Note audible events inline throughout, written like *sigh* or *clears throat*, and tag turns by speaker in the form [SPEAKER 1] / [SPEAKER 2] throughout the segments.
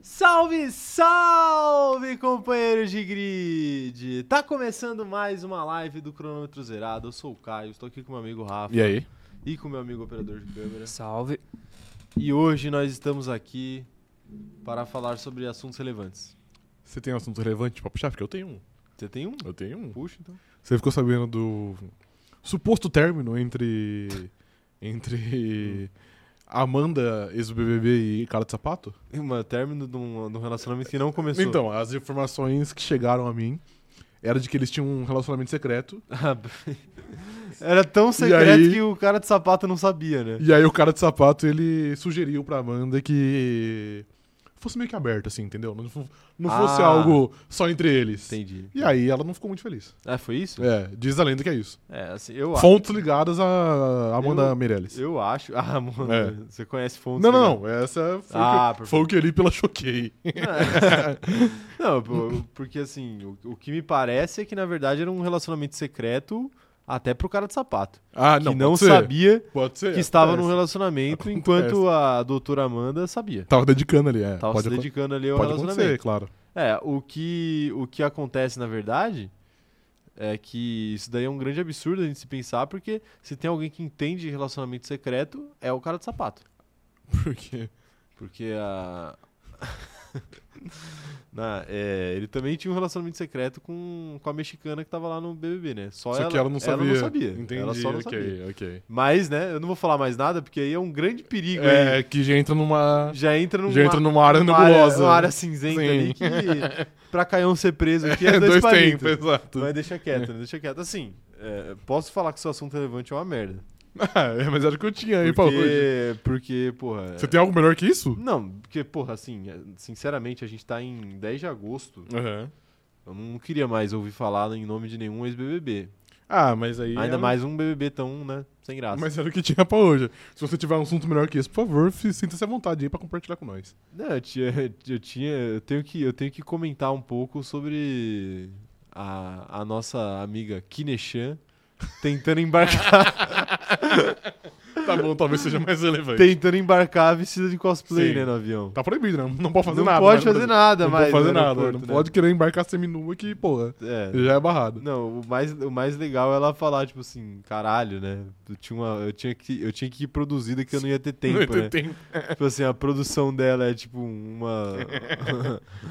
[SPEAKER 1] Salve, salve, companheiros de grid! Tá começando mais uma live do Cronômetro Zerado. Eu sou o Caio, estou aqui com meu amigo Rafa
[SPEAKER 2] E aí?
[SPEAKER 1] e com meu amigo operador de câmera.
[SPEAKER 3] Salve.
[SPEAKER 1] E hoje nós estamos aqui para falar sobre assuntos relevantes.
[SPEAKER 2] Você tem um assunto relevante pra puxar? Porque eu tenho um.
[SPEAKER 1] Você tem um?
[SPEAKER 2] Eu tenho um.
[SPEAKER 1] Puxa, então.
[SPEAKER 2] Você ficou sabendo do suposto término entre. entre. Amanda, ex-BBB e cara de sapato?
[SPEAKER 1] Uma término de um, de um relacionamento que não começou. *laughs*
[SPEAKER 2] Então, as informações que chegaram a mim era de que eles tinham um relacionamento secreto.
[SPEAKER 1] É. Ah, *laughs* Era tão secreto
[SPEAKER 2] aí-
[SPEAKER 1] que o cara de sapato não sabia, né?
[SPEAKER 2] E aí o cara de sapato ele sugeriu pra Amanda que. fosse meio que aberto, assim, entendeu? Não, fo- não fosse
[SPEAKER 1] Ah.
[SPEAKER 2] algo só entre eles.
[SPEAKER 1] Entendi.
[SPEAKER 2] E aí ela não ficou muito feliz.
[SPEAKER 1] Ah, foi isso?
[SPEAKER 2] É, diz a lenda que é isso.
[SPEAKER 1] É, assim, eu acho.
[SPEAKER 2] Fontes ligadas a Amanda
[SPEAKER 1] Eu-
[SPEAKER 2] Meirelles.
[SPEAKER 1] Eu acho. Ah, mano,
[SPEAKER 2] É.
[SPEAKER 1] você conhece fontes.
[SPEAKER 2] Não,
[SPEAKER 1] né?
[SPEAKER 2] não, não. Essa foi,
[SPEAKER 1] Ah,
[SPEAKER 2] o, que,
[SPEAKER 1] perfeito.
[SPEAKER 2] foi o que eu li pela Choquei. *laughs*
[SPEAKER 1] Não, pô, porque assim, o, o que me parece é que na verdade era um relacionamento secreto até pro cara de sapato.
[SPEAKER 2] Ah,
[SPEAKER 1] Que
[SPEAKER 2] não.
[SPEAKER 1] não,
[SPEAKER 2] pode ser.
[SPEAKER 1] sabia
[SPEAKER 2] Pode ser. É.
[SPEAKER 1] que estava num
[SPEAKER 2] acontece.
[SPEAKER 1] relacionamento
[SPEAKER 2] Acontece.
[SPEAKER 1] enquanto a doutora Amanda sabia.
[SPEAKER 2] Tava dedicando ali, é.
[SPEAKER 1] Tava
[SPEAKER 2] pode
[SPEAKER 1] se
[SPEAKER 2] acon-
[SPEAKER 1] dedicando ali ao
[SPEAKER 2] pode acontecer,
[SPEAKER 1] relacionamento.
[SPEAKER 2] claro. *laughs*
[SPEAKER 1] É, o que, o que acontece na verdade é que isso daí é um grande absurdo a gente se pensar, porque se tem alguém que entende relacionamento secreto, é o cara de sapato.
[SPEAKER 2] Porque.
[SPEAKER 1] Porque a. *laughs* Na- é, ele também tinha um relacionamento secreto com, com a mexicana que tava lá no BBB, né? Só,
[SPEAKER 2] Só que ela não sabia.
[SPEAKER 1] Ela não sabia.
[SPEAKER 2] Entendi.
[SPEAKER 1] Ela só não
[SPEAKER 2] ok,
[SPEAKER 1] sabia.
[SPEAKER 2] ok.
[SPEAKER 1] Mas, né, eu não vou falar mais nada, porque aí é um grande perigo. aí.
[SPEAKER 2] É, que já entra numa.
[SPEAKER 1] Já entra numa,
[SPEAKER 2] já entra numa área
[SPEAKER 1] numa área-
[SPEAKER 2] nebulosa.
[SPEAKER 1] uma área assim cinzenta
[SPEAKER 2] Sim.
[SPEAKER 1] ali
[SPEAKER 2] *laughs*
[SPEAKER 1] que pra Caião ser preso aqui é
[SPEAKER 2] É,
[SPEAKER 1] dois,
[SPEAKER 2] *laughs* dois
[SPEAKER 1] palitos.
[SPEAKER 2] tempos, exato.
[SPEAKER 1] Mas deixa quieto, né? Deixa quieto. Assim, é, posso falar que seu assunto relevante é uma merda.
[SPEAKER 2] Ah, *laughs* é, mas era o que eu tinha aí pra hoje.
[SPEAKER 1] Porque, porque porra...
[SPEAKER 2] Você tem algo melhor que isso?
[SPEAKER 1] Não, porque, porra, assim, é, sinceramente, a gente tá em 10 de agosto.
[SPEAKER 2] Aham.
[SPEAKER 1] Eu não queria mais ouvir falar em nome de nenhum ex-BBB.
[SPEAKER 2] Ah, mas aí.
[SPEAKER 1] Ainda
[SPEAKER 2] era-
[SPEAKER 1] mais um BBB tão, né, sem graça.
[SPEAKER 2] Mas era o que tinha pra hoje. Se você tiver um assunto melhor que esse, por favor, fi- sinta-se à vontade aí pra compartilhar com nós.
[SPEAKER 1] Não, É, eu tinha, eu tinha, eu tenho que, eu tenho que comentar um pouco sobre a, a nossa amiga Kineshan tentando
[SPEAKER 2] *laughs*
[SPEAKER 1] embarcar,
[SPEAKER 2] Tá bom, talvez seja mais relevante.
[SPEAKER 1] tentando embarcar vestida de cosplay,
[SPEAKER 2] Sim.
[SPEAKER 1] né, no avião.
[SPEAKER 2] Tá proibido, né? Não pode fazer
[SPEAKER 1] não
[SPEAKER 2] nada.
[SPEAKER 1] pode
[SPEAKER 2] né, no
[SPEAKER 1] fazer
[SPEAKER 2] Brasil.
[SPEAKER 1] nada,
[SPEAKER 2] Não
[SPEAKER 1] mais.
[SPEAKER 2] pode fazer
[SPEAKER 1] no
[SPEAKER 2] nada. Não
[SPEAKER 1] aeroporto, né?
[SPEAKER 2] pode querer embarcar seminua que, porra,
[SPEAKER 1] É.
[SPEAKER 2] já é barrado.
[SPEAKER 1] Não, o mais, o mais legal é ela falar, tipo assim, caralho, né? Eu tinha, uma, eu tinha, que, eu tinha que ir produzida que eu não ia ter tempo,
[SPEAKER 2] Não *laughs* tem
[SPEAKER 1] né?
[SPEAKER 2] Um tempo.
[SPEAKER 1] Tipo assim, a produção dela é tipo
[SPEAKER 2] *laughs*
[SPEAKER 1] uma,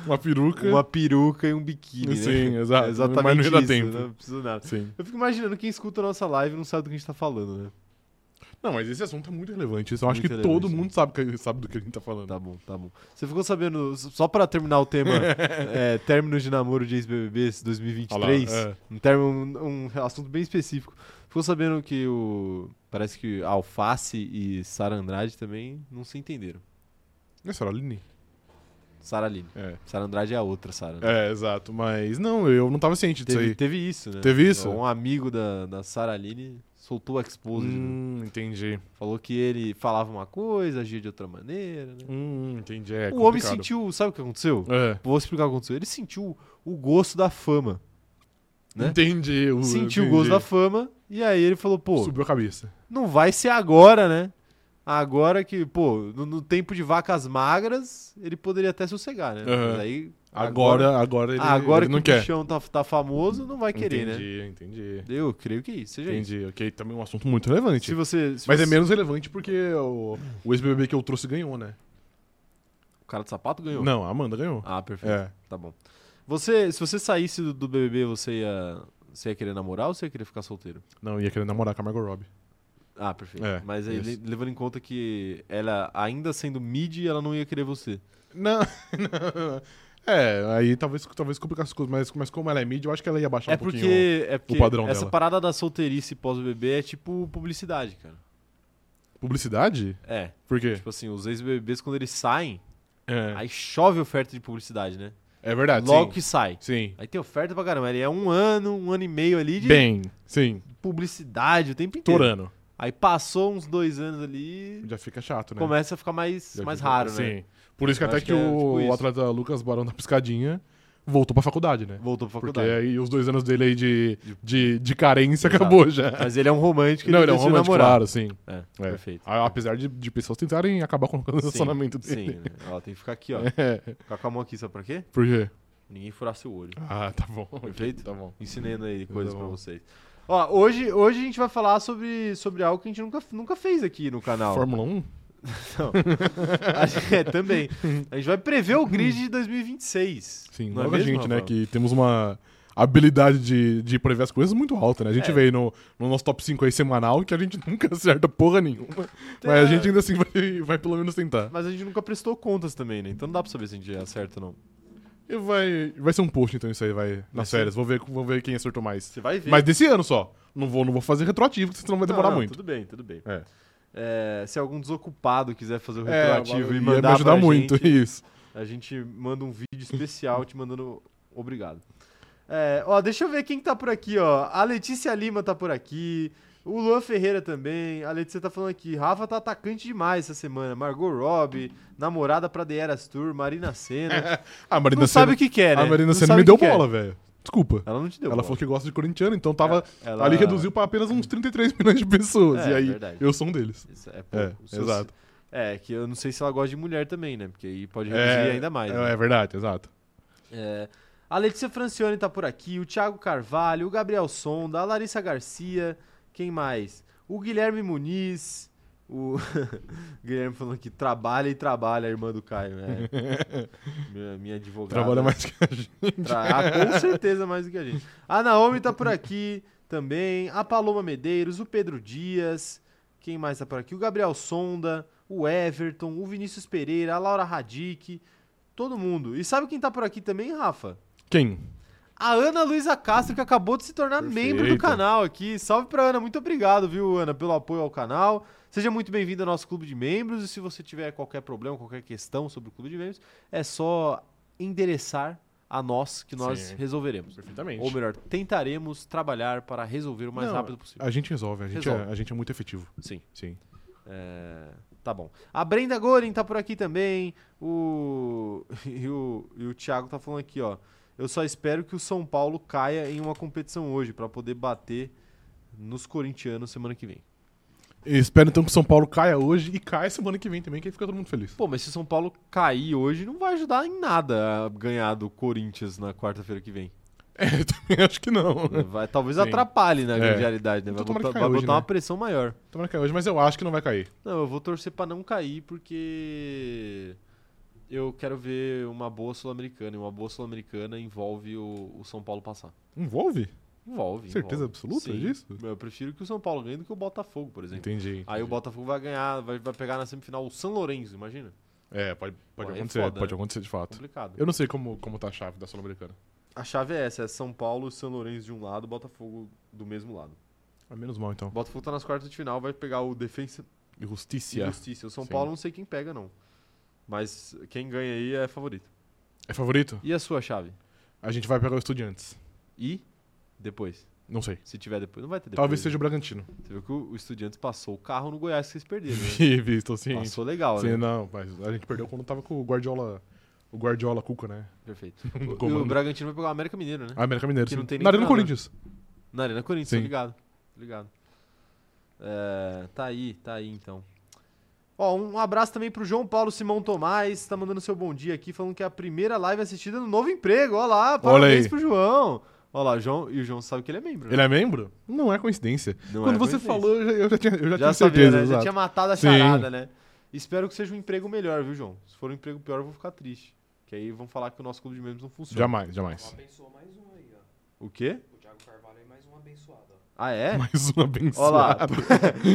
[SPEAKER 2] Uma peruca.
[SPEAKER 1] uma peruca e um biquíni, né?
[SPEAKER 2] Sim,
[SPEAKER 1] *laughs*
[SPEAKER 2] exato.
[SPEAKER 1] É
[SPEAKER 2] Mas
[SPEAKER 1] exatamente
[SPEAKER 2] não ia dar
[SPEAKER 1] isso, né?
[SPEAKER 2] tempo.
[SPEAKER 1] não precisa nada.
[SPEAKER 2] Sim.
[SPEAKER 1] Eu fico imaginando quem escuta a nossa live não sabe do que a gente tá falando, né?
[SPEAKER 2] Não, mas esse assunto é muito relevante. Isso eu acho
[SPEAKER 1] Muito
[SPEAKER 2] que
[SPEAKER 1] relevante,
[SPEAKER 2] todo
[SPEAKER 1] né?
[SPEAKER 2] mundo sabe, que- sabe do que a gente tá falando.
[SPEAKER 1] Tá bom, tá bom. Você ficou sabendo, só pra terminar o
[SPEAKER 2] *laughs*
[SPEAKER 1] tema, é, término de namoro de ex-BBB esse 2023,
[SPEAKER 2] Olha lá, é.
[SPEAKER 1] um, término, um um assunto bem específico. Ficou sabendo que o... parece que Alface e Sara Andrade também não se entenderam.
[SPEAKER 2] Não é Sara Aline?
[SPEAKER 1] Sara Aline.
[SPEAKER 2] É.
[SPEAKER 1] Sara Andrade é a outra Sara. né?
[SPEAKER 2] É, exato. Mas não, eu não tava ciente disso
[SPEAKER 1] Teve,
[SPEAKER 2] aí.
[SPEAKER 1] teve isso, né?
[SPEAKER 2] Teve isso?
[SPEAKER 1] Um amigo da, da Sara Aline soltou a exposed. né?
[SPEAKER 2] Hum, entendi.
[SPEAKER 1] Falou que ele falava uma coisa, agia de outra maneira, né?
[SPEAKER 2] Hum, entendi.
[SPEAKER 1] o
[SPEAKER 2] É
[SPEAKER 1] homem
[SPEAKER 2] complicado.
[SPEAKER 1] sentiu, sabe o que aconteceu?
[SPEAKER 2] É.
[SPEAKER 1] Vou explicar o que aconteceu. Ele sentiu o gosto da fama. Né?
[SPEAKER 2] Entendi. o-
[SPEAKER 1] sentiu o
[SPEAKER 2] Hum, entendi.
[SPEAKER 1] gosto da fama. E aí ele falou, pô,
[SPEAKER 2] Subiu a cabeça.
[SPEAKER 1] não vai ser agora, né? Agora que, pô, no, no tempo de vacas magras, ele poderia até sossegar, né?
[SPEAKER 2] Aham.
[SPEAKER 1] Mas aí.
[SPEAKER 2] Agora, agora, ele,
[SPEAKER 1] agora, agora
[SPEAKER 2] ele
[SPEAKER 1] que
[SPEAKER 2] não
[SPEAKER 1] o
[SPEAKER 2] quer.
[SPEAKER 1] bichão tá, tá famoso, não vai querer, né?
[SPEAKER 2] entendi, entendi.
[SPEAKER 1] Eu creio que isso seja isso.
[SPEAKER 2] Entendi, ok. Também é um assunto muito relevante.
[SPEAKER 1] Se você. se
[SPEAKER 2] Mas é
[SPEAKER 1] você-
[SPEAKER 2] menos relevante porque o, o ex-BBB que eu trouxe ganhou, né?
[SPEAKER 1] O cara de sapato ganhou?
[SPEAKER 2] Não, a Amanda ganhou.
[SPEAKER 1] Ah, perfeito.
[SPEAKER 2] É.
[SPEAKER 1] Tá bom. Você, se você saísse do, do BBB, você ia, você ia querer namorar ou você ia querer ficar solteiro?
[SPEAKER 2] Não, ia querer namorar com a Margot Robbie. *laughs*
[SPEAKER 1] Ah, perfeito.
[SPEAKER 2] É,
[SPEAKER 1] Mas aí,
[SPEAKER 2] isso.
[SPEAKER 1] le- levando em conta que ela, ainda sendo mid, ela não ia querer você.
[SPEAKER 2] Não, não. É, aí talvez, talvez complicasse as coisas, mas, mas como ela é mídia, eu acho que ela ia baixar
[SPEAKER 1] é,
[SPEAKER 2] um pouquinho.
[SPEAKER 1] porque, é porque
[SPEAKER 2] padrão
[SPEAKER 1] essa
[SPEAKER 2] dela.
[SPEAKER 1] parada da solteirice pós-BBB é tipo publicidade, cara.
[SPEAKER 2] Publicidade?
[SPEAKER 1] É.
[SPEAKER 2] Por quê?
[SPEAKER 1] Tipo assim, os ex-BBBs, quando eles saem,
[SPEAKER 2] É,
[SPEAKER 1] aí chove oferta de publicidade, né?
[SPEAKER 2] é verdade,
[SPEAKER 1] Logo
[SPEAKER 2] sim.
[SPEAKER 1] que sai.
[SPEAKER 2] Sim.
[SPEAKER 1] Aí tem oferta pra caramba. Ele é um ano, um ano e meio ali de
[SPEAKER 2] Bem, sim.
[SPEAKER 1] publicidade o tempo inteiro.
[SPEAKER 2] Torano.
[SPEAKER 1] Aí passou uns dois anos ali,
[SPEAKER 2] Já fica chato, né?
[SPEAKER 1] começa a ficar mais,
[SPEAKER 2] Já
[SPEAKER 1] mais
[SPEAKER 2] fica-
[SPEAKER 1] raro, né?
[SPEAKER 2] Sim. Por isso que
[SPEAKER 1] Eu
[SPEAKER 2] até
[SPEAKER 1] acho
[SPEAKER 2] que,
[SPEAKER 1] que é
[SPEAKER 2] o
[SPEAKER 1] tipo isso.
[SPEAKER 2] atleta Lucas Barão da Piscadinha voltou pra faculdade, né?
[SPEAKER 1] Voltou pra
[SPEAKER 2] Porque
[SPEAKER 1] faculdade.
[SPEAKER 2] aí os dois anos dele aí de, de, de carência acabou já.
[SPEAKER 1] Mas ele é um romântico e
[SPEAKER 2] Não, ele é um
[SPEAKER 1] decidiu
[SPEAKER 2] romântico,
[SPEAKER 1] namorar.
[SPEAKER 2] claro, *laughs* sim.
[SPEAKER 1] É,
[SPEAKER 2] É.
[SPEAKER 1] perfeito.
[SPEAKER 2] A- Apesar de, de pessoas tentarem acabar com o relacionamento dele.
[SPEAKER 1] Sim, né? ela tem que ficar aqui, ó.
[SPEAKER 2] *laughs* É.
[SPEAKER 1] Ficar com a mão aqui, sabe pra quê?
[SPEAKER 2] Por quê?
[SPEAKER 1] Ninguém furar seu olho.
[SPEAKER 2] Ah, tá *laughs* bom.
[SPEAKER 1] Perfeito?
[SPEAKER 2] Tá bom.
[SPEAKER 1] Ensinando aí coisas
[SPEAKER 2] Tá
[SPEAKER 1] pra
[SPEAKER 2] bom.
[SPEAKER 1] vocês. Ó, hoje, hoje a gente vai falar sobre, sobre algo que a gente nunca, nunca fez aqui no canal.
[SPEAKER 2] Fórmula 1?
[SPEAKER 1] *laughs* A gente- é, também. A gente vai prever o grid de 2026.
[SPEAKER 2] Sim,
[SPEAKER 1] não é
[SPEAKER 2] logo a
[SPEAKER 1] mesmo,
[SPEAKER 2] gente, né,
[SPEAKER 1] Rafael?
[SPEAKER 2] que temos uma habilidade de, de prever as coisas muito alta, né? A gente
[SPEAKER 1] É.
[SPEAKER 2] vê aí no, no nosso top 5 aí semanal que a gente *laughs* nunca acerta porra nenhuma. Mas a gente ainda assim vai, vai pelo menos tentar.
[SPEAKER 1] Mas a gente nunca prestou contas também, né? Então não dá pra saber se a gente acerta ou não.
[SPEAKER 2] E vai, vai ser um post então isso aí, vai,
[SPEAKER 1] Vai
[SPEAKER 2] nas
[SPEAKER 1] ser.
[SPEAKER 2] férias. Vou ver, vou ver quem acertou mais.
[SPEAKER 1] Você vai ver.
[SPEAKER 2] Mas desse ano só. Não vou, não vou fazer retroativo, porque senão vai demorar
[SPEAKER 1] Não, não,
[SPEAKER 2] muito.
[SPEAKER 1] Tudo bem, tudo bem.
[SPEAKER 2] É.
[SPEAKER 1] É, se algum desocupado quiser fazer o
[SPEAKER 2] É,
[SPEAKER 1] retroativo
[SPEAKER 2] ia
[SPEAKER 1] e
[SPEAKER 2] me
[SPEAKER 1] mandar
[SPEAKER 2] ajudar
[SPEAKER 1] pra
[SPEAKER 2] muito,
[SPEAKER 1] gente,
[SPEAKER 2] *laughs* isso.
[SPEAKER 1] a gente manda um vídeo especial te mandando obrigado. É, ó, deixa eu ver quem tá por aqui, ó. A Letícia Lima tá por aqui. O Luan Ferreira também. A Letícia tá falando aqui. Rafa tá atacante demais essa semana. Margot Robbie, namorada pra The Eras Tour, Marina Senna.
[SPEAKER 2] Ah, A É. Marina
[SPEAKER 1] não sabe
[SPEAKER 2] Senna,
[SPEAKER 1] o que quer, né?
[SPEAKER 2] a Marina
[SPEAKER 1] Não
[SPEAKER 2] Senna
[SPEAKER 1] sabe
[SPEAKER 2] me
[SPEAKER 1] o
[SPEAKER 2] deu
[SPEAKER 1] que quer.
[SPEAKER 2] bola, velho. Desculpa.
[SPEAKER 1] Ela não te deu
[SPEAKER 2] Ela
[SPEAKER 1] bola. É,
[SPEAKER 2] falou que gosta de corintiano, então tava
[SPEAKER 1] Ela-
[SPEAKER 2] ali reduziu pra apenas uns 33 milhões de pessoas.
[SPEAKER 1] É,
[SPEAKER 2] e aí
[SPEAKER 1] verdade.
[SPEAKER 2] eu sou um deles.
[SPEAKER 1] Isso é, pouco.
[SPEAKER 2] É,
[SPEAKER 1] Se você-
[SPEAKER 2] exato.
[SPEAKER 1] É, que eu não sei se ela gosta de mulher também, né? Porque aí pode reduzir ainda mais.
[SPEAKER 2] É,
[SPEAKER 1] né?
[SPEAKER 2] é verdade, exato.
[SPEAKER 1] É, a Letícia Francione tá por aqui, o Thiago Carvalho, o Gabriel Sonda, a Larissa Garcia, quem mais? O Guilherme Muniz, o *laughs* Guilherme falando que trabalha e trabalha, a irmã do Caio,
[SPEAKER 2] *laughs*
[SPEAKER 1] né? minha, minha advogada.
[SPEAKER 2] Trabalha mais que *laughs* a gente.
[SPEAKER 1] Tra-
[SPEAKER 2] *laughs*
[SPEAKER 1] ah, com certeza mais do que a gente. A Naomi tá por aqui também, a Paloma Medeiros, o Pedro Dias, quem mais tá por aqui? O Gabriel Sonda, o Everton, o Vinícius Pereira, a Laura Radic, todo mundo. E sabe quem tá por aqui também, Rafa?
[SPEAKER 2] Quem?
[SPEAKER 1] A Ana Luísa Castro, que acabou de se tornar
[SPEAKER 2] Perfeito.
[SPEAKER 1] membro do canal aqui. Salve pra Ana, muito obrigado, viu, Ana, pelo apoio ao canal. Seja muito bem-vindo ao nosso clube de membros. E se você tiver qualquer problema, qualquer questão sobre o clube de membros, é só endereçar a nós que nós
[SPEAKER 2] Sim.
[SPEAKER 1] resolveremos.
[SPEAKER 2] Perfeitamente.
[SPEAKER 1] Ou melhor, tentaremos trabalhar para resolver o mais
[SPEAKER 2] Não,
[SPEAKER 1] rápido possível.
[SPEAKER 2] A gente resolve, a gente,
[SPEAKER 1] Resolve.
[SPEAKER 2] É, a gente é muito efetivo.
[SPEAKER 1] Sim.
[SPEAKER 2] Sim.
[SPEAKER 1] É, Tá bom. A Brenda Goren tá por aqui também. O... *laughs* E, o... e o Thiago tá falando aqui, ó. Eu só espero que o São Paulo caia em uma competição hoje pra poder bater nos corintianos semana que vem.
[SPEAKER 2] E espero então que o São Paulo caia hoje e caia semana que vem também, que aí fica todo mundo feliz.
[SPEAKER 1] Pô, mas se o São Paulo cair hoje, não vai ajudar em nada a ganhar do Corinthians na quarta-feira que
[SPEAKER 2] *laughs*
[SPEAKER 1] vem.
[SPEAKER 2] É, eu também acho que não. né?
[SPEAKER 1] Vai, talvez
[SPEAKER 2] Sim.
[SPEAKER 1] atrapalhe na
[SPEAKER 2] É.
[SPEAKER 1] grande realidade, né? Vai
[SPEAKER 2] Então tomara
[SPEAKER 1] botar,
[SPEAKER 2] que caia
[SPEAKER 1] vai
[SPEAKER 2] hoje,
[SPEAKER 1] botar
[SPEAKER 2] né?
[SPEAKER 1] uma pressão maior.
[SPEAKER 2] Tomara que caia hoje, mas eu acho que não vai cair.
[SPEAKER 1] Não, eu vou torcer pra não cair porque eu quero ver uma boa sul-americana e uma boa sul-americana envolve o, o São Paulo passar.
[SPEAKER 2] Envolve?
[SPEAKER 1] Envolve.
[SPEAKER 2] Certeza
[SPEAKER 1] envolve.
[SPEAKER 2] absoluta é
[SPEAKER 1] Sim.
[SPEAKER 2] disso?
[SPEAKER 1] Eu prefiro que o São Paulo ganhe do que o Botafogo, por exemplo.
[SPEAKER 2] Entendi.
[SPEAKER 1] Aí o Botafogo vai ganhar, vai, vai pegar na semifinal o San Lourenço, imagina?
[SPEAKER 2] É, pode, pode
[SPEAKER 1] Pô, aí é
[SPEAKER 2] acontecer,
[SPEAKER 1] foda,
[SPEAKER 2] pode
[SPEAKER 1] né?
[SPEAKER 2] acontecer de fato.
[SPEAKER 1] Complicado.
[SPEAKER 2] Eu não sei como, como tá a chave da Sul-Americana.
[SPEAKER 1] A chave é essa, é São Paulo e San Lourenço de um lado, Botafogo do mesmo lado.
[SPEAKER 2] Ah, menos mal então.
[SPEAKER 1] O Botafogo tá nas quartas de final, vai pegar o Defensa
[SPEAKER 2] E
[SPEAKER 1] e
[SPEAKER 2] Justiça.
[SPEAKER 1] Justiça. O São
[SPEAKER 2] Sim.
[SPEAKER 1] Paulo não sei quem pega não. Mas quem ganha aí é favorito.
[SPEAKER 2] É favorito?
[SPEAKER 1] E a sua chave?
[SPEAKER 2] A gente vai pegar o Estudiantes.
[SPEAKER 1] E depois.
[SPEAKER 2] Não sei.
[SPEAKER 1] Se tiver depois, não vai ter depois.
[SPEAKER 2] Talvez
[SPEAKER 1] né?
[SPEAKER 2] seja o Bragantino.
[SPEAKER 1] Você viu que o o Estudiantes passou o carro no Goiás que vocês perderam.
[SPEAKER 2] *laughs*
[SPEAKER 1] Né?
[SPEAKER 2] Vi, Visto, sim.
[SPEAKER 1] *laughs* passou legal,
[SPEAKER 2] sim,
[SPEAKER 1] né?
[SPEAKER 2] não, mas a gente perdeu quando tava com o Guardiola. O Guardiola Cuca, né? *laughs*
[SPEAKER 1] Perfeito.
[SPEAKER 2] No
[SPEAKER 1] E o
[SPEAKER 2] comando.
[SPEAKER 1] Bragantino vai pegar o América Mineiro, né?
[SPEAKER 2] A América Mineiro.
[SPEAKER 1] Que não
[SPEAKER 2] sim.
[SPEAKER 1] tem nem
[SPEAKER 2] Na Arena do
[SPEAKER 1] treinador.
[SPEAKER 2] Corinthians.
[SPEAKER 1] Na Arena Corinthians,
[SPEAKER 2] Sim.
[SPEAKER 1] tô ligado. Tô ligado. É, tá aí, tá aí então. Ó, um abraço também pro João Paulo Simão Tomás, tá mandando seu bom dia aqui, falando que é a primeira live assistida no novo emprego. Ó lá, parabéns
[SPEAKER 2] aí.
[SPEAKER 1] pro João. Ó lá, o João, e o João sabe que ele é membro. né?
[SPEAKER 2] Ele é membro? Não é coincidência.
[SPEAKER 1] Não
[SPEAKER 2] quando
[SPEAKER 1] é
[SPEAKER 2] você
[SPEAKER 1] coincidência.
[SPEAKER 2] falou, eu já, eu já tinha, eu já
[SPEAKER 1] já
[SPEAKER 2] tinha
[SPEAKER 1] sabia,
[SPEAKER 2] certeza.
[SPEAKER 1] né? Já
[SPEAKER 2] exato.
[SPEAKER 1] tinha matado a
[SPEAKER 2] Sim.
[SPEAKER 1] charada, né? Espero que seja um emprego melhor, viu, João? Se for um emprego pior, eu vou ficar triste. Que aí vão falar que o nosso clube de membros não funciona.
[SPEAKER 2] Jamais, jamais.
[SPEAKER 3] abençoou mais um aí, ó.
[SPEAKER 1] O quê?
[SPEAKER 3] O Thiago Carvalho é mais um abençoado, ó.
[SPEAKER 1] Ah, é?
[SPEAKER 2] Mais uma
[SPEAKER 1] Ó
[SPEAKER 2] *laughs*
[SPEAKER 1] lá.
[SPEAKER 2] abençoada.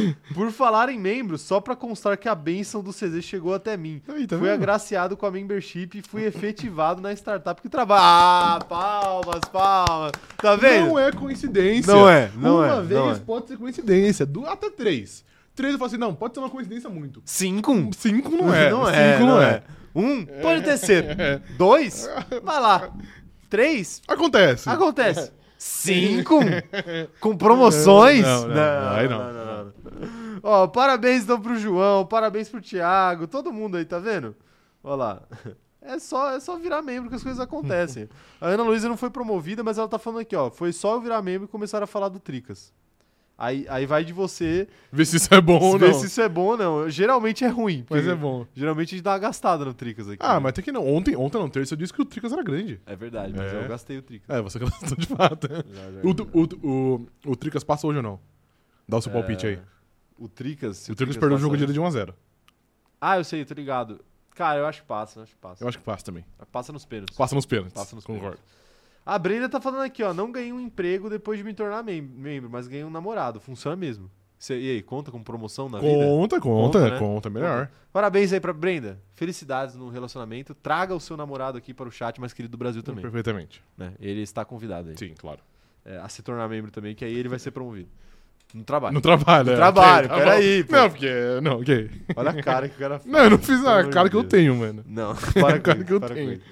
[SPEAKER 1] *laughs* Por falar em membros, só pra constar que a bênção do CZ chegou até mim.
[SPEAKER 2] Aí, tá
[SPEAKER 1] fui
[SPEAKER 2] vendo?
[SPEAKER 1] agraciado com a membership e fui efetivado na startup que trabalha. Ah, palmas, palmas. Tá vendo?
[SPEAKER 2] Não é coincidência.
[SPEAKER 1] Não é, não
[SPEAKER 2] uma
[SPEAKER 1] é,
[SPEAKER 2] vez
[SPEAKER 1] não é.
[SPEAKER 2] pode ser coincidência. Du- até três. Três eu falo assim, não, pode ser uma coincidência muito.
[SPEAKER 1] Cinco?
[SPEAKER 2] Cinco não é.
[SPEAKER 1] *laughs* Não
[SPEAKER 2] cinco
[SPEAKER 1] é,
[SPEAKER 2] não, é.
[SPEAKER 1] Um, pode ter
[SPEAKER 2] *laughs*
[SPEAKER 1] sido. Dois, vai lá. Três,
[SPEAKER 2] Acontece.
[SPEAKER 1] Acontece.
[SPEAKER 2] *laughs*
[SPEAKER 1] Cinco? Com promoções?
[SPEAKER 2] Não, não, aí não.
[SPEAKER 1] não. Ó, parabéns então pro João, parabéns pro Thiago, todo mundo aí, tá vendo? Ó lá. É só, é só virar membro que as coisas
[SPEAKER 2] *laughs*
[SPEAKER 1] acontecem. A Ana Luísa não foi promovida, mas ela tá falando aqui, ó. Foi só eu virar membro e começaram a falar do Tricas. Aí, aí vai de você
[SPEAKER 2] Ver se isso é bom ou
[SPEAKER 1] ver
[SPEAKER 2] não.
[SPEAKER 1] se isso é bom ou não. Geralmente é ruim.
[SPEAKER 2] Mas
[SPEAKER 1] porque
[SPEAKER 2] é bom.
[SPEAKER 1] Geralmente a gente dá uma gastada no Tricas aqui.
[SPEAKER 2] Ah,
[SPEAKER 1] né?
[SPEAKER 2] mas até que não. Ontem, ontem não, terça eu disse que o Tricas era grande.
[SPEAKER 1] É verdade, mas
[SPEAKER 2] É.
[SPEAKER 1] eu gastei o Tricas.
[SPEAKER 2] É, você *laughs* gastou de fato. né?
[SPEAKER 1] Já, já,
[SPEAKER 2] O,
[SPEAKER 1] já.
[SPEAKER 2] o, o, o Tricas passa hoje ou não? Dá o seu
[SPEAKER 1] É,
[SPEAKER 2] palpite aí.
[SPEAKER 1] O Tricas. se
[SPEAKER 2] O Tricas perdeu o jogo
[SPEAKER 1] passar-
[SPEAKER 2] direito de 1x0.
[SPEAKER 1] Ah, eu sei, tô ligado. Cara, eu acho que passa, eu acho que passa.
[SPEAKER 2] Eu acho que passa também.
[SPEAKER 1] Passa nos pênaltis.
[SPEAKER 2] Passa nos pênaltis.
[SPEAKER 1] Passa nos
[SPEAKER 2] Concordo.
[SPEAKER 1] A Brenda tá falando aqui, ó. Não ganhei um emprego depois de me tornar mem- membro, mas ganhei um namorado. Funciona mesmo. Cê- e aí, conta com promoção na vida?
[SPEAKER 2] Conta, conta,
[SPEAKER 1] Conta,
[SPEAKER 2] conta,
[SPEAKER 1] né?
[SPEAKER 2] melhor.
[SPEAKER 1] Parabéns aí pra Brenda. Felicidades no relacionamento. Traga o seu namorado aqui para o chat mais querido do Brasil também.
[SPEAKER 2] Perfeitamente.
[SPEAKER 1] né? Ele está convidado aí
[SPEAKER 2] Sim, claro.
[SPEAKER 1] é, a se tornar membro também, que aí ele vai ser promovido. No trabalho.
[SPEAKER 2] No trabalho,
[SPEAKER 1] No
[SPEAKER 2] é.
[SPEAKER 1] trabalho,
[SPEAKER 2] Ok, tá
[SPEAKER 1] peraí,
[SPEAKER 2] bom.
[SPEAKER 1] pô.
[SPEAKER 2] Não, porque. Não, ok.
[SPEAKER 1] Olha a cara que o cara faz.
[SPEAKER 2] *laughs* Não, eu não fiz
[SPEAKER 1] Pelo
[SPEAKER 2] a
[SPEAKER 1] amor
[SPEAKER 2] cara
[SPEAKER 1] de
[SPEAKER 2] que eu
[SPEAKER 1] Deus.
[SPEAKER 2] tenho, mano. *laughs*
[SPEAKER 1] Não, para com
[SPEAKER 2] Cara
[SPEAKER 1] isso,
[SPEAKER 2] que eu
[SPEAKER 1] para com
[SPEAKER 2] tenho.
[SPEAKER 1] isso.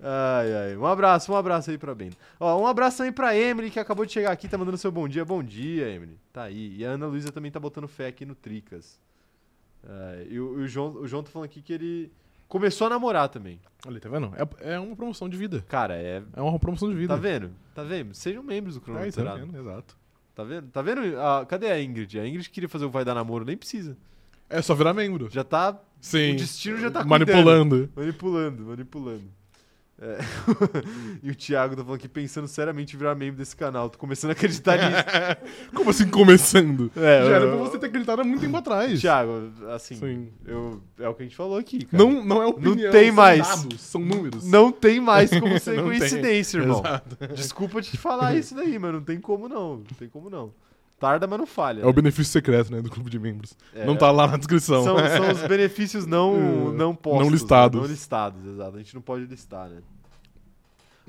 [SPEAKER 1] Ai, ai. Um abraço, um abraço aí pra Brenda. Ó, um abraço também pra Emily, que acabou de chegar aqui, tá mandando seu bom dia. Bom dia, Emily. Tá aí. E a Ana Luísa também tá botando fé aqui no Tricas. Ai, e o, e o João, o João tá falando aqui que ele começou a namorar também.
[SPEAKER 2] Olha, tá vendo? É, é uma promoção de vida.
[SPEAKER 1] Cara, é.
[SPEAKER 2] É uma promoção de vida.
[SPEAKER 1] Tá vendo? Tá vendo? Sejam membros do
[SPEAKER 2] Aí,
[SPEAKER 1] Cronômetro.
[SPEAKER 2] tá
[SPEAKER 1] Zerado.
[SPEAKER 2] vendo? Exato.
[SPEAKER 1] Tá vendo? Tá vendo? Ah, cadê a Ingrid? A Ingrid queria fazer o Vai Dar Namoro, nem precisa.
[SPEAKER 2] É só virar membro.
[SPEAKER 1] Já tá
[SPEAKER 2] Sim.
[SPEAKER 1] O destino já tá cuidando.
[SPEAKER 2] Manipulando.
[SPEAKER 1] Manipulando, manipulando. É. *laughs* e o Thiago tá falando aqui, pensando seriamente em virar membro desse canal. Tô começando a *laughs* acreditar nisso.
[SPEAKER 2] Como assim começando?
[SPEAKER 1] É,
[SPEAKER 2] já era
[SPEAKER 1] eu- é
[SPEAKER 2] pra você ter acreditado há muito tempo atrás.
[SPEAKER 1] Thiago, assim,
[SPEAKER 2] Sim.
[SPEAKER 1] eu, é o que a gente falou aqui, cara.
[SPEAKER 2] Não, não é opinião.
[SPEAKER 1] tem
[SPEAKER 2] são
[SPEAKER 1] mais.
[SPEAKER 2] dados, são números.
[SPEAKER 1] Não tem *laughs* mais como ser
[SPEAKER 2] Não tem.
[SPEAKER 1] coincidência, irmão.
[SPEAKER 2] Exato.
[SPEAKER 1] Desculpa te *laughs* falar isso daí, mas não tem como não. Não tem como não. Tarda, mas não falha.
[SPEAKER 2] É o benefício secreto, né, do clube de membros.
[SPEAKER 1] É,
[SPEAKER 2] Não tá lá na descrição. *laughs*
[SPEAKER 1] São, são os benefícios não,
[SPEAKER 2] É,
[SPEAKER 1] não postos.
[SPEAKER 2] não listados.
[SPEAKER 1] né? Não listados, exato. A gente não pode listar, né?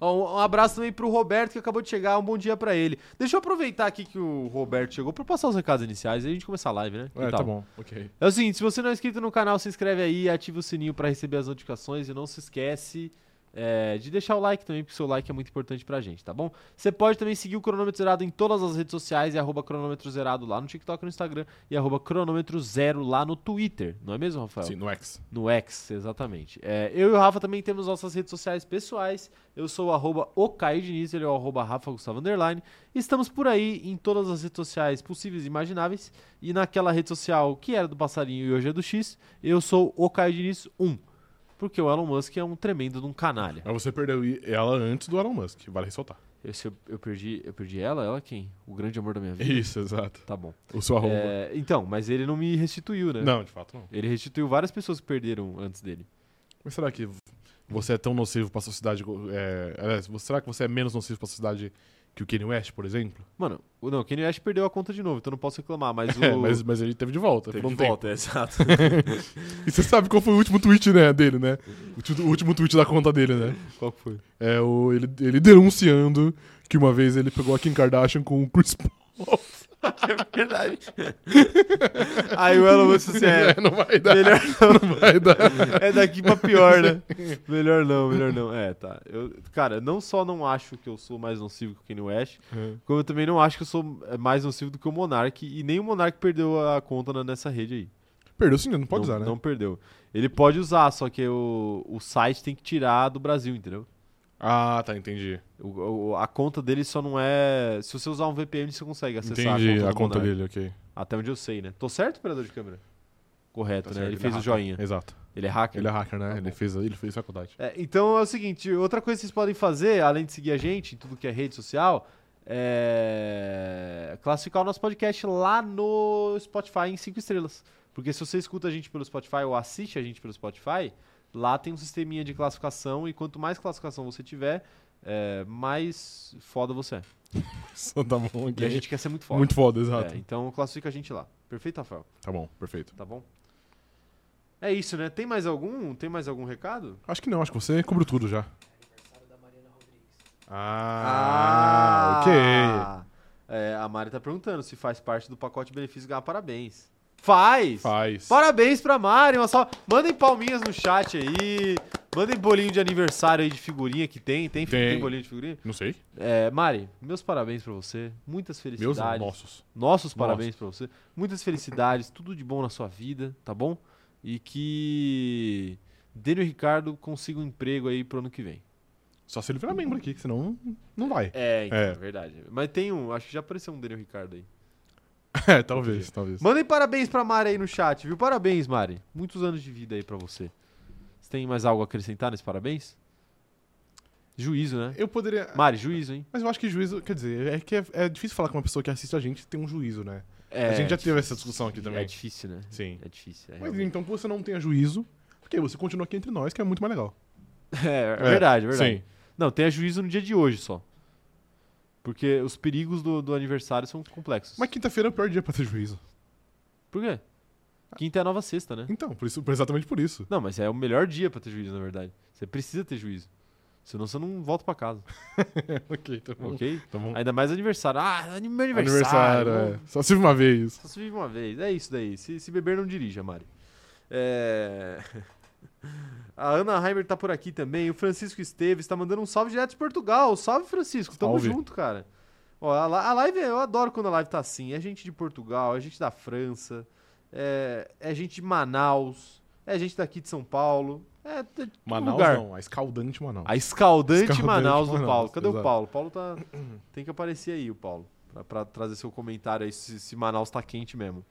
[SPEAKER 1] Ó, um- um abraço também pro Roberto que acabou de chegar. Um bom dia pra ele. Deixa eu aproveitar aqui que o Roberto chegou pra passar os recados iniciais e a gente começar a live, né? Que
[SPEAKER 2] É, tá
[SPEAKER 1] tal?
[SPEAKER 2] bom. Ok.
[SPEAKER 1] É o seguinte, se você não é inscrito no canal, se inscreve aí, ativa o sininho pra receber as notificações e não se esquece é, de deixar o like também, porque o seu like é muito importante pra gente, tá bom? Você pode também seguir o Cronômetro Zerado em todas as redes sociais, é arroba cronômetro zerado lá no TikTok e no Instagram e arroba cronômetro zero lá no Twitter, não é mesmo, Rafael?
[SPEAKER 2] Sim, no X.
[SPEAKER 1] No X, exatamente. É, eu e o Rafa também temos nossas redes sociais pessoais. Eu sou o arroba o Caio Diniz, ele é o arroba Rafa Gustavo Underline. Estamos por aí em todas as redes sociais possíveis e imagináveis. E naquela rede social que era do passarinho e hoje é do X, eu sou o Caio Diniz 1. Porque o Elon Musk é um tremendo de um canalha.
[SPEAKER 2] Mas você perdeu i- ela antes do Elon Musk, vale ressaltar.
[SPEAKER 1] Eu, se eu, eu perdi, eu perdi ela? Ela quem? O grande amor da minha vida.
[SPEAKER 2] Isso, exato.
[SPEAKER 1] Tá bom.
[SPEAKER 2] O seu arroba.
[SPEAKER 1] É, então, mas ele não me restituiu, né?
[SPEAKER 2] Não, de fato não.
[SPEAKER 1] Ele restituiu várias pessoas que perderam antes dele.
[SPEAKER 2] Mas será que você é tão nocivo pra sociedade... É... aliás, você- Será que você é menos nocivo pra sociedade que o Kanye West, por exemplo?
[SPEAKER 1] Mano, o- não, o Kanye West perdeu a conta de novo, então não posso reclamar, mas o...
[SPEAKER 2] É, mas, mas ele teve de volta.
[SPEAKER 1] Teve
[SPEAKER 2] por um
[SPEAKER 1] de
[SPEAKER 2] tempo.
[SPEAKER 1] volta, é, exato.
[SPEAKER 2] E você sabe qual foi o último tweet né, dele, né? O, tu- o último tweet da conta dele, né?
[SPEAKER 1] *laughs* Qual que foi?
[SPEAKER 2] É o, ele, ele denunciando que uma vez ele pegou a Kim Kardashian com o Chris Paul.
[SPEAKER 1] É verdade. *laughs* Aí o Elon Musk assim, é,
[SPEAKER 2] *laughs* É, não vai dar,
[SPEAKER 1] melhor
[SPEAKER 2] não vai dar.
[SPEAKER 1] não, é daqui pra pior, né? Melhor não, melhor não. É, tá. Eu, cara, não só não acho que eu sou mais nocivo que o Kanye West, como eu também não acho que eu sou é, mais nocivo do que o Monark, e nem o Monark perdeu a conta na- nessa rede aí.
[SPEAKER 2] Perdeu sim, não pode
[SPEAKER 1] não,
[SPEAKER 2] usar, né?
[SPEAKER 1] Não perdeu. Ele pode usar, só que o, o site tem que tirar do Brasil, entendeu?
[SPEAKER 2] Ah, tá, entendi.
[SPEAKER 1] O- o- a conta dele só não é... Se você usar um VPN, você consegue acessar
[SPEAKER 2] entendi
[SPEAKER 1] a conta, do né?
[SPEAKER 2] a conta
[SPEAKER 1] Monark.
[SPEAKER 2] dele, ok.
[SPEAKER 1] Até onde eu sei, né? Tô certo, operador de câmera? Correto,
[SPEAKER 2] Tá
[SPEAKER 1] né?
[SPEAKER 2] certo,
[SPEAKER 1] ele
[SPEAKER 2] é
[SPEAKER 1] fez o
[SPEAKER 2] hacker.
[SPEAKER 1] joinha.
[SPEAKER 2] Exato.
[SPEAKER 1] Ele é hacker.
[SPEAKER 2] Ele é hacker, né?
[SPEAKER 1] Tá
[SPEAKER 2] ele,
[SPEAKER 1] bom.
[SPEAKER 2] fez, ele fez faculdade.
[SPEAKER 1] É, então é o seguinte, outra coisa que vocês podem fazer, além de seguir a gente em tudo que é rede social, é classificar o nosso podcast lá no Spotify em 5 estrelas. Porque se você escuta a gente pelo Spotify ou assiste a gente pelo Spotify, lá tem um sisteminha de classificação e quanto mais classificação você tiver, é, mais foda você é.
[SPEAKER 2] Só tá bom
[SPEAKER 1] E
[SPEAKER 2] aqui.
[SPEAKER 1] a gente quer ser muito foda.
[SPEAKER 2] Muito foda,
[SPEAKER 1] foda.
[SPEAKER 2] exato.
[SPEAKER 1] É, então classifica a gente lá. Perfeito, Rafael.
[SPEAKER 2] Tá bom, perfeito.
[SPEAKER 1] Tá bom? É isso, né? Tem mais algum? Tem mais algum recado?
[SPEAKER 2] Acho que não, acho que você cobriu tudo já.
[SPEAKER 1] É
[SPEAKER 3] Aniversário da Mariana Rodrigues.
[SPEAKER 2] Ah, ok.
[SPEAKER 1] É, a Mari tá perguntando se faz parte do pacote benefício ganhar parabéns. Faz!
[SPEAKER 2] Faz.
[SPEAKER 1] Parabéns pra Mari, uma só. Mandem palminhas no chat aí. Mandem bolinho de aniversário aí de figurinha que tem. Tem,
[SPEAKER 2] Tem.
[SPEAKER 1] tem bolinho de figurinha?
[SPEAKER 2] Não sei.
[SPEAKER 1] É, Mari, meus parabéns pra você. Muitas
[SPEAKER 2] Meus
[SPEAKER 1] felicidades.
[SPEAKER 2] não, nossos.
[SPEAKER 1] Nossos parabéns pra você. Muitas felicidades, tudo de bom na sua vida, tá bom? E que Daniel Ricardo consiga um emprego aí pro ano que vem.
[SPEAKER 2] Só se ele virar membro aqui, que senão
[SPEAKER 1] *laughs*
[SPEAKER 2] não vai.
[SPEAKER 1] É, então,
[SPEAKER 2] É.
[SPEAKER 1] é verdade. Mas tem um, acho que já apareceu um Daniel Ricardo aí.
[SPEAKER 2] É, talvez, talvez.
[SPEAKER 1] Mandem parabéns pra Mari aí no chat, viu? Parabéns, Mari. Muitos anos de vida aí pra você. Você tem mais algo a acrescentar nesse parabéns? Juízo, né?
[SPEAKER 2] Eu poderia.
[SPEAKER 1] Mari, juízo, hein?
[SPEAKER 2] Mas eu acho que juízo. Quer dizer, é que é, é difícil falar com uma pessoa que assiste a gente tem um juízo, né?
[SPEAKER 1] É,
[SPEAKER 2] a gente já teve essa discussão aqui
[SPEAKER 1] É
[SPEAKER 2] também.
[SPEAKER 1] difícil, né?
[SPEAKER 2] Sim.
[SPEAKER 1] É difícil. É,
[SPEAKER 2] Mas
[SPEAKER 1] realmente.
[SPEAKER 2] então que você não tenha juízo, porque você continua aqui entre nós, que é muito mais legal.
[SPEAKER 1] *laughs* É, é verdade, é verdade.
[SPEAKER 2] Sim.
[SPEAKER 1] Não, tenha juízo no dia de hoje só. Porque os perigos do, do aniversário são complexos.
[SPEAKER 2] Mas quinta-feira é o pior dia pra ter juízo.
[SPEAKER 1] Por quê? Quinta é a nova sexta, né?
[SPEAKER 2] Então, por isso, por- exatamente por isso.
[SPEAKER 1] Não, mas é o melhor dia pra ter juízo, na verdade. Você precisa ter juízo. Senão você não volta pra casa,
[SPEAKER 2] ok, tá
[SPEAKER 1] *laughs*
[SPEAKER 2] bom.
[SPEAKER 1] ok?
[SPEAKER 2] Tá bom.
[SPEAKER 1] Ainda mais aniversário. Ah, ani- meu Então aniversário.
[SPEAKER 2] Aniversário, é. Só se vive uma vez.
[SPEAKER 1] Só se vive uma vez. É isso daí. Se, se beber, não dirija, Mari. É... *laughs* A Ana Heimer tá por aqui também. O Francisco Esteves tá mandando um salve direto de Portugal. Salve, Francisco. Tamo
[SPEAKER 2] Salve.
[SPEAKER 1] junto, cara. Ó, a, li- a live, eu adoro quando a live tá assim. É gente de Portugal, é gente da França, é, é gente de Manaus, é gente daqui de São Paulo. É, de todo
[SPEAKER 2] Manaus
[SPEAKER 1] lugar.
[SPEAKER 2] não, a escaldante Manaus.
[SPEAKER 1] A escaldante,
[SPEAKER 2] Escaldante
[SPEAKER 1] Manaus do
[SPEAKER 2] Manaus,
[SPEAKER 1] Paulo. Cadê o
[SPEAKER 2] exato.
[SPEAKER 1] Paulo? O Paulo tá. Tem que aparecer aí, o Paulo. Pra, pra trazer seu comentário aí se, se Manaus tá quente mesmo.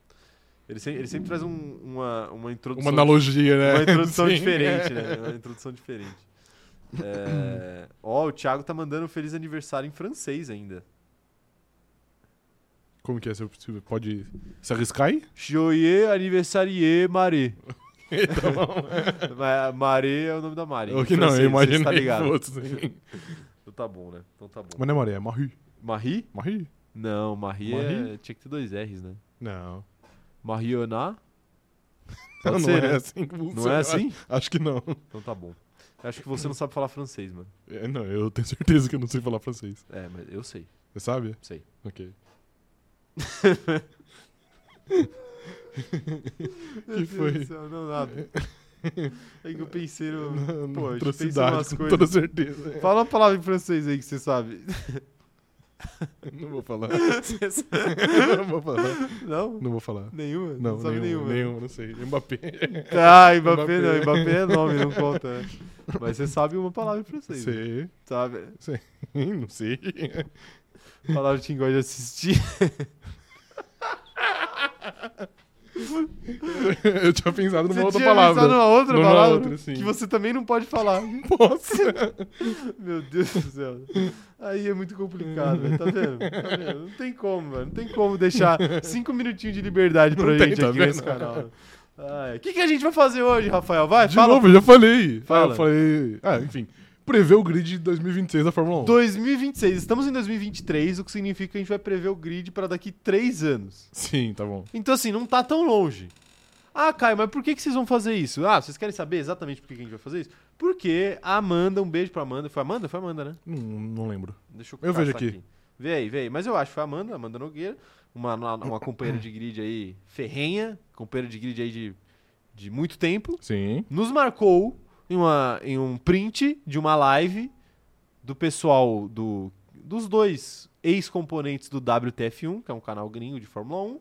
[SPEAKER 1] Ele, se- ele sempre traz um- uma, uma
[SPEAKER 2] Uma
[SPEAKER 1] introdução.
[SPEAKER 2] analogia, né?
[SPEAKER 1] uma introdução
[SPEAKER 2] *laughs* Sim,
[SPEAKER 1] diferente,
[SPEAKER 2] é.
[SPEAKER 1] né? Uma introdução diferente. É, Ó, o Thiago tá mandando um feliz aniversário em francês ainda.
[SPEAKER 2] Como que é? Você você pode se arriscar aí? *laughs*
[SPEAKER 1] Joyeux anniversarier Marie.
[SPEAKER 2] Tá bom.
[SPEAKER 1] Ma- Marie é o nome da Marie.
[SPEAKER 2] *laughs*
[SPEAKER 1] em
[SPEAKER 2] Ok, não,
[SPEAKER 1] francês,
[SPEAKER 2] eu
[SPEAKER 1] você
[SPEAKER 2] imaginei
[SPEAKER 1] Tá ligado.
[SPEAKER 2] outros, hein?
[SPEAKER 1] Então tá bom, né? Então tá bom.
[SPEAKER 2] Mas não é Maria, é Marie.
[SPEAKER 1] Marie?
[SPEAKER 2] Marie?
[SPEAKER 1] Não, Marie, É...
[SPEAKER 2] Marie?
[SPEAKER 1] tinha que ter dois R's, né?
[SPEAKER 2] Não.
[SPEAKER 1] Mariona?
[SPEAKER 2] Não,
[SPEAKER 1] Pode
[SPEAKER 2] não
[SPEAKER 1] ser,
[SPEAKER 2] é
[SPEAKER 1] né?
[SPEAKER 2] assim que
[SPEAKER 1] Não é
[SPEAKER 2] funciona.
[SPEAKER 1] assim?
[SPEAKER 2] Acho que não.
[SPEAKER 1] Então tá bom. Eu acho que você não sabe falar francês, mano.
[SPEAKER 2] É, não, eu tenho certeza que eu não sei falar francês.
[SPEAKER 1] É, mas eu sei,
[SPEAKER 2] Você sabe?
[SPEAKER 1] sei.
[SPEAKER 2] Ok. que foi?
[SPEAKER 1] não,
[SPEAKER 2] *laughs*
[SPEAKER 1] nada. É que eu pensei no...
[SPEAKER 2] Não,
[SPEAKER 1] Pô, a gente pensa umas
[SPEAKER 2] atrocidade, com
[SPEAKER 1] coisas.
[SPEAKER 2] toda certeza.
[SPEAKER 1] Fala uma palavra em francês aí que você sabe.
[SPEAKER 2] *laughs* Não vou falar. *laughs* não vou falar.
[SPEAKER 1] Não?
[SPEAKER 2] Não vou falar.
[SPEAKER 1] Nenhuma?
[SPEAKER 2] Não,
[SPEAKER 1] não sabe
[SPEAKER 2] nenhum,
[SPEAKER 1] nenhuma.
[SPEAKER 2] nenhum, não sei. Mbappé. *laughs*
[SPEAKER 1] Ah, Mbappé,
[SPEAKER 2] Mbappé.
[SPEAKER 1] não. Mbappé é nome, não conta.
[SPEAKER 2] *laughs*
[SPEAKER 1] né? Mas você sabe uma palavra em francês. né?
[SPEAKER 2] Sei.
[SPEAKER 1] Sabe?
[SPEAKER 2] Não sei. *laughs*
[SPEAKER 1] Palavra que gosta de assistir.
[SPEAKER 2] Eu tinha pensado numa
[SPEAKER 1] Você
[SPEAKER 2] é outra
[SPEAKER 1] tinha
[SPEAKER 2] palavra.
[SPEAKER 1] pensado numa outra
[SPEAKER 2] Numa
[SPEAKER 1] palavra
[SPEAKER 2] outra, sim.
[SPEAKER 1] que você também não pode falar.
[SPEAKER 2] Posso?
[SPEAKER 1] Meu Deus do céu. Aí é muito complicado, velho. Tá vendo? Tá vendo? Não tem como, mano. Não tem como deixar cinco minutinhos de liberdade pra
[SPEAKER 2] Não tem,
[SPEAKER 1] gente
[SPEAKER 2] tá
[SPEAKER 1] aqui
[SPEAKER 2] vendo?
[SPEAKER 1] nesse canal. Ai, O que, que a gente vai fazer hoje, Rafael? Vai,
[SPEAKER 2] De
[SPEAKER 1] fala.
[SPEAKER 2] novo, eu já falei.
[SPEAKER 1] Fala.
[SPEAKER 2] Ah, eu falei. Ah, enfim. Prever o grid de 2026 da Fórmula 1.
[SPEAKER 1] 2026. Estamos em 2023, o que significa que a gente vai prever o grid pra daqui três anos.
[SPEAKER 2] Sim, tá bom.
[SPEAKER 1] Então, assim, não tá tão longe. Ah, Caio, mas por que, que vocês vão fazer isso? Ah, vocês querem saber exatamente por que, que a gente vai fazer isso? Porque a Amanda, um beijo pra Amanda. Foi a Amanda? Foi a Amanda, né?
[SPEAKER 2] Não, não lembro.
[SPEAKER 1] Deixa eu,
[SPEAKER 2] Eu vejo
[SPEAKER 1] caçar
[SPEAKER 2] aqui.
[SPEAKER 1] Vê aí, vê aí. Mas eu acho que foi a Amanda, Amanda Nogueira, uma, uma, uma companheira
[SPEAKER 2] *coughs*
[SPEAKER 1] de grid aí ferrenha, companheira de grid aí de, de muito tempo,
[SPEAKER 2] Sim.
[SPEAKER 1] nos marcou em, uma, em um print de uma live do pessoal do, dos dois ex-componentes do WTF1, que é um canal gringo de Fórmula 1,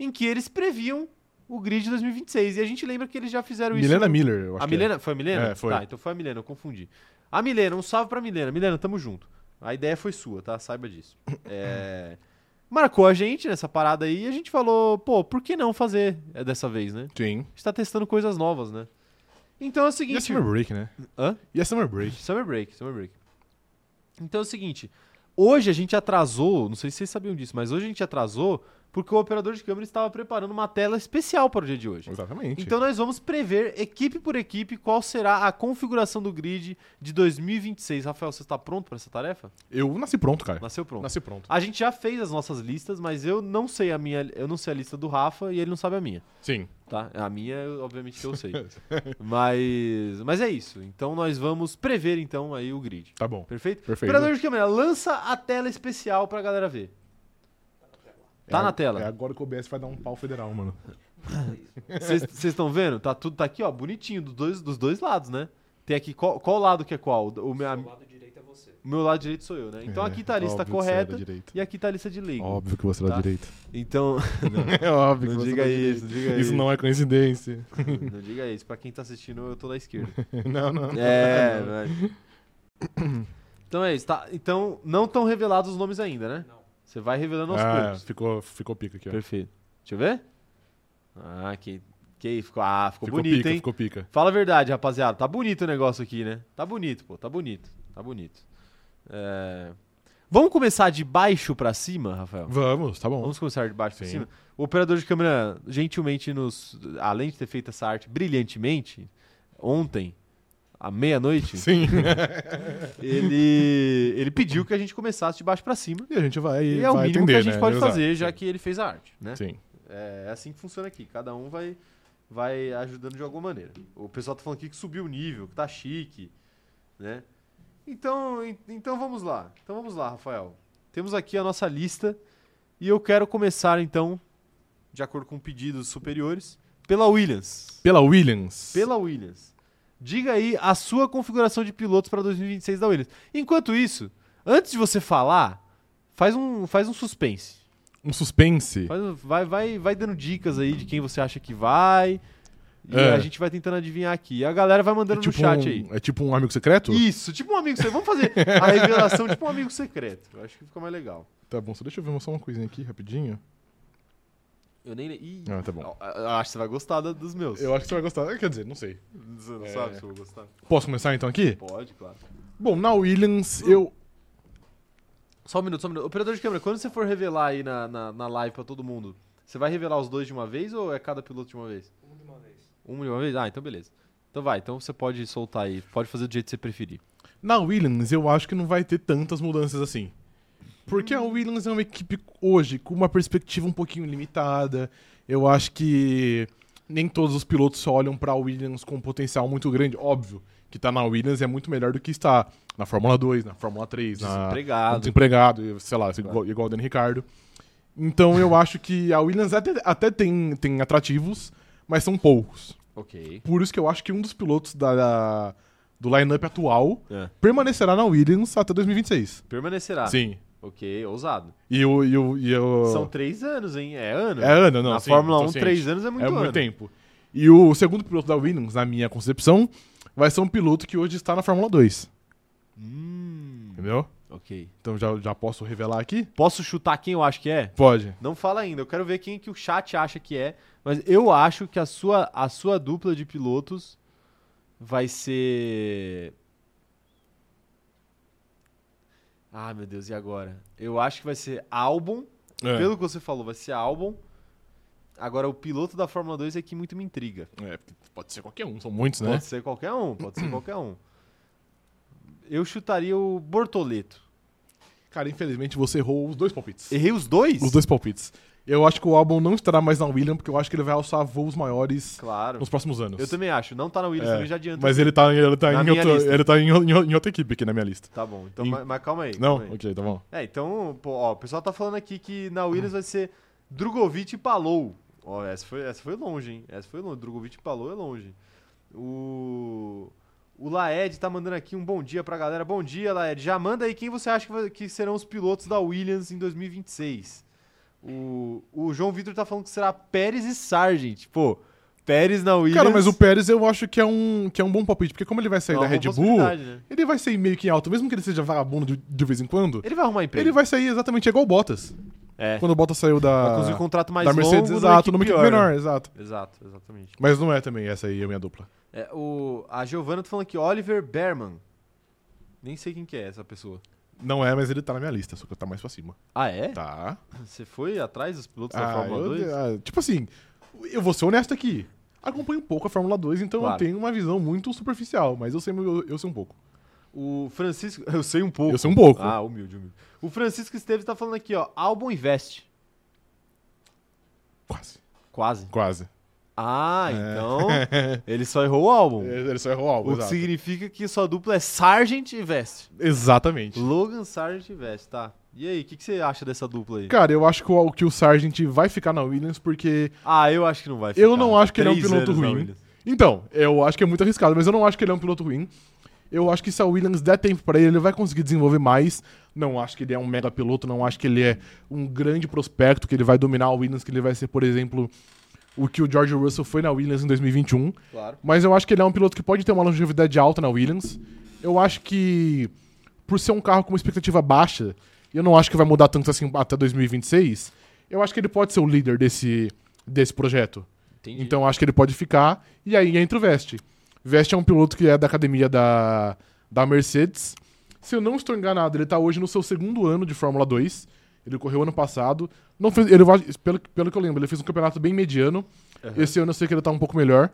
[SPEAKER 1] em que eles previam o grid de 2026. E a gente lembra que eles já fizeram isso. né?
[SPEAKER 2] Milena Miller, eu acho
[SPEAKER 1] A
[SPEAKER 2] que é.
[SPEAKER 1] Milena, foi a Milena?
[SPEAKER 2] É, foi.
[SPEAKER 1] Tá, então foi a Milena, eu confundi. A Milena, um salve pra Milena. Milena, tamo junto. A ideia foi sua, tá? Saiba disso.
[SPEAKER 2] *coughs*
[SPEAKER 1] É, Marcou a gente nessa parada aí e a gente falou, pô, por que não fazer é dessa vez, né?
[SPEAKER 2] Sim.
[SPEAKER 1] A gente tá testando coisas novas, né? Então é o
[SPEAKER 2] E a
[SPEAKER 1] seguinte...
[SPEAKER 2] Summer Break, né?
[SPEAKER 1] Hã?
[SPEAKER 2] E a Summer Break.
[SPEAKER 1] Summer break, summer break. Então é o seguinte, hoje a gente atrasou, não sei se vocês sabiam disso, mas hoje a gente atrasou porque o operador de câmera estava preparando uma tela especial para o dia de hoje.
[SPEAKER 2] Exatamente.
[SPEAKER 1] Então nós vamos prever, equipe por equipe, qual será a configuração do grid de 2026. Rafael, você está pronto para essa tarefa?
[SPEAKER 2] Eu nasci pronto, cara.
[SPEAKER 1] Nasceu pronto.
[SPEAKER 2] Nasci É. pronto.
[SPEAKER 1] A gente já fez as nossas listas, mas eu não sei a minha, eu não sei a lista do Rafa e ele não sabe a minha,
[SPEAKER 2] Sim.
[SPEAKER 1] tá? A minha, eu- obviamente que eu
[SPEAKER 2] *laughs*
[SPEAKER 1] sei. mas, mas é isso. Então nós vamos prever então aí o grid.
[SPEAKER 2] Tá bom.
[SPEAKER 1] Perfeito?
[SPEAKER 2] Perfeito.
[SPEAKER 1] Operador de câmera, lança a tela especial pra galera ver. Tá
[SPEAKER 2] É
[SPEAKER 1] na
[SPEAKER 2] a-
[SPEAKER 1] tela.
[SPEAKER 2] É agora que o OBS vai dar um pau federal, mano.
[SPEAKER 1] Vocês estão vendo? Tá tudo tá aqui, ó, bonitinho, dos dois, dos dois lados, né? Tem aqui qual, qual lado que é qual? O, meu-
[SPEAKER 3] O
[SPEAKER 1] a-
[SPEAKER 3] seu lado direito é você.
[SPEAKER 1] O meu lado direito sou eu, né? Então
[SPEAKER 2] É,
[SPEAKER 1] aqui tá a lista
[SPEAKER 2] óbvio que você era
[SPEAKER 1] correta
[SPEAKER 2] direito.
[SPEAKER 1] e aqui tá a lista de leigo.
[SPEAKER 2] Óbvio que você é era
[SPEAKER 1] Tá?
[SPEAKER 2] direito. *laughs*
[SPEAKER 1] Então,
[SPEAKER 2] É óbvio que
[SPEAKER 1] não
[SPEAKER 2] você
[SPEAKER 1] diga
[SPEAKER 2] era direito.
[SPEAKER 1] isso, não diga
[SPEAKER 2] Isso não é coincidência.
[SPEAKER 1] Não diga isso. Pra quem tá assistindo, eu tô da esquerda.
[SPEAKER 2] *laughs* Não, não. não.
[SPEAKER 1] É, velho. Então é isso. Tá, então, não estão revelados os nomes ainda, né?
[SPEAKER 3] Não.
[SPEAKER 1] Você vai revelando aos
[SPEAKER 2] Ah,
[SPEAKER 1] poucos.
[SPEAKER 2] ficou, ficou pica aqui, ó.
[SPEAKER 1] Perfeito. Deixa eu ver. Ah, que, que ficou, ah, ficou,
[SPEAKER 2] Ficou
[SPEAKER 1] bonito,
[SPEAKER 2] pica,
[SPEAKER 1] hein?
[SPEAKER 2] ficou pica.
[SPEAKER 1] Fala a verdade, rapaziada. Tá bonito o negócio aqui, né? Tá bonito, pô. Tá bonito. Tá bonito. É, Vamos começar de baixo pra cima, Rafael?
[SPEAKER 2] Vamos, tá bom.
[SPEAKER 1] Vamos começar de baixo pra
[SPEAKER 2] Sim.
[SPEAKER 1] cima. O operador de câmera, gentilmente, nos, além de ter feito essa arte brilhantemente, ontem, à
[SPEAKER 2] *laughs*
[SPEAKER 1] meia-noite,
[SPEAKER 2] Sim.
[SPEAKER 1] *laughs* ele, ele pediu que a gente começasse de baixo pra cima.
[SPEAKER 2] e a gente vai.
[SPEAKER 1] E é o
[SPEAKER 2] vai
[SPEAKER 1] mínimo que
[SPEAKER 2] atender,
[SPEAKER 1] a gente
[SPEAKER 2] né?
[SPEAKER 1] pode
[SPEAKER 2] Exato.
[SPEAKER 1] fazer, já que ele fez a arte. Né?
[SPEAKER 2] Sim.
[SPEAKER 1] É assim que funciona aqui. Cada um vai, vai ajudando de alguma maneira. O pessoal tá falando aqui que subiu o nível, que tá chique, né? Então, en- então vamos lá. Então vamos lá, Rafael. Temos aqui a nossa lista e eu quero começar então, de acordo com pedidos superiores, pela Williams.
[SPEAKER 2] Pela Williams.
[SPEAKER 1] Pela Williams. Diga aí a sua configuração de pilotos para 2026 da Williams. Enquanto isso, antes de você falar, faz um, faz um suspense.
[SPEAKER 2] Um suspense.
[SPEAKER 1] Faz- vai, vai, vai dando dicas aí de quem você acha que vai. E
[SPEAKER 2] É.
[SPEAKER 1] a gente vai tentando adivinhar aqui. E a galera vai mandando no chat
[SPEAKER 2] um,
[SPEAKER 1] aí.
[SPEAKER 2] é tipo um amigo secreto?
[SPEAKER 1] Isso, tipo um amigo secreto. Vamos fazer
[SPEAKER 2] *laughs*
[SPEAKER 1] a revelação tipo um amigo secreto. Eu acho que fica mais legal.
[SPEAKER 2] Tá bom, só deixa eu ver só uma coisinha aqui rapidinho.
[SPEAKER 1] Eu nem. Ih,
[SPEAKER 2] Ah, tá bom.
[SPEAKER 1] eu- eu acho que você vai gostar da- dos meus.
[SPEAKER 2] Eu acho que você vai gostar. Quer dizer, não sei.
[SPEAKER 1] Você não
[SPEAKER 2] É.
[SPEAKER 1] sabe se eu vou gostar.
[SPEAKER 2] Posso começar então aqui?
[SPEAKER 1] Pode, claro.
[SPEAKER 2] Bom, na Williams eu.
[SPEAKER 1] Só um minuto, só um minuto. Operador de câmera, quando você for revelar aí na, na, na live pra todo mundo, você vai revelar os dois de uma vez ou é cada piloto de uma vez?
[SPEAKER 3] Um de uma vez.
[SPEAKER 1] Um de uma vez? Ah, então beleza. Então vai, então você pode soltar aí. Pode fazer do jeito que você preferir.
[SPEAKER 2] Na Williams eu acho que não vai ter tantas mudanças assim. Porque a Williams é uma equipe hoje com uma perspectiva um pouquinho limitada. Eu acho que nem todos os pilotos só olham pra Williams com um potencial muito grande. Óbvio que tá na Williams é muito melhor do que está na Fórmula 2, na Fórmula 3, na,
[SPEAKER 1] Desempregado.
[SPEAKER 2] desempregado, sei lá, igual, igual o Dani Ricardo. Então eu acho que a Williams até, até tem, tem atrativos, mas são poucos.
[SPEAKER 1] Ok.
[SPEAKER 2] Por isso que eu acho que um dos pilotos da, da- do lineup atual
[SPEAKER 1] É.
[SPEAKER 2] permanecerá na Williams até 2026.
[SPEAKER 1] Permanecerá.
[SPEAKER 2] Sim.
[SPEAKER 1] Ok, ousado.
[SPEAKER 2] E eu. E eu, e eu
[SPEAKER 1] São três anos, hein? É ano.
[SPEAKER 2] É ano, não.
[SPEAKER 1] Na
[SPEAKER 2] sim,
[SPEAKER 1] Fórmula
[SPEAKER 2] tô
[SPEAKER 1] 1,
[SPEAKER 2] ciente.
[SPEAKER 1] três anos é muito
[SPEAKER 2] É
[SPEAKER 1] ano.
[SPEAKER 2] muito tempo. E o segundo piloto da Williams, na minha concepção, vai ser um piloto que hoje está na Fórmula 2.
[SPEAKER 1] Hum,
[SPEAKER 2] Entendeu?
[SPEAKER 1] ok.
[SPEAKER 2] Então já, já posso revelar aqui?
[SPEAKER 1] Posso chutar quem eu acho que é?
[SPEAKER 2] Pode.
[SPEAKER 1] Não fala ainda, eu quero ver quem que o chat acha que é, mas eu acho que a sua, a sua dupla de pilotos vai ser... Ah, meu Deus, e agora? Eu acho que vai ser Albon,
[SPEAKER 2] É.
[SPEAKER 1] pelo que você falou, vai ser Albon. Agora, o piloto da Fórmula 2 é que muito me intriga.
[SPEAKER 2] É, pode ser qualquer um, são muitos, né?
[SPEAKER 1] Pode ser qualquer um, pode
[SPEAKER 2] *clears throat*
[SPEAKER 1] ser qualquer um. Eu chutaria o Bortoleto.
[SPEAKER 2] Cara, infelizmente você errou os dois palpites.
[SPEAKER 1] Errei os dois?
[SPEAKER 2] Os dois palpites. Eu acho que o álbum não estará mais na Williams, porque eu acho que ele vai alçar voos maiores
[SPEAKER 1] Claro.
[SPEAKER 2] nos próximos anos.
[SPEAKER 1] Eu também acho. Não tá na Williams,
[SPEAKER 2] É,
[SPEAKER 1] também já adianta.
[SPEAKER 2] Mas ele tá, ele tá,
[SPEAKER 1] Na
[SPEAKER 2] em,
[SPEAKER 1] minha
[SPEAKER 2] outra,
[SPEAKER 1] lista.
[SPEAKER 2] ele tá em, em- em outra equipe aqui na minha lista.
[SPEAKER 1] Tá bom, então,
[SPEAKER 2] Em-
[SPEAKER 1] mas, mas calma aí.
[SPEAKER 2] Não?
[SPEAKER 1] calma aí.
[SPEAKER 2] Ok, tá bom.
[SPEAKER 1] É, então, pô, ó, o pessoal tá falando aqui que na Williams vai ser Drogovic e Palou. Ó, essa foi, essa foi longe, hein? Essa foi longe. Drogovic e Palou é longe. O. O Laed tá mandando aqui um bom dia pra galera. Bom dia, Laed. Já manda aí quem você acha que, vai- que serão os pilotos da Williams em 2026. O, o João Vitor tá falando que será Pérez e Sargent. Pô, Pérez na Williams.
[SPEAKER 2] Cara, mas o Pérez eu acho que é um, que é um bom palpite, porque como ele vai
[SPEAKER 1] é
[SPEAKER 2] sair
[SPEAKER 1] uma
[SPEAKER 2] da
[SPEAKER 1] boa
[SPEAKER 2] Red Bull,
[SPEAKER 1] possibilidade, né?
[SPEAKER 2] ele vai sair meio que em alto, mesmo que ele seja vagabundo de, de vez em quando,
[SPEAKER 1] Ele vai arrumar emprego.
[SPEAKER 2] ele vai sair exatamente igual o Bottas.
[SPEAKER 1] É.
[SPEAKER 2] Quando o Bottas saiu
[SPEAKER 1] Vai conseguir um
[SPEAKER 2] da,
[SPEAKER 1] contrato mais
[SPEAKER 2] da Mercedes,
[SPEAKER 1] longo
[SPEAKER 2] exato, numa equipe
[SPEAKER 1] pior, né?
[SPEAKER 2] menor, exato.
[SPEAKER 1] Exato, exatamente.
[SPEAKER 2] Mas não é também essa aí a minha dupla.
[SPEAKER 1] É, o, a Giovana tá falando aqui, Oliver Berman. Nem sei quem que é essa pessoa.
[SPEAKER 2] Não é, mas ele tá na minha lista, só que tá mais pra cima.
[SPEAKER 1] Ah, é?
[SPEAKER 2] Tá.
[SPEAKER 1] Você foi atrás dos pilotos da
[SPEAKER 2] Ah,
[SPEAKER 1] Fórmula
[SPEAKER 2] eu-
[SPEAKER 1] 2?
[SPEAKER 2] ah, tipo assim, eu vou ser honesto aqui. Acompanho um pouco a Fórmula 2, então
[SPEAKER 1] Claro.
[SPEAKER 2] eu tenho uma visão muito superficial, mas eu sei, eu, eu sei um pouco.
[SPEAKER 1] O Francisco... *laughs* Eu sei um pouco.
[SPEAKER 2] Eu sei um pouco.
[SPEAKER 1] Ah, humilde, humilde. O Francisco Esteves tá falando aqui, ó. Albon Invest.
[SPEAKER 2] Quase.
[SPEAKER 1] Quase.
[SPEAKER 2] Quase.
[SPEAKER 1] Ah, então...
[SPEAKER 2] *laughs*
[SPEAKER 1] ele só errou o álbum.
[SPEAKER 2] É, Ele só errou o álbum,
[SPEAKER 1] o que
[SPEAKER 2] exato.
[SPEAKER 1] significa que sua dupla é Sargent e Vest.
[SPEAKER 2] Exatamente.
[SPEAKER 1] Logan Sargent e Vest, tá. E aí, o que, que você acha dessa dupla aí?
[SPEAKER 2] Cara, eu acho que o, que o Sargent vai ficar na Williams porque.
[SPEAKER 1] Ah, eu acho que não vai ficar.
[SPEAKER 2] Eu não acho que ele é um
[SPEAKER 1] Três
[SPEAKER 2] piloto
[SPEAKER 1] anos na
[SPEAKER 2] ruim.
[SPEAKER 1] Williams.
[SPEAKER 2] Então, eu acho que é muito arriscado, mas eu não acho que ele é um piloto ruim. Eu acho que se a Williams der tempo pra ele, ele vai conseguir desenvolver mais. Não acho que ele é um mega piloto, não acho que ele é um grande prospecto, que ele vai dominar a Williams, que ele vai ser, por exemplo, o que o George Russell foi na Williams em 2021.
[SPEAKER 1] Claro.
[SPEAKER 2] Mas eu acho que ele é um piloto que pode ter uma longevidade alta na Williams. Eu acho que, por ser um carro com uma expectativa baixa, e eu não acho que vai mudar tanto assim até 2026, eu acho que ele pode ser o líder desse, desse projeto.
[SPEAKER 4] Entendi.
[SPEAKER 2] Então eu acho que ele pode ficar, e aí entra o Veste. Veste é um piloto que é da academia da, da Mercedes. Se eu não estou enganado, ele está hoje no seu segundo ano de Fórmula 2. Ele correu ano passado. Não fez, ele, vai- pelo, pelo que eu lembro, ele fez um campeonato bem mediano. Esse ano eu sei que ele tá um pouco melhor.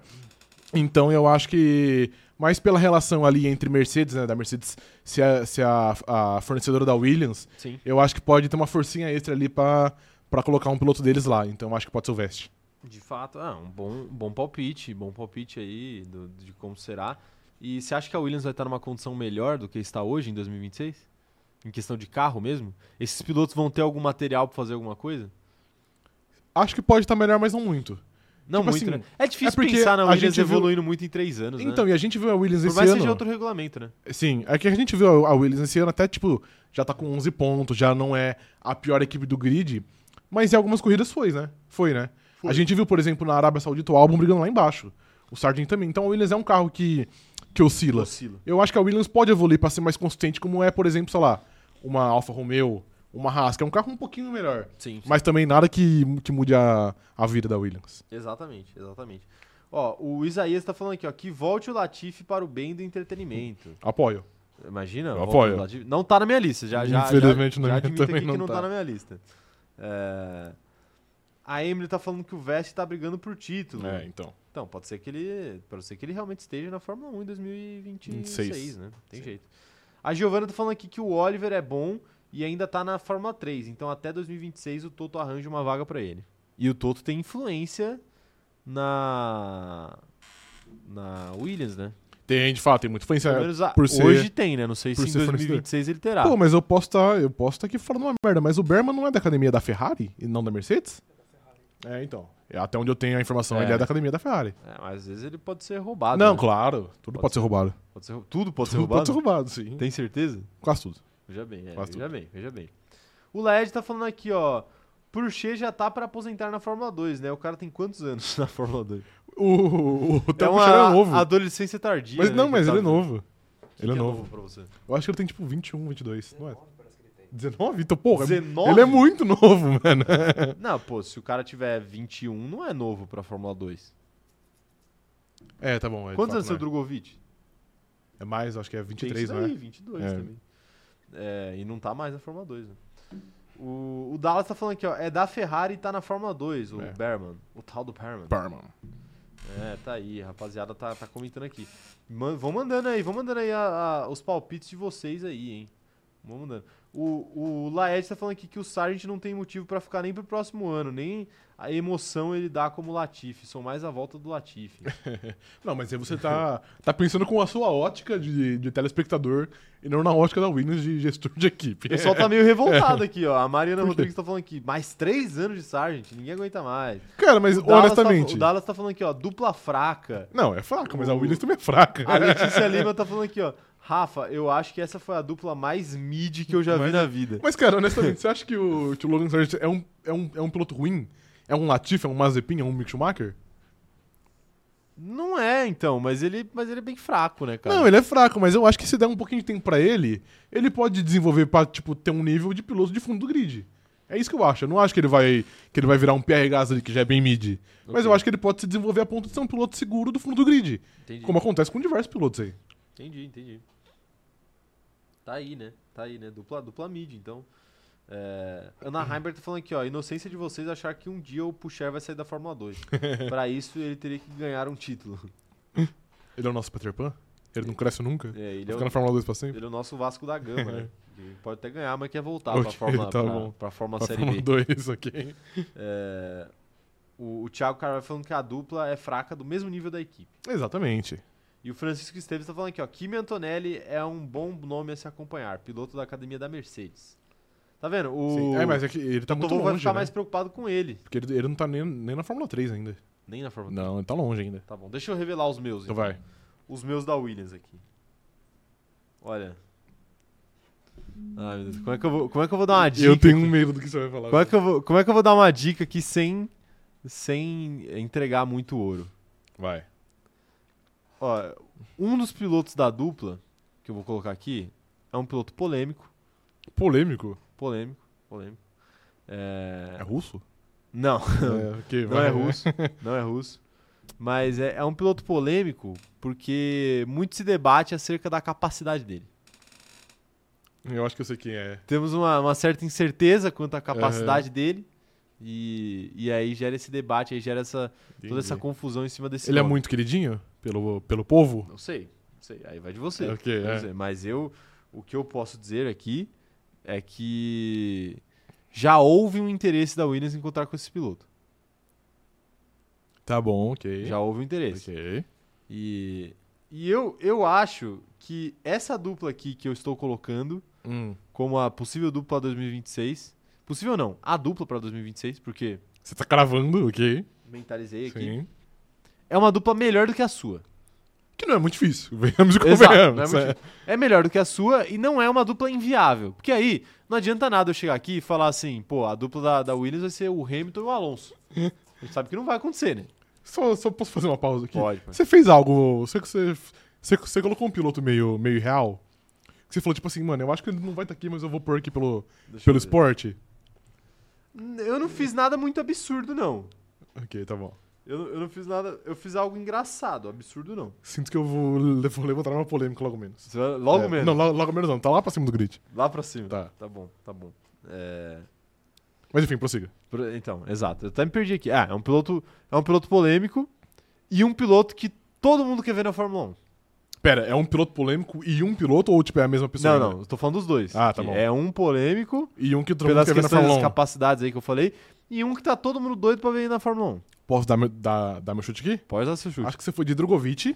[SPEAKER 2] Então eu acho que. Mais pela relação ali entre Mercedes, né? Da Mercedes se a, se a, a fornecedora da Williams,
[SPEAKER 4] Sim.
[SPEAKER 2] eu acho que pode ter uma forcinha extra ali pra, pra colocar um piloto deles lá. Então eu acho que pode ser o Veste.
[SPEAKER 4] De fato, ah, um bom, um bom palpite, bom palpite aí do- de como será. E você acha que a Williams vai estar numa condição melhor do que está hoje em 2026? Em questão de carro mesmo? Esses pilotos vão ter algum material para fazer alguma coisa?
[SPEAKER 2] Acho que pode estar melhor, mas não muito.
[SPEAKER 4] Não
[SPEAKER 2] Tipo
[SPEAKER 4] muito,
[SPEAKER 2] assim,
[SPEAKER 4] né? É
[SPEAKER 2] é
[SPEAKER 4] difícil
[SPEAKER 2] porque
[SPEAKER 4] pensar na
[SPEAKER 2] a
[SPEAKER 4] Williams
[SPEAKER 2] gente viu-
[SPEAKER 4] evoluindo muito em três anos,
[SPEAKER 2] Então,
[SPEAKER 4] né?
[SPEAKER 2] e a gente viu a Williams
[SPEAKER 4] Por
[SPEAKER 2] esse
[SPEAKER 4] mais que
[SPEAKER 2] ano.
[SPEAKER 4] seja outro regulamento, né?
[SPEAKER 2] Sim, é que a gente viu a Williams esse ano até, tipo, já tá com 11 pontos, já não é a pior equipe do grid, mas em algumas corridas foi, né? Foi, né? A gente viu, por exemplo, na Arábia Saudita o álbum brigando lá embaixo. O Sargent também. Então a Williams é um carro que, que oscila.
[SPEAKER 1] Oscila.
[SPEAKER 2] Eu acho que a Williams pode evoluir pra ser mais consistente, como é, por exemplo, sei lá, uma Alfa Romeo, uma Haas, que é um carro um pouquinho melhor.
[SPEAKER 4] Sim,
[SPEAKER 2] Mas também nada que, que mude a, a vida da Williams.
[SPEAKER 1] Exatamente, exatamente. Ó, o Isaías tá falando aqui, ó, que volte o Latifi para o bem do entretenimento.
[SPEAKER 2] Apoio.
[SPEAKER 1] Imagina,
[SPEAKER 2] Eu
[SPEAKER 1] volta
[SPEAKER 2] apoio.
[SPEAKER 1] do Latifi. Não tá na minha lista, já, já,
[SPEAKER 2] Infelizmente,
[SPEAKER 1] já,
[SPEAKER 2] na
[SPEAKER 1] já
[SPEAKER 2] minha
[SPEAKER 1] admito aqui
[SPEAKER 2] também
[SPEAKER 1] que
[SPEAKER 2] não
[SPEAKER 1] não tá
[SPEAKER 2] tá.
[SPEAKER 1] na minha lista. É, A Emily tá falando que o Vest tá brigando por título.
[SPEAKER 2] É, então.
[SPEAKER 1] Então, pode ser que ele. Pode ser que ele realmente esteja na Fórmula 1 em 2026,
[SPEAKER 2] Seis.
[SPEAKER 1] né? Tem jeito. A Giovana tá falando aqui que o Oliver é bom e ainda tá na Fórmula 3. Então até 2026 o Toto arranja uma vaga pra ele. E o Toto tem influência na. Na Williams, né?
[SPEAKER 2] Tem, de fato, tem muita influência.
[SPEAKER 1] Pelo menos a-
[SPEAKER 2] É, por ser-
[SPEAKER 1] hoje tem, né? Não sei se
[SPEAKER 2] por
[SPEAKER 1] em
[SPEAKER 2] ser fornecedor.
[SPEAKER 1] 2026 ele terá.
[SPEAKER 2] Pô, mas eu posso estar eu posso tá aqui falando uma merda, mas o Berman não é da academia da Ferrari e não da Mercedes? É, então. É, Até onde eu tenho a informação,
[SPEAKER 1] É.
[SPEAKER 2] ele é da academia da Ferrari.
[SPEAKER 1] É, mas às vezes ele pode ser roubado.
[SPEAKER 2] não,
[SPEAKER 1] né?
[SPEAKER 2] claro. Tudo pode,
[SPEAKER 1] Pode
[SPEAKER 2] ser roubado.
[SPEAKER 1] Pode ser rou- Tudo pode ser
[SPEAKER 2] tudo
[SPEAKER 1] roubado.
[SPEAKER 2] pode ser roubado, sim.
[SPEAKER 1] Tem certeza? *laughs*
[SPEAKER 2] Quase tudo.
[SPEAKER 1] Veja bem, é,
[SPEAKER 2] Quase
[SPEAKER 1] veja bem, veja bem. O Laed tá falando aqui, ó. Porsche já tá pra aposentar na Fórmula 2, né? O cara tem quantos anos *laughs* na Fórmula 2?
[SPEAKER 2] O, o, o
[SPEAKER 1] é
[SPEAKER 2] Teo
[SPEAKER 1] uma
[SPEAKER 2] Pucheiro é novo.
[SPEAKER 1] adolescência tardia.
[SPEAKER 2] Mas
[SPEAKER 1] né,
[SPEAKER 2] não,
[SPEAKER 1] que
[SPEAKER 2] mas
[SPEAKER 1] tá
[SPEAKER 2] ele é
[SPEAKER 1] vindo.
[SPEAKER 2] novo.
[SPEAKER 1] Que
[SPEAKER 2] Ele é
[SPEAKER 1] que
[SPEAKER 2] novo.
[SPEAKER 1] pra você?
[SPEAKER 2] Eu acho que ele tem tipo 21, 22, não é?
[SPEAKER 3] 19 parece que ele tem.
[SPEAKER 2] 19? Então, porra. é-
[SPEAKER 1] 19?
[SPEAKER 2] Ele é muito novo, *laughs* mano.
[SPEAKER 1] Não, pô, se o cara tiver 21, não é novo pra Fórmula 2.
[SPEAKER 2] É, tá bom. é, de
[SPEAKER 1] Quantos
[SPEAKER 2] fato,
[SPEAKER 1] anos tem o
[SPEAKER 2] não é.
[SPEAKER 1] Drogovic?
[SPEAKER 2] É mais, acho que é 23,
[SPEAKER 1] tem
[SPEAKER 2] não
[SPEAKER 1] aí,
[SPEAKER 2] é?
[SPEAKER 1] 22
[SPEAKER 2] É.
[SPEAKER 1] também. É, e não tá mais na Fórmula 2, né? O, o Dallas tá falando aqui, ó. É da Ferrari e tá na Fórmula 2, o
[SPEAKER 2] É.
[SPEAKER 1] Berman. O tal do Berman.
[SPEAKER 2] Berman.
[SPEAKER 1] É, tá aí, a rapaziada tá, tá comentando aqui. Man, vão mandando aí, vão mandando aí a- a- os palpites de vocês aí, hein? Vão mandando. O, o Laed tá falando aqui que o Sargent não tem motivo pra ficar nem pro próximo ano, nem a emoção ele dá como Latifi. São mais a volta do Latifi.
[SPEAKER 2] Não, mas aí você tá, tá pensando com a sua ótica de, de telespectador e não na ótica da Williams de gestor de equipe.
[SPEAKER 1] O pessoal tá meio revoltado aqui, ó. A Mariana Rodrigues tá falando aqui, mais três anos de Sargent, ninguém aguenta mais.
[SPEAKER 2] Cara, mas
[SPEAKER 1] O Dallas tá-
[SPEAKER 2] honestamente.
[SPEAKER 1] o Dallas tá falando aqui, ó, dupla fraca.
[SPEAKER 2] Não, é fraca, mas a
[SPEAKER 1] O- Ah.
[SPEAKER 2] Williams também é fraca.
[SPEAKER 1] A
[SPEAKER 2] *laughs*
[SPEAKER 1] Letícia Lima tá falando aqui, ó. Rafa, eu acho que essa foi a dupla mais mid que eu já vi na vida.
[SPEAKER 2] Mas, cara, honestamente, você acha que o, que o Logan Sargent é um, é, um, é um piloto ruim? É um Latifi, é um Mazepin, é um Mick Schumacher?
[SPEAKER 1] Não é, então, mas ele, mas ele é bem fraco, né, cara?
[SPEAKER 2] Não, ele é fraco, mas eu acho que se der um pouquinho de tempo pra ele, ele pode desenvolver pra, tipo, ter um nível de piloto de fundo do grid. É isso que eu acho. Eu não acho que ele vai, que ele vai virar um PR Gasly, que já é bem mid. Mas eu acho que ele pode se desenvolver a ponto de ser um piloto seguro do fundo do grid.
[SPEAKER 1] Entendi,
[SPEAKER 2] Como acontece com diversos pilotos aí.
[SPEAKER 1] entendi, entendi. Tá aí, né? Tá aí, né? Dupla, dupla mid, então. É,
[SPEAKER 2] *clears throat*
[SPEAKER 1] Ana Heimberg tá falando aqui, ó. Inocência de vocês achar que um dia o Pucher vai sair da Fórmula
[SPEAKER 2] *laughs*
[SPEAKER 1] 2. Pra isso, ele teria que ganhar um título.
[SPEAKER 2] Ele é o nosso Peter Pan? Ele não cresce nunca? Vai
[SPEAKER 1] É, ele, é
[SPEAKER 2] ficar na
[SPEAKER 1] o,
[SPEAKER 2] Fórmula 2 pra sempre?
[SPEAKER 1] ele é o nosso Vasco da Gama,
[SPEAKER 2] *laughs*
[SPEAKER 1] né? Ele pode até ganhar, mas quer voltar pra
[SPEAKER 2] Ok,
[SPEAKER 1] Fórmula,
[SPEAKER 2] tá
[SPEAKER 1] pra-
[SPEAKER 2] bom.
[SPEAKER 1] pra Fórmula é
[SPEAKER 2] Pra
[SPEAKER 1] Série
[SPEAKER 2] Fórmula
[SPEAKER 1] B.
[SPEAKER 2] 2, *laughs* ok.
[SPEAKER 1] É, o, o Thiago Carvalho falando que a dupla é fraca do mesmo nível da equipe.
[SPEAKER 2] Exatamente.
[SPEAKER 1] E o Francisco Esteves tá falando aqui, ó. Kimi Antonelli é um bom nome a se acompanhar. Piloto da academia da Mercedes. Tá vendo? O
[SPEAKER 2] Sim. É, mas é que ele tá
[SPEAKER 1] Toto
[SPEAKER 2] muito
[SPEAKER 1] Wolff vai
[SPEAKER 2] longe,
[SPEAKER 1] ficar
[SPEAKER 2] né?
[SPEAKER 1] mais preocupado com ele.
[SPEAKER 2] Porque ele, ele não tá nem, nem na Fórmula 3 ainda.
[SPEAKER 1] Nem na Fórmula um.
[SPEAKER 2] Não, ele tá longe ainda.
[SPEAKER 1] 3. Tá bom. Deixa eu revelar os meus.
[SPEAKER 2] Então
[SPEAKER 1] então.
[SPEAKER 2] vai.
[SPEAKER 1] Os meus da Williams aqui. Olha. Ai, meu Deus. Como é que eu vou, como é que eu vou dar uma dica?
[SPEAKER 2] Eu tenho um medo do que você vai falar.
[SPEAKER 1] Como é que eu vou, como é que eu vou dar uma dica aqui sem, sem entregar muito ouro?
[SPEAKER 2] Vai.
[SPEAKER 1] Ó, um dos pilotos da dupla, que eu vou colocar aqui, é um piloto polêmico.
[SPEAKER 2] Polêmico?
[SPEAKER 1] Polêmico, polêmico. É, *laughs*
[SPEAKER 2] É russo?
[SPEAKER 1] Não,
[SPEAKER 2] É, ok,
[SPEAKER 1] não
[SPEAKER 2] vai.
[SPEAKER 1] é russo. Não é russo. Mas é, é um piloto polêmico porque muito se debate acerca da capacidade dele.
[SPEAKER 2] Eu acho que eu sei quem é.
[SPEAKER 1] Temos uma, uma certa incerteza quanto à capacidade dele. E, e aí gera esse debate, aí gera essa, toda essa
[SPEAKER 2] Entendi.
[SPEAKER 1] confusão em cima desse
[SPEAKER 2] Ele é
[SPEAKER 1] nome.
[SPEAKER 2] muito queridinho pelo, pelo povo?
[SPEAKER 1] Não sei, não sei. Aí vai de você.
[SPEAKER 2] É, ok,
[SPEAKER 1] Vai
[SPEAKER 2] é.
[SPEAKER 1] dizer, Mas eu, o que eu posso dizer aqui é que já houve um interesse da Williams em encontrar com esse piloto.
[SPEAKER 2] Tá bom, ok.
[SPEAKER 1] Já houve um interesse.
[SPEAKER 2] Ok.
[SPEAKER 1] E, e eu, eu acho que essa dupla aqui que eu estou colocando
[SPEAKER 2] Hum.
[SPEAKER 1] como a possível dupla para 2026, possível não, a dupla para 2026, porque
[SPEAKER 2] Você tá cravando, ok?
[SPEAKER 1] mentalizei aqui,
[SPEAKER 2] Sim.
[SPEAKER 1] é uma dupla melhor do que a *laughs* sua.
[SPEAKER 2] Que não é muito difícil. *laughs* Venhamos
[SPEAKER 1] Exato,
[SPEAKER 2] e convenhamos. né?
[SPEAKER 1] não é, muito- é melhor do que a sua e não é uma dupla inviável. Porque aí não adianta nada eu chegar aqui e falar assim, pô, a dupla da, da Williams vai ser o Hamilton e o *laughs* Alonso. A gente sabe que não vai acontecer, né?
[SPEAKER 2] Só, só posso fazer uma pausa aqui?
[SPEAKER 1] Pode, pode.
[SPEAKER 2] Você fez algo. Você, você, você, você colocou um piloto meio, meio real? Que Você falou, tipo assim, mano, eu acho que ele não vai estar aqui, mas eu vou pôr aqui pelo,
[SPEAKER 1] Deixa
[SPEAKER 2] pelo
[SPEAKER 1] eu ver.
[SPEAKER 2] esporte.
[SPEAKER 1] Eu não fiz nada muito absurdo, não.
[SPEAKER 2] Ok, tá bom.
[SPEAKER 1] Eu, não- eu não fiz nada. Eu fiz algo engraçado, absurdo não.
[SPEAKER 2] Sinto que eu vou, le- vou levantar uma polêmica logo menos.
[SPEAKER 1] Você vai- Logo
[SPEAKER 2] É,
[SPEAKER 1] menos.
[SPEAKER 2] Não, lo- logo menos não. Tá lá pra cima do grid.
[SPEAKER 1] Lá pra cima.
[SPEAKER 2] Tá.
[SPEAKER 1] Tá bom, tá bom. É,
[SPEAKER 2] Mas enfim, prossiga.
[SPEAKER 1] pro- Então, exato. Eu até me perdi aqui. Ah, é um piloto. É um piloto polêmico e um piloto que todo mundo quer ver na Fórmula 1.
[SPEAKER 2] Pera, é um piloto polêmico e um piloto ou, tipo, é a mesma pessoa?
[SPEAKER 1] Não,
[SPEAKER 2] ainda?
[SPEAKER 1] não, eu tô falando dos dois.
[SPEAKER 2] Ah, tá
[SPEAKER 1] Que
[SPEAKER 2] bom.
[SPEAKER 1] É um polêmico
[SPEAKER 2] E um que todo mundo
[SPEAKER 1] pelas
[SPEAKER 2] quer ver na
[SPEAKER 1] questões
[SPEAKER 2] Fórmula
[SPEAKER 1] das
[SPEAKER 2] 1.
[SPEAKER 1] capacidades aí que eu falei, e um que tá todo mundo doido pra ver na Fórmula 1.
[SPEAKER 2] Posso dar meu, dar, dar meu chute aqui?
[SPEAKER 1] Pode dar seu chute.
[SPEAKER 2] Acho que você foi de Drogovic,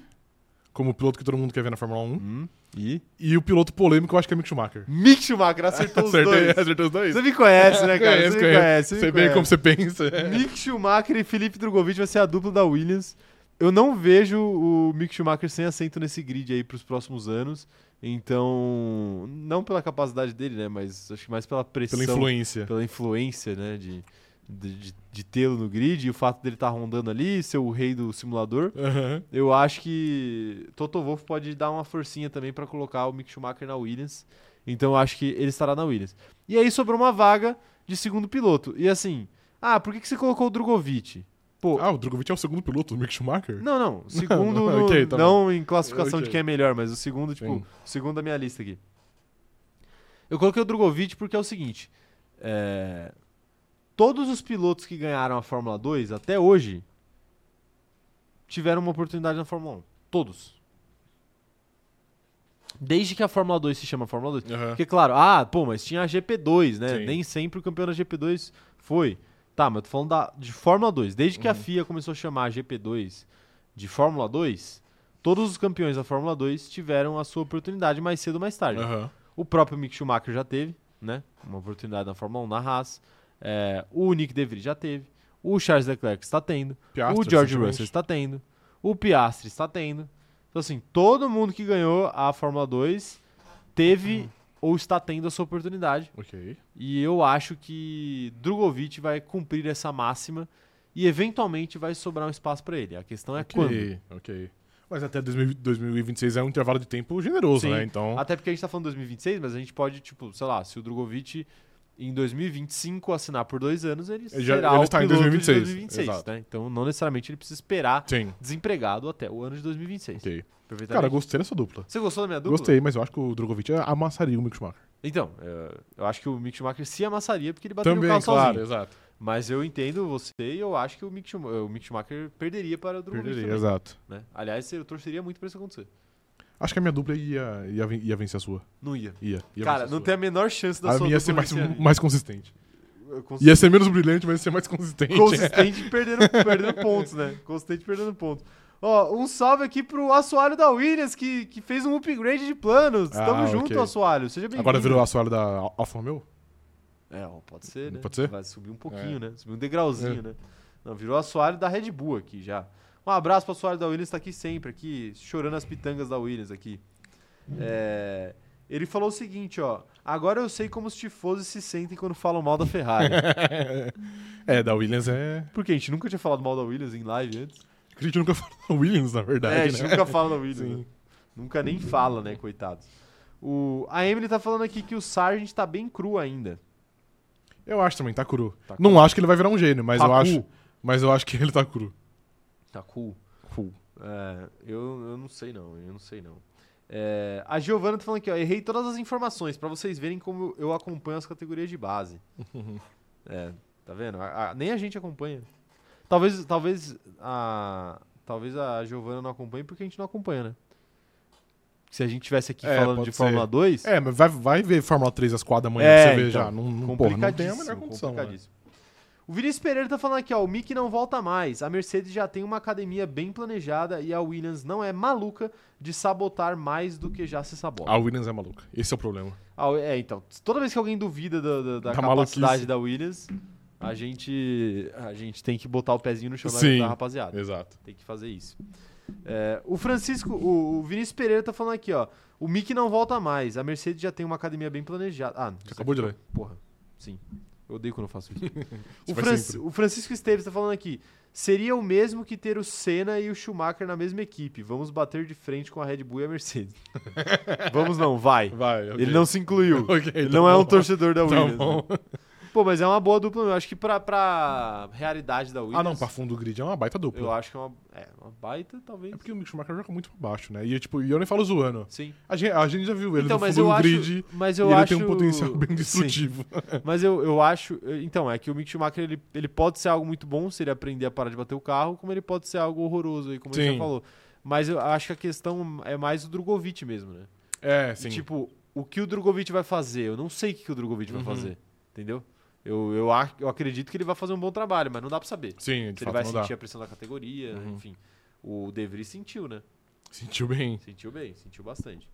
[SPEAKER 2] como o piloto que todo mundo quer ver na Fórmula 1.
[SPEAKER 1] Hum, e.
[SPEAKER 2] E o piloto polêmico eu acho que é Mick Schumacher.
[SPEAKER 1] Mick Schumacher acertou os
[SPEAKER 2] Acertei,
[SPEAKER 1] dois.
[SPEAKER 2] acertei os dois?
[SPEAKER 1] Você me conhece, né, cara? Você me conhece. você
[SPEAKER 2] Sei
[SPEAKER 1] me
[SPEAKER 2] bem como
[SPEAKER 1] conhece.
[SPEAKER 2] você
[SPEAKER 1] *laughs*
[SPEAKER 2] pensa.
[SPEAKER 1] Mick Schumacher e Felipe Drogovic vai ser a dupla da Williams. Eu não vejo o Mick Schumacher sem assento nesse grid aí pros próximos anos. Então, não pela capacidade dele, né? Mas acho que mais pela pressão.
[SPEAKER 2] Pela influência.
[SPEAKER 1] pela influência né, de, de, de- de tê-lo no grid e o fato dele estar rondando ali, ser o rei do simulador,
[SPEAKER 2] Aham.
[SPEAKER 1] eu acho que Toto Wolff pode dar uma forcinha também para colocar o Mick Schumacher na Williams. Então eu acho que ele estará na Williams. E aí sobrou uma vaga de segundo piloto. E assim, ah, por que, que você colocou o Drogovic? Pô,
[SPEAKER 2] Ah, o Drogovic é o segundo piloto do Mick Schumacher?
[SPEAKER 1] não,
[SPEAKER 2] *laughs*
[SPEAKER 1] não. Segundo,
[SPEAKER 2] Não,
[SPEAKER 1] no-
[SPEAKER 2] ok, tá
[SPEAKER 1] não em classificação de
[SPEAKER 2] Ok.
[SPEAKER 1] quem é melhor, mas o segundo, tipo,
[SPEAKER 2] Sim.
[SPEAKER 1] o segundo da minha lista aqui. Eu coloquei o Drogovic porque é o seguinte: é, todos os pilotos que ganharam a Fórmula 2 até hoje tiveram uma oportunidade na Fórmula 1. Todos. Desde que a Fórmula 2 se chama Fórmula 2,
[SPEAKER 2] Aham.
[SPEAKER 1] porque, claro, ah, pô, mas tinha a GP2, né?
[SPEAKER 2] Sim.
[SPEAKER 1] Nem sempre o campeão da GP2 foi. Tá, mas eu tô falando da, de Fórmula 2. Desde que a FIA começou a chamar a GP2 de Fórmula 2, todos os campeões da Fórmula 2 tiveram a sua oportunidade mais cedo ou mais tarde.
[SPEAKER 2] Aham.
[SPEAKER 1] O próprio Mick Schumacher já teve, né? Uma oportunidade na Fórmula 1, na Haas. É, o Nick DeVries já teve. O Charles Leclerc está tendo.
[SPEAKER 2] Piastri,
[SPEAKER 1] o George
[SPEAKER 2] recentemente.
[SPEAKER 1] Russell está tendo. O Piastri está tendo. Então, assim, todo mundo que ganhou a Fórmula 2 teve
[SPEAKER 2] Uhum.
[SPEAKER 1] ou está tendo a sua oportunidade.
[SPEAKER 2] Ok.
[SPEAKER 1] E eu acho que Drogovic vai cumprir essa máxima e eventualmente vai sobrar um espaço para ele. A questão é quando.
[SPEAKER 2] Ok, ok. Mas até 2000 2026 é um intervalo de tempo generoso,
[SPEAKER 1] Sim.
[SPEAKER 2] né? Então.
[SPEAKER 1] Até porque a gente tá falando 2026, mas a gente pode, tipo, sei lá, se o Drogovic em 2025 assinar por dois anos, ele
[SPEAKER 2] Ele já-
[SPEAKER 1] será
[SPEAKER 2] ele
[SPEAKER 1] o
[SPEAKER 2] está em
[SPEAKER 1] piloto
[SPEAKER 2] 2026,
[SPEAKER 1] de 2026
[SPEAKER 2] exato.
[SPEAKER 1] né? Então não necessariamente ele precisa esperar
[SPEAKER 2] Sim.
[SPEAKER 1] desempregado até o ano de 2026.
[SPEAKER 2] Ok.
[SPEAKER 1] Perfeitamente.
[SPEAKER 2] Cara, gostei dessa dupla.
[SPEAKER 1] Você gostou da minha É dupla?
[SPEAKER 2] Gostei, mas eu acho que o Drogovic amassaria o Mick Schumacher.
[SPEAKER 1] Então, é, eu acho que o Mick Schumacher se amassaria porque ele bateu o
[SPEAKER 2] Também,
[SPEAKER 1] carro
[SPEAKER 2] claro,
[SPEAKER 1] sozinho.
[SPEAKER 2] exato.
[SPEAKER 1] Mas eu entendo você e eu acho que o Mick, Schum- o Mick Schumacher perderia para o Drogovic
[SPEAKER 2] Perderia,
[SPEAKER 1] também,
[SPEAKER 2] exato.
[SPEAKER 1] né? Aliás, eu torceria muito para isso acontecer.
[SPEAKER 2] Acho que a minha dupla ia, ia, ven- ia vencer a sua.
[SPEAKER 1] Não ia.
[SPEAKER 2] Ia. ia
[SPEAKER 1] Cara,
[SPEAKER 2] vencer
[SPEAKER 1] não
[SPEAKER 2] a sua.
[SPEAKER 1] tem a menor chance da
[SPEAKER 2] A
[SPEAKER 1] sua
[SPEAKER 2] minha ia ser
[SPEAKER 1] dupla
[SPEAKER 2] mais,
[SPEAKER 1] vencer ali.
[SPEAKER 2] mais consistente.
[SPEAKER 1] Eu consigo-
[SPEAKER 2] Ia ser menos brilhante, mas ia ser *laughs* mais consistente.
[SPEAKER 1] Consistente perdendo, perdendo pontos, né? Consistente perdendo pontos. Ó, um salve aqui pro assoalho da Williams, que, que fez um upgrade de planos.
[SPEAKER 2] Ah,
[SPEAKER 1] Tamo
[SPEAKER 2] ok.
[SPEAKER 1] junto, assoalho. Seja bem-vindo.
[SPEAKER 2] Agora virou a assoalho da Al- Alfa Romeo? *laughs*
[SPEAKER 1] É, ó, pode ser, né?
[SPEAKER 2] Pode ser?
[SPEAKER 1] Vai subir um pouquinho, né? Subir um degrauzinho, né? Não, virou assoalho da Red Bull aqui já. Um abraço pro assoalho da Williams, tá aqui sempre, aqui, chorando as pitangas da Williams aqui. É, Ele falou o seguinte, ó. Agora eu sei como os tifosos se sentem quando falam mal da Ferrari. *laughs*
[SPEAKER 2] É, da Williams é.
[SPEAKER 1] Porque a gente nunca tinha falado mal da Williams em live antes.
[SPEAKER 2] A gente nunca *laughs* falou da Williams, na
[SPEAKER 1] é, a
[SPEAKER 2] verdade,
[SPEAKER 1] gente
[SPEAKER 2] né?
[SPEAKER 1] nunca fala da Williams.
[SPEAKER 2] Sim.
[SPEAKER 1] né? Nunca nem fala, né, coitados. O, a Emily tá falando aqui que o Sargent tá bem cru ainda.
[SPEAKER 2] Eu acho também, tá cru.
[SPEAKER 1] Tá
[SPEAKER 2] Não acho que ele vai virar um gênio, mas
[SPEAKER 1] Tá
[SPEAKER 2] eu
[SPEAKER 1] cru.
[SPEAKER 2] acho. Mas eu acho que ele tá cru.
[SPEAKER 1] Tá cool. É, eu, eu não sei não, eu não sei não. É, a Giovana tá falando aqui, ó, errei todas as informações pra vocês verem como eu acompanho as categorias de
[SPEAKER 2] *laughs*
[SPEAKER 1] base. é, tá vendo? A- a- nem a gente acompanha. Talvez, talvez a, talvez a Giovana não acompanhe porque a gente não acompanha, né? Se a gente tivesse aqui
[SPEAKER 2] É,
[SPEAKER 1] falando
[SPEAKER 2] pode
[SPEAKER 1] de
[SPEAKER 2] ser.
[SPEAKER 1] Fórmula 2,
[SPEAKER 2] É, mas vai, vai ver Fórmula 3 às 4 da manhã
[SPEAKER 1] É,
[SPEAKER 2] pra você ver
[SPEAKER 1] então.
[SPEAKER 2] já. Não, não, porra, não tem a
[SPEAKER 1] complicadíssimo,
[SPEAKER 2] melhor condição. né?
[SPEAKER 1] complicadíssimo. O Vinícius Pereira tá falando aqui, ó, o Mick não volta mais. A Mercedes já tem uma academia bem planejada e a Williams não é maluca de sabotar mais do que já se sabota.
[SPEAKER 2] A Williams é maluca. Esse é o problema.
[SPEAKER 1] Ah, é, então, toda vez que alguém duvida da, da- da
[SPEAKER 2] Da
[SPEAKER 1] capacidade
[SPEAKER 2] maluquice.
[SPEAKER 1] da Williams, a gente, a gente tem que botar o pezinho no chão da-
[SPEAKER 2] Sim.
[SPEAKER 1] da rapaziada.
[SPEAKER 2] Exato.
[SPEAKER 1] Tem que fazer isso. É, o Francisco, o, o Vinícius Pereira tá falando aqui, ó. O Mick não volta mais. A Mercedes já tem uma academia bem planejada. Ah,
[SPEAKER 2] Você
[SPEAKER 1] isso
[SPEAKER 2] acabou de ler.
[SPEAKER 1] Porra, sim. Eu odeio quando eu faço
[SPEAKER 2] *laughs*
[SPEAKER 1] isso. o,
[SPEAKER 2] Isso vai
[SPEAKER 1] Fran-
[SPEAKER 2] sempre.
[SPEAKER 1] o Francisco Esteves tá falando aqui. Seria o mesmo que ter o Senna e o Schumacher na mesma equipe. Vamos bater de frente com a Red Bull e a
[SPEAKER 2] *laughs*
[SPEAKER 1] Mercedes. Vamos não, vai.
[SPEAKER 2] Vai. ok.
[SPEAKER 1] Ele não se
[SPEAKER 2] *laughs*
[SPEAKER 1] incluiu.
[SPEAKER 2] Ok,
[SPEAKER 1] Ele
[SPEAKER 2] tá
[SPEAKER 1] não é
[SPEAKER 2] bom.
[SPEAKER 1] um torcedor da
[SPEAKER 2] Tá
[SPEAKER 1] Williams. né?
[SPEAKER 2] bom.
[SPEAKER 1] Pô, mas é uma boa dupla. Eu acho que pra, pra realidade da Williams...
[SPEAKER 2] Ah, não, pra fundo do grid é uma baita dupla.
[SPEAKER 1] Eu acho que é uma, é, uma baita, talvez.
[SPEAKER 2] É porque o Mick Schumacher joga muito pra baixo, né? E, tipo, e eu nem falo zoando.
[SPEAKER 1] Sim.
[SPEAKER 2] A gente, a gente já viu ele
[SPEAKER 1] então,
[SPEAKER 2] no
[SPEAKER 1] mas
[SPEAKER 2] fundo
[SPEAKER 1] eu
[SPEAKER 2] do
[SPEAKER 1] acho...
[SPEAKER 2] grid
[SPEAKER 1] mas
[SPEAKER 2] e
[SPEAKER 1] eu
[SPEAKER 2] ele
[SPEAKER 1] acho...
[SPEAKER 2] tem um potencial *laughs*
[SPEAKER 1] *laughs*
[SPEAKER 2] bem
[SPEAKER 1] Sim.
[SPEAKER 2] destrutivo.
[SPEAKER 1] Mas eu, eu acho. Então, é que o Mick Schumacher ele, ele pode ser algo muito bom se ele aprender a parar de bater o carro, como ele pode ser algo horroroso aí, como ele já
[SPEAKER 2] Sim.
[SPEAKER 1] falou. Mas eu acho que a questão é mais o Drogovic mesmo, né?
[SPEAKER 2] É,
[SPEAKER 1] E,
[SPEAKER 2] sim.
[SPEAKER 1] Tipo, o que o Drogovic vai fazer? Eu não sei o que, que o Drogovic
[SPEAKER 2] Uhum.
[SPEAKER 1] vai fazer, entendeu? Eu, eu, ac- eu acredito que ele vai fazer um bom trabalho, mas não dá pra saber.
[SPEAKER 2] sim, de
[SPEAKER 1] se ele
[SPEAKER 2] fato
[SPEAKER 1] vai
[SPEAKER 2] não dá. Uhum.
[SPEAKER 1] sentir a pressão da categoria, enfim. O De Vries sentiu, né?
[SPEAKER 2] Sentiu bem.
[SPEAKER 1] Sentiu bem, sentiu bastante.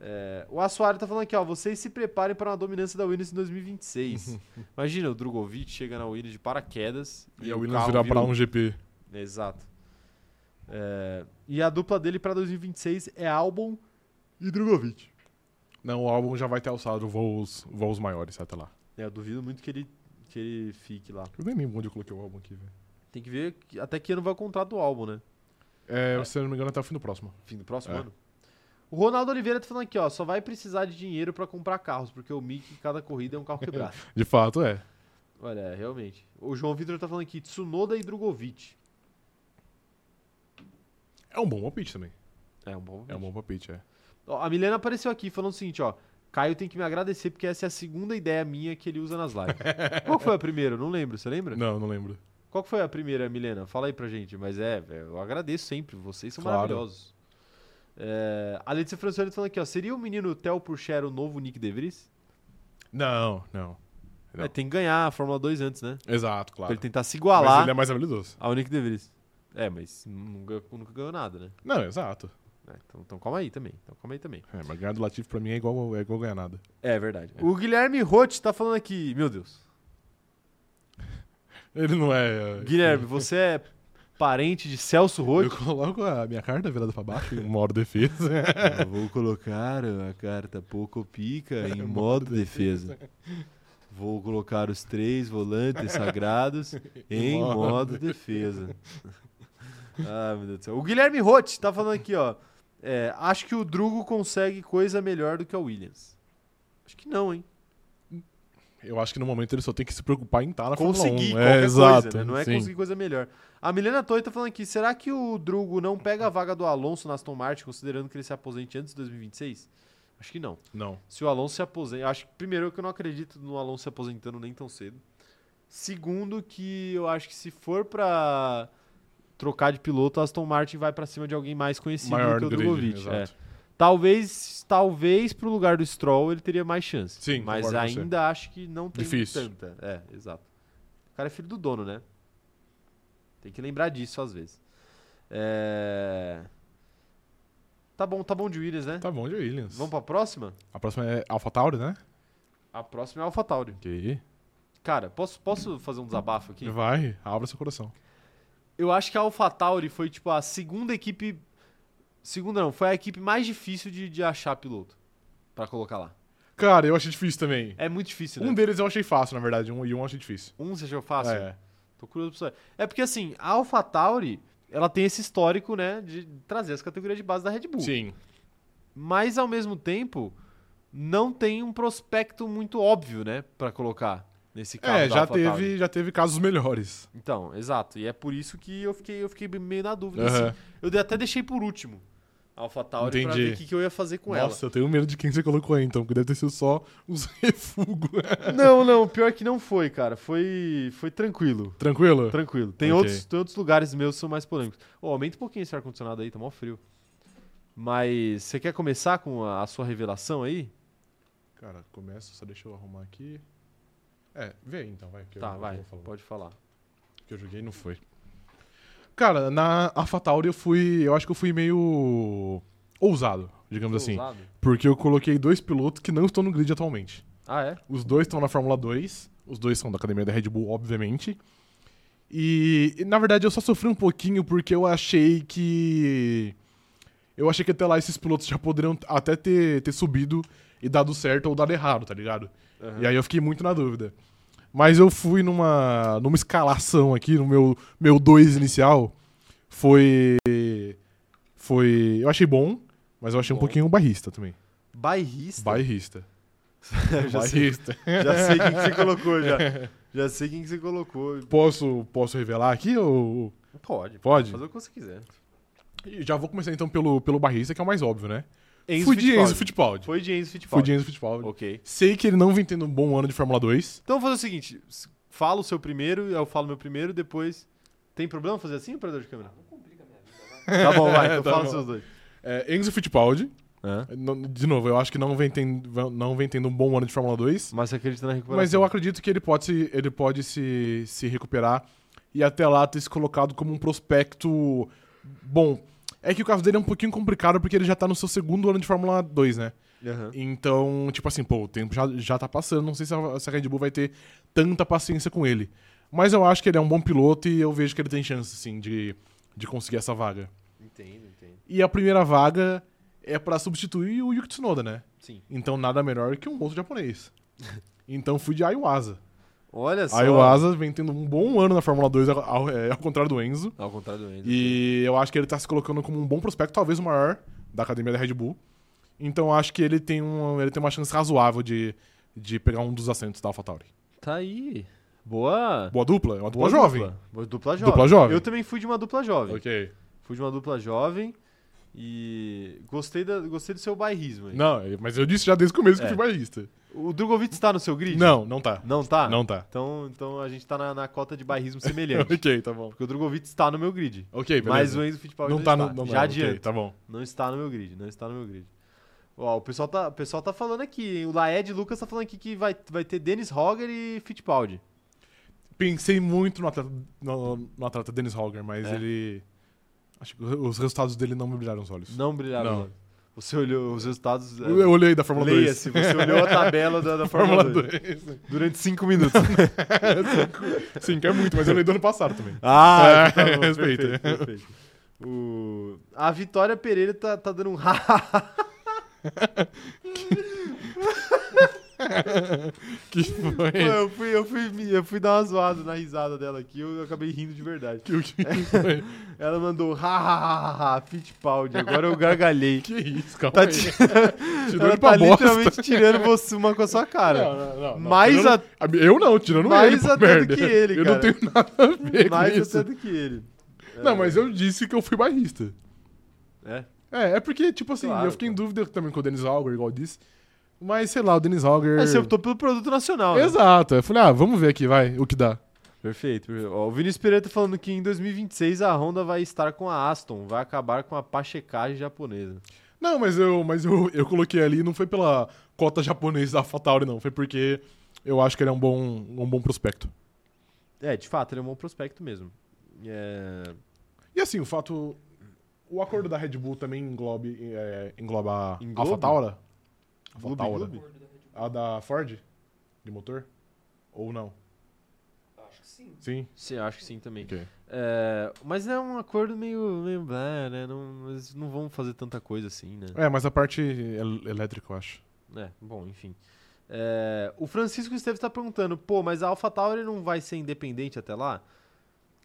[SPEAKER 1] É, o Assuário tá falando aqui, ó. Vocês se preparem para uma dominância da Williams em
[SPEAKER 2] *laughs*
[SPEAKER 1] 2026. Imagina, o Drogovic chega na Williams de paraquedas.
[SPEAKER 2] E a
[SPEAKER 1] o
[SPEAKER 2] Williams
[SPEAKER 1] carro
[SPEAKER 2] virar
[SPEAKER 1] vira
[SPEAKER 2] pra um GP.
[SPEAKER 1] Exato. É, e a dupla dele para 2026 é Albon e Drogovic.
[SPEAKER 2] Não, o álbum já vai ter alçado voos, voos maiores até lá.
[SPEAKER 1] É, eu duvido muito que ele, que ele fique lá.
[SPEAKER 2] Eu nem lembro onde eu coloquei o álbum aqui, velho.
[SPEAKER 1] Tem que ver que- até que ano vai o contrato do Albon, né?
[SPEAKER 2] É, se eu não me engano, até o fim do próximo.
[SPEAKER 1] Fim do próximo
[SPEAKER 2] É.
[SPEAKER 1] ano. O Ronaldo Oliveira tá falando aqui, ó. Só vai precisar de dinheiro para comprar carros, porque o Mick, cada corrida é um
[SPEAKER 2] *laughs*
[SPEAKER 1] carro quebrado.
[SPEAKER 2] De fato, é.
[SPEAKER 1] Olha, é, realmente. O João Vitor tá falando aqui, Tsunoda e Drogovic.
[SPEAKER 2] É um bom palpite também.
[SPEAKER 1] É um bom.
[SPEAKER 2] É um bom palpite, é.
[SPEAKER 1] Ó, a Milena apareceu aqui falando o seguinte, ó. Caio tem que me agradecer porque essa é a segunda ideia minha que ele usa nas
[SPEAKER 2] *laughs*
[SPEAKER 1] lives. Qual que foi a primeira? Eu Não lembro, você lembra?
[SPEAKER 2] Não, não lembro.
[SPEAKER 1] Qual que foi a primeira, Milena? Fala aí pra gente. Mas é, velho, eu agradeço sempre. Vocês são
[SPEAKER 2] Claro.
[SPEAKER 1] maravilhosos. É, a Letícia Francione tá falando aqui, ó. Seria o menino Theo Purcher o novo Nick De Vries?
[SPEAKER 2] Não, não. Não.
[SPEAKER 1] É, tem que ganhar a Fórmula 2 antes, né?
[SPEAKER 2] Exato,
[SPEAKER 1] Pra
[SPEAKER 2] claro.
[SPEAKER 1] ele tentar se
[SPEAKER 2] Mas
[SPEAKER 1] igualar
[SPEAKER 2] ele é mais habilidoso.
[SPEAKER 1] ao Nick De Vries. É, mas nunca, nunca ganhou nada, né?
[SPEAKER 2] Não, exato.
[SPEAKER 1] É, então, então calma aí também. Então calma aí também.
[SPEAKER 2] É, mas ganhar do Latif pra mim é igual, é igual ganhar nada.
[SPEAKER 1] É verdade. O Guilherme Roth tá falando aqui, meu Deus.
[SPEAKER 2] Ele não é. é,
[SPEAKER 1] Guilherme, você é parente de Celso
[SPEAKER 2] Eu
[SPEAKER 1] Roth?
[SPEAKER 2] coloco a minha carta virada pra baixo em modo defesa. *laughs*
[SPEAKER 1] *laughs* vou colocar a carta pouco pica em *laughs* modo defesa. Vou colocar os três volantes *laughs* sagrados em
[SPEAKER 2] modo
[SPEAKER 1] *laughs* modo defesa. Ah, meu Deus do céu. O Guilherme Roth tá falando aqui, ó. É, acho que o Drugo consegue coisa melhor do que a Williams. Acho que não, hein?
[SPEAKER 2] Eu acho que no momento ele só tem que se preocupar em estar na
[SPEAKER 1] conseguir
[SPEAKER 2] Fórmula 1.
[SPEAKER 1] qualquer
[SPEAKER 2] é,
[SPEAKER 1] coisa,
[SPEAKER 2] exato.
[SPEAKER 1] né? Não é
[SPEAKER 2] sim.
[SPEAKER 1] conseguir coisa melhor. A Milena Toy tá falando aqui, será que o Drugo não pega a vaga do Alonso na Aston Martin, considerando que ele se aposente antes de 2026? Acho que não.
[SPEAKER 2] Não.
[SPEAKER 1] Se o Alonso se aposenta... Acho que, primeiro, que eu não acredito no Alonso se aposentando nem tão cedo. Segundo, que eu acho que se for pra trocar de piloto, a Aston Martin vai pra cima de alguém mais conhecido
[SPEAKER 2] Maior
[SPEAKER 1] do que o
[SPEAKER 2] grid,
[SPEAKER 1] Drogovic. É.
[SPEAKER 2] exato.
[SPEAKER 1] Talvez, talvez pro lugar do Stroll ele teria mais chance.
[SPEAKER 2] Sim,
[SPEAKER 1] mas
[SPEAKER 2] concordo com você.
[SPEAKER 1] ainda acho que não tem
[SPEAKER 2] Difícil.
[SPEAKER 1] tanta. É, exato. O cara é filho do dono, né? Tem que lembrar disso às vezes. É... Tá bom, tá bom de Williams, né?
[SPEAKER 2] Tá bom de Williams.
[SPEAKER 1] Vamos pra próxima?
[SPEAKER 2] A próxima é AlphaTauri, né?
[SPEAKER 1] A próxima é AlphaTauri.
[SPEAKER 2] Ok.
[SPEAKER 1] Cara, posso, posso fazer um desabafo aqui?
[SPEAKER 2] Vai, abra seu coração.
[SPEAKER 1] Eu acho que a AlphaTauri foi tipo a segunda equipe. Segunda não, foi a equipe mais difícil de, de achar piloto. pra colocar lá.
[SPEAKER 2] Cara, eu achei difícil também.
[SPEAKER 1] É muito difícil, né?
[SPEAKER 2] Um deles eu achei fácil, na verdade. Um e um eu achei difícil.
[SPEAKER 1] Um seja eu fácil.
[SPEAKER 2] É.
[SPEAKER 1] Tô curioso pra saber. É porque assim, a AlphaTauri, ela tem esse histórico, né, de trazer as categorias de base da Red Bull.
[SPEAKER 2] Sim.
[SPEAKER 1] Mas ao mesmo tempo, não tem um prospecto muito óbvio, né, Pra colocar nesse carro.
[SPEAKER 2] É,
[SPEAKER 1] da
[SPEAKER 2] já
[SPEAKER 1] AlphaTauri.
[SPEAKER 2] teve, já teve casos melhores.
[SPEAKER 1] Então, exato. E é por isso que eu fiquei, eu fiquei meio na dúvida.
[SPEAKER 2] Aham.
[SPEAKER 1] assim. Eu de- até deixei por último a AlphaTauri pra
[SPEAKER 2] Entendi.
[SPEAKER 1] ver o que, que eu ia fazer com
[SPEAKER 2] Nossa, eu tenho medo de quem você colocou aí, então, que deve ter sido só os *laughs* refugos.
[SPEAKER 1] ela. *laughs* Não, não, pior que não foi, cara. Foi, foi tranquilo.
[SPEAKER 2] Tranquilo?
[SPEAKER 1] Tranquilo. Tem,
[SPEAKER 2] Ok.
[SPEAKER 1] outros, tem outros lugares meus que são mais polêmicos. Ô, aumenta um pouquinho esse ar-condicionado aí, tá mó frio. Mas você quer começar com a, a sua revelação aí?
[SPEAKER 2] Cara, começa, só deixa eu arrumar aqui. É, vê aí então, vai. Que
[SPEAKER 1] tá,
[SPEAKER 2] eu,
[SPEAKER 1] vai.
[SPEAKER 2] Eu vou falar.
[SPEAKER 1] Pode falar.
[SPEAKER 2] que eu joguei não foi. Cara, na AlphaTauri eu fui. Eu acho que eu fui meio. ousado, digamos assim.
[SPEAKER 1] Ousado?
[SPEAKER 2] Porque eu coloquei dois pilotos que não estão no grid atualmente.
[SPEAKER 1] Ah, é?
[SPEAKER 2] Os dois estão na Fórmula 2, os dois são da academia da Red Bull, obviamente. E, e, na verdade eu só sofri um pouquinho porque eu achei que. Eu achei que até lá esses pilotos já poderiam t- até ter, ter subido e dado certo ou dado errado, tá ligado? E aí eu fiquei muito na dúvida. Mas eu fui numa, numa escalação aqui, no meu 2 meu dois inicial. Foi. Foi. Eu achei bom, mas eu achei um
[SPEAKER 1] Bom.
[SPEAKER 2] pouquinho barrista também.
[SPEAKER 1] Bairrista?
[SPEAKER 2] Bairrista.
[SPEAKER 1] Eu *laughs* já, sei,
[SPEAKER 2] Bairrista.
[SPEAKER 1] já sei quem que você colocou,
[SPEAKER 2] *laughs*
[SPEAKER 1] já. Já sei quem que você colocou.
[SPEAKER 2] Posso, posso revelar aqui ou.
[SPEAKER 1] Pode.
[SPEAKER 2] Pode?
[SPEAKER 1] Fazer o que você quiser.
[SPEAKER 2] E Já vou começar então pelo, pelo barrista, que é o mais óbvio, né?
[SPEAKER 1] Enzo
[SPEAKER 2] fui de
[SPEAKER 1] Fittipaldi.
[SPEAKER 2] Enzo Fittipaldi.
[SPEAKER 1] Foi de Enzo Fittipaldi.
[SPEAKER 2] Fui de Enzo Fittipaldi.
[SPEAKER 1] Ok.
[SPEAKER 2] Sei que ele não vem tendo um bom ano de Fórmula 2.
[SPEAKER 1] Então vamos fazer o seguinte: s- fala o seu primeiro, eu falo meu primeiro, depois. Tem problema fazer assim, operador de câmera?
[SPEAKER 5] Não complica minha vida,
[SPEAKER 2] *laughs*
[SPEAKER 5] vai.
[SPEAKER 1] Tá bom, vai, então
[SPEAKER 2] Tá
[SPEAKER 1] fala
[SPEAKER 2] bom.
[SPEAKER 1] os seus dois.
[SPEAKER 2] É, Enzo Fittipaldi,
[SPEAKER 1] Hã?
[SPEAKER 2] não- de novo, eu acho que não vem, tendo, não vem tendo um bom ano de Fórmula 2.
[SPEAKER 1] Mas você acredita na recuperação?
[SPEAKER 2] Mas eu acredito que ele pode, se, ele pode se, se recuperar e até lá ter se colocado como um prospecto bom. É que o caso dele é um pouquinho complicado porque ele já tá no seu segundo ano de Fórmula 2, né?
[SPEAKER 1] Aham.
[SPEAKER 2] Então, tipo assim, pô, o tempo já, já tá passando, não sei se a, se a Red Bull vai ter tanta paciência com ele. Mas eu acho que ele é um bom piloto e eu vejo que ele tem chance, sim, de, de conseguir essa vaga.
[SPEAKER 1] Entendo, entendo.
[SPEAKER 2] E a primeira vaga é pra substituir o Yuki Tsunoda, né?
[SPEAKER 1] Sim.
[SPEAKER 2] Então nada melhor que um outro japonês. Então fui de Ayuasa.
[SPEAKER 1] Olha só.
[SPEAKER 2] Ayuasa vem tendo um bom ano na Fórmula 2, ao, ao- é, ao contrário do Enzo.
[SPEAKER 1] Ao contrário do Enzo.
[SPEAKER 2] E eu acho que ele tá se colocando como um bom prospecto, talvez o maior da academia da Red Bull. Então eu acho que ele tem, um, ele tem uma chance razoável de, de pegar um dos assentos da AlphaTauri.
[SPEAKER 1] Tá aí. Boa.
[SPEAKER 2] Boa dupla? É uma
[SPEAKER 1] boa
[SPEAKER 2] dupla jovem.
[SPEAKER 1] Dupla. Boa dupla jovem.
[SPEAKER 2] Dupla jovem.
[SPEAKER 1] Eu também fui de uma dupla jovem.
[SPEAKER 2] Ok.
[SPEAKER 1] Fui de uma dupla jovem e gostei, da, gostei do seu bairrismo aí.
[SPEAKER 2] Não, é- mas eu disse já desde o começo
[SPEAKER 1] É.
[SPEAKER 2] que eu fui bairrista.
[SPEAKER 1] O Drogovic está no seu grid?
[SPEAKER 2] Não, não tá.
[SPEAKER 1] Não tá?
[SPEAKER 2] Não tá.
[SPEAKER 1] Então, então a gente tá na, na cota de
[SPEAKER 2] *laughs*
[SPEAKER 1] bairrismo semelhante.
[SPEAKER 2] ok, tá bom.
[SPEAKER 1] porque o Drogovic está no meu grid.
[SPEAKER 2] Ok, beleza.
[SPEAKER 1] Mas o Enzo Fittipaldi não,
[SPEAKER 2] não tá
[SPEAKER 1] está.
[SPEAKER 2] no. Não,
[SPEAKER 1] Já
[SPEAKER 2] é, ok,
[SPEAKER 1] adianta.
[SPEAKER 2] tá bom.
[SPEAKER 1] Não está no meu grid, não está no meu grid. Ó, o pessoal tá, o pessoal tá falando aqui, hein? O Laed Lucas tá falando aqui que vai, vai ter Dennis Hogger e Fittipaldi.
[SPEAKER 2] Pensei muito no atleta, no, no atleta Dennis Hauger, mas
[SPEAKER 1] É.
[SPEAKER 2] ele. Acho que os resultados dele não me brilharam os olhos.
[SPEAKER 1] Não brilharam.
[SPEAKER 2] Não.
[SPEAKER 1] Não. Você olhou os resultados. é,
[SPEAKER 2] Eu eu olhei da Fórmula 2.
[SPEAKER 1] Leia-se, você olhou a tabela
[SPEAKER 2] *laughs*
[SPEAKER 1] da, da assim, Fórmula,
[SPEAKER 2] Fórmula
[SPEAKER 1] 2
[SPEAKER 2] 2.
[SPEAKER 1] durante cinco minutos.
[SPEAKER 2] Sim, quer muito, mas eu leio do ano passado também.
[SPEAKER 1] *laughs* ah,
[SPEAKER 2] *laughs* É,
[SPEAKER 1] então tá bom,
[SPEAKER 2] respeita.
[SPEAKER 1] perfeito, perfeito. O... A Vitória Pereira tá, tá dando um *laughs*
[SPEAKER 2] Que foi?
[SPEAKER 1] Pô, eu, fui, eu, fui, me- eu fui dar uma zoada na risada dela aqui, eu acabei rindo de verdade.
[SPEAKER 2] Que, que, que foi?
[SPEAKER 1] Ela mandou ha ha ha ha, ha Fittipaldi, agora eu gargalhei.
[SPEAKER 2] Que é isso, calma
[SPEAKER 1] Tá
[SPEAKER 2] aí.
[SPEAKER 1] ti-
[SPEAKER 2] Tirou
[SPEAKER 1] Ela
[SPEAKER 2] ele pra
[SPEAKER 1] tá
[SPEAKER 2] bosta.
[SPEAKER 1] literalmente tirando você uma com a sua *laughs* cara.
[SPEAKER 2] Não, não, não, não.
[SPEAKER 1] mais
[SPEAKER 2] Tirando- *laughs*
[SPEAKER 1] a-
[SPEAKER 2] a- Eu não, tirando
[SPEAKER 1] mais
[SPEAKER 2] ele, pô,
[SPEAKER 1] até do
[SPEAKER 2] merda.
[SPEAKER 1] que ele,
[SPEAKER 2] Eu
[SPEAKER 1] cara.
[SPEAKER 2] não tenho nada a ver
[SPEAKER 1] Mais
[SPEAKER 2] com isso.
[SPEAKER 1] até do que ele.
[SPEAKER 2] Não, mas eu disse que eu fui barrista.
[SPEAKER 1] É.
[SPEAKER 2] É, é porque, tipo assim,
[SPEAKER 1] Claro,
[SPEAKER 2] eu fiquei em
[SPEAKER 1] pô.
[SPEAKER 2] dúvida também com o Dennis Auger, igual eu disse. Mas, sei lá, o Dennis Auger...
[SPEAKER 1] Aí É, você optou pelo produto nacional. né?
[SPEAKER 2] É. Exato. Eu falei, ah, vamos ver aqui, vai, o que dá.
[SPEAKER 1] Perfeito. perfeito. Ó, o Vinícius Pereira tá falando que em 2026 a Honda vai estar com a Aston, vai acabar com a pachecagem japonesa.
[SPEAKER 2] Não, mas eu, mas eu, eu coloquei ali, não foi pela cota japonesa da AlphaTauri, não. Foi porque eu acho que ele é um bom, um bom prospecto.
[SPEAKER 1] É, de fato, ele é um bom prospecto mesmo. É,
[SPEAKER 2] E assim, o fato. O acordo da Red Bull também englobe, é, engloba a
[SPEAKER 1] Engloba?
[SPEAKER 2] AlphaTauri?
[SPEAKER 1] Globo
[SPEAKER 2] AlphaTauri?
[SPEAKER 1] Globo?
[SPEAKER 5] Acordo da Red Bull.
[SPEAKER 2] A da Ford? De motor? Ou não?
[SPEAKER 5] Acho que sim.
[SPEAKER 2] Sim.
[SPEAKER 1] Sim, eu acho que sim também.
[SPEAKER 2] Ok.
[SPEAKER 1] É, mas é um acordo meio. meio ah, blá, né? Não, eles não vão fazer tanta coisa assim, né?
[SPEAKER 2] É, mas a parte el- elétrica, eu acho.
[SPEAKER 1] É, bom, enfim. É, o Francisco Esteves tá perguntando, pô, mas a AlphaTauri não vai ser independente até lá?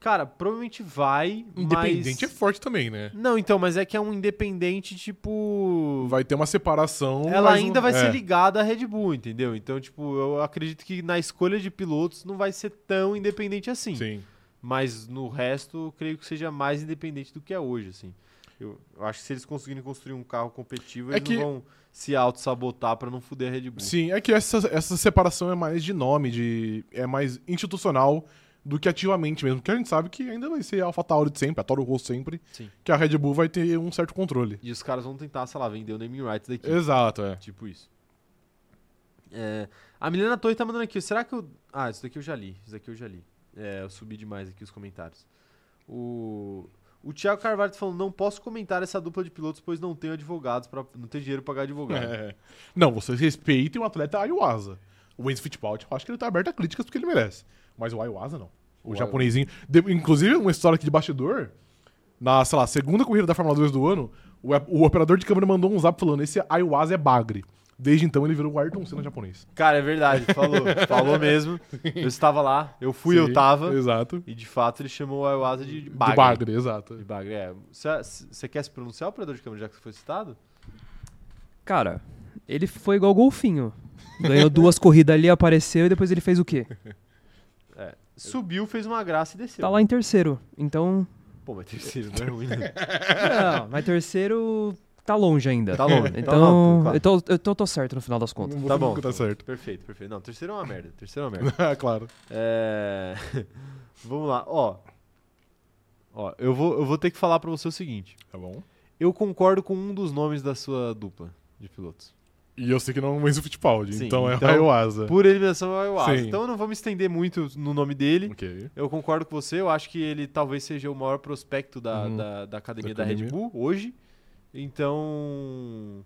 [SPEAKER 1] Cara, provavelmente vai,
[SPEAKER 2] Independente é
[SPEAKER 1] mas...
[SPEAKER 2] forte também, né?
[SPEAKER 1] Não, então, mas é que é um independente, tipo...
[SPEAKER 2] Vai ter uma separação.
[SPEAKER 1] Ela
[SPEAKER 2] mas
[SPEAKER 1] ainda
[SPEAKER 2] não-
[SPEAKER 1] vai
[SPEAKER 2] é.
[SPEAKER 1] ser ligada à Red Bull, entendeu? Então, tipo, eu acredito que na escolha de pilotos não vai ser tão independente assim.
[SPEAKER 2] Sim.
[SPEAKER 1] Mas no resto, eu creio que seja mais independente do que é hoje, assim. Eu eu acho que se eles conseguirem construir um carro competitivo,
[SPEAKER 2] É
[SPEAKER 1] eles
[SPEAKER 2] que-
[SPEAKER 1] não vão se auto-sabotar pra não fuder a Red Bull.
[SPEAKER 2] Sim, é que essa, essa separação é mais de nome, de é mais institucional do que ativamente mesmo. Porque a gente sabe que ainda vai ser a AlphaTauri de sempre, a Toro Rosso sempre,
[SPEAKER 1] Sim.
[SPEAKER 2] que a Red Bull vai ter um certo controle.
[SPEAKER 1] E os caras vão tentar, sei lá, vender o naming rights daqui.
[SPEAKER 2] Exato, é.
[SPEAKER 1] Tipo isso. É, a Milena Torre tá mandando aqui. Será que eu. Ah, isso daqui eu já li. Isso daqui eu já li. É, eu subi demais aqui os comentários. O. O Thiago Carvalho tá falando, não posso comentar essa dupla de pilotos, pois não tenho advogados, pra, não tenho dinheiro pra pagar advogado.
[SPEAKER 2] É. Não, vocês respeitem o atleta Ayuasa. O Enzo Fittipaldi, eu acho que ele tá aberto a críticas porque ele merece. Mas o Ayuasa não. O,
[SPEAKER 1] O
[SPEAKER 2] japonesinho. De- inclusive, uma história aqui de bastidor. Na, sei lá, segunda corrida da Fórmula 2 do ano, o, ap- o operador de câmera mandou um zap falando: esse Ayuasa é bagre. Desde então ele virou o Ayrton Senna japonês.
[SPEAKER 1] Cara, é verdade, falou. *laughs* falou mesmo. Eu estava lá, eu fui, eu
[SPEAKER 2] Sim,
[SPEAKER 1] tava.
[SPEAKER 2] Exato.
[SPEAKER 1] E de fato ele chamou o Ayahuasca de
[SPEAKER 2] De
[SPEAKER 1] bagre.
[SPEAKER 2] bagre, exato.
[SPEAKER 1] De bagre, é. Você quer se pronunciar, operador de câmera, já que você foi citado?
[SPEAKER 5] Cara, ele foi igual o golfinho.
[SPEAKER 1] *laughs*
[SPEAKER 5] Ganhou duas corridas ali, apareceu e depois ele fez o quê?
[SPEAKER 1] Subiu, fez uma graça e desceu.
[SPEAKER 5] Tá lá em terceiro.
[SPEAKER 1] *laughs*
[SPEAKER 5] Então.
[SPEAKER 1] Pô, mas terceiro não é ruim, né?
[SPEAKER 5] Não, mas terceiro tá longe ainda.
[SPEAKER 1] Tá longe, tá
[SPEAKER 5] Então,
[SPEAKER 1] longe, tá.
[SPEAKER 5] eu, tô, eu tô- tô certo no final das contas.
[SPEAKER 2] Não vou
[SPEAKER 1] Tá
[SPEAKER 2] falar
[SPEAKER 1] bom.
[SPEAKER 2] que
[SPEAKER 1] *laughs*
[SPEAKER 2] Tá certo.
[SPEAKER 1] Perfeito, perfeito. Não, terceiro é uma merda. Terceiro é
[SPEAKER 2] *laughs*
[SPEAKER 1] uma merda.
[SPEAKER 2] Ah, claro.
[SPEAKER 1] É, *laughs* Vamos lá, ó. Ó, eu vou, eu vou ter que falar pra você o seguinte.
[SPEAKER 2] Tá bom.
[SPEAKER 1] Eu concordo com um dos nomes da sua dupla de pilotos.
[SPEAKER 2] E eu sei que não é o Enzo Fittipaldi,
[SPEAKER 1] Sim,
[SPEAKER 2] então é o
[SPEAKER 1] então-
[SPEAKER 2] Ayuasa.
[SPEAKER 1] Por eliminação é o Asa.
[SPEAKER 2] Sim.
[SPEAKER 1] Então eu não vou me estender muito no nome dele.
[SPEAKER 2] Ok.
[SPEAKER 1] Eu concordo com você. Eu acho que ele talvez seja o maior prospecto da,
[SPEAKER 2] Uhum.
[SPEAKER 1] da, da academia
[SPEAKER 2] Da
[SPEAKER 1] da, Red
[SPEAKER 2] academia.
[SPEAKER 1] Bull hoje. Então.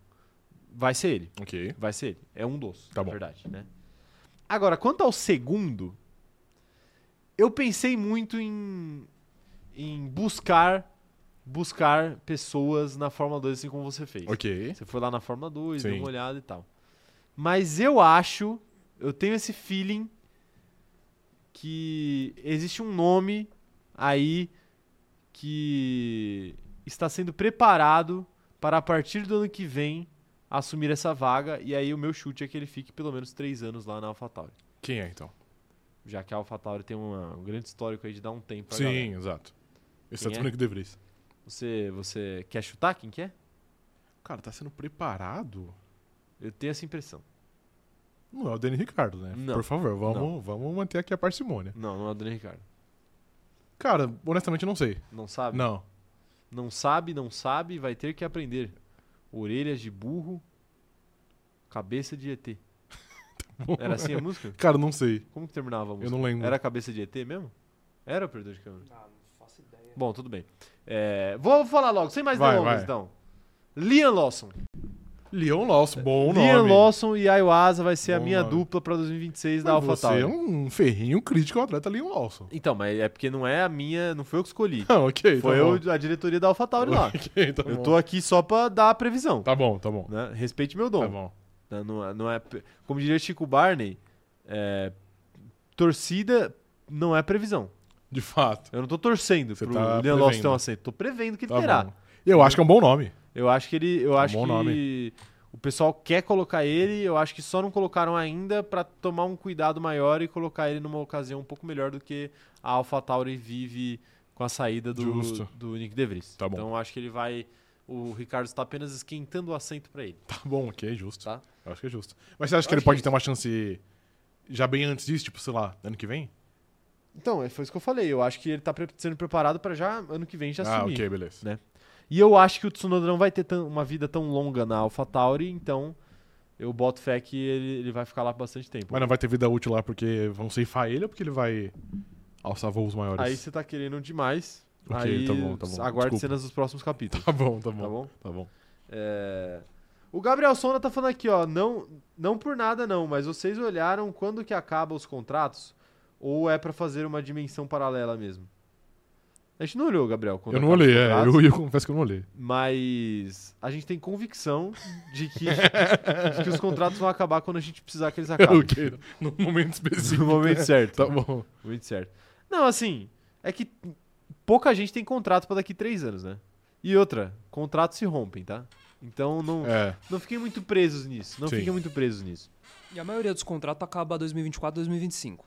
[SPEAKER 1] Vai ser ele.
[SPEAKER 2] Ok.
[SPEAKER 1] Vai ser ele. É um dos,
[SPEAKER 2] Tá
[SPEAKER 1] na
[SPEAKER 2] bom.
[SPEAKER 1] verdade, né? Agora, quanto ao segundo, eu pensei muito em, em buscar buscar pessoas na Fórmula 2, assim como você fez.
[SPEAKER 2] Ok.
[SPEAKER 1] Você foi lá na Fórmula 2, deu
[SPEAKER 2] Sim.
[SPEAKER 1] uma olhada e tal. Mas eu acho, eu tenho esse feeling que existe um nome aí que está sendo preparado para a partir do ano que vem assumir essa vaga. E aí o meu chute é que ele fique pelo menos três anos lá na AlphaTauri.
[SPEAKER 2] Quem é então?
[SPEAKER 1] Já que a AlphaTauri tem uma- um grande histórico aí de dar um tempo pra
[SPEAKER 2] Sim,
[SPEAKER 1] galera.
[SPEAKER 2] exato. Exceto
[SPEAKER 1] Quem
[SPEAKER 2] é?
[SPEAKER 1] é?
[SPEAKER 2] o Nick De Vries.
[SPEAKER 1] Você, você quer chutar quem que é?
[SPEAKER 2] Cara, tá sendo preparado?
[SPEAKER 1] Eu tenho essa impressão.
[SPEAKER 2] Não é o Danny Ricardo, né?
[SPEAKER 1] Não.
[SPEAKER 2] Por favor, vamos, vamos manter aqui a parcimônia.
[SPEAKER 1] Não, não é o Daniel Ricardo.
[SPEAKER 2] Cara, honestamente eu não sei.
[SPEAKER 1] Não sabe?
[SPEAKER 2] Não.
[SPEAKER 1] Não sabe, não sabe, vai ter que aprender. Orelhas de burro, cabeça de ET.
[SPEAKER 2] *laughs*
[SPEAKER 1] Era assim a música?
[SPEAKER 2] Cara, não sei.
[SPEAKER 1] Como que terminava a
[SPEAKER 2] Eu
[SPEAKER 1] música?
[SPEAKER 2] não lembro.
[SPEAKER 1] Era cabeça de ET mesmo? Era o perdão de câmera.
[SPEAKER 6] Ah, não faço ideia.
[SPEAKER 1] Bom, tudo bem. É, vou falar logo, sem mais
[SPEAKER 2] Vai,
[SPEAKER 1] delongas
[SPEAKER 2] vai.
[SPEAKER 1] então. Liam Lawson.
[SPEAKER 2] Leon Lawson, bom nome.
[SPEAKER 1] Liam Lawson e Ayahuasca vai ser a
[SPEAKER 2] Bom
[SPEAKER 1] minha
[SPEAKER 2] nome.
[SPEAKER 1] dupla pra 2026
[SPEAKER 2] Mas
[SPEAKER 1] da
[SPEAKER 2] Você é
[SPEAKER 1] AlphaTauri.
[SPEAKER 2] um ferrinho crítico ao atleta Leon Lawson. *laughs*
[SPEAKER 1] Então, mas é porque não é a minha, não foi eu que escolhi.
[SPEAKER 2] Não, ok.
[SPEAKER 1] Foi
[SPEAKER 2] tá bom.
[SPEAKER 1] eu, a diretoria da AlphaTauri lá.
[SPEAKER 2] *laughs* Ok, tá
[SPEAKER 1] Eu
[SPEAKER 2] bom.
[SPEAKER 1] tô aqui só pra dar a previsão.
[SPEAKER 2] Tá bom, tá bom.
[SPEAKER 1] né? Respeite meu dom.
[SPEAKER 2] Tá bom.
[SPEAKER 1] Né? Não, é- não é, pe- como diria Chico Barney, é, torcida não é previsão.
[SPEAKER 2] De fato.
[SPEAKER 1] Eu não tô torcendo
[SPEAKER 2] Você
[SPEAKER 1] pro
[SPEAKER 2] tá
[SPEAKER 1] Leon Lawson
[SPEAKER 2] prevendo.
[SPEAKER 1] ter um aceito. Tô prevendo que ele
[SPEAKER 2] Tá
[SPEAKER 1] terá.
[SPEAKER 2] bom. Eu acho que é um bom nome.
[SPEAKER 1] Eu acho que ele. Eu
[SPEAKER 2] um
[SPEAKER 1] acho
[SPEAKER 2] bom
[SPEAKER 1] que
[SPEAKER 2] nome.
[SPEAKER 1] o pessoal quer colocar ele. Eu acho que só não colocaram ainda pra tomar um cuidado maior e colocar ele numa ocasião um pouco melhor do que a AlphaTauri vive com a saída do,
[SPEAKER 2] Justo.
[SPEAKER 1] do Nick DeVries.
[SPEAKER 2] Tá bom.
[SPEAKER 1] Então eu acho que ele vai. O Ricardo está apenas esquentando o assento pra ele.
[SPEAKER 2] Tá bom, ok, justo.
[SPEAKER 1] Tá.
[SPEAKER 2] Eu acho que é justo. Mas você acha que
[SPEAKER 1] Eu
[SPEAKER 2] ele
[SPEAKER 1] acho
[SPEAKER 2] pode
[SPEAKER 1] que é
[SPEAKER 2] ter uma chance já bem antes disso, tipo, sei lá, ano que vem?
[SPEAKER 1] Então, é- foi isso que eu falei. Eu acho que ele tá pre- sendo preparado pra já ano que vem já
[SPEAKER 2] ah,
[SPEAKER 1] assumir.
[SPEAKER 2] ok, beleza.
[SPEAKER 1] E eu acho que o Tsunoda não vai ter tão- uma vida tão longa na AlphaTauri, então eu boto fé que ele, ele vai ficar lá por bastante tempo.
[SPEAKER 2] Mas não vai ter vida útil lá porque vão ceifar ele ou porque ele vai alçar voos maiores? *laughs*
[SPEAKER 1] Aí você tá querendo demais.
[SPEAKER 2] Ok,
[SPEAKER 1] aí
[SPEAKER 2] tá bom, tá bom.
[SPEAKER 1] aguarde
[SPEAKER 2] Desculpa.
[SPEAKER 1] cenas dos próximos capítulos,
[SPEAKER 2] Tá bom, tá bom.
[SPEAKER 1] tá bom?
[SPEAKER 2] Tá bom.
[SPEAKER 1] É, O Gabriel Sona tá falando aqui, ó, não, não por nada não, mas vocês olharam quando que acaba os contratos? Ou é pra fazer uma dimensão paralela mesmo? A gente não olhou, Gabriel. quando
[SPEAKER 2] Eu não
[SPEAKER 1] acaba os
[SPEAKER 2] olhei, é,
[SPEAKER 1] contratos,
[SPEAKER 2] eu, eu confesso que eu não olhei.
[SPEAKER 1] Mas a gente tem convicção de
[SPEAKER 2] *laughs*
[SPEAKER 1] que, de que os contratos vão acabar quando a gente precisar que eles acabem.
[SPEAKER 2] Tá, *laughs* ok, no momento específico.
[SPEAKER 1] No momento certo.
[SPEAKER 2] *laughs* Tá bom.
[SPEAKER 1] Muito certo. Não, assim, é que pouca gente tem contrato pra daqui três anos, né? E outra, contratos se rompem, tá? Então não,
[SPEAKER 2] É,
[SPEAKER 1] não fiquem muito presos nisso. Não
[SPEAKER 2] Sim.
[SPEAKER 1] fiquem muito presos nisso.
[SPEAKER 5] E a maioria dos contratos acaba 2024, 2025.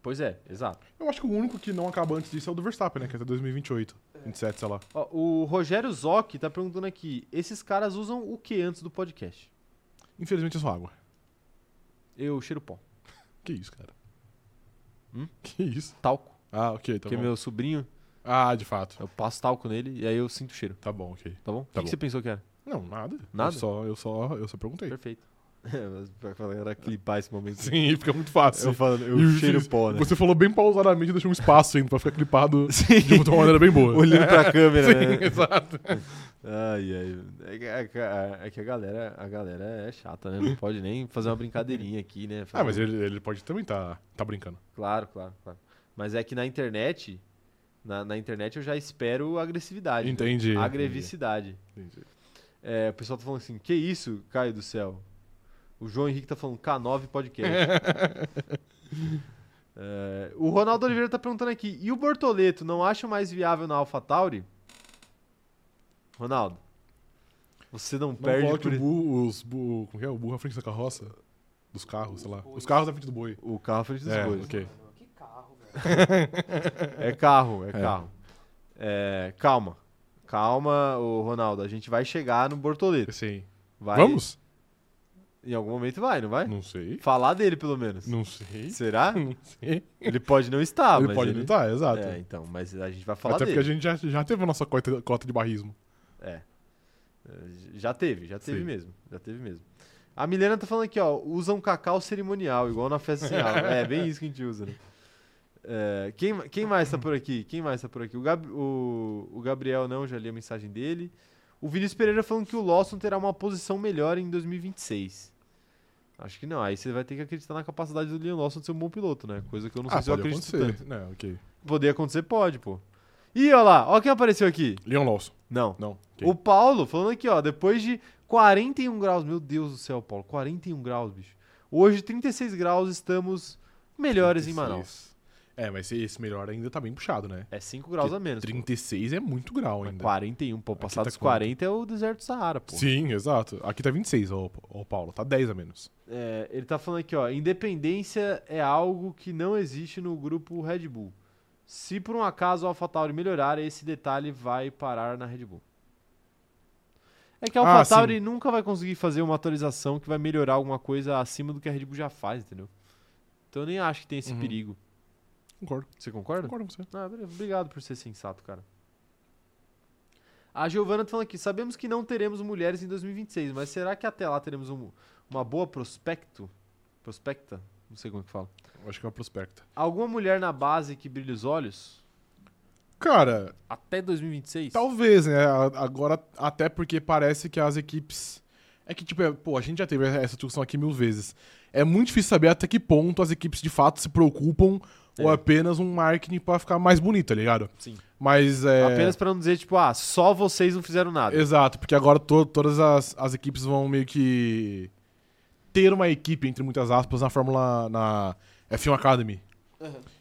[SPEAKER 1] Pois é, exato.
[SPEAKER 2] eu acho que o único que não acaba antes disso é o do Verstappen, né? Que é até 2028, 27, sei lá.
[SPEAKER 1] Ó, o Rogério Zoc tá perguntando aqui: esses caras usam o que antes do podcast?
[SPEAKER 2] Infelizmente é só água.
[SPEAKER 1] Eu cheiro pó.
[SPEAKER 2] Que isso, cara?
[SPEAKER 1] Hum?
[SPEAKER 2] Que isso?
[SPEAKER 1] Talco.
[SPEAKER 2] Ah, ok, tá
[SPEAKER 1] porque
[SPEAKER 2] bom.
[SPEAKER 1] meu sobrinho,
[SPEAKER 2] Ah, de fato.
[SPEAKER 1] eu passo talco nele e aí eu sinto o cheiro,
[SPEAKER 2] Tá bom, ok.
[SPEAKER 1] tá bom? o que
[SPEAKER 2] Tá
[SPEAKER 1] que
[SPEAKER 2] bom.
[SPEAKER 1] você pensou que era?
[SPEAKER 2] Não, nada.
[SPEAKER 1] Nada?
[SPEAKER 2] Eu só, eu só, eu só perguntei.
[SPEAKER 1] Perfeito. É, mas pra galera clipar esse momento.
[SPEAKER 2] Sim, fica muito fácil.
[SPEAKER 1] Eu falando, eu
[SPEAKER 2] E o-
[SPEAKER 1] cheiro pó, né?
[SPEAKER 2] Você falou bem pausadamente, deixou um espaço ainda pra ficar clipado
[SPEAKER 1] Sim.
[SPEAKER 2] de uma maneira bem
[SPEAKER 1] *laughs*
[SPEAKER 2] boa. É.
[SPEAKER 1] Olhando pra câmera, né?
[SPEAKER 2] Sim, *laughs* exato.
[SPEAKER 1] Ai, ai. É que- É, que- é que a galera, a galera é chata, né? Não pode nem fazer uma brincadeirinha aqui, né?
[SPEAKER 2] Ah, mas ele, ele pode também tá, tá brincando.
[SPEAKER 1] Claro, claro, claro. Mas é que na internet, na, na internet eu já espero agressividade. né?
[SPEAKER 2] Entendi.
[SPEAKER 1] Agrevicidade. *laughs*
[SPEAKER 2] Entendi.
[SPEAKER 1] É, o pessoal tá falando assim, que isso, Caio do céu? O João Henrique tá falando K9 podcast. É, o Ronaldo Oliveira tá perguntando aqui, e o Bortoleto não acha mais viável na AlphaTauri? Ronaldo, você não,
[SPEAKER 2] Não
[SPEAKER 1] perde
[SPEAKER 2] coloque
[SPEAKER 1] por...
[SPEAKER 2] o burro, os burro, como que é? O burro à frente da carroça? Dos carros, sei lá. Os carros à frente do boi.
[SPEAKER 1] o carro à frente dos
[SPEAKER 2] É,
[SPEAKER 1] bois.
[SPEAKER 2] ok.
[SPEAKER 3] Mano, que carro, velho.
[SPEAKER 1] É carro, é, carro. É, calma. Calma, ô Ronaldo. A gente vai chegar no Bortoleto.
[SPEAKER 2] Sim.
[SPEAKER 1] Vai,
[SPEAKER 2] Vamos?
[SPEAKER 1] Em algum momento vai, não vai?
[SPEAKER 2] Não sei.
[SPEAKER 1] Falar dele, pelo menos.
[SPEAKER 2] Não sei.
[SPEAKER 1] Será?
[SPEAKER 2] Não sei.
[SPEAKER 1] Ele pode não estar,
[SPEAKER 2] ele
[SPEAKER 1] Ah, mas
[SPEAKER 2] pode
[SPEAKER 1] ele...
[SPEAKER 2] lutar, exato.
[SPEAKER 1] É, então, mas a gente vai falar
[SPEAKER 2] Até porque
[SPEAKER 1] dele.
[SPEAKER 2] a gente já, já teve a nossa cota, cota de barrismo.
[SPEAKER 1] É, Já teve, já teve
[SPEAKER 2] Sim.
[SPEAKER 1] mesmo. Já teve mesmo. A Milena tá falando aqui, ó, usa um cacau cerimonial, igual na festa sem álcool. É, bem isso que a gente usa, né? É, quem, quem mais tá por aqui? Quem mais tá por aqui? O, Gab- o- o Gabriel não, já li a mensagem dele. O Vinícius Pereira falando que o Lawson terá uma posição melhor em 2026. Acho que não. Aí você vai ter que acreditar na capacidade do Leon Lawson de ser um bom piloto, né? Coisa que eu não sei
[SPEAKER 2] ah,
[SPEAKER 1] se eu
[SPEAKER 2] pode
[SPEAKER 1] acredito
[SPEAKER 2] acontecer.
[SPEAKER 1] tanto.
[SPEAKER 2] Não, ok.
[SPEAKER 1] Poder acontecer, pode, pô. Ih, ó lá, ó quem apareceu aqui.
[SPEAKER 2] Leon Lawson.
[SPEAKER 1] Não.
[SPEAKER 2] Não. ok.
[SPEAKER 1] O Paulo falando aqui, ó, depois de 41 graus, meu Deus do céu, Paulo, 41 graus, bicho. Hoje 36 graus, estamos melhores em
[SPEAKER 2] 36.
[SPEAKER 1] Manaus.
[SPEAKER 2] É, mas esse- esse melhor ainda tá bem puxado, né?
[SPEAKER 1] É 5 graus a menos. pô.
[SPEAKER 2] 36 é muito grau
[SPEAKER 1] Mas
[SPEAKER 2] ainda.
[SPEAKER 1] 41, pô,
[SPEAKER 2] Aqui
[SPEAKER 1] passar
[SPEAKER 2] tá
[SPEAKER 1] dos
[SPEAKER 2] quanto?
[SPEAKER 1] 40 é o deserto do Saara, pô.
[SPEAKER 2] Sim, exato. Aqui tá 26, ó, ó, Paulo. Tá 10 a menos.
[SPEAKER 1] É, ele tá falando aqui, ó, independência é algo que não existe no grupo Red Bull. Se por um acaso a AlphaTauri melhorar, esse detalhe vai parar na Red Bull. É que a
[SPEAKER 2] Ah,
[SPEAKER 1] AlphaTauri nunca vai conseguir fazer uma atualização que vai melhorar alguma coisa acima do que a Red Bull já faz, entendeu? Então eu nem acho que tem esse
[SPEAKER 2] Uhum.
[SPEAKER 1] perigo.
[SPEAKER 2] Concordo.
[SPEAKER 1] Você concorda?
[SPEAKER 2] Concordo com você.
[SPEAKER 1] Ah, beleza. obrigado por ser sensato, cara. A Giovana tá falando aqui, sabemos que não teremos mulheres em 2026, mas será que até lá teremos um- uma boa prospecto? Prospecta? Não sei como é que fala.
[SPEAKER 2] Eu acho que é uma prospecta.
[SPEAKER 1] Alguma mulher na base que brilhe os olhos?
[SPEAKER 2] Cara,
[SPEAKER 1] Até 2026?
[SPEAKER 2] talvez, né? a- Agora, até porque parece que as equipes. É que, tipo, é- pô, a gente já teve essa discussão aqui mil vezes. É muito difícil saber até que ponto as equipes de fato se preocupam ou
[SPEAKER 1] É.
[SPEAKER 2] apenas um marketing pra ficar mais bonito, tá ligado?
[SPEAKER 1] Sim.
[SPEAKER 2] Mas é.
[SPEAKER 1] Apenas pra não dizer, tipo, ah, só vocês não fizeram nada.
[SPEAKER 2] Exato, porque agora to- todas as, as equipes vão meio que ter uma equipe, entre muitas aspas, na Fórmula. na F1 Academy.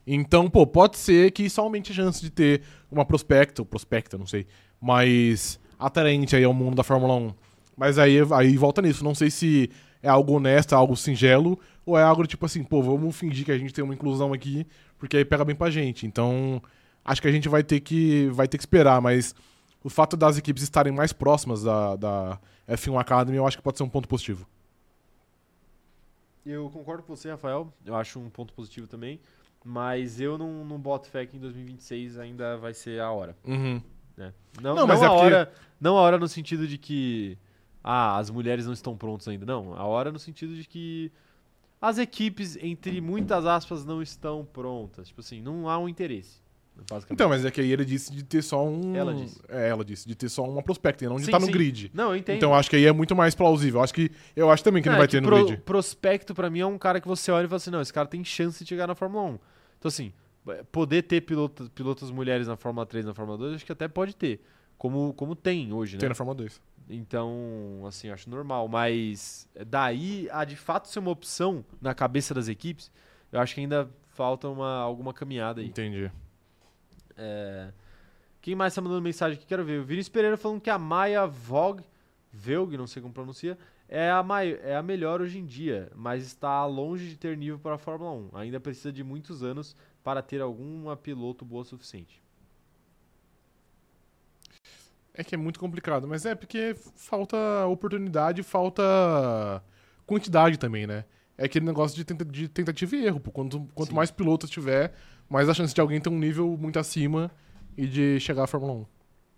[SPEAKER 2] Então, pô, pode ser que só aumente a chance de ter uma prospecta, ou prospecta, não sei, mas atraente aí ao mundo da Fórmula 1. Mas aí, aí volta nisso, não sei se é algo honesto, algo singelo, ou é algo tipo assim, pô, vamos fingir que a gente tem uma inclusão aqui, porque aí pega bem pra gente. Então, acho que a gente vai ter que, vai ter que esperar, mas o fato das equipes estarem mais próximas da, da F1 Academy, eu acho que pode ser um ponto positivo.
[SPEAKER 1] Eu concordo com você, Rafael. Eu acho um ponto positivo também. Mas eu não, não boto fé que em 2026 ainda vai ser a hora.
[SPEAKER 2] Uhum.
[SPEAKER 1] né? Não,
[SPEAKER 2] Não,
[SPEAKER 1] mas
[SPEAKER 2] mas
[SPEAKER 1] a
[SPEAKER 2] é porque-
[SPEAKER 1] hora, não a hora no sentido de que ah, as mulheres não estão prontas ainda, não. A hora no sentido de que as equipes, entre muitas aspas, não estão prontas. Tipo assim, não há um interesse. Basicamente.
[SPEAKER 2] Então, mas é que aí ele disse de ter só um.
[SPEAKER 1] Ela disse.
[SPEAKER 2] É, ela disse, de ter só uma prospecta, e não de
[SPEAKER 1] Sim,
[SPEAKER 2] estar no
[SPEAKER 1] sim.
[SPEAKER 2] grid.
[SPEAKER 1] não, eu entendo.
[SPEAKER 2] Então acho que aí é muito mais plausível. Acho que eu acho também que
[SPEAKER 1] Não,
[SPEAKER 2] não,
[SPEAKER 1] é
[SPEAKER 2] vai ter no
[SPEAKER 1] pro-
[SPEAKER 2] grid.
[SPEAKER 1] prospecto pra mim é um cara que você olha e fala assim, não, esse cara tem chance de chegar na Fórmula 1. Então assim, eh, poder ter pilotos, pilotos mulheres na Fórmula 3, na Fórmula 2, acho que até pode ter. Como, como tem hoje,
[SPEAKER 2] Tem
[SPEAKER 1] né?
[SPEAKER 2] na Fórmula 2.
[SPEAKER 1] Então, assim, eu acho normal. Mas daí a de fato ser uma opção na cabeça das equipes, eu acho que ainda falta uma, alguma caminhada aí.
[SPEAKER 2] Entendi.
[SPEAKER 1] É, Quem mais tá mandando mensagem aqui? Quero ver. O Vinícius Pereira falando que a Maya Vogue, Vogue, não sei como pronuncia, é a, mai- é a melhor hoje em dia, mas está longe de ter nível para a Fórmula 1. Ainda precisa de muitos anos para ter alguma piloto boa o suficiente.
[SPEAKER 2] É que é muito complicado, mas é porque falta oportunidade, falta quantidade também, né? É aquele negócio de, tenta- de tentativa e erro. pô. Quanto, quanto
[SPEAKER 1] Sim.
[SPEAKER 2] mais pilotos tiver, mais a chance de alguém ter um nível muito acima e de chegar à Fórmula 1.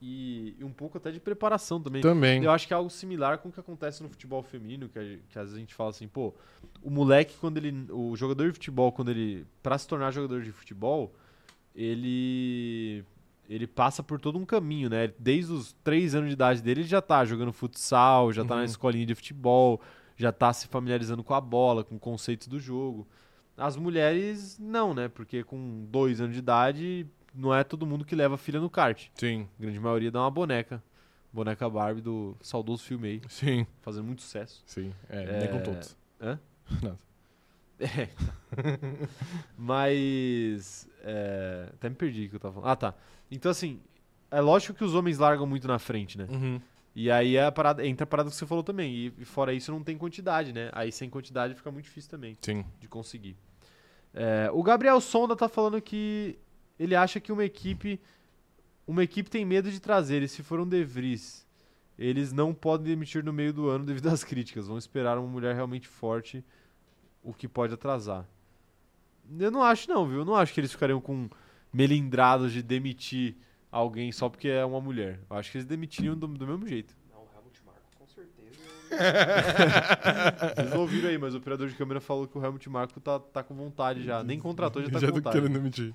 [SPEAKER 1] E, e um pouco até de preparação também.
[SPEAKER 2] Também.
[SPEAKER 1] Eu acho que é algo similar com o que acontece no futebol feminino, que, a- que às vezes a gente fala assim, pô, o moleque, quando ele. O jogador de futebol, quando ele. Pra se tornar jogador de futebol, ele. Ele passa por todo um caminho, né? Desde os três anos de idade dele, ele já tá jogando futsal, já tá na
[SPEAKER 2] Uhum.
[SPEAKER 1] escolinha de futebol, já tá se familiarizando com a bola, com o conceito do jogo. As mulheres, não, né? Porque com dois anos de idade, não é todo mundo que leva a filha no kart.
[SPEAKER 2] Sim,
[SPEAKER 1] A grande maioria dá uma boneca. Boneca Barbie do saudoso filme aí,
[SPEAKER 2] sim,
[SPEAKER 1] fazendo muito
[SPEAKER 2] *laughs*
[SPEAKER 1] sucesso.
[SPEAKER 2] sim. É,
[SPEAKER 1] É,
[SPEAKER 2] nem com todos.
[SPEAKER 1] hã?
[SPEAKER 2] Nada.
[SPEAKER 1] *laughs* Mas. é, até me perdi o que eu tava falando. Ah, tá. Então, assim, é lógico que os homens largam muito na frente, né?
[SPEAKER 2] Uhum.
[SPEAKER 1] E aí é a parada- entra a parada que você falou também. E, e fora isso, não tem quantidade, né? Aí sem quantidade fica muito difícil também
[SPEAKER 2] Sim.
[SPEAKER 1] de conseguir. É, o Gabriel Sonda tá falando que ele acha que uma equipe. Uma equipe tem medo de trazer, e se for um De Vries, eles não podem demitir no meio do ano *laughs* devido às críticas. Vão esperar uma mulher realmente forte, o que pode atrasar. Eu não acho, não, viu? Eu não acho que eles ficariam com melindrados de demitir alguém só porque é uma mulher. Eu acho que eles demitiriam do, do mesmo jeito.
[SPEAKER 5] Não, o Helmut Marko com certeza.
[SPEAKER 1] Vocês não ouviram aí, mas o operador de câmera falou que o Helmut Marko tá, tá com vontade já. Nem contratou, já tá
[SPEAKER 2] *laughs* já
[SPEAKER 1] com
[SPEAKER 2] tô
[SPEAKER 1] vontade.
[SPEAKER 2] querendo mentir.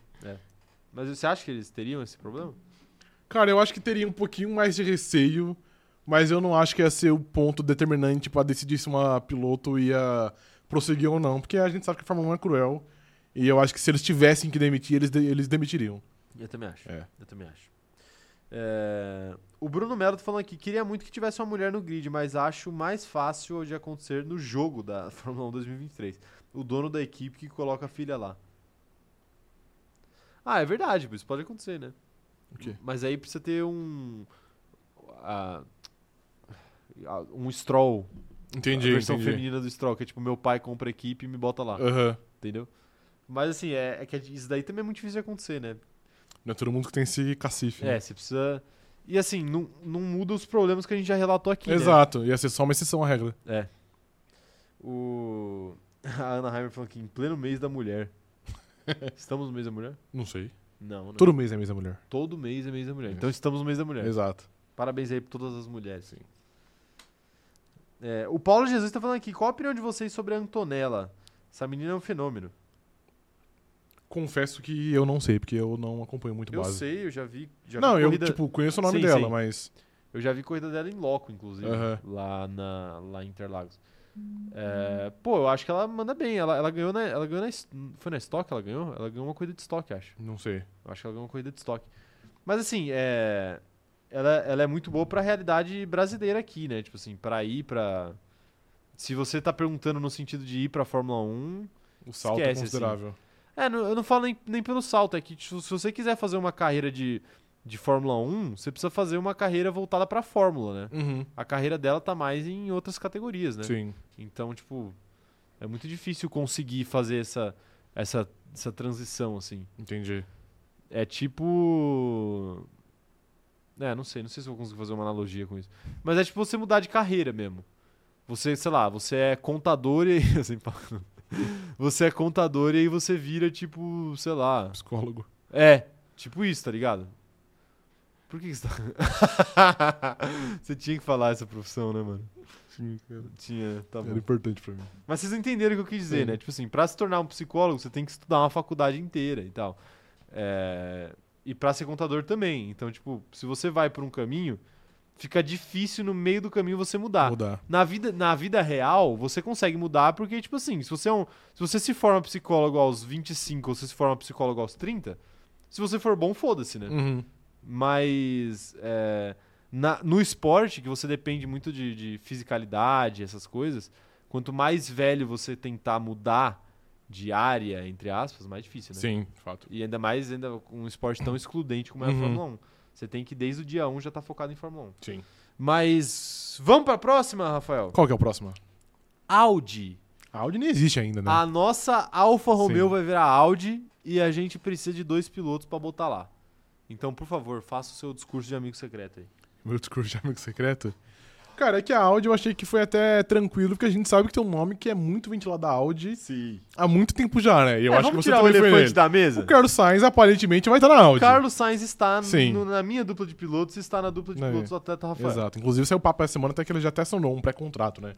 [SPEAKER 1] Mas você acha que eles teriam esse problema?
[SPEAKER 2] Cara, eu acho que teria um pouquinho mais de receio, mas eu não acho que ia ser o ponto determinante pra decidir se uma piloto ia prosseguir ou não, porque a gente sabe que a Fórmula 1 é cruel, e eu acho que se eles tivessem que demitir, eles, de- eles demitiriam.
[SPEAKER 1] Eu também acho.
[SPEAKER 2] É.
[SPEAKER 1] Eu também acho. É, O Bruno Melo tá falando aqui, queria muito que tivesse uma mulher no grid, mas acho mais fácil de acontecer no jogo da *laughs* Fórmula 1 2023. O dono da equipe que coloca a filha lá. Ah, é verdade, isso pode acontecer, né?
[SPEAKER 2] O quê?
[SPEAKER 1] Mas aí precisa ter um. ah, ah, um Stroll.
[SPEAKER 2] Entendi,
[SPEAKER 1] a versão
[SPEAKER 2] entendi. É,
[SPEAKER 1] feminina do Stroll, que é tipo, meu pai compra a equipe e me bota lá,
[SPEAKER 2] Aham.
[SPEAKER 1] entendeu? Mas assim, é, é que isso daí também é muito difícil de acontecer, né?
[SPEAKER 2] Não é todo mundo que tem esse cacife. né?
[SPEAKER 1] É, você precisa. E assim, não, não muda os problemas que a gente já relatou aqui. né?
[SPEAKER 2] Exato, ia ser só uma exceção à regra.
[SPEAKER 1] O... *laughs* A Ana Heimer falou aqui, em pleno mês da
[SPEAKER 2] *laughs*
[SPEAKER 1] mulher. Estamos no mês da mulher?
[SPEAKER 2] Não sei.
[SPEAKER 1] Não, não.
[SPEAKER 2] Todo mês é mês da mulher.
[SPEAKER 1] Todo mês é mês da mulher.
[SPEAKER 2] Isso.
[SPEAKER 1] Então estamos no mês da
[SPEAKER 2] É.
[SPEAKER 1] mulher.
[SPEAKER 2] Exato.
[SPEAKER 1] Parabéns aí pra todas as mulheres. É, o Paulo Jesus tá falando aqui, qual a opinião de vocês sobre a Antonella? Essa menina é um fenômeno.
[SPEAKER 2] Confesso que eu não sei, porque eu não acompanho muito
[SPEAKER 1] Eu
[SPEAKER 2] base.
[SPEAKER 1] sei, eu já vi. Já
[SPEAKER 2] não,
[SPEAKER 1] vi
[SPEAKER 2] eu,
[SPEAKER 1] corrida...
[SPEAKER 2] tipo, conheço o nome
[SPEAKER 1] Sim,
[SPEAKER 2] dela,
[SPEAKER 1] sim.
[SPEAKER 2] mas.
[SPEAKER 1] Eu já vi corrida dela em loco, inclusive,
[SPEAKER 2] Aham.
[SPEAKER 1] lá, na, lá em Interlagos. É, pô, eu acho que ela manda bem. Ela, ela ganhou na. Ela ganhou na. es- Foi na estoque? Ela ganhou? Ela ganhou uma corrida de estoque, acho.
[SPEAKER 2] Não sei.
[SPEAKER 1] Eu acho que ela ganhou uma corrida de estoque. Mas assim, é. Ela, ela é muito boa pra realidade brasileira aqui, né? Tipo assim, pra ir pra. Se você tá perguntando no sentido de ir pra Fórmula 1,
[SPEAKER 2] O salto
[SPEAKER 1] Esquece, assim.
[SPEAKER 2] é considerável.
[SPEAKER 1] é, não- eu não falo nem, nem pelo salto, é que tipo, se você quiser fazer uma carreira de, de Fórmula 1, você precisa fazer uma carreira voltada pra Fórmula, né?
[SPEAKER 2] Uhum.
[SPEAKER 1] A carreira dela tá mais em outras categorias, né?
[SPEAKER 2] Sim.
[SPEAKER 1] Então, tipo, é muito difícil conseguir fazer essa, essa, essa transição, assim.
[SPEAKER 2] Entendi.
[SPEAKER 1] É tipo. É, não sei, não sei se eu consigo fazer uma analogia com isso. Mas é tipo você mudar de carreira mesmo. Você, sei lá, você é contador e. *laughs* eu sempre falo. você é contador e aí você vira, tipo, sei lá.
[SPEAKER 2] Psicólogo.
[SPEAKER 1] É, tipo isso, tá ligado? Por que, que você tá. *laughs* você tinha que falar essa profissão, né, mano?
[SPEAKER 2] Sim, era,
[SPEAKER 1] Tinha, tá
[SPEAKER 2] era
[SPEAKER 1] bom.
[SPEAKER 2] importante pra mim.
[SPEAKER 1] Mas vocês entenderam o que eu quis dizer,
[SPEAKER 2] Sim.
[SPEAKER 1] né? Tipo assim, pra se tornar um psicólogo, você tem que estudar uma faculdade inteira e tal. É, E pra ser contador também. Então, tipo, se você vai por um caminho, Fica difícil no meio do caminho você mudar.
[SPEAKER 2] Mudar.
[SPEAKER 1] Na vida, na vida real, você consegue mudar porque, tipo assim, se você, é um, se você se forma psicólogo aos 25 ou se você se forma psicólogo aos 30, se você for bom, foda-se, né?
[SPEAKER 2] Uhum.
[SPEAKER 1] Mas é, na- no esporte, que você depende muito de, de fisicalidade, essas coisas, quanto mais velho você tentar mudar de área, entre aspas, mais difícil, né?
[SPEAKER 2] Sim, de fato.
[SPEAKER 1] E ainda mais ainda com um esporte tão excludente como é a
[SPEAKER 2] Uhum.
[SPEAKER 1] Fórmula 1. Você tem que, desde o dia 1, já estar focado em Fórmula 1.
[SPEAKER 2] Sim.
[SPEAKER 1] Mas vamos pra próxima, Rafael?
[SPEAKER 2] Qual que é o próximo?
[SPEAKER 1] Audi.
[SPEAKER 2] A Audi nem existe ainda, né?
[SPEAKER 1] A nossa Alfa Romeo
[SPEAKER 2] Sim.
[SPEAKER 1] vai virar Audi e a gente precisa de dois pilotos pra botar lá. Então, por favor, faça o seu discurso de amigo secreto aí.
[SPEAKER 2] Meu discurso de amigo secreto? Cara, é que a Audi eu achei que foi até tranquilo, porque a gente sabe que tem um nome que é muito ventilado da Audi
[SPEAKER 1] Sim.
[SPEAKER 2] há muito tempo já, né? E eu
[SPEAKER 1] É,
[SPEAKER 2] acho que
[SPEAKER 1] vamos
[SPEAKER 2] você
[SPEAKER 1] tirar o
[SPEAKER 2] também foi
[SPEAKER 1] elefante
[SPEAKER 2] nele.
[SPEAKER 1] da mesa?
[SPEAKER 2] O Carlos Sainz aparentemente vai estar na Audi.
[SPEAKER 1] Carlos Sainz está
[SPEAKER 2] é Sim.
[SPEAKER 1] no- na minha dupla de pilotos e está na dupla de
[SPEAKER 2] É.
[SPEAKER 1] pilotos do atleta Rafael.
[SPEAKER 2] Exato. Inclusive saiu o papo essa semana até que ele já até assinou um pré-contrato, né?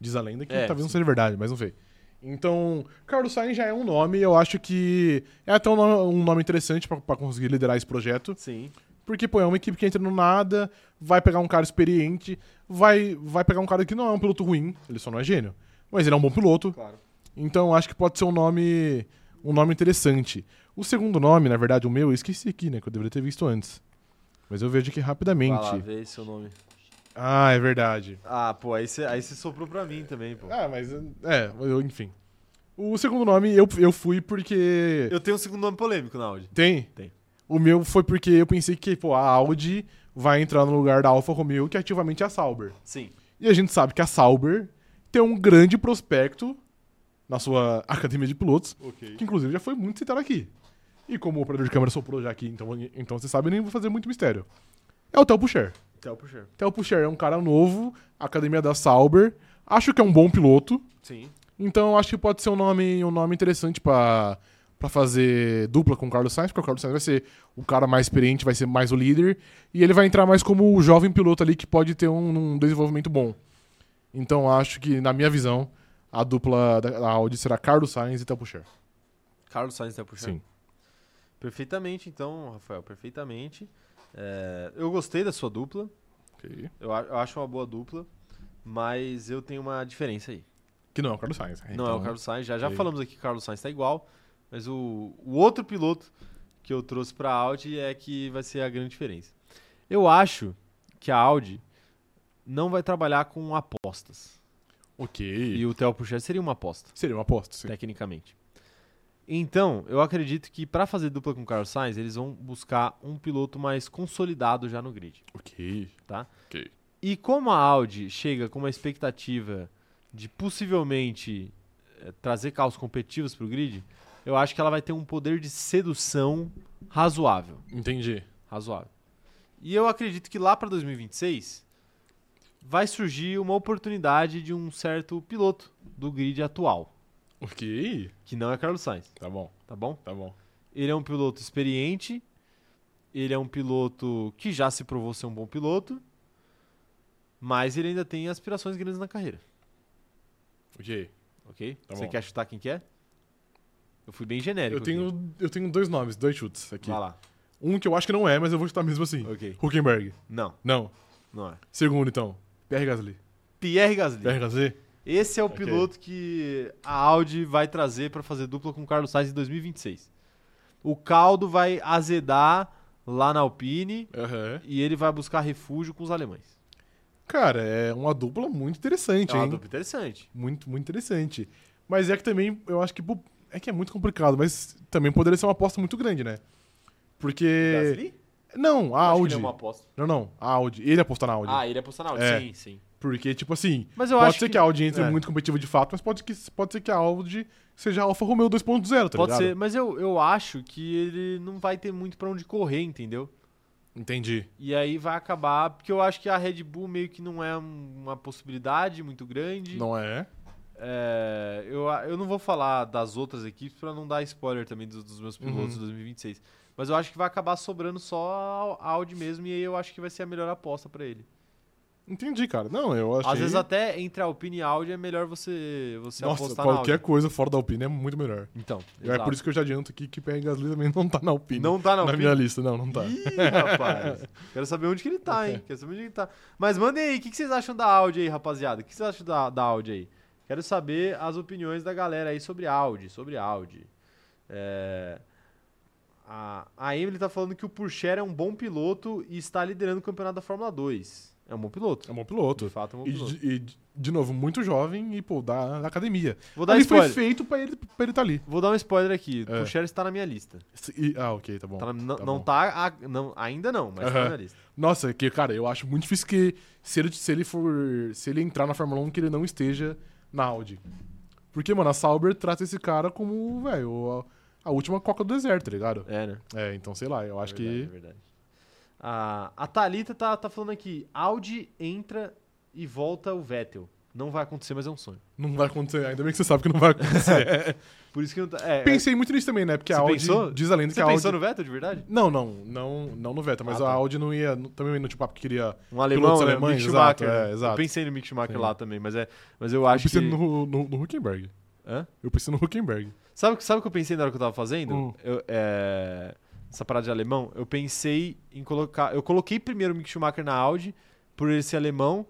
[SPEAKER 2] Diz a lenda que
[SPEAKER 1] É,
[SPEAKER 2] talvez não
[SPEAKER 1] sim.
[SPEAKER 2] seja verdade, mas não sei. Então, Carlos Sainz já é um nome, eu acho que é até um nome, um nome interessante pra- pra conseguir liderar esse projeto.
[SPEAKER 1] Sim.
[SPEAKER 2] Porque, pô, é uma equipe que entra no nada, vai pegar um cara experiente, vai, vai pegar um cara que não é um piloto ruim, ele só não é gênio. Mas ele é um bom piloto.
[SPEAKER 1] Claro.
[SPEAKER 2] Então acho que pode ser um nome. um nome interessante. O segundo nome, na verdade, o meu, eu esqueci aqui, né? Que eu deveria ter visto antes. Mas eu vejo aqui
[SPEAKER 1] Vai lá,
[SPEAKER 2] rapidamente.
[SPEAKER 1] vê aí seu nome.
[SPEAKER 2] Ah, é verdade.
[SPEAKER 1] Ah, pô, aí você aí você soprou pra mim também, pô.
[SPEAKER 2] Ah, mas. É, eu, enfim. O segundo nome eu, eu fui porque.
[SPEAKER 1] Eu tenho um segundo nome polêmico na Audi.
[SPEAKER 2] Tem?
[SPEAKER 1] Tem.
[SPEAKER 2] O meu foi porque eu pensei que, pô, a Audi vai entrar no lugar da Alfa Romeo, que ativamente é a Sauber.
[SPEAKER 1] Sim.
[SPEAKER 2] E a gente sabe que a Sauber tem um grande prospecto na sua academia de pilotos,
[SPEAKER 1] Ok.
[SPEAKER 2] que inclusive já foi muito citado aqui. E como o operador de câmera soprou já aqui, então, então você sabe, eu nem vou fazer muito mistério. É o Theo Pucher.
[SPEAKER 1] Theo Pucher.
[SPEAKER 2] Theo Pucher é um cara novo, academia da Sauber. Acho que é um bom piloto,
[SPEAKER 1] Sim.
[SPEAKER 2] então eu acho que pode ser um nome, um nome interessante pra para fazer dupla com o Carlos Sainz, porque o Carlos Sainz vai ser o cara mais experiente, vai ser mais o líder, e ele vai entrar mais como o jovem piloto ali que pode ter um, um desenvolvimento bom. Então eu acho que, na minha visão, a dupla da da Audi será Carlos Sainz e Theo Pucher.
[SPEAKER 1] Carlos Sainz Theo Pucher.
[SPEAKER 2] Sim.
[SPEAKER 1] Perfeitamente, então, Rafael, perfeitamente. É, eu gostei da sua dupla. Eu, a- eu acho uma boa dupla. Mas eu tenho uma diferença aí.
[SPEAKER 2] Que não é o Carlos Sainz.
[SPEAKER 1] Não é o Carlos Sainz. Já, já
[SPEAKER 2] ok.
[SPEAKER 1] falamos aqui que o Carlos Sainz tá igual. Mas o, o outro piloto que eu trouxe pra Audi é que vai ser a grande diferença. Eu acho que a Audi não vai trabalhar com apostas.
[SPEAKER 2] Ok.
[SPEAKER 1] E o Theo Pucher seria uma aposta,
[SPEAKER 2] Seria uma aposta, sim.
[SPEAKER 1] tecnicamente. Então, eu acredito que pra fazer dupla com o Carlos Sainz, eles vão buscar um piloto mais consolidado já no grid.
[SPEAKER 2] Ok.
[SPEAKER 1] E como a Audi chega com uma expectativa de possivelmente eh, trazer carros competitivos para o grid, eu acho que ela vai ter um poder de sedução razoável.
[SPEAKER 2] Entendi.
[SPEAKER 1] Razoável. E eu acredito que lá para 2026 vai surgir uma oportunidade de um certo piloto do grid atual,
[SPEAKER 2] Ok.
[SPEAKER 1] que não é Carlos Sainz,
[SPEAKER 2] Tá bom,
[SPEAKER 1] tá bom?
[SPEAKER 2] tá bom.
[SPEAKER 1] Ele é um piloto experiente. Ele é um piloto que já se provou ser um bom piloto. Mas ele ainda tem aspirações grandes na carreira,
[SPEAKER 2] Ok.
[SPEAKER 1] ok?
[SPEAKER 2] Tá
[SPEAKER 1] Você
[SPEAKER 2] bom.
[SPEAKER 1] quer chutar quem que é? Eu fui bem genérico.
[SPEAKER 2] Eu tenho, eu tenho dois nomes, dois chutes
[SPEAKER 1] Aqui.
[SPEAKER 2] aqui.
[SPEAKER 1] Vai lá.
[SPEAKER 2] Um que eu acho que não é, mas eu vou chutar mesmo assim.
[SPEAKER 1] Ok.
[SPEAKER 2] Huckenberg.
[SPEAKER 1] Não,
[SPEAKER 2] Não.
[SPEAKER 1] não é.
[SPEAKER 2] Segundo, então. Pierre Gasly.
[SPEAKER 1] Pierre Gasly.
[SPEAKER 2] Pierre Gasly?
[SPEAKER 1] Esse é o
[SPEAKER 2] Ok.
[SPEAKER 1] piloto que a Audi vai trazer para fazer dupla com o Carlos Sainz em 2026. O caldo vai azedar lá na Alpine
[SPEAKER 2] Aham.
[SPEAKER 1] e ele vai buscar refúgio com os alemães.
[SPEAKER 2] Cara, é uma dupla muito interessante,
[SPEAKER 1] É uma
[SPEAKER 2] hein?
[SPEAKER 1] dupla interessante.
[SPEAKER 2] Muito, muito interessante. Mas é que também, eu acho que... pô, É que é muito complicado, mas também poderia ser uma aposta muito grande, né? Porque...
[SPEAKER 1] Gasly?
[SPEAKER 2] Não, a
[SPEAKER 1] Acho que
[SPEAKER 2] Audi.
[SPEAKER 1] ele é uma aposta.
[SPEAKER 2] Não, não. A Audi. Ele apostar na Audi.
[SPEAKER 1] Ah, ele apostar na Audi.
[SPEAKER 2] É.
[SPEAKER 1] Sim, sim.
[SPEAKER 2] Porque, tipo assim...
[SPEAKER 1] Mas eu
[SPEAKER 2] pode
[SPEAKER 1] acho
[SPEAKER 2] ser que...
[SPEAKER 1] que
[SPEAKER 2] a Audi entre
[SPEAKER 1] é.
[SPEAKER 2] muito competitiva de fato, mas pode, que, pode ser que a Audi seja a Alfa Romeo 2.0, tá
[SPEAKER 1] Pode
[SPEAKER 2] ligado?
[SPEAKER 1] ser, mas eu, eu acho que ele não vai ter muito pra onde correr, entendeu?
[SPEAKER 2] Entendi.
[SPEAKER 1] E aí vai acabar, porque eu acho que a Red Bull meio que não é um- uma possibilidade muito grande.
[SPEAKER 2] Não é?
[SPEAKER 1] É, eu, a- eu não vou falar das outras equipes pra não dar spoiler também dos, dos meus pilotos
[SPEAKER 2] Uhum.
[SPEAKER 1] de 2026. Mas eu acho que vai acabar sobrando só a Audi mesmo, e aí eu acho que vai ser a melhor aposta pra ele.
[SPEAKER 2] Entendi, cara. Não, eu achei...
[SPEAKER 4] Às vezes até entre Alpine e Audi é melhor você, você
[SPEAKER 2] Nossa,
[SPEAKER 4] apostar na
[SPEAKER 2] qualquer
[SPEAKER 4] Audi.
[SPEAKER 2] coisa fora da Alpine é muito melhor.
[SPEAKER 4] Então,
[SPEAKER 2] É
[SPEAKER 4] exato.
[SPEAKER 2] por isso que eu já adianto aqui que Pierre Gasly também não tá na Alpine.
[SPEAKER 1] Não tá na
[SPEAKER 2] na
[SPEAKER 1] Alpine?
[SPEAKER 2] minha lista, não, não tá.
[SPEAKER 1] Ih, rapaz. *laughs* Quero saber onde que ele tá,
[SPEAKER 2] *laughs*
[SPEAKER 1] hein? Quero saber onde ele tá. Mas mandem aí, o que, que vocês acham da Audi aí, rapaziada? O que vocês acham da, da Audi aí? Quero saber as opiniões da galera aí sobre Audi, sobre Audi. É, A, a Emily tá falando que o Purcher é um bom piloto e está liderando o campeonato da Fórmula 2. É um bom piloto.
[SPEAKER 2] É um bom
[SPEAKER 1] De
[SPEAKER 2] piloto.
[SPEAKER 1] fato, é um bom
[SPEAKER 2] E,
[SPEAKER 1] piloto.
[SPEAKER 2] de- e de- de novo, muito jovem e, pô, da da academia.
[SPEAKER 1] Vou dar
[SPEAKER 2] Ele foi
[SPEAKER 1] spoiler.
[SPEAKER 2] feito pra ele estar ele tá ali.
[SPEAKER 1] Vou dar um spoiler aqui. O
[SPEAKER 2] É.
[SPEAKER 1] Purcher está na minha lista.
[SPEAKER 2] Se- e- ah, ok, tá bom.
[SPEAKER 1] Tá na- n-
[SPEAKER 2] tá
[SPEAKER 1] não
[SPEAKER 2] bom.
[SPEAKER 1] tá. a- não, ainda não, mas tá
[SPEAKER 2] Aham.
[SPEAKER 1] na lista.
[SPEAKER 2] Nossa, é que, cara, eu acho muito difícil que se ele, se ele for. Se ele entrar na Fórmula 1, que ele não esteja na Audi. Porque, mano, a Sauber trata esse cara como, velho, a, a última coca do deserto, tá ligado?
[SPEAKER 1] É, né?
[SPEAKER 2] É, então sei lá, eu acho
[SPEAKER 1] É verdade, é
[SPEAKER 2] que.
[SPEAKER 1] verdade. A, a Thalita tá, tá falando aqui: Audi entra e volta o Vettel. Não vai acontecer, mas é um sonho.
[SPEAKER 2] Não vai acontecer, ainda bem que você sabe que não vai acontecer.
[SPEAKER 1] Por isso que não tá. É,
[SPEAKER 2] Pensei muito nisso também, né? Porque a
[SPEAKER 1] Você
[SPEAKER 2] Audi
[SPEAKER 1] pensou?
[SPEAKER 2] diz a lenda que
[SPEAKER 1] você
[SPEAKER 2] a
[SPEAKER 1] pensou
[SPEAKER 2] Audi.
[SPEAKER 1] no Vettel de verdade?
[SPEAKER 2] Não, não, não, não no Vettel, mas
[SPEAKER 1] Ah, tá.
[SPEAKER 2] a Audi não ia. não- Também não, tipo, ah, porque queria.
[SPEAKER 1] Um alemão, né?
[SPEAKER 2] alemães,
[SPEAKER 1] Mick
[SPEAKER 2] exato,
[SPEAKER 1] Schumacher.
[SPEAKER 2] é,
[SPEAKER 1] né? Eu
[SPEAKER 2] exato.
[SPEAKER 1] pensei no Mick Schumacher
[SPEAKER 2] Sim.
[SPEAKER 1] lá também, mas, é, mas eu acho
[SPEAKER 2] eu pensei
[SPEAKER 1] que.
[SPEAKER 2] no, no, no Huckenberg.
[SPEAKER 1] Hã?
[SPEAKER 2] Eu pensei no Huckenberg.
[SPEAKER 1] Sabe, o que- sabe o que eu pensei na hora que eu tava fazendo?
[SPEAKER 2] Hum.
[SPEAKER 1] Eu, é, Essa parada de alemão, eu pensei em colocar. Eu coloquei primeiro o Mick Schumacher na Audi, por ele ser alemão,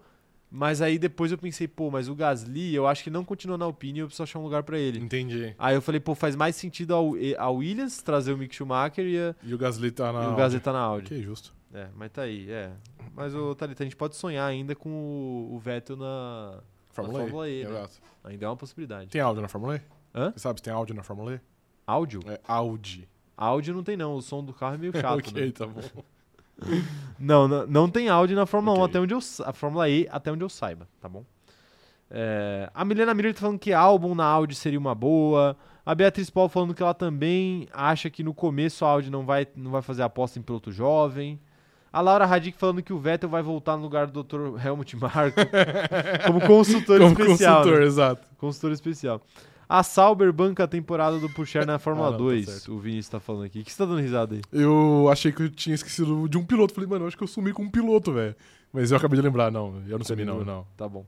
[SPEAKER 1] mas aí depois eu pensei, pô, mas o Gasly, eu acho que não continua na Alpine e eu preciso achar um lugar pra ele.
[SPEAKER 2] Entendi.
[SPEAKER 1] Aí eu falei, pô, faz mais sentido ao- e- a Williams trazer o Mick Schumacher e, a-
[SPEAKER 2] E o Gasly tá na.
[SPEAKER 1] e o
[SPEAKER 2] Audi.
[SPEAKER 1] Gasly tá na Audi.
[SPEAKER 2] Ok, justo.
[SPEAKER 1] É, mas tá aí, é. Mas, ô, Thalita, a gente pode sonhar ainda com o, o Vettel na...
[SPEAKER 2] Fórmula,
[SPEAKER 1] Na Fórmula
[SPEAKER 2] E.
[SPEAKER 1] E, né?
[SPEAKER 2] Exato.
[SPEAKER 1] Ainda é uma possibilidade.
[SPEAKER 2] Tem áudio na Fórmula E?
[SPEAKER 1] Hã?
[SPEAKER 2] Você sabe se tem áudio na Fórmula E?
[SPEAKER 1] Áudio?
[SPEAKER 2] É Audi.
[SPEAKER 1] Áudio não tem não, o som do carro é meio chato, né?
[SPEAKER 2] *laughs* ok,
[SPEAKER 1] *laughs*
[SPEAKER 2] tá bom.
[SPEAKER 1] Não, não, não tem áudio na Fórmula
[SPEAKER 2] Ok.
[SPEAKER 1] 1, até onde eu, sa- a Fórmula E, até onde eu saiba, tá bom? É, a Milena Miller tá falando que álbum na Audi seria uma boa. A Beatriz Paul falando que ela também acha que no começo a Audi não vai, não vai fazer aposta em piloto jovem. A Laura Radic falando que o Vettel vai voltar no lugar do Dr. Helmut Marko
[SPEAKER 2] *laughs*
[SPEAKER 1] como consultor
[SPEAKER 2] Como
[SPEAKER 1] especial.
[SPEAKER 2] consultor,
[SPEAKER 1] né?
[SPEAKER 2] exato.
[SPEAKER 1] Consultor especial. A Sauber banca a temporada do
[SPEAKER 2] *laughs*
[SPEAKER 1] Puxer na Fórmula
[SPEAKER 2] não, tá
[SPEAKER 1] 2.
[SPEAKER 2] certo.
[SPEAKER 1] o Vinícius tá falando aqui. O que você tá dando risada aí?
[SPEAKER 2] Eu achei que eu tinha esquecido de um piloto. Falei, mano, eu acho que eu sumi com um piloto, velho. Mas eu acabei de lembrar, não. Eu não sumi, não, não.
[SPEAKER 1] Tá bom.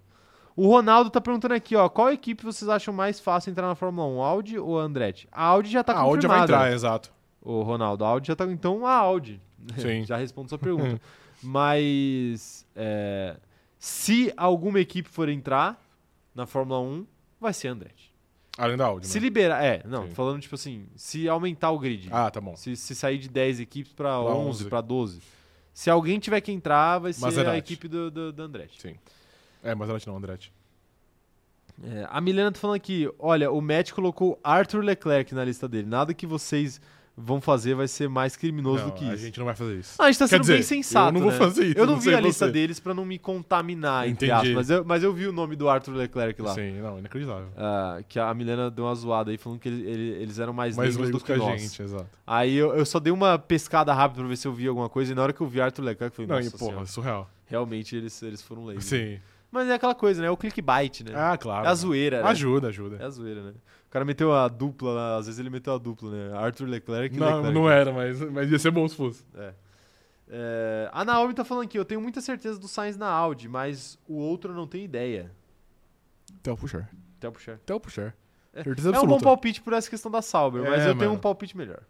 [SPEAKER 1] O Ronaldo tá perguntando aqui, ó. Qual equipe vocês acham mais fácil entrar na Fórmula 1? Audi ou Andretti? A Audi já tá
[SPEAKER 2] Ah, a Audi já vai
[SPEAKER 1] confirmada.
[SPEAKER 2] entrar, é. exato.
[SPEAKER 1] O Ronaldo, a Audi já tá. Então a Audi. *laughs*
[SPEAKER 2] Sim.
[SPEAKER 1] já respondo sua
[SPEAKER 2] *laughs*
[SPEAKER 1] pergunta. Mas é, se alguma equipe for entrar na Fórmula 1, vai ser Andretti.
[SPEAKER 2] Além da Audi,
[SPEAKER 1] Se
[SPEAKER 2] né?
[SPEAKER 1] liberar. É, não,
[SPEAKER 2] Sim.
[SPEAKER 1] tô falando tipo assim, se aumentar o grid.
[SPEAKER 2] Ah, tá bom.
[SPEAKER 1] Se, se sair de 10 equipes pra
[SPEAKER 2] Pra é
[SPEAKER 1] 11,
[SPEAKER 2] 11.
[SPEAKER 1] pra 12. Se alguém tiver que entrar, vai ser a
[SPEAKER 2] Maserati.
[SPEAKER 1] equipe do, do, do Andretti.
[SPEAKER 2] É, Maserati não, Andretti.
[SPEAKER 1] É, a Milena tá falando aqui, olha, o Matt colocou Arthur Leclerc na lista dele. Nada que vocês vão fazer vai ser mais criminoso
[SPEAKER 2] Não,
[SPEAKER 1] do que
[SPEAKER 2] a
[SPEAKER 1] isso.
[SPEAKER 2] gente não vai fazer isso.
[SPEAKER 1] Ah, a gente tá
[SPEAKER 2] Quer
[SPEAKER 1] sendo
[SPEAKER 2] dizer,
[SPEAKER 1] bem sensato,
[SPEAKER 2] eu não vou
[SPEAKER 1] né?
[SPEAKER 2] fazer isso,
[SPEAKER 1] Eu não,
[SPEAKER 2] não
[SPEAKER 1] vi
[SPEAKER 2] sei
[SPEAKER 1] a lista
[SPEAKER 2] você.
[SPEAKER 1] deles pra não me contaminar, entre
[SPEAKER 2] Entendi.
[SPEAKER 1] aspas. Mas eu, mas eu vi o nome do Arthur Leclerc lá.
[SPEAKER 2] Sim, não, inacreditável.
[SPEAKER 1] Ah, que a Milena deu uma zoada aí, falando que ele- ele- eles eram mais,
[SPEAKER 2] Mais
[SPEAKER 1] leigos do
[SPEAKER 2] leigos
[SPEAKER 1] que,
[SPEAKER 2] que a
[SPEAKER 1] nós.
[SPEAKER 2] gente, exato.
[SPEAKER 1] Aí eu, eu só dei uma pescada rápida pra ver se eu vi alguma coisa. E na hora que eu vi Arthur Leclerc, eu falei,
[SPEAKER 2] Não, e
[SPEAKER 1] nossa
[SPEAKER 2] porra,
[SPEAKER 1] senhora,
[SPEAKER 2] surreal.
[SPEAKER 1] realmente eles, eles foram leigos.
[SPEAKER 2] Sim.
[SPEAKER 1] Mas é aquela coisa, né? É o clickbait, né?
[SPEAKER 2] Ah, claro.
[SPEAKER 1] é a zoeira, né?
[SPEAKER 2] Ajuda,
[SPEAKER 1] É
[SPEAKER 2] ajuda.
[SPEAKER 1] a zoeira, né? O cara meteu a dupla, lá, às vezes ele meteu a dupla, né? Arthur Leclerc e
[SPEAKER 2] Não,
[SPEAKER 1] Leclerc.
[SPEAKER 2] não é. era, mas, mas ia ser bom se fosse.
[SPEAKER 1] É, a Naomi tá falando aqui, eu tenho muita certeza do Sainz na Audi, mas o outro eu não tem ideia.
[SPEAKER 2] Até o puxar.
[SPEAKER 1] Até eu puxar.
[SPEAKER 2] Até o puxar.
[SPEAKER 1] É-
[SPEAKER 2] Certeza
[SPEAKER 1] É um bom
[SPEAKER 2] absoluta.
[SPEAKER 1] palpite por essa questão da Sauber, mas
[SPEAKER 2] É,
[SPEAKER 1] eu tenho
[SPEAKER 2] mano.
[SPEAKER 1] um palpite melhor.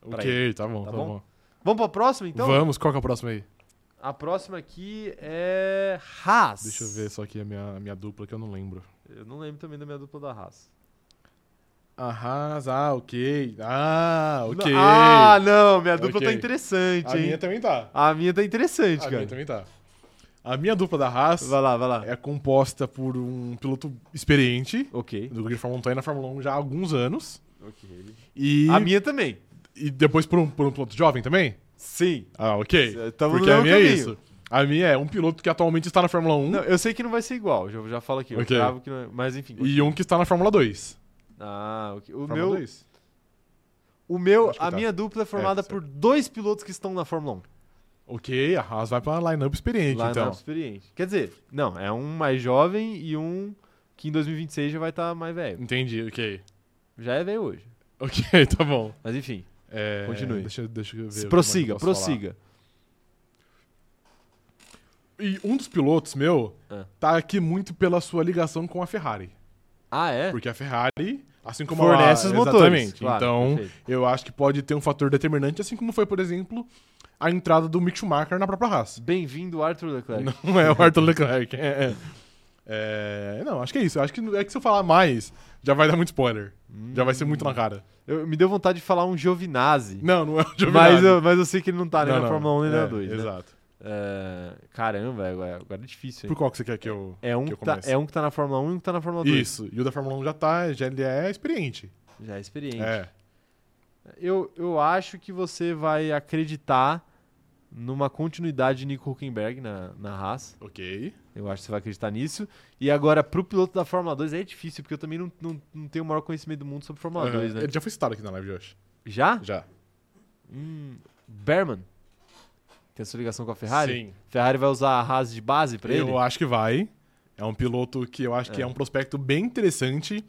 [SPEAKER 1] pra
[SPEAKER 2] Ok, tá bom,
[SPEAKER 1] Tá
[SPEAKER 2] tá,
[SPEAKER 1] bom?
[SPEAKER 2] bom.
[SPEAKER 1] Vamos pra próxima, então?
[SPEAKER 2] Vamos, qual que é a próxima aí?
[SPEAKER 1] A próxima aqui é Haas.
[SPEAKER 2] Deixa eu ver só aqui a minha, a minha dupla que eu não lembro.
[SPEAKER 1] Eu não lembro também da minha dupla da Haas.
[SPEAKER 2] Arras, ah, ok. Ah, ok.
[SPEAKER 1] Não- Ah, não, minha dupla
[SPEAKER 2] Ok.
[SPEAKER 1] tá interessante,
[SPEAKER 2] a
[SPEAKER 1] hein?
[SPEAKER 2] minha também tá.
[SPEAKER 1] A minha tá interessante,
[SPEAKER 2] A
[SPEAKER 1] cara.
[SPEAKER 2] minha também tá. A minha dupla da Haas
[SPEAKER 1] Vai lá, vai lá.
[SPEAKER 2] é composta por um piloto experiente,
[SPEAKER 1] Ok,
[SPEAKER 2] do Grid Fórmula 1 tá aí na Fórmula 1 já há alguns anos.
[SPEAKER 1] ok.
[SPEAKER 2] E,
[SPEAKER 1] A minha também.
[SPEAKER 2] e depois por um, por um piloto jovem também?
[SPEAKER 1] Sim.
[SPEAKER 2] Ah, ok.
[SPEAKER 1] Tamo no
[SPEAKER 2] Porque a
[SPEAKER 1] mesmo
[SPEAKER 2] minha é
[SPEAKER 1] caminho.
[SPEAKER 2] isso. A minha é um piloto que atualmente está na Fórmula 1
[SPEAKER 1] Não, eu sei que não vai ser igual, já, já falo aqui. Eu
[SPEAKER 2] Ok.
[SPEAKER 1] cravo que não é- mas enfim.
[SPEAKER 2] e um que está na Fórmula 2.
[SPEAKER 1] Ah, ok. o
[SPEAKER 2] Fórmula
[SPEAKER 1] meu,
[SPEAKER 2] 2?
[SPEAKER 1] o meu
[SPEAKER 2] Acho que
[SPEAKER 1] a
[SPEAKER 2] tá.
[SPEAKER 1] minha dupla é formada
[SPEAKER 2] É, certo.
[SPEAKER 1] por dois pilotos que estão na Fórmula
[SPEAKER 2] Ok, a Haas vai pra lineup
[SPEAKER 1] 1,
[SPEAKER 2] experiente,
[SPEAKER 1] lá
[SPEAKER 2] então.
[SPEAKER 1] na experiente. Quer dizer, não, é um mais jovem e um que em 2026 já vai estar mais velho.
[SPEAKER 2] Entendi, ok.
[SPEAKER 1] Já é velho hoje.
[SPEAKER 2] Ok, *laughs* tá bom.
[SPEAKER 1] Mas enfim,
[SPEAKER 2] É,
[SPEAKER 1] Continue.
[SPEAKER 2] Deixa, deixa é eu ver.
[SPEAKER 1] prossiga,
[SPEAKER 2] como é que eu posso
[SPEAKER 1] prossiga.
[SPEAKER 2] falar. E um dos pilotos meu
[SPEAKER 4] Ah.
[SPEAKER 2] tá aqui muito pela sua ligação com a Ferrari.
[SPEAKER 4] Ah, é?
[SPEAKER 2] Porque a Ferrari, assim como
[SPEAKER 1] Fornece
[SPEAKER 2] a,
[SPEAKER 1] os motores,
[SPEAKER 2] Exatamente.
[SPEAKER 4] claro,
[SPEAKER 2] então,
[SPEAKER 4] perfeito.
[SPEAKER 2] eu acho que pode ter um fator determinante, assim como foi, por exemplo, a entrada do Mick Schumacher na
[SPEAKER 4] *laughs*
[SPEAKER 2] própria raça.
[SPEAKER 1] Bem-vindo, Arthur Leclerc.
[SPEAKER 2] Não é o Arthur Leclerc. É, é. É, não, acho que é isso. Acho que é que se eu falar mais, já vai dar muito spoiler. Já vai ser muito na cara.
[SPEAKER 1] Hum. Eu, me deu vontade de falar um Giovinazzi.
[SPEAKER 2] Não, não é o Giovinazzi.
[SPEAKER 1] Mas eu, mas eu sei que ele não tá nem
[SPEAKER 2] Não,
[SPEAKER 1] na
[SPEAKER 2] não.
[SPEAKER 1] Fórmula 1 nem
[SPEAKER 2] É,
[SPEAKER 1] na 2. né?
[SPEAKER 2] Exato.
[SPEAKER 1] Ah,
[SPEAKER 4] É, Caramba, agora, agora é difícil, hein?
[SPEAKER 2] Por qual que você quer que eu,
[SPEAKER 1] É um,
[SPEAKER 2] que
[SPEAKER 1] que
[SPEAKER 2] eu
[SPEAKER 1] tá,
[SPEAKER 2] comece?
[SPEAKER 1] é um que tá na Fórmula 1 e um que tá na Fórmula 2.
[SPEAKER 2] Isso. E o da Fórmula 1 já tá, já ele é experiente.
[SPEAKER 4] Já é experiente.
[SPEAKER 2] É.
[SPEAKER 1] Eu, eu acho que você vai acreditar numa continuidade de Nico Huckenberg na, na Haas.
[SPEAKER 2] Ok.
[SPEAKER 1] Eu acho que você vai acreditar nisso. E agora, pro piloto da Fórmula 2 é difícil, porque eu também não, não, não tenho o maior conhecimento do mundo sobre Fórmula
[SPEAKER 2] Aham.
[SPEAKER 1] 2, né?
[SPEAKER 2] Ele já foi citado aqui na live de hoje.
[SPEAKER 1] Já?
[SPEAKER 2] Já.
[SPEAKER 1] Hum, Berman. Tem a sua ligação com a Ferrari?
[SPEAKER 2] Sim.
[SPEAKER 1] Ferrari vai usar a Haas de base pra
[SPEAKER 2] eu
[SPEAKER 1] ele?
[SPEAKER 2] acho que vai. É um piloto que eu acho que é um prospecto bem interessante.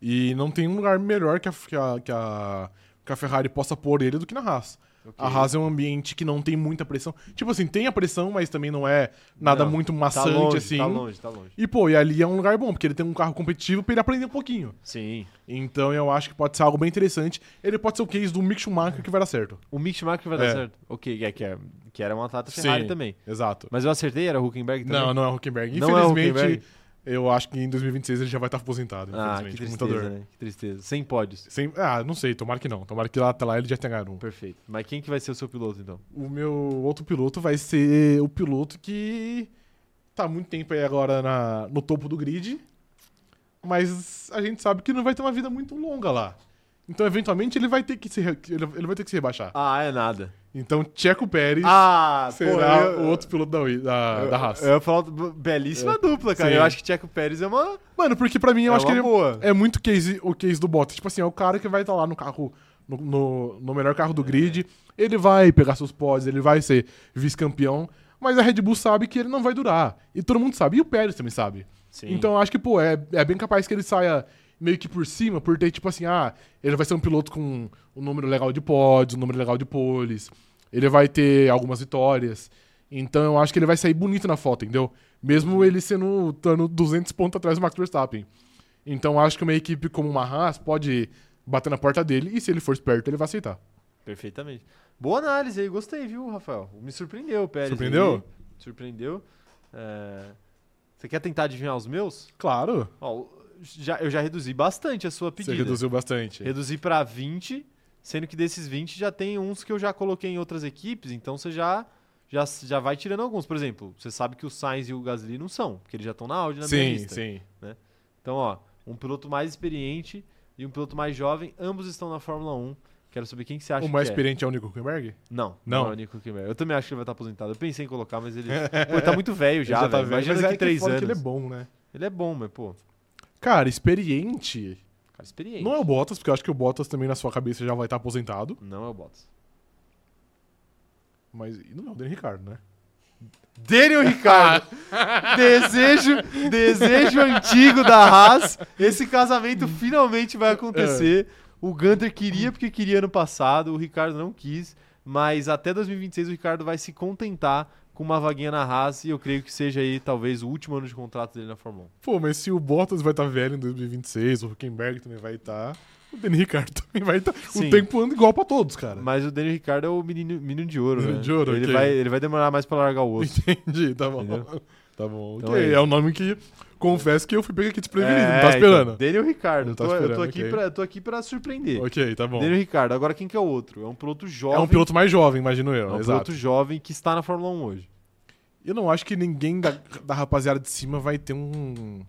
[SPEAKER 2] E não tem um lugar melhor que a, que a, que a, que a Ferrari possa pôr ele do que na Haas. A Haas é um ambiente que não tem muita pressão. Tipo assim, tem a pressão, mas também não é nada
[SPEAKER 1] Não,
[SPEAKER 2] muito
[SPEAKER 1] tá
[SPEAKER 2] maçante
[SPEAKER 1] longe,
[SPEAKER 2] assim.
[SPEAKER 1] Tá longe, tá longe.
[SPEAKER 2] E pô, e ali é um lugar bom, porque ele tem um carro competitivo pra ele aprender um pouquinho.
[SPEAKER 1] Sim.
[SPEAKER 2] Então eu acho que pode ser algo bem interessante. Ele pode ser o case do Mick Schumacher que vai dar certo.
[SPEAKER 1] O Mick Schumacher vai dar
[SPEAKER 2] É.
[SPEAKER 1] certo. Ok, é que, é, que era um atleta Ferrari
[SPEAKER 2] Sim.
[SPEAKER 1] também.
[SPEAKER 2] Exato.
[SPEAKER 1] Mas eu acertei, era Huckenberg também?
[SPEAKER 2] Não, não é o Huckenberg.
[SPEAKER 1] Não é o
[SPEAKER 2] Infelizmente,
[SPEAKER 1] Huckenberg?
[SPEAKER 2] eu acho que em 2026 ele já vai estar aposentado.
[SPEAKER 1] Ah,
[SPEAKER 2] Infelizmente,
[SPEAKER 1] que
[SPEAKER 2] com muita dor.
[SPEAKER 1] tristeza, né? Que tristeza. Sem pódios.
[SPEAKER 2] Sem- ah, não sei, tomara que não. Tomara que lá, até lá ele já tenha ganhado um.
[SPEAKER 1] Perfeito. Mas quem que vai ser o seu piloto, então?
[SPEAKER 2] O meu outro piloto vai ser o piloto que tá há muito tempo aí agora na- no topo do grid, mas a gente sabe que não vai ter uma vida muito longa lá. Então, eventualmente, ele vai ter que se, re- ele ele vai ter que se rebaixar.
[SPEAKER 1] Ah, é nada.
[SPEAKER 2] Então, Checo Pérez
[SPEAKER 1] Ah,
[SPEAKER 2] será
[SPEAKER 1] pô, eu-
[SPEAKER 2] o outro piloto da, Wi- da,
[SPEAKER 1] eu-
[SPEAKER 2] da Haas.
[SPEAKER 1] Eu ia falar do- belíssima dupla, cara.
[SPEAKER 2] Sim.
[SPEAKER 1] Eu acho que Checo Pérez é uma,
[SPEAKER 2] Mano, porque pra mim, eu
[SPEAKER 1] é
[SPEAKER 2] acho que
[SPEAKER 1] uma
[SPEAKER 2] ele
[SPEAKER 1] boa.
[SPEAKER 2] é muito case, o case do Bottas. Tipo assim, é o cara que vai estar lá no carro, no, no- no melhor carro do grid. Ele vai pegar seus pods, ele vai ser vice-campeão. Mas a Red Bull sabe que ele não vai durar. E todo mundo sabe. E o Pérez também sabe.
[SPEAKER 4] Sim.
[SPEAKER 2] Então eu acho que, pô, é, é bem capaz que ele saia meio que por cima, por ter, tipo assim, ah, ele vai ser um piloto com um número legal de pods, um número legal de poles. Ele vai ter algumas vitórias. Então eu acho que ele vai sair bonito na foto, entendeu? Mesmo ele sendo estando 200 pontos atrás do Max Verstappen. Então eu acho que uma equipe como uma Haas pode bater na porta dele e se ele for esperto, ele vai aceitar.
[SPEAKER 1] Perfeitamente. Boa análise aí, gostei, viu, Rafael? Me surpreendeu o Pérez.
[SPEAKER 2] Surpreendeu?
[SPEAKER 1] aí. Surpreendeu. É, Você quer tentar adivinhar os meus?
[SPEAKER 2] Claro.
[SPEAKER 1] Ó, o- já, eu já reduzi bastante a sua pedida.
[SPEAKER 2] Você reduziu bastante.
[SPEAKER 1] Reduzi pra 20, sendo que desses 20 já tem uns que eu já coloquei em outras equipes, então você já, já, já vai tirando alguns. Por exemplo, você sabe que o Sainz e o Gasly não são, porque eles já estão na Audi na minha
[SPEAKER 2] Sim,
[SPEAKER 1] lista.
[SPEAKER 2] sim.
[SPEAKER 1] Então, ó, um piloto mais experiente e um piloto mais jovem, ambos estão na Fórmula 1. Quero saber quem que você acha
[SPEAKER 2] O mais
[SPEAKER 1] que é.
[SPEAKER 2] experiente é o Nico Huckenberg?
[SPEAKER 1] Não,
[SPEAKER 2] Não.
[SPEAKER 1] não, é o Nico Kimmer. Eu também acho que ele vai estar aposentado. Eu pensei em colocar, mas
[SPEAKER 2] *laughs*
[SPEAKER 1] ele, pô, ele tá muito velho já,
[SPEAKER 2] tá
[SPEAKER 1] velho.
[SPEAKER 2] velho,
[SPEAKER 1] Imagina
[SPEAKER 2] mas é
[SPEAKER 1] daqui
[SPEAKER 2] que
[SPEAKER 1] três
[SPEAKER 2] fora
[SPEAKER 1] anos.
[SPEAKER 2] que ele é bom, né?
[SPEAKER 1] bom, mas pô,
[SPEAKER 2] Cara, experiente.
[SPEAKER 1] cara experiente.
[SPEAKER 2] Não é o Bottas, porque eu acho que o Bottas também na sua cabeça já vai estar aposentado.
[SPEAKER 1] Não é o Bottas.
[SPEAKER 2] Mas e não é o Daniel Ricardo, né?
[SPEAKER 1] Daniel
[SPEAKER 2] *laughs*
[SPEAKER 1] Ricardo. desejo, desejo antigo da Haas. Esse casamento finalmente vai acontecer.
[SPEAKER 2] É.
[SPEAKER 1] O Gunter queria porque queria ano passado, o Ricardo não quis, mas até 2026 o Ricardo vai se contentar com uma vaguinha na Haas e eu creio que seja aí talvez o último ano de contrato dele na Fórmula 1.
[SPEAKER 2] Pô, mas se o Bottas vai estar velho em 2026, o Huckenberg também vai estar, o Daniel Ricardo *laughs* também vai estar. O
[SPEAKER 1] Sim.
[SPEAKER 2] tempo anda igual pra todos, cara.
[SPEAKER 1] Mas o Daniel Ricardo é o menino, menino de ouro,
[SPEAKER 2] Menino
[SPEAKER 1] né?
[SPEAKER 2] de ouro,
[SPEAKER 1] ele,
[SPEAKER 2] ok.
[SPEAKER 1] vai, ele vai demorar mais pra largar o osso.
[SPEAKER 2] *laughs* Entendi, tá bom.
[SPEAKER 1] Entendeu?
[SPEAKER 2] Tá bom.
[SPEAKER 1] Então
[SPEAKER 2] ok,
[SPEAKER 1] é isso.
[SPEAKER 2] é um nome que confesso que eu fui pego aqui desprevenido,
[SPEAKER 1] É,
[SPEAKER 2] não tá esperando.
[SPEAKER 1] Então, Daniel Ricardo.
[SPEAKER 2] Não tá
[SPEAKER 1] eu tô- eu, tô
[SPEAKER 2] esperando,
[SPEAKER 1] aqui
[SPEAKER 2] ok.
[SPEAKER 1] pra, eu tô aqui pra surpreender.
[SPEAKER 2] Ok, tá bom.
[SPEAKER 1] Daniel Ricardo. Agora quem que é o outro? É um piloto
[SPEAKER 2] É
[SPEAKER 1] jovem.
[SPEAKER 2] um piloto mais jovem, imagino
[SPEAKER 1] é
[SPEAKER 2] eu.
[SPEAKER 1] um
[SPEAKER 2] exato.
[SPEAKER 1] piloto jovem que está na Fórmula 1 hoje.
[SPEAKER 2] Eu não acho que ninguém da, da rapaziada de cima vai ter um,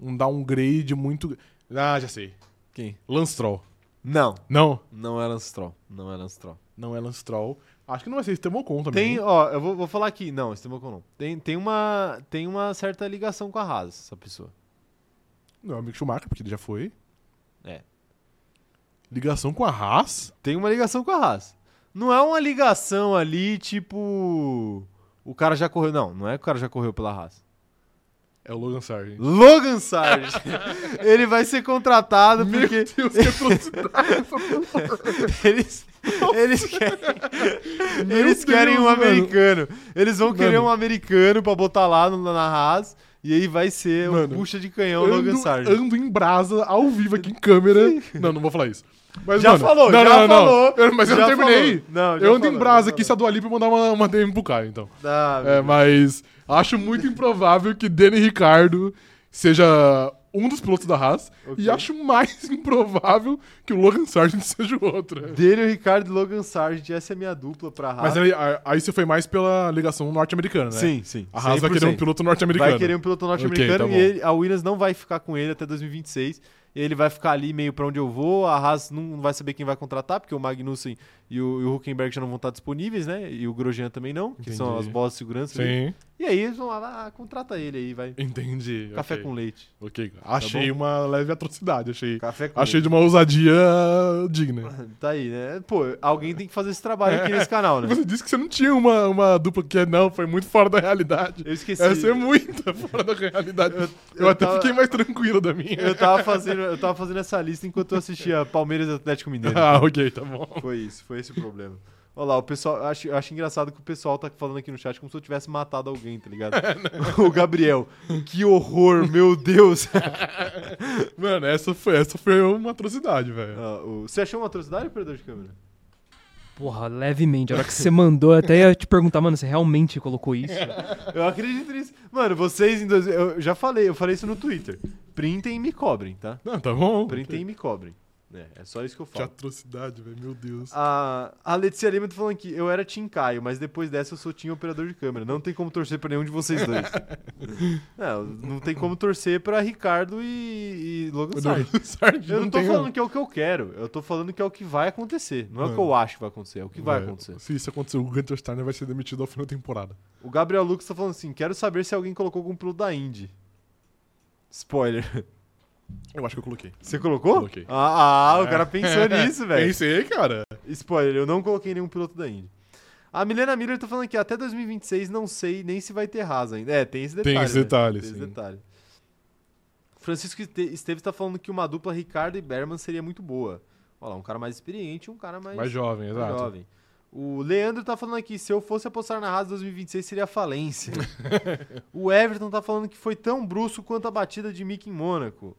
[SPEAKER 2] um downgrade muito. Ah, já sei.
[SPEAKER 1] Quem?
[SPEAKER 2] Lance Troll.
[SPEAKER 1] Não,
[SPEAKER 2] Não,
[SPEAKER 1] não é Lance Stroll. Não é Lance Stroll.
[SPEAKER 2] não é Lance Troll. Acho que não vai ser Esteban Ocon também.
[SPEAKER 1] Tem, ó, eu vou, vou falar aqui. Não, Esteban Ocon não. Tem, tem, uma, tem uma certa ligação com a Haas, essa pessoa.
[SPEAKER 2] Não é o Mick Schumacher, porque ele já foi.
[SPEAKER 1] É.
[SPEAKER 2] Ligação com a Haas?
[SPEAKER 1] Tem uma ligação com a Haas. Não é uma ligação
[SPEAKER 2] *laughs*
[SPEAKER 1] ali, tipo... O cara já correu... Não, não é que o cara já correu pela Haas.
[SPEAKER 2] É o Logan Sargent.
[SPEAKER 1] Logan Sargent.
[SPEAKER 2] *laughs*
[SPEAKER 1] ele vai ser contratado porque
[SPEAKER 2] Deus, que
[SPEAKER 1] *laughs*
[SPEAKER 2] atrocidade.
[SPEAKER 1] eles, eles querem, eles
[SPEAKER 2] Deus,
[SPEAKER 1] querem um
[SPEAKER 2] mano.
[SPEAKER 1] americano. Eles vão querer
[SPEAKER 2] Mano.
[SPEAKER 1] um americano pra botar lá no- na Haas. E aí vai ser É o
[SPEAKER 2] Mano,
[SPEAKER 1] puxa de canhão Logan
[SPEAKER 2] ando,
[SPEAKER 1] Sargent.
[SPEAKER 2] ando em brasa, ao vivo aqui em câmera. Não, não vou falar isso. Mas,
[SPEAKER 1] Já
[SPEAKER 2] mano,
[SPEAKER 1] falou,
[SPEAKER 2] não,
[SPEAKER 1] já
[SPEAKER 2] não, não,
[SPEAKER 1] falou.
[SPEAKER 2] Não. Eu- mas eu
[SPEAKER 1] Já
[SPEAKER 2] não terminei.
[SPEAKER 1] falou. Não, já
[SPEAKER 2] eu ando
[SPEAKER 1] falou,
[SPEAKER 2] em brasa
[SPEAKER 1] já
[SPEAKER 2] aqui se a
[SPEAKER 1] falou.
[SPEAKER 2] Dua Lipa mandar uma, uma DM pro cara, então.
[SPEAKER 1] Ah,
[SPEAKER 2] É, mas acho muito improvável que Danny Ricardo seja um dos pilotos da Haas.
[SPEAKER 1] Ok.
[SPEAKER 2] E acho mais *laughs* improvável que o Logan Sargent *laughs* seja o outro. né?
[SPEAKER 1] Dele, o Ricardo e Logan Sargent. Essa é a minha dupla pra Haas. né?
[SPEAKER 2] Mas aí, aí você foi mais pela ligação norte-americana, né?
[SPEAKER 1] Sim, sim.
[SPEAKER 2] A Haas vai querer um
[SPEAKER 1] 100%.
[SPEAKER 2] piloto norte-americano.
[SPEAKER 1] Vai querer um piloto norte-americano
[SPEAKER 2] Ok, tá
[SPEAKER 1] e
[SPEAKER 2] bom.
[SPEAKER 1] ele- a Williams não vai ficar com ele até 2026. E ele vai ficar ali meio pra onde eu vou. A Haas não vai saber quem vai contratar, porque o Magnussen e o, e o Huckenberg já não vão estar disponíveis, né? E o Grosjean também não, que são
[SPEAKER 2] Entendi.
[SPEAKER 1] as bolas de segurança. ali.
[SPEAKER 2] Sim,
[SPEAKER 1] E aí eles vão lá, ah, contrata ele aí, vai.
[SPEAKER 2] entendi.
[SPEAKER 1] Café
[SPEAKER 2] ok.
[SPEAKER 1] com leite. Tá
[SPEAKER 2] Ok, achei uma leve atrocidade, achei.
[SPEAKER 1] Café com
[SPEAKER 2] Achei de
[SPEAKER 1] leite.
[SPEAKER 2] uma ousadia digna.
[SPEAKER 1] Tá aí, né? Pô, alguém tem que fazer esse trabalho aqui nesse canal, né?
[SPEAKER 2] Você disse que você não tinha uma, uma dupla que é, não, foi muito fora da realidade.
[SPEAKER 1] Eu esqueci.
[SPEAKER 2] Essa é muito *laughs* fora da realidade. Eu,
[SPEAKER 1] eu
[SPEAKER 2] até
[SPEAKER 1] tava-
[SPEAKER 2] fiquei mais tranquilo da minha.
[SPEAKER 1] Eu tava, fazendo, eu tava fazendo essa lista enquanto eu assistia Palmeiras e Atlético
[SPEAKER 2] *laughs*
[SPEAKER 1] Mineiro.
[SPEAKER 2] Ah, ok, tá bom.
[SPEAKER 1] Foi isso, foi esse o problema. Olha lá, o pessoal, eu acho, eu acho engraçado que o pessoal tá falando aqui no chat como se eu tivesse matado alguém, tá
[SPEAKER 2] *laughs*
[SPEAKER 1] ligado?
[SPEAKER 2] É,
[SPEAKER 1] o Gabriel, que horror, meu
[SPEAKER 2] *laughs*
[SPEAKER 1] Deus.
[SPEAKER 2] Mano, essa foi, essa foi uma atrocidade, velho.
[SPEAKER 1] Ah, o- você achou uma atrocidade, operador de câmera?
[SPEAKER 5] Porra, levemente. A hora que você mandou, eu até ia te perguntar, mano, você realmente colocou isso?
[SPEAKER 1] Eu acredito nisso. Mano, vocês em dois, eu eu já falei, eu falei isso no Twitter. Printem e me cobrem, tá?
[SPEAKER 2] Não, tá bom.
[SPEAKER 1] Printem e me cobrem. É, é só isso que eu
[SPEAKER 2] Que
[SPEAKER 1] falo.
[SPEAKER 2] atrocidade, velho, meu
[SPEAKER 1] Ah,
[SPEAKER 2] Deus.
[SPEAKER 1] A, a Letícia Lima tá falando que eu era Tim Caio, mas depois dessa eu sou Tim Operador de Câmera. Não tem como torcer pra nenhum de vocês dois. *laughs* não, não tem como torcer pra Ricardo e, e Logan Sargent.
[SPEAKER 2] Sarge,
[SPEAKER 1] Eu não tô falando que é o que eu quero, eu tô falando que é o que vai acontecer. Não é o que eu acho que vai acontecer, é o que vai acontecer.
[SPEAKER 2] Se isso acontecer, o Gunter Steiner vai ser demitido ao final da temporada.
[SPEAKER 1] O Gabriel Lucas tá falando assim: quero saber se alguém colocou algum piloto da Indy. Spoiler. *laughs*
[SPEAKER 2] Eu acho que eu coloquei.
[SPEAKER 1] Você colocou?
[SPEAKER 2] Coloquei.
[SPEAKER 1] Ah, ah, o cara *laughs*
[SPEAKER 2] *laughs*
[SPEAKER 1] pensou nisso, velho.
[SPEAKER 2] É isso aí, cara.
[SPEAKER 1] Spoiler, eu não coloquei nenhum piloto da Indy. A Milena Miller tá falando que até 2026 não sei nem se vai ter Haas ainda. É, tem esse
[SPEAKER 2] Tem
[SPEAKER 1] detalhe.
[SPEAKER 2] esse
[SPEAKER 1] né?
[SPEAKER 2] detalhe,
[SPEAKER 1] Tem esse
[SPEAKER 2] sim.
[SPEAKER 1] detalhe. Francisco Este- Esteves tá falando que uma dupla Ricardo e Berman seria muito boa. Olha lá, um cara mais experiente e um cara mais,
[SPEAKER 2] Mais jovem,
[SPEAKER 1] mais
[SPEAKER 2] exato.
[SPEAKER 1] jovem. O Leandro tá falando aqui, se eu fosse apostar na Haas 2026 seria
[SPEAKER 2] *laughs*
[SPEAKER 1] falência. o Everton tá falando que foi tão brusco quanto a batida de Mick em Mônaco.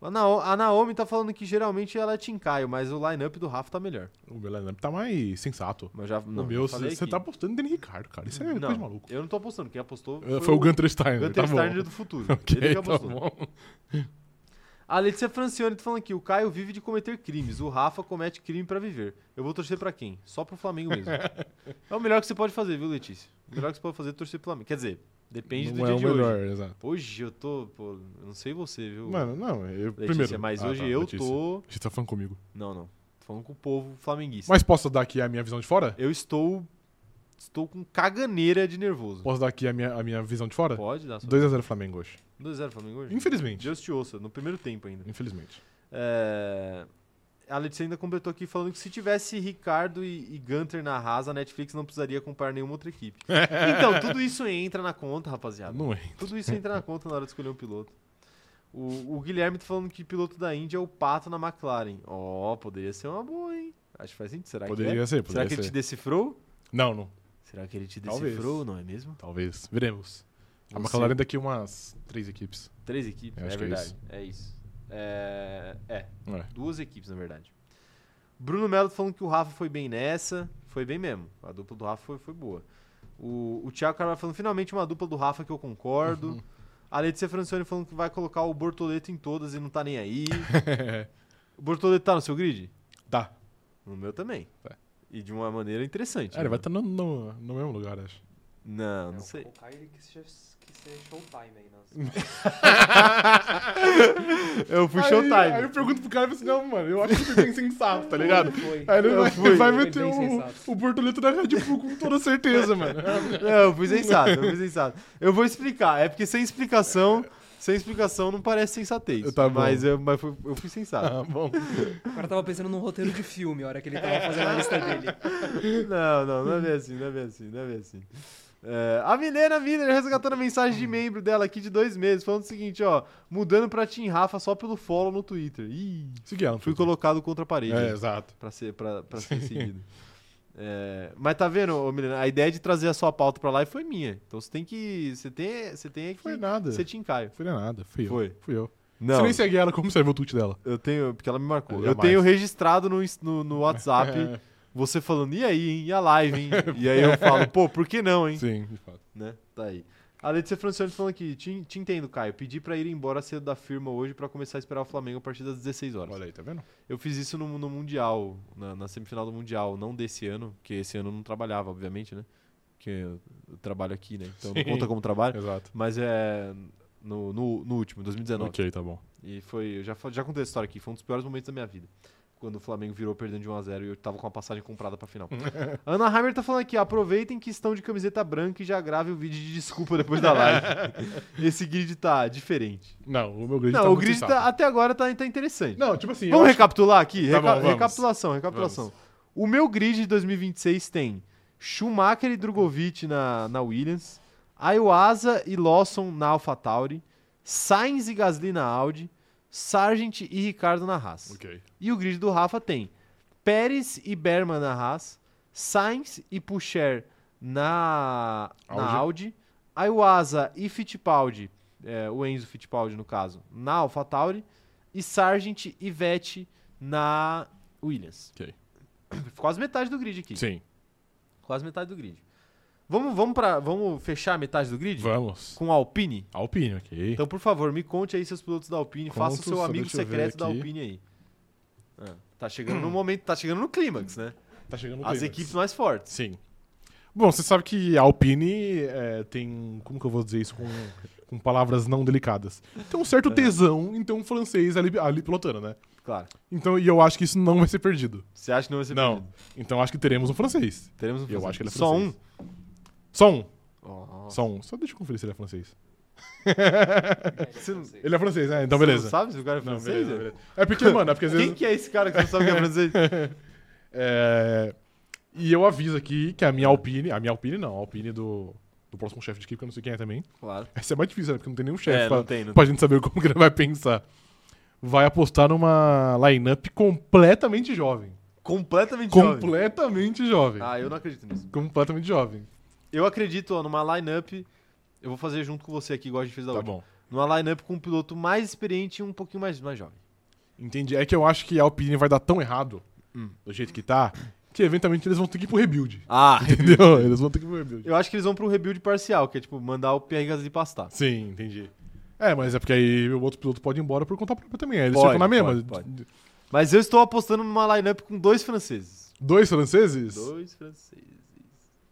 [SPEAKER 1] A Nao- a Naomi tá falando que geralmente ela é Tim Caio, mas o line-up do Rafa tá melhor.
[SPEAKER 2] O meu lineup tá mais sensato.
[SPEAKER 1] Mas já, não,
[SPEAKER 2] o meu,
[SPEAKER 1] já falei
[SPEAKER 2] você
[SPEAKER 1] aqui.
[SPEAKER 2] tá apostando no Ricardo, cara. Isso é
[SPEAKER 1] não,
[SPEAKER 2] coisa de maluco. É,
[SPEAKER 1] Eu não tô apostando, quem apostou
[SPEAKER 2] Foi, o Gunter Steiner,
[SPEAKER 1] Gunter
[SPEAKER 2] tá bom.
[SPEAKER 1] Steiner do futuro. Ele
[SPEAKER 2] *laughs* Ok,
[SPEAKER 1] que
[SPEAKER 2] tá
[SPEAKER 1] apostou.
[SPEAKER 2] bom.
[SPEAKER 1] A Letícia Francione tá falando aqui: o Caio vive de cometer crimes, o Rafa comete crime pra viver. Eu vou torcer pra quem? Só pro Flamengo
[SPEAKER 2] *laughs*
[SPEAKER 1] mesmo. é o melhor que você pode fazer, viu, Letícia? O melhor que você pode fazer é torcer pro Flamengo. Quer dizer, depende do
[SPEAKER 2] Não é
[SPEAKER 1] dia
[SPEAKER 2] o
[SPEAKER 1] de
[SPEAKER 2] melhor,
[SPEAKER 1] hoje.
[SPEAKER 2] exato.
[SPEAKER 1] Hoje eu tô, pô, eu não sei você, viu?
[SPEAKER 2] Mano, não, eu
[SPEAKER 1] Tipo, Letícia,
[SPEAKER 2] primeiro.
[SPEAKER 1] mas
[SPEAKER 2] Ah,
[SPEAKER 1] hoje
[SPEAKER 2] tá,
[SPEAKER 1] eu
[SPEAKER 2] Letícia.
[SPEAKER 1] tô.
[SPEAKER 2] Você tá falando comigo.
[SPEAKER 1] Não, não. Tô falando com o povo flamenguista.
[SPEAKER 2] Mas posso dar aqui a minha visão de fora?
[SPEAKER 1] Eu estou. Estou com caganeira de nervoso.
[SPEAKER 2] Posso dar aqui a minha, a minha visão de fora?
[SPEAKER 1] Pode dar sua.
[SPEAKER 2] 2x0 Flamengo hoje.
[SPEAKER 1] 2x0 Flamengo hoje?
[SPEAKER 2] Infelizmente.
[SPEAKER 1] Deus te ouça, no primeiro tempo ainda.
[SPEAKER 2] Infelizmente.
[SPEAKER 1] É, A Letícia ainda completou aqui falando que se tivesse Ricardo e, e Gunter na Haas, a Netflix não precisaria comprar nenhuma outra
[SPEAKER 2] *laughs*
[SPEAKER 1] equipe. então, tudo isso entra na conta, rapaziada.
[SPEAKER 2] Não é.
[SPEAKER 1] Tudo isso entra na conta na hora de escolher um piloto. O, o Guilherme tá falando que piloto da Índia é o Pato na McLaren. Ó, poderia ser uma boa, hein? Acho que faz sentido. Será que é?
[SPEAKER 2] Poderia ser,
[SPEAKER 1] Será
[SPEAKER 2] poderia
[SPEAKER 1] que ele te
[SPEAKER 2] ser.
[SPEAKER 1] decifrou?
[SPEAKER 2] Não, não.
[SPEAKER 1] Será que ele te
[SPEAKER 2] Talvez.
[SPEAKER 1] decifrou, não é mesmo?
[SPEAKER 2] Talvez. Veremos. A
[SPEAKER 1] Você-
[SPEAKER 2] McLaren daqui umas três equipes.
[SPEAKER 1] Três equipes,
[SPEAKER 2] Eu
[SPEAKER 1] é
[SPEAKER 2] acho que é
[SPEAKER 1] verdade. É isso. É, é,
[SPEAKER 2] É.
[SPEAKER 1] duas equipes, na verdade. Bruno Melo falando que o Rafa foi bem nessa. Foi bem mesmo. A dupla do Rafa foi, foi boa. O, o Thiago Carvalho falando, finalmente uma dupla do Rafa que eu concordo.
[SPEAKER 2] Uhum.
[SPEAKER 1] A Letícia Francione falando que vai colocar o Bortoleto em todas e não tá nem
[SPEAKER 2] *laughs*
[SPEAKER 1] aí. o Bortoleto tá no seu grid?
[SPEAKER 2] Tá.
[SPEAKER 1] No meu também.
[SPEAKER 2] Tá.
[SPEAKER 1] E de uma maneira interessante.
[SPEAKER 2] É, ele
[SPEAKER 1] né?
[SPEAKER 2] vai estar no, no, no mesmo lugar, acho.
[SPEAKER 1] Não, não
[SPEAKER 3] Vou
[SPEAKER 1] sei. Tá
[SPEAKER 3] Colocar ele que seja, que seja showtime aí. Nas...
[SPEAKER 1] Eu fui
[SPEAKER 2] Aí-
[SPEAKER 1] showtime.
[SPEAKER 2] Aí eu pergunto pro cara e falo assim, não, mano, eu acho que você tem sensato, tá ligado?
[SPEAKER 3] Foi,
[SPEAKER 2] Aí ele
[SPEAKER 1] Eu
[SPEAKER 2] vai,
[SPEAKER 1] fui.
[SPEAKER 2] vai
[SPEAKER 5] Foi
[SPEAKER 2] meter
[SPEAKER 5] bem
[SPEAKER 2] o,
[SPEAKER 5] sensato.
[SPEAKER 2] o Bortoleto na Red Bull com toda
[SPEAKER 1] *laughs*
[SPEAKER 2] certeza, mano.
[SPEAKER 1] Não, eu fui sensato, eu fui sensato. Eu vou explicar, é porque sem explicação, sem explicação não parece sensatez.
[SPEAKER 2] Tá bom.
[SPEAKER 1] Mas, eu, mas fui- eu fui sensato.
[SPEAKER 2] Ah, bom.
[SPEAKER 5] O cara tava pensando num roteiro de filme a hora que ele tava fazendo a lista dele.
[SPEAKER 1] Não, não, não é bem assim, não é bem assim, não é bem assim. É, É, a Milena Miller resgatando a mensagem de membro dela aqui de dois meses, falando o seguinte, ó. Mudando pra Tim Rafa só pelo follow no Twitter. Ih,
[SPEAKER 2] Segui ela. no
[SPEAKER 1] fui
[SPEAKER 2] Twitter.
[SPEAKER 1] colocado contra a parede.
[SPEAKER 2] É, exato.
[SPEAKER 1] Pra ser, pra, pra ser seguido. É, mas tá vendo, ô, Milena, a ideia de trazer a sua pauta pra lá foi minha. Então você tem que. Você tem, você tem que
[SPEAKER 2] Foi nada.
[SPEAKER 1] ser Tim Caio.
[SPEAKER 2] Foi nada. Fui eu.
[SPEAKER 1] Foi.
[SPEAKER 2] Fui eu.
[SPEAKER 1] Não,
[SPEAKER 2] Você nem segue ela, como você viu o tweet dela?
[SPEAKER 1] eu tenho. Porque ela me marcou.
[SPEAKER 2] Eu
[SPEAKER 1] Eu
[SPEAKER 2] jamais.
[SPEAKER 1] tenho registrado no, ins- no, no WhatsApp
[SPEAKER 2] *laughs* É,
[SPEAKER 1] você falando, e aí, hein? E a live,
[SPEAKER 2] *laughs*
[SPEAKER 1] hein? E aí eu falo, pô, por que não, hein?
[SPEAKER 2] Sim, de fato.
[SPEAKER 1] né? Tá aí. A Letícia Francione falando aqui, te, te entendo, Caio. Pedi pra ir embora cedo da firma hoje pra começar a esperar o Flamengo a partir das 16 horas.
[SPEAKER 2] Olha aí, tá vendo?
[SPEAKER 1] Eu fiz isso no, no Mundial, na, na semifinal do Mundial, não desse ano, que esse ano eu não trabalhava, obviamente, né? Porque eu, eu trabalho aqui, né? Então não
[SPEAKER 2] Sim.
[SPEAKER 1] conta como trabalho.
[SPEAKER 2] Exato.
[SPEAKER 1] Mas é no, no, no último, 2019.
[SPEAKER 2] Ok, tá bom.
[SPEAKER 1] E foi. Eu já, fa- já contei essa história aqui, foi um dos piores momentos da minha vida. Quando o Flamengo virou perdendo de 1x0 e eu tava com a passagem comprada pra
[SPEAKER 2] *laughs*
[SPEAKER 1] final. A Ana Heimer tá falando aqui, ó, aproveitem que estão de camiseta branca e já grave o vídeo de desculpa depois da live.
[SPEAKER 2] *laughs*
[SPEAKER 1] Esse grid tá diferente.
[SPEAKER 2] Não, o meu grid
[SPEAKER 1] Não,
[SPEAKER 2] tá
[SPEAKER 1] o
[SPEAKER 2] muito
[SPEAKER 1] grid
[SPEAKER 2] sensato.
[SPEAKER 1] tá- até agora tá, tá interessante.
[SPEAKER 2] Não, tipo assim...
[SPEAKER 1] vamos
[SPEAKER 2] eu acho-
[SPEAKER 1] recapitular aqui?
[SPEAKER 2] Tá
[SPEAKER 1] Reca-
[SPEAKER 2] bom, vamos.
[SPEAKER 1] Recapitulação, recapitulação. O meu grid de 2026 tem Schumacher e Drogovic na, na Williams, Ayuasa e Lawson na AlphaTauri, Sainz e Gasly na Audi, Sargent e Ricardo na Haas.
[SPEAKER 2] Ok.
[SPEAKER 1] E o grid do Rafa tem Pérez e Berman na Haas, Sainz e Pucher na, na Audi, Ayuasa e Fittipaldi, é, o Enzo Fittipaldi no caso, na AlphaTauri, e Sargent e Vetti na Williams.
[SPEAKER 2] Ok.
[SPEAKER 1] *coughs* Quase metade do grid aqui.
[SPEAKER 2] Sim,
[SPEAKER 1] Quase metade do grid. Vamos, vamos, pra, vamos fechar a metade do grid?
[SPEAKER 2] vamos.
[SPEAKER 1] Com a Alpine?
[SPEAKER 2] Alpine, ok.
[SPEAKER 1] Então, por favor, me conte aí seus pilotos da Alpine,
[SPEAKER 2] Conto,
[SPEAKER 1] faça o seu
[SPEAKER 2] só
[SPEAKER 1] amigo
[SPEAKER 2] deixa eu ver
[SPEAKER 1] secreto da
[SPEAKER 2] aqui.
[SPEAKER 1] Alpine aí. Ah, tá chegando no momento, tá chegando no clímax, né?
[SPEAKER 2] tá chegando
[SPEAKER 1] As
[SPEAKER 2] climax.
[SPEAKER 1] equipes mais fortes.
[SPEAKER 2] Sim. Bom, você sabe que a Alpine é, tem. Como que eu vou dizer isso com, com palavras não delicadas? Tem um certo tesão em ter um francês ali, ali pilotando, né?
[SPEAKER 1] Claro.
[SPEAKER 2] Então, e eu acho que isso não vai ser perdido.
[SPEAKER 1] Você acha que não vai ser
[SPEAKER 2] Não.
[SPEAKER 1] perdido?
[SPEAKER 2] Então acho que teremos um francês.
[SPEAKER 1] Teremos um
[SPEAKER 2] Eu
[SPEAKER 1] francês.
[SPEAKER 2] acho que ele é
[SPEAKER 1] Só um?
[SPEAKER 2] francês. Só um.
[SPEAKER 1] Ó,
[SPEAKER 2] Só um. Só deixa eu conferir se ele é francês.
[SPEAKER 1] Você não-
[SPEAKER 3] sei.
[SPEAKER 2] Ele é francês, né? Então
[SPEAKER 1] Você
[SPEAKER 2] beleza.
[SPEAKER 1] Não sabe se o cara é
[SPEAKER 2] Não,
[SPEAKER 1] francês?
[SPEAKER 2] beleza, beleza. É porque, mano, é porque às
[SPEAKER 1] Quem
[SPEAKER 2] vezes.
[SPEAKER 1] que é esse cara que não sabe que é francês?
[SPEAKER 2] É, E eu aviso aqui que a minha Alpine. A minha Alpine não, a Alpine do, do próximo chefe de equipe, que eu não sei quem é também.
[SPEAKER 1] Claro.
[SPEAKER 2] Essa é mais difícil, né? Porque não tem nenhum chefe
[SPEAKER 1] É,
[SPEAKER 2] pra,
[SPEAKER 1] não tem, não
[SPEAKER 2] pra gente saber como que ele vai pensar. Vai apostar numa lineup completamente jovem.
[SPEAKER 1] tem. Completamente jovem.
[SPEAKER 2] Completamente jovem.
[SPEAKER 1] Ah, Tá eu não acredito nisso.
[SPEAKER 2] Completamente jovem.
[SPEAKER 1] Eu acredito ó, numa lineup. Eu vou fazer junto com você aqui, igual a gente fez da
[SPEAKER 2] Tá
[SPEAKER 1] última.
[SPEAKER 2] bom.
[SPEAKER 1] Numa lineup com um piloto mais experiente e um pouquinho mais, mais jovem.
[SPEAKER 2] Entendi. É que eu acho que a Alpine vai dar tão errado
[SPEAKER 1] Hum.
[SPEAKER 2] do jeito que tá, que eventualmente eles vão ter que ir pro rebuild.
[SPEAKER 1] Ah,
[SPEAKER 2] *laughs* Entendeu? Eles vão ter que ir pro rebuild.
[SPEAKER 1] Eu acho que eles vão pro rebuild parcial, que é tipo mandar o Pierre Gasly pastar.
[SPEAKER 2] Sim, entendi. É, mas é porque aí o outro piloto pode ir embora por conta própria também. Aí eles
[SPEAKER 1] Pode,
[SPEAKER 2] ficam na mesma.
[SPEAKER 1] pode, pode. Mas eu estou apostando numa lineup com dois franceses.
[SPEAKER 2] Dois franceses?
[SPEAKER 1] Dois franceses.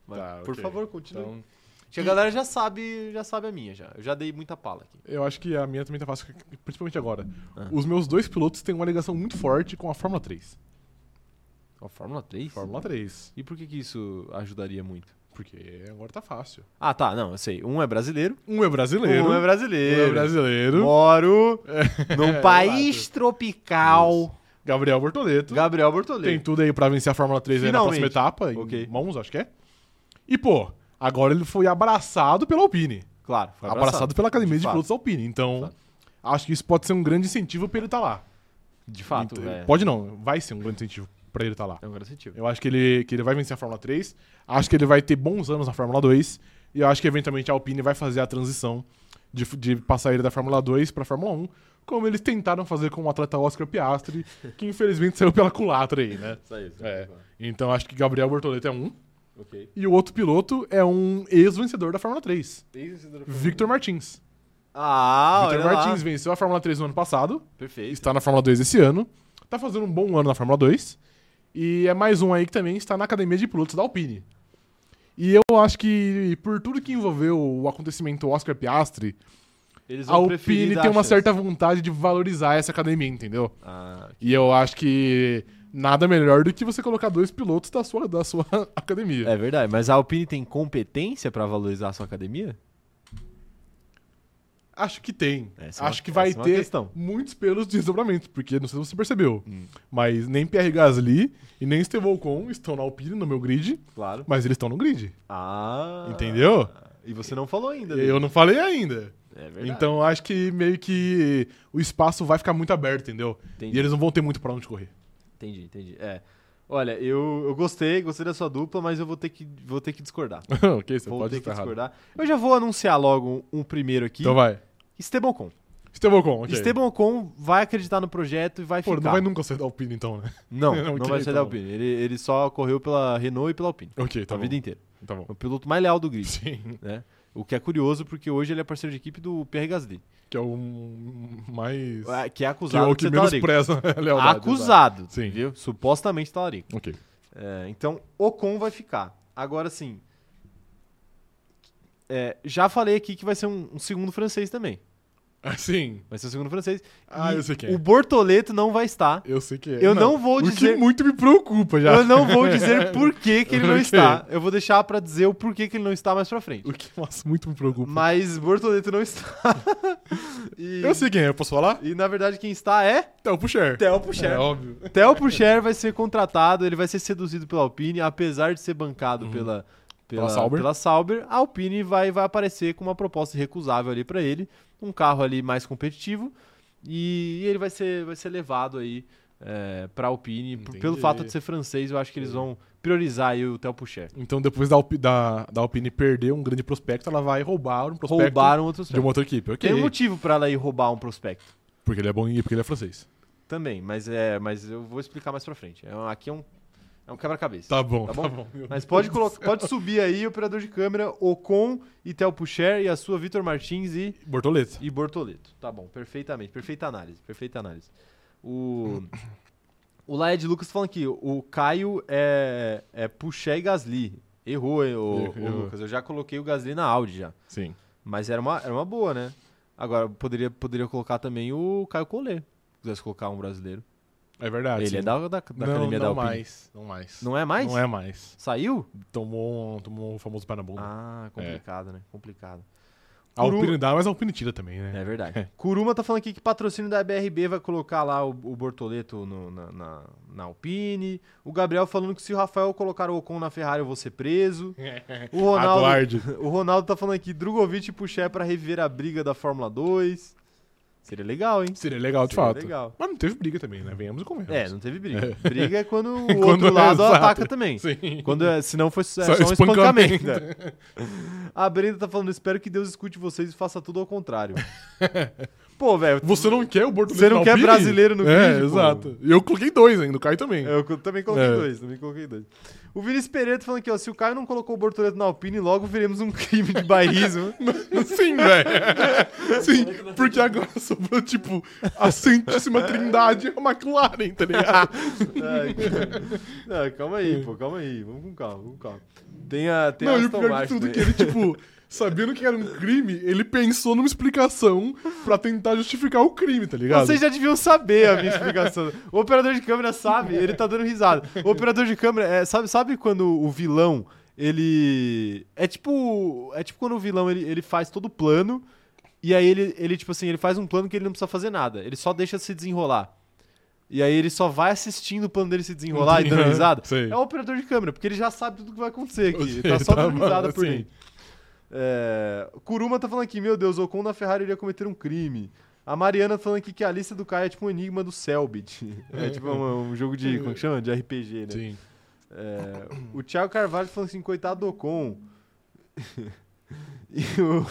[SPEAKER 1] Mas,
[SPEAKER 2] Tá,
[SPEAKER 1] por
[SPEAKER 2] ok.
[SPEAKER 1] favor, continue.
[SPEAKER 2] Então,
[SPEAKER 1] Porque a galera já sabe, já sabe a minha já. Eu já dei muita pala aqui.
[SPEAKER 2] eu acho que a minha também tá fácil, principalmente agora.
[SPEAKER 1] Ah.
[SPEAKER 2] Os meus dois pilotos têm uma ligação muito forte com a Fórmula 3.
[SPEAKER 1] Ó, Fórmula 3?
[SPEAKER 2] Fórmula 3.
[SPEAKER 1] E por que que isso ajudaria muito?
[SPEAKER 2] Porque agora tá fácil.
[SPEAKER 1] Ah, tá, não, eu sei. Um é brasileiro.
[SPEAKER 2] Um é brasileiro.
[SPEAKER 1] Um é
[SPEAKER 2] um
[SPEAKER 1] brasileiro.
[SPEAKER 2] é brasileiro.
[SPEAKER 1] *laughs* Moro num
[SPEAKER 2] É,
[SPEAKER 1] país tropical.
[SPEAKER 2] Gabriel Bortoleto.
[SPEAKER 1] Gabriel
[SPEAKER 2] Tem
[SPEAKER 1] Bortoleto.
[SPEAKER 2] tudo aí pra vencer a Fórmula 3 aí na
[SPEAKER 1] Finalmente.
[SPEAKER 2] próxima etapa, em
[SPEAKER 1] Ok.
[SPEAKER 2] Monza, acho que é. E, pô, agora ele foi abraçado pela Alpine.
[SPEAKER 1] Claro, foi
[SPEAKER 2] abraçado, pela Academia de,
[SPEAKER 1] fato.
[SPEAKER 2] Pilotos Alpine. Então,
[SPEAKER 1] fato.
[SPEAKER 2] acho que isso pode ser um grande incentivo pra ele estar lá.
[SPEAKER 1] De fato,
[SPEAKER 2] Então,
[SPEAKER 1] é.
[SPEAKER 2] Pode não, vai ser um grande incentivo pra ele estar lá.
[SPEAKER 1] É um grande sentido.
[SPEAKER 2] Eu acho que ele, que ele vai vencer a Fórmula 3, acho que ele vai ter bons anos na Fórmula 2, e eu acho que eventualmente a Alpine vai fazer a transição de, f- de passar ele da Fórmula 2 pra Fórmula 1, como eles tentaram fazer com o atleta Oscar Piastri, que infelizmente saiu pela culatra aí, né?
[SPEAKER 1] Só isso.
[SPEAKER 2] É. Então acho que Gabriel Bortoleto é um.
[SPEAKER 1] Ok.
[SPEAKER 2] E o outro piloto é um ex-vencedor da Fórmula 3, Victor Martins.
[SPEAKER 1] Ah,
[SPEAKER 2] Victor
[SPEAKER 1] olha lá.
[SPEAKER 2] Martins venceu a Fórmula 3 no ano passado,
[SPEAKER 1] Perfeito.
[SPEAKER 2] está na Fórmula 2 esse ano, está fazendo um bom ano na Fórmula 2. E é mais um aí que também está na academia de pilotos da Alpine. E eu acho que por tudo que envolveu o acontecimento Oscar Piastri,
[SPEAKER 1] Eles
[SPEAKER 2] a
[SPEAKER 1] vão preferir
[SPEAKER 2] Alpine
[SPEAKER 1] dar
[SPEAKER 2] tem uma
[SPEAKER 1] chance.
[SPEAKER 2] certa vontade de valorizar essa academia, entendeu?
[SPEAKER 1] Ah,
[SPEAKER 2] E eu acho que nada melhor do que você colocar dois pilotos da sua, da sua *laughs* academia.
[SPEAKER 1] é verdade, mas a Alpine tem competência pra valorizar a sua academia?
[SPEAKER 2] Acho que tem.
[SPEAKER 1] Essa é uma-
[SPEAKER 2] Acho que vai
[SPEAKER 1] essa é uma
[SPEAKER 2] ter
[SPEAKER 1] questão.
[SPEAKER 2] muitos pelos de desdobramento, porque não sei se você percebeu,
[SPEAKER 1] Hum.
[SPEAKER 2] mas nem Pierre Gasly e nem Estevam Ocon estão na Alpine, no meu grid,
[SPEAKER 1] Claro.
[SPEAKER 2] mas eles estão no grid,
[SPEAKER 1] Ah.
[SPEAKER 2] entendeu?
[SPEAKER 1] E você não falou ainda. né?
[SPEAKER 2] Eu não falei ainda.
[SPEAKER 1] É verdade.
[SPEAKER 2] Então acho que meio que o espaço vai ficar muito aberto, entendeu?
[SPEAKER 1] entendi,
[SPEAKER 2] E eles não vão ter muito pra
[SPEAKER 1] *laughs*
[SPEAKER 2] onde correr.
[SPEAKER 1] entendi, entendi. É. Olha, eu, eu gostei, gostei da sua dupla, mas eu vou ter que, vou ter que discordar.
[SPEAKER 2] ok, você
[SPEAKER 1] vou
[SPEAKER 2] pode
[SPEAKER 1] ter que
[SPEAKER 2] estar errado.
[SPEAKER 1] discordar. Eu já vou anunciar logo um, um primeiro aqui.
[SPEAKER 2] Então vai.
[SPEAKER 1] Esteban Ocon.
[SPEAKER 2] Estevam Ocon, ok.
[SPEAKER 1] Esteban Ocon vai acreditar no projeto e vai
[SPEAKER 2] Pô,
[SPEAKER 1] ficar.
[SPEAKER 2] não vai nunca sair da Alpine então,
[SPEAKER 1] *laughs*
[SPEAKER 2] né?
[SPEAKER 1] Não,
[SPEAKER 2] *laughs* Não,
[SPEAKER 1] não
[SPEAKER 2] ok,
[SPEAKER 1] vai sair da
[SPEAKER 2] então.
[SPEAKER 1] Alpine. Ele, ele só correu pela Renault e pela Alpine.
[SPEAKER 2] Ok, tá
[SPEAKER 1] a
[SPEAKER 2] bom.
[SPEAKER 1] vida inteira.
[SPEAKER 2] Tá bom. *laughs*
[SPEAKER 1] O piloto mais leal do grid.
[SPEAKER 2] Sim,
[SPEAKER 1] O que é curioso, porque hoje ele é parceiro de equipe do Pierre Gasly.
[SPEAKER 2] que é o um, mais...
[SPEAKER 1] ah, Que é
[SPEAKER 2] Que é
[SPEAKER 1] acusado
[SPEAKER 2] o
[SPEAKER 1] de
[SPEAKER 2] que
[SPEAKER 1] ser
[SPEAKER 2] menos
[SPEAKER 1] talarico.
[SPEAKER 2] preza a lealdade.
[SPEAKER 1] Acusado,
[SPEAKER 2] Sim.
[SPEAKER 1] viu? Supostamente talarico.
[SPEAKER 2] exato. Ok.
[SPEAKER 1] É, então, Ocon vai ficar. Agora, sim. é, já falei aqui que vai ser um, um segundo francês também.
[SPEAKER 2] Assim...
[SPEAKER 1] Vai ser um segundo francês.
[SPEAKER 2] Ah,
[SPEAKER 1] E
[SPEAKER 2] eu sei quem é.
[SPEAKER 1] O Bortoleto não vai estar.
[SPEAKER 2] Eu sei que é.
[SPEAKER 1] Eu não vou
[SPEAKER 2] O
[SPEAKER 1] dizer-
[SPEAKER 2] que muito me preocupa já.
[SPEAKER 1] Eu não vou
[SPEAKER 2] *laughs*
[SPEAKER 1] dizer por que, que ele não
[SPEAKER 2] Ok.
[SPEAKER 1] está. Eu vou deixar pra dizer o porquê que ele não está mais pra frente.
[SPEAKER 2] O que, nossa, muito me preocupa.
[SPEAKER 1] Mas Bortoleto não está. e,
[SPEAKER 2] *laughs* Eu sei quem é, posso falar?
[SPEAKER 1] e, na verdade quem está é
[SPEAKER 2] Então, Puxer.
[SPEAKER 1] Theo Pucher.
[SPEAKER 2] É óbvio.
[SPEAKER 1] Theo Pucher vai ser contratado, ele vai ser seduzido pela Alpine, apesar de ser bancado pela, pela,
[SPEAKER 2] Uhum. Pela Sauber.
[SPEAKER 1] pela Sauber, a Alpine vai, vai aparecer com uma proposta irrecusável ali para ele, um carro ali mais competitivo, e ele vai ser, vai ser levado aí é, para a Alpine. P- Pelo
[SPEAKER 2] Entendi.
[SPEAKER 1] fato de ser francês, eu acho que eles vão priorizar aí o Theo Pucher.
[SPEAKER 2] Então, depois da, Alpi- da, da Alpine perder um grande prospecto, ela vai roubar um prospecto
[SPEAKER 1] Roubaram outros
[SPEAKER 2] de uma outra equipe. Ok.
[SPEAKER 1] Tem um motivo para ela ir roubar um prospecto.
[SPEAKER 2] Porque ele é bom e porque ele é francês.
[SPEAKER 1] Também, mas é, mas eu vou explicar mais pra frente. É um- aqui é um, é um quebra-cabeça.
[SPEAKER 2] Tá bom,
[SPEAKER 1] Tá
[SPEAKER 2] tá
[SPEAKER 1] bom?
[SPEAKER 2] bom.
[SPEAKER 1] Mas pode
[SPEAKER 2] *laughs*
[SPEAKER 1] colocar, pode subir aí, operador de câmera, Ocon e Theo Pucher e a sua Vitor Martins e,
[SPEAKER 2] Bortoleta.
[SPEAKER 1] e Bortoleto. Tá bom, perfeitamente. Perfeita análise, perfeita análise. O o Laed Lucas tá falando que o Caio é é Pucher e Gasly. Errou, hein, o,
[SPEAKER 2] Errou.
[SPEAKER 1] o Lucas. Eu já coloquei o Gasly na Audi já.
[SPEAKER 2] Sim.
[SPEAKER 1] Mas era uma, era uma boa, né? Agora, poderia, poderia colocar também o Caio Collet. Se quisesse colocar um brasileiro.
[SPEAKER 2] É verdade.
[SPEAKER 1] Ele
[SPEAKER 2] sim.
[SPEAKER 1] é da, da, da
[SPEAKER 2] não,
[SPEAKER 1] academia
[SPEAKER 2] não
[SPEAKER 1] da Alpine.
[SPEAKER 2] mais. Não mais.
[SPEAKER 1] Não é mais?
[SPEAKER 2] Não é mais.
[SPEAKER 1] Saiu?
[SPEAKER 2] Tomou, um- tomou o famoso pé na bunda.
[SPEAKER 1] Ah, complicado, né? Complicado.
[SPEAKER 2] a
[SPEAKER 1] Curu-
[SPEAKER 2] Alpine dá, mas a Alpine tira também, né?
[SPEAKER 1] É verdade. *laughs* Kuruma tá falando aqui que patrocínio da BRB vai colocar lá o, o Bortoleto no- na, na, na Alpine. O Gabriel falando que se o Rafael colocar o Ocon na Ferrari, eu vou ser preso. O Ronaldo,
[SPEAKER 2] Aguarde.
[SPEAKER 1] *laughs* o Ronaldo tá falando aqui, Drogovic e Puché pra reviver a briga da Fórmula 2. Seria legal, hein?
[SPEAKER 2] Seria legal, de
[SPEAKER 1] Seria
[SPEAKER 2] fato.
[SPEAKER 1] legal.
[SPEAKER 2] Mas não teve briga também, né? Venhamos e convenhamos.
[SPEAKER 1] É, não teve briga.
[SPEAKER 2] *laughs*
[SPEAKER 1] Briga é quando o
[SPEAKER 2] Quando
[SPEAKER 1] outro
[SPEAKER 2] é
[SPEAKER 1] lado
[SPEAKER 2] exato.
[SPEAKER 1] ataca também.
[SPEAKER 2] Sim.
[SPEAKER 1] Quando é, se não foi só, é
[SPEAKER 2] Só
[SPEAKER 1] só um espancamento.
[SPEAKER 2] espancamento. *laughs*
[SPEAKER 1] né? A Brenda tá falando, espero que Deus escute vocês e faça tudo ao contrário.
[SPEAKER 2] *laughs*
[SPEAKER 1] Pô, velho,
[SPEAKER 2] Você não quer o Bortoleta
[SPEAKER 1] Você não
[SPEAKER 2] na
[SPEAKER 1] quer
[SPEAKER 2] Alpine?
[SPEAKER 1] brasileiro no
[SPEAKER 2] É,
[SPEAKER 1] grid, pô.
[SPEAKER 2] exato. E eu coloquei dois ainda, o Caio também.
[SPEAKER 1] eu co- também coloquei
[SPEAKER 2] É.
[SPEAKER 1] dois, também coloquei dois. O Vinícius Pereira tá falando aqui, ó, se o Caio não colocou o Bortoleto na Alpine, logo veremos um *laughs* crime de bairrismo.
[SPEAKER 2] *laughs* Sim, velho. *laughs* Sim, porque agora sobrou, tipo, a Santíssima Trindade e a McLaren, tá ligado? *laughs*
[SPEAKER 1] Ai, cara. Não, calma aí, pô, calma aí. Vamos com calma, vamos com calma. Tem a, tem
[SPEAKER 2] não,
[SPEAKER 1] a
[SPEAKER 2] e o
[SPEAKER 1] Aston
[SPEAKER 2] pior de
[SPEAKER 1] Martin
[SPEAKER 2] tudo é
[SPEAKER 1] aí.
[SPEAKER 2] que ele, tipo, sabendo que era um crime, ele pensou numa explicação pra tentar justificar o crime, tá ligado?
[SPEAKER 1] Vocês já deviam saber a minha explicação. O operador de câmera sabe, ele tá dando risada. O operador de câmera, é, sabe, sabe quando o vilão, ele. É tipo. É tipo quando o vilão ele, ele faz todo o plano. E aí ele, ele, tipo assim, ele faz um plano que ele não precisa fazer nada. Ele só deixa se desenrolar. E aí ele só vai assistindo o plano dele se desenrolar e dando
[SPEAKER 2] Entendi.
[SPEAKER 1] risada.
[SPEAKER 2] Sei.
[SPEAKER 1] É o operador de câmera, porque ele já sabe tudo que vai acontecer aqui.
[SPEAKER 2] Eu
[SPEAKER 1] Ele
[SPEAKER 2] sei,
[SPEAKER 1] tá só
[SPEAKER 2] tá
[SPEAKER 1] dando risada
[SPEAKER 2] bom,
[SPEAKER 1] por
[SPEAKER 2] sim.
[SPEAKER 1] mim. É, Kuruma tá falando aqui, meu Deus, Ocon na Ferrari iria cometer um crime. A Mariana falando aqui que a lista do Kai é tipo um enigma do Selbit. *laughs* É tipo um, um jogo de, como que chama? De RPG, né?
[SPEAKER 2] Sim.
[SPEAKER 1] É, o Thiago Carvalho falando assim, coitado do Ocon. *laughs* e o...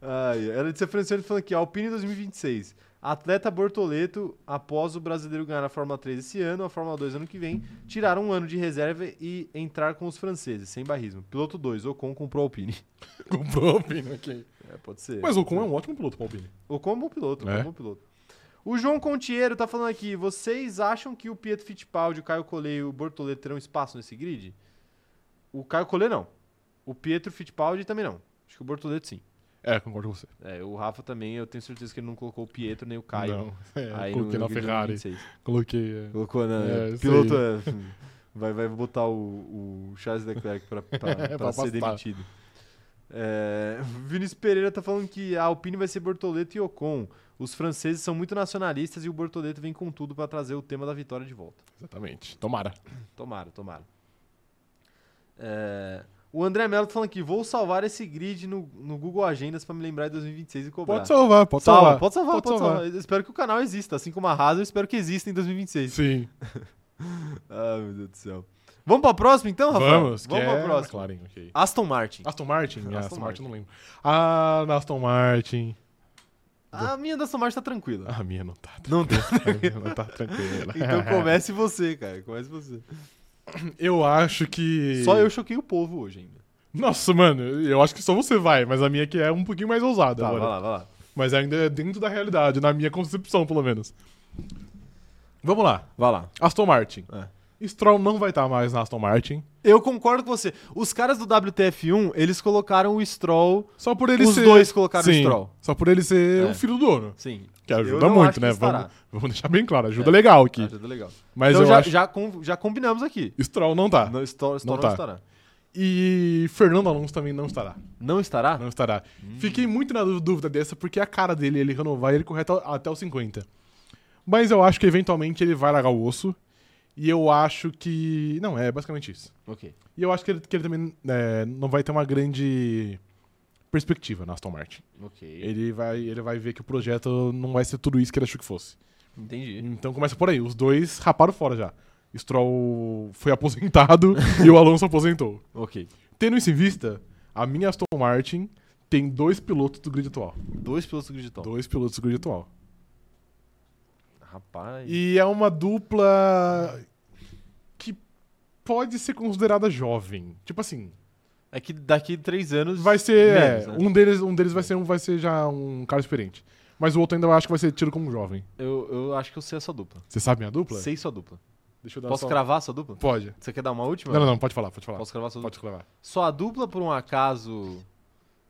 [SPEAKER 1] Ai, ela disse a Franciane falando aqui, Alpine 2026. Atleta Bortoleto, após o brasileiro ganhar a Fórmula 3 esse ano, a Fórmula 2 ano que vem, tirar um ano de reserva e entrar com os franceses, sem barrismo. Piloto 2, Ocon comprou Alpine. *laughs*
[SPEAKER 2] Comprou a Alpine, ok.
[SPEAKER 1] É, pode ser.
[SPEAKER 2] né? Mas o Con é um ótimo piloto pra Alpine.
[SPEAKER 1] Ocon é um bom piloto, Ocon é um
[SPEAKER 2] É.
[SPEAKER 1] bom piloto. O João Contiero tá falando aqui, vocês acham que o Pietro Fittipaldi, o Caio Collet e o Bortoleto terão espaço nesse grid? O Caio Collet não. O Pietro Fittipaldi também não. Acho que o Bortoleto sim.
[SPEAKER 2] É, concordo com você.
[SPEAKER 1] É, o Rafa também, eu tenho certeza que ele não colocou o Pietro nem o Caio.
[SPEAKER 2] Não, é,
[SPEAKER 1] aí
[SPEAKER 2] coloquei
[SPEAKER 1] no grid
[SPEAKER 2] na
[SPEAKER 1] de
[SPEAKER 2] Ferrari.
[SPEAKER 1] 2026.
[SPEAKER 2] Coloquei. é.
[SPEAKER 1] Colocou na.
[SPEAKER 2] É, isso
[SPEAKER 1] piloto né?
[SPEAKER 2] *laughs*
[SPEAKER 1] é, vai, vai botar o, o Charles Leclerc pra, pra, pra
[SPEAKER 2] Pra
[SPEAKER 1] ser
[SPEAKER 2] pastar.
[SPEAKER 1] demitido. É, Vinícius Pereira tá falando que a Alpine vai ser Bortoleto e Ocon. Os franceses são muito nacionalistas e o Bortoleto vem com tudo pra trazer o tema da vitória de volta.
[SPEAKER 2] Exatamente. Tomara.
[SPEAKER 1] Tomara, tomara. É, o André Melo tá falando que vou salvar esse grid no, no Google Agendas pra me lembrar de 2026 e cobrar.
[SPEAKER 2] Pode salvar, pode
[SPEAKER 1] Salva,
[SPEAKER 2] salvar.
[SPEAKER 1] pode salvar,
[SPEAKER 2] Pode
[SPEAKER 1] pode
[SPEAKER 2] salvar.
[SPEAKER 1] salvar. Eu espero que o canal exista, assim como a Haas, eu espero que exista em 2026.
[SPEAKER 2] Sim.
[SPEAKER 1] Ah, meu Deus do céu. Vamos pra próxima então, Rafael?
[SPEAKER 2] Vamos, que
[SPEAKER 1] Vamos pra
[SPEAKER 2] é
[SPEAKER 1] próxima.
[SPEAKER 2] McLaren, ok.
[SPEAKER 1] Aston Martin.
[SPEAKER 2] Aston Martin?
[SPEAKER 1] Aston
[SPEAKER 2] É, Aston
[SPEAKER 1] Martin.
[SPEAKER 2] Martin, não lembro. Ah, na Aston Martin.
[SPEAKER 1] A minha da Aston Martin tá tranquila.
[SPEAKER 2] Ah, a minha não tá.
[SPEAKER 1] Não
[SPEAKER 2] *laughs*
[SPEAKER 1] tem.
[SPEAKER 2] A minha não tá tranquila.
[SPEAKER 1] *laughs* Então comece você, cara. Comece você.
[SPEAKER 2] Eu acho que.
[SPEAKER 1] Só eu choquei o povo hoje ainda.
[SPEAKER 2] Nossa, mano, eu acho que só você vai, mas a minha aqui é um pouquinho mais ousada
[SPEAKER 1] Tá, vai
[SPEAKER 2] agora.
[SPEAKER 1] lá, vai lá.
[SPEAKER 2] Mas ainda é dentro da realidade, na minha concepção, pelo menos. Vamos lá.
[SPEAKER 1] Vai lá.
[SPEAKER 2] Aston Martin.
[SPEAKER 1] É.
[SPEAKER 2] Stroll não vai estar mais na Aston Martin.
[SPEAKER 1] Eu concordo com você. Os caras do WTF1, eles colocaram o Stroll.
[SPEAKER 2] Só por ele
[SPEAKER 1] Os
[SPEAKER 2] ser.
[SPEAKER 1] dois colocaram o
[SPEAKER 2] Sim,
[SPEAKER 1] Stroll.
[SPEAKER 2] Só por ele ser
[SPEAKER 1] É.
[SPEAKER 2] o filho do dono.
[SPEAKER 1] Sim.
[SPEAKER 2] Que
[SPEAKER 1] Eu
[SPEAKER 2] ajuda
[SPEAKER 1] não
[SPEAKER 2] muito,
[SPEAKER 1] acho que
[SPEAKER 2] né?
[SPEAKER 1] estará.
[SPEAKER 2] Vamos, *laughs* vamos deixar bem claro. Ajuda
[SPEAKER 1] É.
[SPEAKER 2] legal aqui.
[SPEAKER 1] Ajuda legal.
[SPEAKER 2] Mas
[SPEAKER 1] então
[SPEAKER 2] eu
[SPEAKER 1] já,
[SPEAKER 2] acho
[SPEAKER 1] já, com- já combinamos aqui.
[SPEAKER 2] Stroll não tá.
[SPEAKER 1] Não, Stroll, Stroll não,
[SPEAKER 2] tá.
[SPEAKER 1] estará.
[SPEAKER 2] E Fernando Alonso também não estará.
[SPEAKER 1] Não estará?
[SPEAKER 2] Não estará.
[SPEAKER 1] Hum.
[SPEAKER 2] Fiquei muito na dú- dúvida dessa, porque a cara dele, ele renovar, ele correr até, até os 50. Mas eu acho que eventualmente ele vai largar o osso. E eu acho que. Não, é basicamente isso.
[SPEAKER 1] Ok.
[SPEAKER 2] E eu acho que ele, que ele também é, não vai ter uma grande perspectiva na Aston Martin.
[SPEAKER 1] Ok.
[SPEAKER 2] Ele vai, ele vai ver que o projeto não vai ser tudo isso que ele achou que fosse.
[SPEAKER 1] Entendi.
[SPEAKER 2] Então começa por aí. Os dois raparam fora já. Stroll foi aposentado *laughs* e o Alonso aposentou.
[SPEAKER 1] Ok.
[SPEAKER 2] Tendo isso em vista, a minha Aston Martin tem dois pilotos do grid atual.
[SPEAKER 1] Dois pilotos do grid top.
[SPEAKER 2] Dois pilotos do grid atual.
[SPEAKER 1] Rapaz.
[SPEAKER 2] E é uma dupla que pode ser considerada jovem. Tipo assim,
[SPEAKER 1] É que daqui três anos.
[SPEAKER 2] vai ser.
[SPEAKER 1] menos,
[SPEAKER 2] é,
[SPEAKER 1] né?
[SPEAKER 2] um, deles, um deles vai ser, um, vai ser já um cara experiente. Mas o outro ainda eu acho que vai ser tido como jovem.
[SPEAKER 1] eu, eu acho que eu sei a sua dupla.
[SPEAKER 2] Você sabe minha dupla?
[SPEAKER 1] Sei sua dupla.
[SPEAKER 2] Deixa eu dar
[SPEAKER 1] Posso
[SPEAKER 2] só-
[SPEAKER 1] cravar a sua dupla?
[SPEAKER 2] Pode.
[SPEAKER 1] Você quer dar uma última?
[SPEAKER 2] Não, não, não, pode falar, pode falar.
[SPEAKER 1] Posso cravar a sua dupla?
[SPEAKER 2] Pode cravar.
[SPEAKER 1] Sua dupla, por um acaso,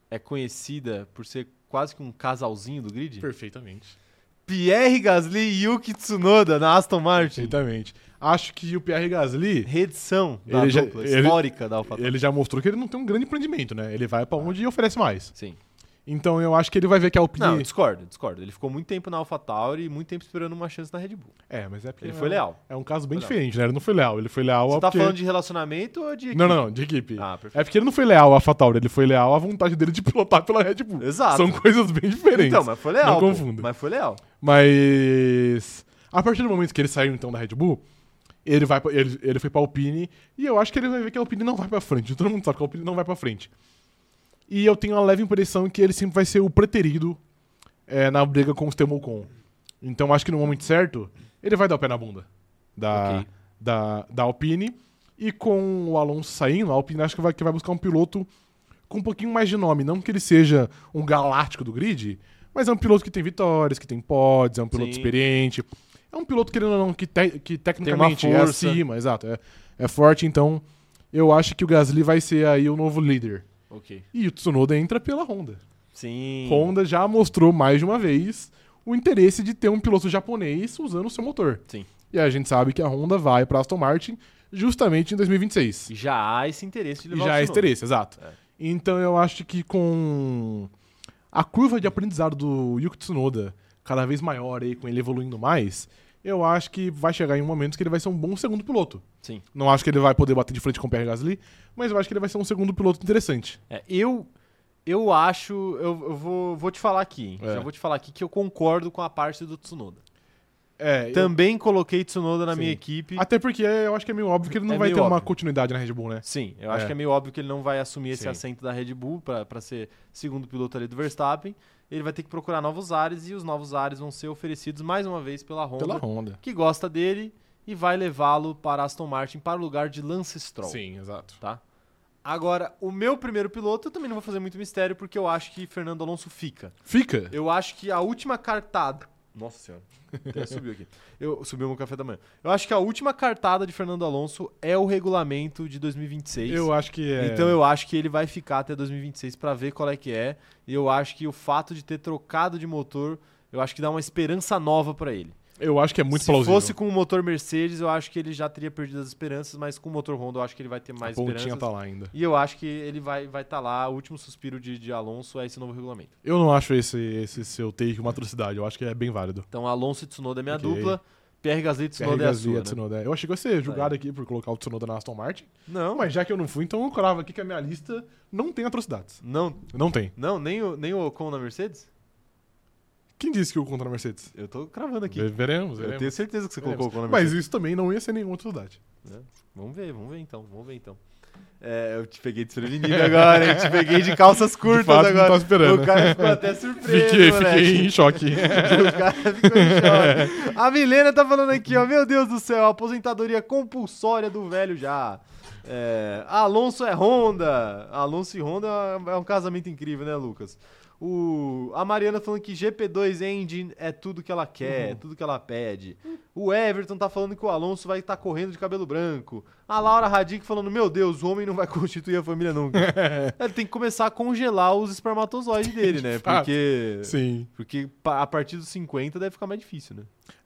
[SPEAKER 1] é conhecida por ser quase que um casalzinho do grid?
[SPEAKER 2] Perfeitamente.
[SPEAKER 1] Pierre Gasly e Yuki Tsunoda na Aston Martin.
[SPEAKER 2] Perfeitamente. Acho que o Pierre Gasly,
[SPEAKER 1] Redição da
[SPEAKER 2] Ele já-
[SPEAKER 1] dupla
[SPEAKER 2] ele-
[SPEAKER 1] histórica da AlphaTauri.
[SPEAKER 2] ele já mostrou que ele não tem um grande empreendimento, né? Ele vai pra onde oferece mais.
[SPEAKER 1] Sim.
[SPEAKER 2] Então eu acho que ele vai ver que a Alpine.
[SPEAKER 1] Não, eu discordo, discordo. Ele ficou muito tempo na AlphaTauri e muito tempo esperando uma chance na Red Bull.
[SPEAKER 2] É, mas é porque.
[SPEAKER 1] Ele
[SPEAKER 2] é
[SPEAKER 1] foi
[SPEAKER 2] um-
[SPEAKER 1] leal.
[SPEAKER 2] É um caso
[SPEAKER 1] Foi
[SPEAKER 2] bem
[SPEAKER 1] leal.
[SPEAKER 2] diferente, né? Ele não foi leal. Ele foi leal
[SPEAKER 1] Você
[SPEAKER 2] a.
[SPEAKER 1] tá
[SPEAKER 2] porque-
[SPEAKER 1] falando de relacionamento ou de.
[SPEAKER 2] Não, não, não, de equipe.
[SPEAKER 1] Ah, perfeito.
[SPEAKER 2] É porque ele não foi leal à Fatauri, ele foi leal à vontade dele de *laughs* pilotar pela Red Bull.
[SPEAKER 1] Exato.
[SPEAKER 2] São coisas bem diferentes.
[SPEAKER 1] Então, mas foi leal.
[SPEAKER 2] Não
[SPEAKER 1] pô.
[SPEAKER 2] confunda.
[SPEAKER 1] Mas foi leal.
[SPEAKER 2] Mas. A partir do momento que ele saiu então da Red Bull, ele, vai, pra- ele, ele foi pra Alpine e eu acho que ele vai ver que a Alpine não vai pra frente. Todo mundo sabe que a Alpine não vai pra frente. E eu tenho uma leve impressão que ele sempre vai ser o preterido é, na briga com o Stemolcon. Então acho que no momento certo, ele vai dar o pé na bunda da,
[SPEAKER 1] Ok.
[SPEAKER 2] da, da Alpine. E com o Alonso saindo, a Alpine acho que vai, que vai buscar um piloto com um pouquinho mais de nome. Não que ele seja um galáctico do grid, mas é um piloto que tem vitórias, que tem pods, é um piloto
[SPEAKER 1] Sim.
[SPEAKER 2] experiente. É um piloto, querendo ou não, que, te- que tecnicamente é
[SPEAKER 1] força.
[SPEAKER 2] acima, exato. É, é forte, então eu acho que o Gasly vai ser aí o novo líder.
[SPEAKER 1] Ok.
[SPEAKER 2] E o Tsunoda entra pela Honda.
[SPEAKER 1] Sim.
[SPEAKER 2] Honda já mostrou mais de uma vez o interesse de ter um piloto japonês usando o seu motor.
[SPEAKER 1] Sim.
[SPEAKER 2] E a gente sabe que a Honda vai para Aston Martin justamente em 2026.
[SPEAKER 1] E já há esse interesse de
[SPEAKER 2] E
[SPEAKER 1] levar
[SPEAKER 2] já
[SPEAKER 1] o
[SPEAKER 2] é
[SPEAKER 1] Tsunoda.
[SPEAKER 2] interesse, exato.
[SPEAKER 1] É.
[SPEAKER 2] Então eu acho que com a curva de aprendizado do Yuki Tsunoda cada vez maior aí, com ele evoluindo mais, eu acho que vai chegar em um momento que ele vai ser um bom segundo piloto.
[SPEAKER 1] Sim.
[SPEAKER 2] Não acho que ele vai poder bater de frente com o Pierre Gasly, mas eu acho que ele vai ser um segundo piloto interessante.
[SPEAKER 1] É, eu, eu acho. Eu, eu vou, vou te falar aqui, hein?
[SPEAKER 2] É.
[SPEAKER 1] Já vou te falar aqui que eu concordo com a parte do Tsunoda.
[SPEAKER 2] É, eu-
[SPEAKER 1] Também coloquei Tsunoda na
[SPEAKER 2] Sim.
[SPEAKER 1] minha equipe.
[SPEAKER 2] até porque eu acho que é meio óbvio que ele não
[SPEAKER 1] É
[SPEAKER 2] vai
[SPEAKER 1] meio
[SPEAKER 2] ter uma
[SPEAKER 1] óbvio.
[SPEAKER 2] continuidade na Red Bull, né?
[SPEAKER 1] Sim, eu acho
[SPEAKER 2] É.
[SPEAKER 1] que é meio óbvio que ele não vai assumir esse
[SPEAKER 2] Sim.
[SPEAKER 1] assento da Red Bull para ser segundo piloto ali do Verstappen. Ele vai ter que procurar novos ares e os novos ares vão ser oferecidos mais uma vez pela Honda,
[SPEAKER 2] Pela Honda.
[SPEAKER 1] que gosta dele e vai levá-lo para Aston Martin para o lugar de Lance Stroll.
[SPEAKER 2] Sim, exato.
[SPEAKER 1] Tá? Agora, o meu primeiro piloto eu também não vou fazer muito mistério porque eu acho que Fernando Alonso fica.
[SPEAKER 2] Fica.
[SPEAKER 1] Eu acho que a última cartada. Nossa senhora. *laughs* Até subiu aqui. Eu subiu meu café da manhã. Eu acho que a última cartada de Fernando Alonso é o regulamento de 2026.
[SPEAKER 2] Eu acho que é.
[SPEAKER 1] Então eu acho que ele vai ficar até 2026 pra ver qual é que é. E eu acho que o fato de ter trocado de motor, eu acho que dá uma esperança nova pra ele.
[SPEAKER 2] Eu acho que é muito
[SPEAKER 1] Se
[SPEAKER 2] plausível.
[SPEAKER 1] fosse com o motor Mercedes, eu acho que ele já teria perdido as esperanças, mas com o motor Honda eu acho que ele vai ter
[SPEAKER 2] a
[SPEAKER 1] mais
[SPEAKER 2] pontinha
[SPEAKER 1] esperanças.
[SPEAKER 2] tá lá ainda.
[SPEAKER 1] E eu acho que ele vai estar vai tá lá, o último suspiro de, de Alonso é esse novo regulamento.
[SPEAKER 2] Eu não acho esse, esse seu take uma atrocidade, eu acho que é bem válido.
[SPEAKER 1] Então Alonso e Tsunoda é minha
[SPEAKER 2] Ok.
[SPEAKER 1] dupla, Pierre Gasly e Tsunoda
[SPEAKER 2] Pierre
[SPEAKER 1] é a
[SPEAKER 2] Gasly
[SPEAKER 1] sua,
[SPEAKER 2] e
[SPEAKER 1] né?
[SPEAKER 2] Tsunoda, é. Eu achei que eu ia ser julgado aqui por colocar o Tsunoda na Aston Martin.
[SPEAKER 1] Não,
[SPEAKER 2] Não, mas já que eu não fui, então eu cravo aqui que a minha lista não tem atrocidades.
[SPEAKER 1] não,
[SPEAKER 2] Não tem.
[SPEAKER 1] não nem, o, nem o Ocon na Mercedes?
[SPEAKER 2] Quem disse que eu contra a Mercedes?
[SPEAKER 1] Eu tô cravando aqui.
[SPEAKER 2] Ve- Veremos,
[SPEAKER 1] Eu
[SPEAKER 2] veremos.
[SPEAKER 1] tenho certeza que você colocou o Ocon na Mercedes.
[SPEAKER 2] Mas isso também não ia ser nenhuma atrocidade.
[SPEAKER 1] Vamos ver, vamos ver então, vamos ver então. É, eu te peguei desprevenido agora, eu te peguei de calças curtas
[SPEAKER 2] De fato, não
[SPEAKER 1] agora.
[SPEAKER 2] tava esperando. né?
[SPEAKER 1] O cara ficou até surpreso,
[SPEAKER 2] Fiquei,
[SPEAKER 1] moleque.
[SPEAKER 2] fiquei em
[SPEAKER 1] *laughs*
[SPEAKER 2] choque.
[SPEAKER 1] O cara ficou em choque. A Milena tá falando aqui, ó. Meu Deus do céu, aposentadoria compulsória do velho já. É, Alonso é Honda. Alonso e Honda é um casamento incrível, né, Lucas? O, a Mariana falando que GP2 Engine é tudo que ela quer, é tudo que ela pede. O Everton tá falando que o Alonso vai estar correndo de cabelo branco. A Laura Radic falando: Meu Deus, o homem não vai *laughs* constituir a família nunca. Ele tem que começar a congelar os espermatozoides dele, né?
[SPEAKER 2] fato.
[SPEAKER 1] Porque.
[SPEAKER 2] Sim.
[SPEAKER 1] Porque pa- a partir dos 50 deve ficar mais difícil, né?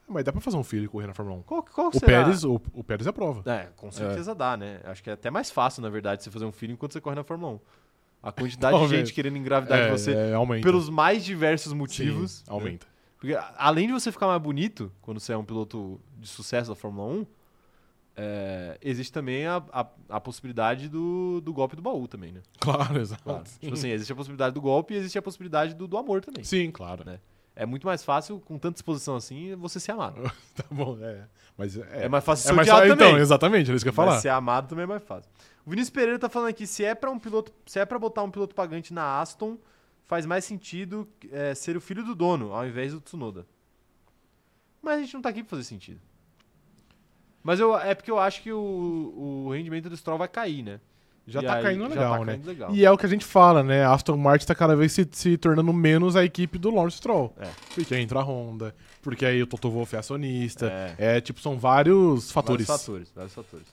[SPEAKER 2] Mas dá pra fazer um filho e correr na Fórmula 1.
[SPEAKER 1] Qual, qual
[SPEAKER 2] O
[SPEAKER 1] será?
[SPEAKER 2] Pérez, o, o Pérez é a prova.
[SPEAKER 1] É, com certeza dá, né? Acho que é até mais fácil, na verdade, você fazer um filho enquanto você corre na Fórmula 1. A
[SPEAKER 2] *laughs*
[SPEAKER 1] quantidade de
[SPEAKER 2] Talvez.
[SPEAKER 1] gente querendo engravidar de você
[SPEAKER 2] é, aumenta.
[SPEAKER 1] pelos mais diversos
[SPEAKER 2] Sim,
[SPEAKER 1] motivos. né?
[SPEAKER 2] aumenta. *laughs*
[SPEAKER 1] Porque, a- além de você ficar mais bonito quando você é um piloto de sucesso da Fórmula 1, é, existe também a, a, a possibilidade do, do golpe do baú também, né?
[SPEAKER 2] Claro, exato.
[SPEAKER 1] Claro. tipo assim, existe a possibilidade do golpe e existe a possibilidade do, do amor também.
[SPEAKER 2] Sim, claro.
[SPEAKER 1] Né? É muito mais fácil, com tanta disposição assim, você ser amado.
[SPEAKER 2] Tá bom, é. Mas é,
[SPEAKER 1] É mais fácil
[SPEAKER 2] é
[SPEAKER 1] ser
[SPEAKER 2] mais
[SPEAKER 1] odiado
[SPEAKER 2] fácil-
[SPEAKER 1] também.
[SPEAKER 2] Então, exatamente, era isso que eu ia
[SPEAKER 1] Mas
[SPEAKER 2] falar.
[SPEAKER 1] ser amado também é mais fácil. O Vinícius Pereira tá falando aqui, se é para um piloto, se é para botar um piloto pagante na Aston, faz mais sentido é, ser o filho do dono ao invés do Tsunoda. Mas a gente não tá aqui pra fazer sentido. Mas eu, é porque eu acho que o, o rendimento do Stroll vai cair, né?
[SPEAKER 2] Já
[SPEAKER 1] E
[SPEAKER 2] tá
[SPEAKER 1] aí-
[SPEAKER 2] caindo
[SPEAKER 1] já
[SPEAKER 2] legal,
[SPEAKER 1] tá
[SPEAKER 2] né?
[SPEAKER 1] caindo legal.
[SPEAKER 2] E é o que a gente fala, né? A Aston Martin tá cada vez se, se tornando menos a equipe do Lawrence Stroll.
[SPEAKER 1] É.
[SPEAKER 2] Porque aí entra a Honda, porque aí o Toto Wolff é acionista.
[SPEAKER 1] É.
[SPEAKER 2] É. tipo, são vários fatores.
[SPEAKER 1] Vários fatores, vários fatores.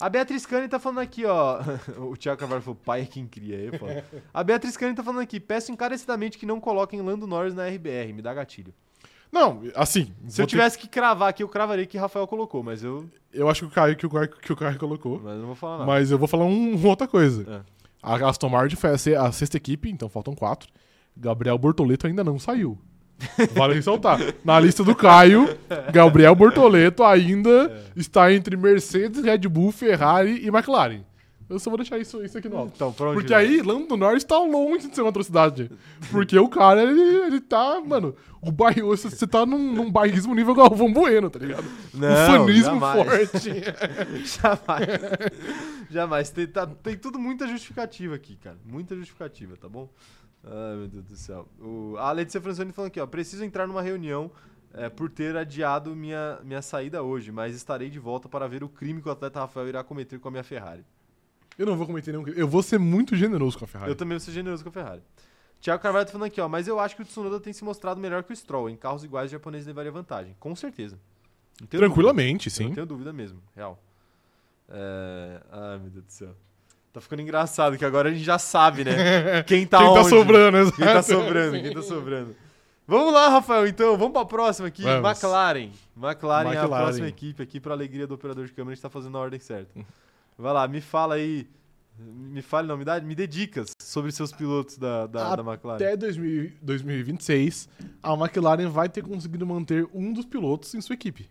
[SPEAKER 1] A Beatriz Cani tá falando aqui, ó. *laughs* o Thiago Carvalho falou, pai é quem cria. Aí é foda. A Beatriz Cani tá falando aqui, peço encarecidamente que não coloquem Lando Norris na RBR, me dá gatilho.
[SPEAKER 2] Não, assim.
[SPEAKER 1] Se eu
[SPEAKER 2] vou ter-
[SPEAKER 1] tivesse que cravar aqui, eu cravaria que Rafael colocou, mas eu,
[SPEAKER 2] Eu acho que o Caio que o, Caio- que o Caio colocou.
[SPEAKER 1] mas eu não vou falar nada.
[SPEAKER 2] Mas eu vou falar um- uma outra coisa.
[SPEAKER 1] É.
[SPEAKER 2] A Aston Martin foi a, se- a sexta equipe, então faltam quatro. Gabriel Bortoleto ainda não
[SPEAKER 1] *laughs*
[SPEAKER 2] saiu. Vale ressaltar. Na lista do Caio, Gabriel Bortoleto ainda
[SPEAKER 1] É.
[SPEAKER 2] está entre Mercedes, Red Bull, Ferrari e McLaren. Eu só vou deixar isso, isso aqui no alto.
[SPEAKER 1] Então, pra onde
[SPEAKER 2] Porque
[SPEAKER 1] vai?
[SPEAKER 2] aí, Lando Norris tá longe de ser uma atrocidade. Porque o cara, ele, ele tá, mano. O bairro, você, você tá num, num bairrismo nível Galvão Bueno, tá ligado?
[SPEAKER 1] Não,
[SPEAKER 2] um fanismo
[SPEAKER 1] jamais. *laughs*
[SPEAKER 2] forte.
[SPEAKER 1] Jamais. *laughs* Jamais. Tem, tá- tem tudo muita justificativa aqui, cara. Muita justificativa, tá bom? Ai, meu Deus do céu. O, a Letícia Franzoni falando aqui, ó. Preciso entrar numa reunião é, por ter adiado minha, minha saída hoje, mas estarei de volta para ver o crime que o atleta Rafael irá cometer com a minha Ferrari.
[SPEAKER 2] Eu não vou cometer nenhum crime. Eu vou ser muito generoso com a Ferrari.
[SPEAKER 1] Eu também vou ser generoso com a Ferrari. Thiago Carvalho tá falando aqui, ó. Mas eu acho que o Tsunoda tem se mostrado melhor que o Stroll. Em carros iguais, o japonês levaria vantagem. Com certeza. Não tenho dúvida.
[SPEAKER 2] Tranquilamente,
[SPEAKER 1] Eu
[SPEAKER 2] sim.
[SPEAKER 1] não tenho dúvida mesmo, real. É... Ai, meu Deus do céu. Tá ficando engraçado que agora a gente já sabe,
[SPEAKER 2] *laughs*
[SPEAKER 1] né? Quem tá
[SPEAKER 2] Quem tá
[SPEAKER 1] onde,
[SPEAKER 2] sobrando, exato.
[SPEAKER 1] Quem tá sobrando, quem tá sobrando. Vamos lá, Rafael, então. Vamos pra próxima aqui.
[SPEAKER 2] Vamos.
[SPEAKER 1] McLaren. McLaren. é a
[SPEAKER 2] McLaren.
[SPEAKER 1] próxima equipe aqui, pra alegria do operador de câmera, a gente tá fazendo na ordem certa. Vai lá, me fala aí. Me fale, não, me, dá, me dê dicas sobre seus pilotos da, da, da McLaren.
[SPEAKER 2] Até 2000 2026, a McLaren vai ter conseguido manter um dos pilotos em sua equipe.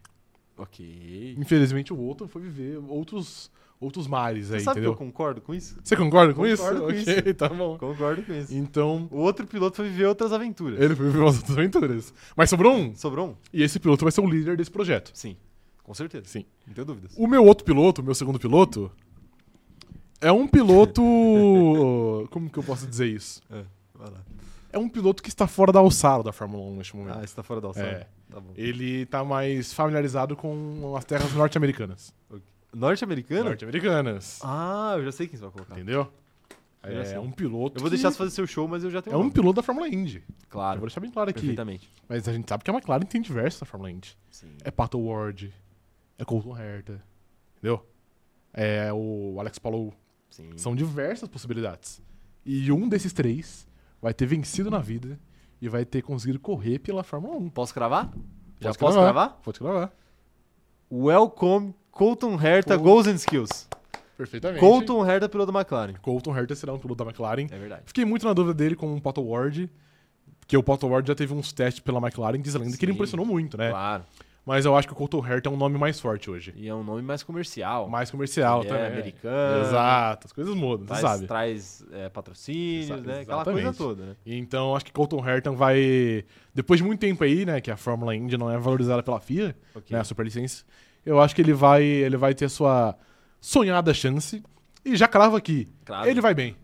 [SPEAKER 1] Ok.
[SPEAKER 2] Infelizmente, o outro foi viver outros, outros mares
[SPEAKER 1] Você
[SPEAKER 2] aí,
[SPEAKER 1] sabe
[SPEAKER 2] entendeu?
[SPEAKER 1] que eu concordo com
[SPEAKER 2] *laughs*
[SPEAKER 1] isso?
[SPEAKER 2] Você concorda com isso?
[SPEAKER 1] Concordo com
[SPEAKER 2] ok, tá bom.
[SPEAKER 1] Concordo com isso.
[SPEAKER 2] Então,
[SPEAKER 1] O outro piloto foi viver outras aventuras.
[SPEAKER 2] ele foi viver umas outras aventuras. Mas sobrou um.
[SPEAKER 1] Sobrou um?
[SPEAKER 2] E esse piloto vai ser o líder desse projeto.
[SPEAKER 1] Sim, com certeza.
[SPEAKER 2] Sim.
[SPEAKER 1] Não tenho dúvidas.
[SPEAKER 2] O meu outro piloto, o meu segundo piloto, é um piloto. *laughs* Como que eu posso dizer isso?
[SPEAKER 1] Vai lá.
[SPEAKER 2] É um piloto que está fora da alçada da Fórmula 1 neste momento.
[SPEAKER 1] Ah, você tá fora da alçada.
[SPEAKER 2] É.
[SPEAKER 1] Tá bom.
[SPEAKER 2] Ele tá mais familiarizado com as terras norte-americanas.
[SPEAKER 1] Norte-americano?
[SPEAKER 2] Norte-americanas.
[SPEAKER 1] Ah, eu já sei quem você vai colocar.
[SPEAKER 2] Entendeu?
[SPEAKER 1] Eu já sei.
[SPEAKER 2] É um piloto.
[SPEAKER 1] Eu vou
[SPEAKER 2] que-
[SPEAKER 1] deixar você fazer seu show, mas eu já tenho
[SPEAKER 2] É um
[SPEAKER 1] nome.
[SPEAKER 2] piloto da Fórmula Indy. Eu vou
[SPEAKER 1] Claro,
[SPEAKER 2] deixar bem claro aqui.
[SPEAKER 1] perfeitamente.
[SPEAKER 2] Mas a gente sabe que a McLaren tem diversos da Fórmula Indy.
[SPEAKER 1] Sim.
[SPEAKER 2] É Pato Ward, é Colton Herta, entendeu? É o Alex Palou.
[SPEAKER 1] Sim.
[SPEAKER 2] São diversas possibilidades. E um desses três vai ter vencido na vida e vai ter conseguido correr pela Fórmula 1.
[SPEAKER 1] Posso cravar? Já
[SPEAKER 2] Pode
[SPEAKER 1] posso
[SPEAKER 2] gravar.
[SPEAKER 1] gravar?
[SPEAKER 2] Pode gravar.
[SPEAKER 1] Welcome Colton Herta,
[SPEAKER 2] Pô.
[SPEAKER 1] goals and skills.
[SPEAKER 2] Perfeitamente.
[SPEAKER 1] Colton Herta, piloto da McLaren.
[SPEAKER 2] Colton Herta será um piloto da McLaren.
[SPEAKER 1] É verdade.
[SPEAKER 2] Fiquei muito na dúvida dele com o Pato Ward, porque o Pato Ward já teve uns testes pela McLaren, diz a lenda que ele
[SPEAKER 1] Sim.
[SPEAKER 2] impressionou muito, né?
[SPEAKER 1] Claro.
[SPEAKER 2] Mas eu acho que o Colton Herta é um nome mais forte hoje.
[SPEAKER 1] E é um nome mais comercial.
[SPEAKER 2] Mais comercial
[SPEAKER 1] Ele é
[SPEAKER 2] também.
[SPEAKER 1] americano.
[SPEAKER 2] Exato, as coisas mudam,
[SPEAKER 1] Traz,
[SPEAKER 2] você sabe.
[SPEAKER 1] traz é, patrocínios,
[SPEAKER 2] Exa-
[SPEAKER 1] né? Aquela coisa
[SPEAKER 2] exatamente.
[SPEAKER 1] toda, né?
[SPEAKER 2] Então acho que Colton Herta vai. Depois de muito tempo aí, né? Que a Fórmula Indy não é valorizada pela FIA,
[SPEAKER 1] Ok.
[SPEAKER 2] né? A superlicença. Eu acho que ele vai. Ele vai ter a sua sonhada chance. E já cravo aqui.
[SPEAKER 1] Cravo.
[SPEAKER 2] Ele vai bem.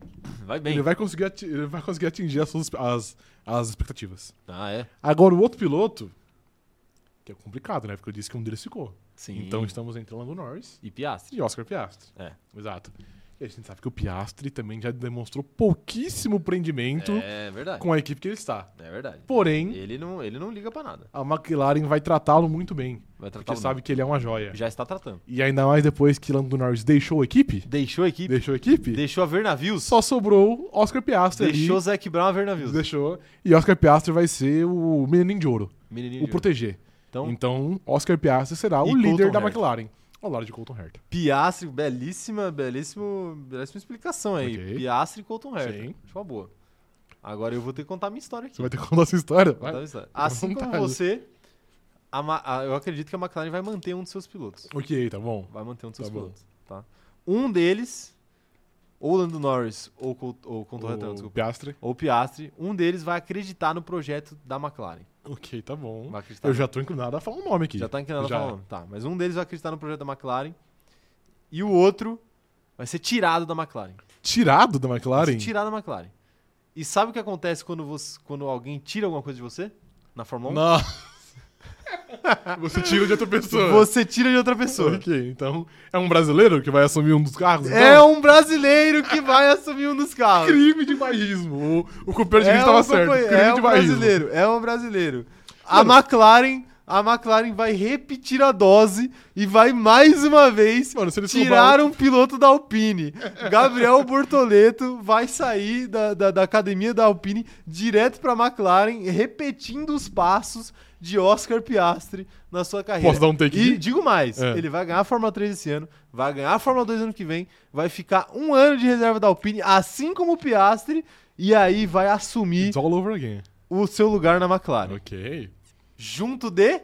[SPEAKER 1] Vai Ah, bem.
[SPEAKER 2] Ele, vai conseguir ati- ele vai conseguir atingir as, suas, as, as expectativas.
[SPEAKER 1] Ah, é?
[SPEAKER 2] Agora, o outro piloto, que é complicado, né? Porque eu disse que um deles ficou.
[SPEAKER 1] Sim.
[SPEAKER 2] Então estamos entre Lando Norris
[SPEAKER 1] E Piastri.
[SPEAKER 2] e Oscar Piastri.
[SPEAKER 1] É.
[SPEAKER 2] Exato. E a gente sabe que o Piastri também já demonstrou pouquíssimo prendimento
[SPEAKER 1] É verdade.
[SPEAKER 2] com a equipe que ele está.
[SPEAKER 1] É verdade.
[SPEAKER 2] Porém,
[SPEAKER 1] Ele não, ele não liga pra nada.
[SPEAKER 2] a McLaren vai tratá-lo muito bem.
[SPEAKER 1] Vai tratar
[SPEAKER 2] Porque
[SPEAKER 1] o
[SPEAKER 2] sabe que ele é uma joia.
[SPEAKER 1] Já está tratando.
[SPEAKER 2] E ainda mais depois que Lando Norris deixou a equipe.
[SPEAKER 1] Deixou a equipe.
[SPEAKER 2] Deixou a equipe.
[SPEAKER 1] Deixou a ver navios.
[SPEAKER 2] Só sobrou Oscar Piastri
[SPEAKER 1] Deixou o
[SPEAKER 2] ali.
[SPEAKER 1] Zac Brown a ver navios.
[SPEAKER 2] Deixou. E Oscar Piastri vai ser o menininho de ouro.
[SPEAKER 1] Menininho
[SPEAKER 2] o
[SPEAKER 1] de ouro.
[SPEAKER 2] proteger.
[SPEAKER 1] Então,
[SPEAKER 2] Então, Oscar Piastri será
[SPEAKER 1] E
[SPEAKER 2] o líder
[SPEAKER 1] Colton
[SPEAKER 2] da
[SPEAKER 1] Herta.
[SPEAKER 2] McLaren. Ao lado de Colton Herta.
[SPEAKER 1] Piastri, belíssima, belíssimo, belíssima explicação aí.
[SPEAKER 2] Ok.
[SPEAKER 1] Piastri e Colton Herta.
[SPEAKER 2] Sim.
[SPEAKER 1] Acho uma boa. Agora eu vou ter que contar minha história aqui.
[SPEAKER 2] Você vai ter que contar essa história?
[SPEAKER 1] Contar minha
[SPEAKER 2] Vai. né?
[SPEAKER 1] história.
[SPEAKER 2] Fica à
[SPEAKER 1] Assim como
[SPEAKER 2] vontade.
[SPEAKER 1] você, a Ma- a- eu acredito que a McLaren vai manter um dos seus pilotos.
[SPEAKER 2] Ok, tá bom.
[SPEAKER 1] Vai manter um dos
[SPEAKER 2] Tá
[SPEAKER 1] seus
[SPEAKER 2] bom.
[SPEAKER 1] pilotos. Tá? Um deles, ou Lando Norris, ou, Col- ou Colton Herta, não,
[SPEAKER 2] O
[SPEAKER 1] desculpa.
[SPEAKER 2] Piastri.
[SPEAKER 1] Ou Piastri, um deles vai acreditar no projeto da McLaren.
[SPEAKER 2] Ok, tá bom.
[SPEAKER 1] Vai acreditar
[SPEAKER 2] Eu já tô inclinado a falar um nome aqui.
[SPEAKER 1] Já tá inclinado
[SPEAKER 2] Já.
[SPEAKER 1] falando. Tá, mas um deles vai acreditar no projeto da McLaren e o outro vai ser tirado da McLaren.
[SPEAKER 2] Tirado da
[SPEAKER 1] Vai
[SPEAKER 2] McLaren?
[SPEAKER 1] ser tirado da McLaren. E sabe o que acontece quando, você, quando alguém tira alguma coisa de você? Na Fórmula 1?
[SPEAKER 2] Não. *laughs* Você tira de outra pessoa.
[SPEAKER 1] Você tira de outra pessoa.
[SPEAKER 2] Ok, então é um brasileiro que vai assumir um dos carros?
[SPEAKER 1] É
[SPEAKER 2] então?
[SPEAKER 1] um brasileiro que vai assumir um dos carros.
[SPEAKER 2] crime de bairrismo. O, o companheiro de
[SPEAKER 1] é
[SPEAKER 2] gente tava
[SPEAKER 1] um
[SPEAKER 2] certo.
[SPEAKER 1] compan-
[SPEAKER 2] Crime
[SPEAKER 1] é
[SPEAKER 2] de
[SPEAKER 1] um
[SPEAKER 2] bairrismo.
[SPEAKER 1] brasileiro, é um brasileiro. A McLaren, a McLaren vai repetir a dose e vai mais uma vez
[SPEAKER 2] Mano, se eles
[SPEAKER 1] tirar um piloto da Alpine. Gabriel Bortoleto vai sair da, da, da academia da Alpine direto pra McLaren, repetindo os passos de Oscar Piastri na sua carreira.
[SPEAKER 2] Posso dar um take
[SPEAKER 1] E
[SPEAKER 2] aqui?
[SPEAKER 1] digo mais,
[SPEAKER 2] É.
[SPEAKER 1] ele vai ganhar a Fórmula 3 esse ano, vai ganhar a Fórmula 2 ano que vem, vai ficar um ano de reserva da Alpine, assim como o Piastri, e aí vai assumir
[SPEAKER 2] It's all over again.
[SPEAKER 1] o seu lugar na McLaren.
[SPEAKER 2] Ok.
[SPEAKER 1] Junto de...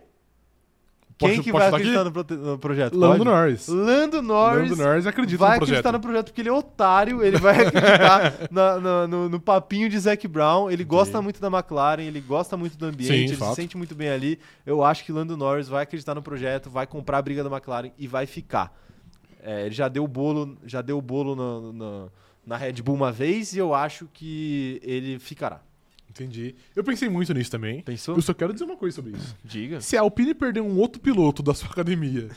[SPEAKER 2] Posso-
[SPEAKER 1] Quem que
[SPEAKER 2] posso
[SPEAKER 1] vai
[SPEAKER 2] chutar
[SPEAKER 1] acreditar
[SPEAKER 2] aqui?
[SPEAKER 1] no, prote- no projeto?
[SPEAKER 2] Lando
[SPEAKER 1] Pode?
[SPEAKER 2] Norris.
[SPEAKER 1] Lando Norris.
[SPEAKER 2] Lando Norris acredita
[SPEAKER 1] vai
[SPEAKER 2] no projeto.
[SPEAKER 1] acreditar no projeto porque ele é otário, ele vai
[SPEAKER 2] *laughs*
[SPEAKER 1] acreditar na- na- no, no papinho de Zac Brown. Ele gosta muito da McLaren, ele gosta muito do ambiente,
[SPEAKER 2] Sim,
[SPEAKER 1] ele se
[SPEAKER 2] fato.
[SPEAKER 1] sente muito bem ali. Eu acho que Lando Norris vai acreditar no projeto, vai comprar a briga da McLaren e vai ficar. É, ele já deu o bolo, já deu o bolo na, na- na Red Bull uma vez e eu acho que ele ficará.
[SPEAKER 2] Entendi. Eu pensei muito nisso também.
[SPEAKER 1] Pensou?
[SPEAKER 2] Eu só quero dizer uma coisa sobre isso.
[SPEAKER 1] Diga.
[SPEAKER 2] Se a Alpine perder um outro piloto da sua academia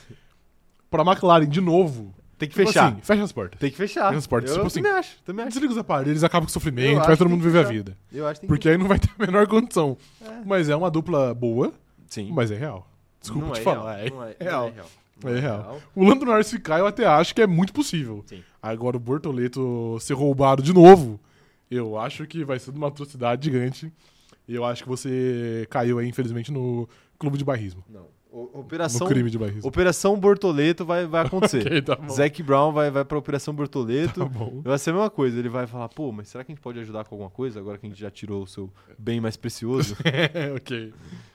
[SPEAKER 2] pra McLaren de novo,
[SPEAKER 1] Tem que
[SPEAKER 2] tipo
[SPEAKER 1] fechar.
[SPEAKER 2] assim, fecha as portas.
[SPEAKER 1] tem que fechar.
[SPEAKER 2] Tem uns portes,
[SPEAKER 1] eu
[SPEAKER 2] tipo assim,
[SPEAKER 1] também acho, também acho.
[SPEAKER 2] Desliga os aparelhos, acaba com o
[SPEAKER 1] Eu
[SPEAKER 2] sofrimento,
[SPEAKER 1] acho
[SPEAKER 2] vai todo
[SPEAKER 1] que
[SPEAKER 2] mundo
[SPEAKER 1] tem que
[SPEAKER 2] viver a
[SPEAKER 1] fechar.
[SPEAKER 2] vida.
[SPEAKER 1] Eu acho que tem
[SPEAKER 2] Porque aí não vai ter a menor condição. Mas é uma dupla boa,
[SPEAKER 1] que... Sim.
[SPEAKER 2] mas é real. Desculpa
[SPEAKER 1] Não
[SPEAKER 2] te
[SPEAKER 1] é
[SPEAKER 2] falar,
[SPEAKER 1] real,
[SPEAKER 2] é,
[SPEAKER 1] não é- não
[SPEAKER 2] real.
[SPEAKER 1] é real.
[SPEAKER 2] É real. O Lando Norris ficar, eu até acho que é muito possível.
[SPEAKER 1] Sim.
[SPEAKER 2] Agora o Bortoleto ser roubado de novo, eu acho que vai ser uma atrocidade gigante. E eu acho que você caiu aí, infelizmente, no clube de barrismo.
[SPEAKER 1] Não. O- Operação
[SPEAKER 2] No crime de barrismo.
[SPEAKER 1] Operação Bortoleto vai,
[SPEAKER 2] *laughs*
[SPEAKER 1] vai acontecer.
[SPEAKER 2] Ok, tá bom.
[SPEAKER 1] Zac Brown vai, vai pra Operação
[SPEAKER 2] Tá
[SPEAKER 1] Bortoleto.
[SPEAKER 2] bom.
[SPEAKER 1] vai ser a mesma coisa. Ele vai falar, pô, mas será que a gente pode ajudar com alguma coisa agora que a gente já tirou o seu bem mais
[SPEAKER 2] *laughs*
[SPEAKER 1] precioso?
[SPEAKER 2] É, ok.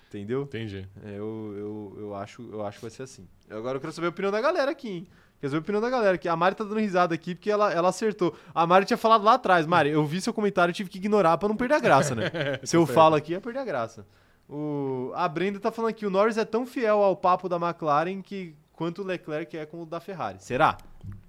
[SPEAKER 1] Entendeu?
[SPEAKER 2] Entendi.
[SPEAKER 1] É, eu, eu, eu, acho, eu acho que vai ser assim. Agora eu quero saber a opinião da galera aqui, hein? Quero saber a opinião da galera aqui. A Mari tá dando risada aqui porque ela, ela acertou. A Mari tinha falado lá atrás. Mari, eu vi seu comentário e tive que ignorar pra não perder a graça,
[SPEAKER 2] *laughs*
[SPEAKER 1] né?
[SPEAKER 2] É, tá
[SPEAKER 1] Se eu falo aqui, ia perder a graça. O, a Brenda tá falando aqui, o Norris é tão fiel ao papo da McLaren que quanto o Leclerc é com o da Ferrari. Será?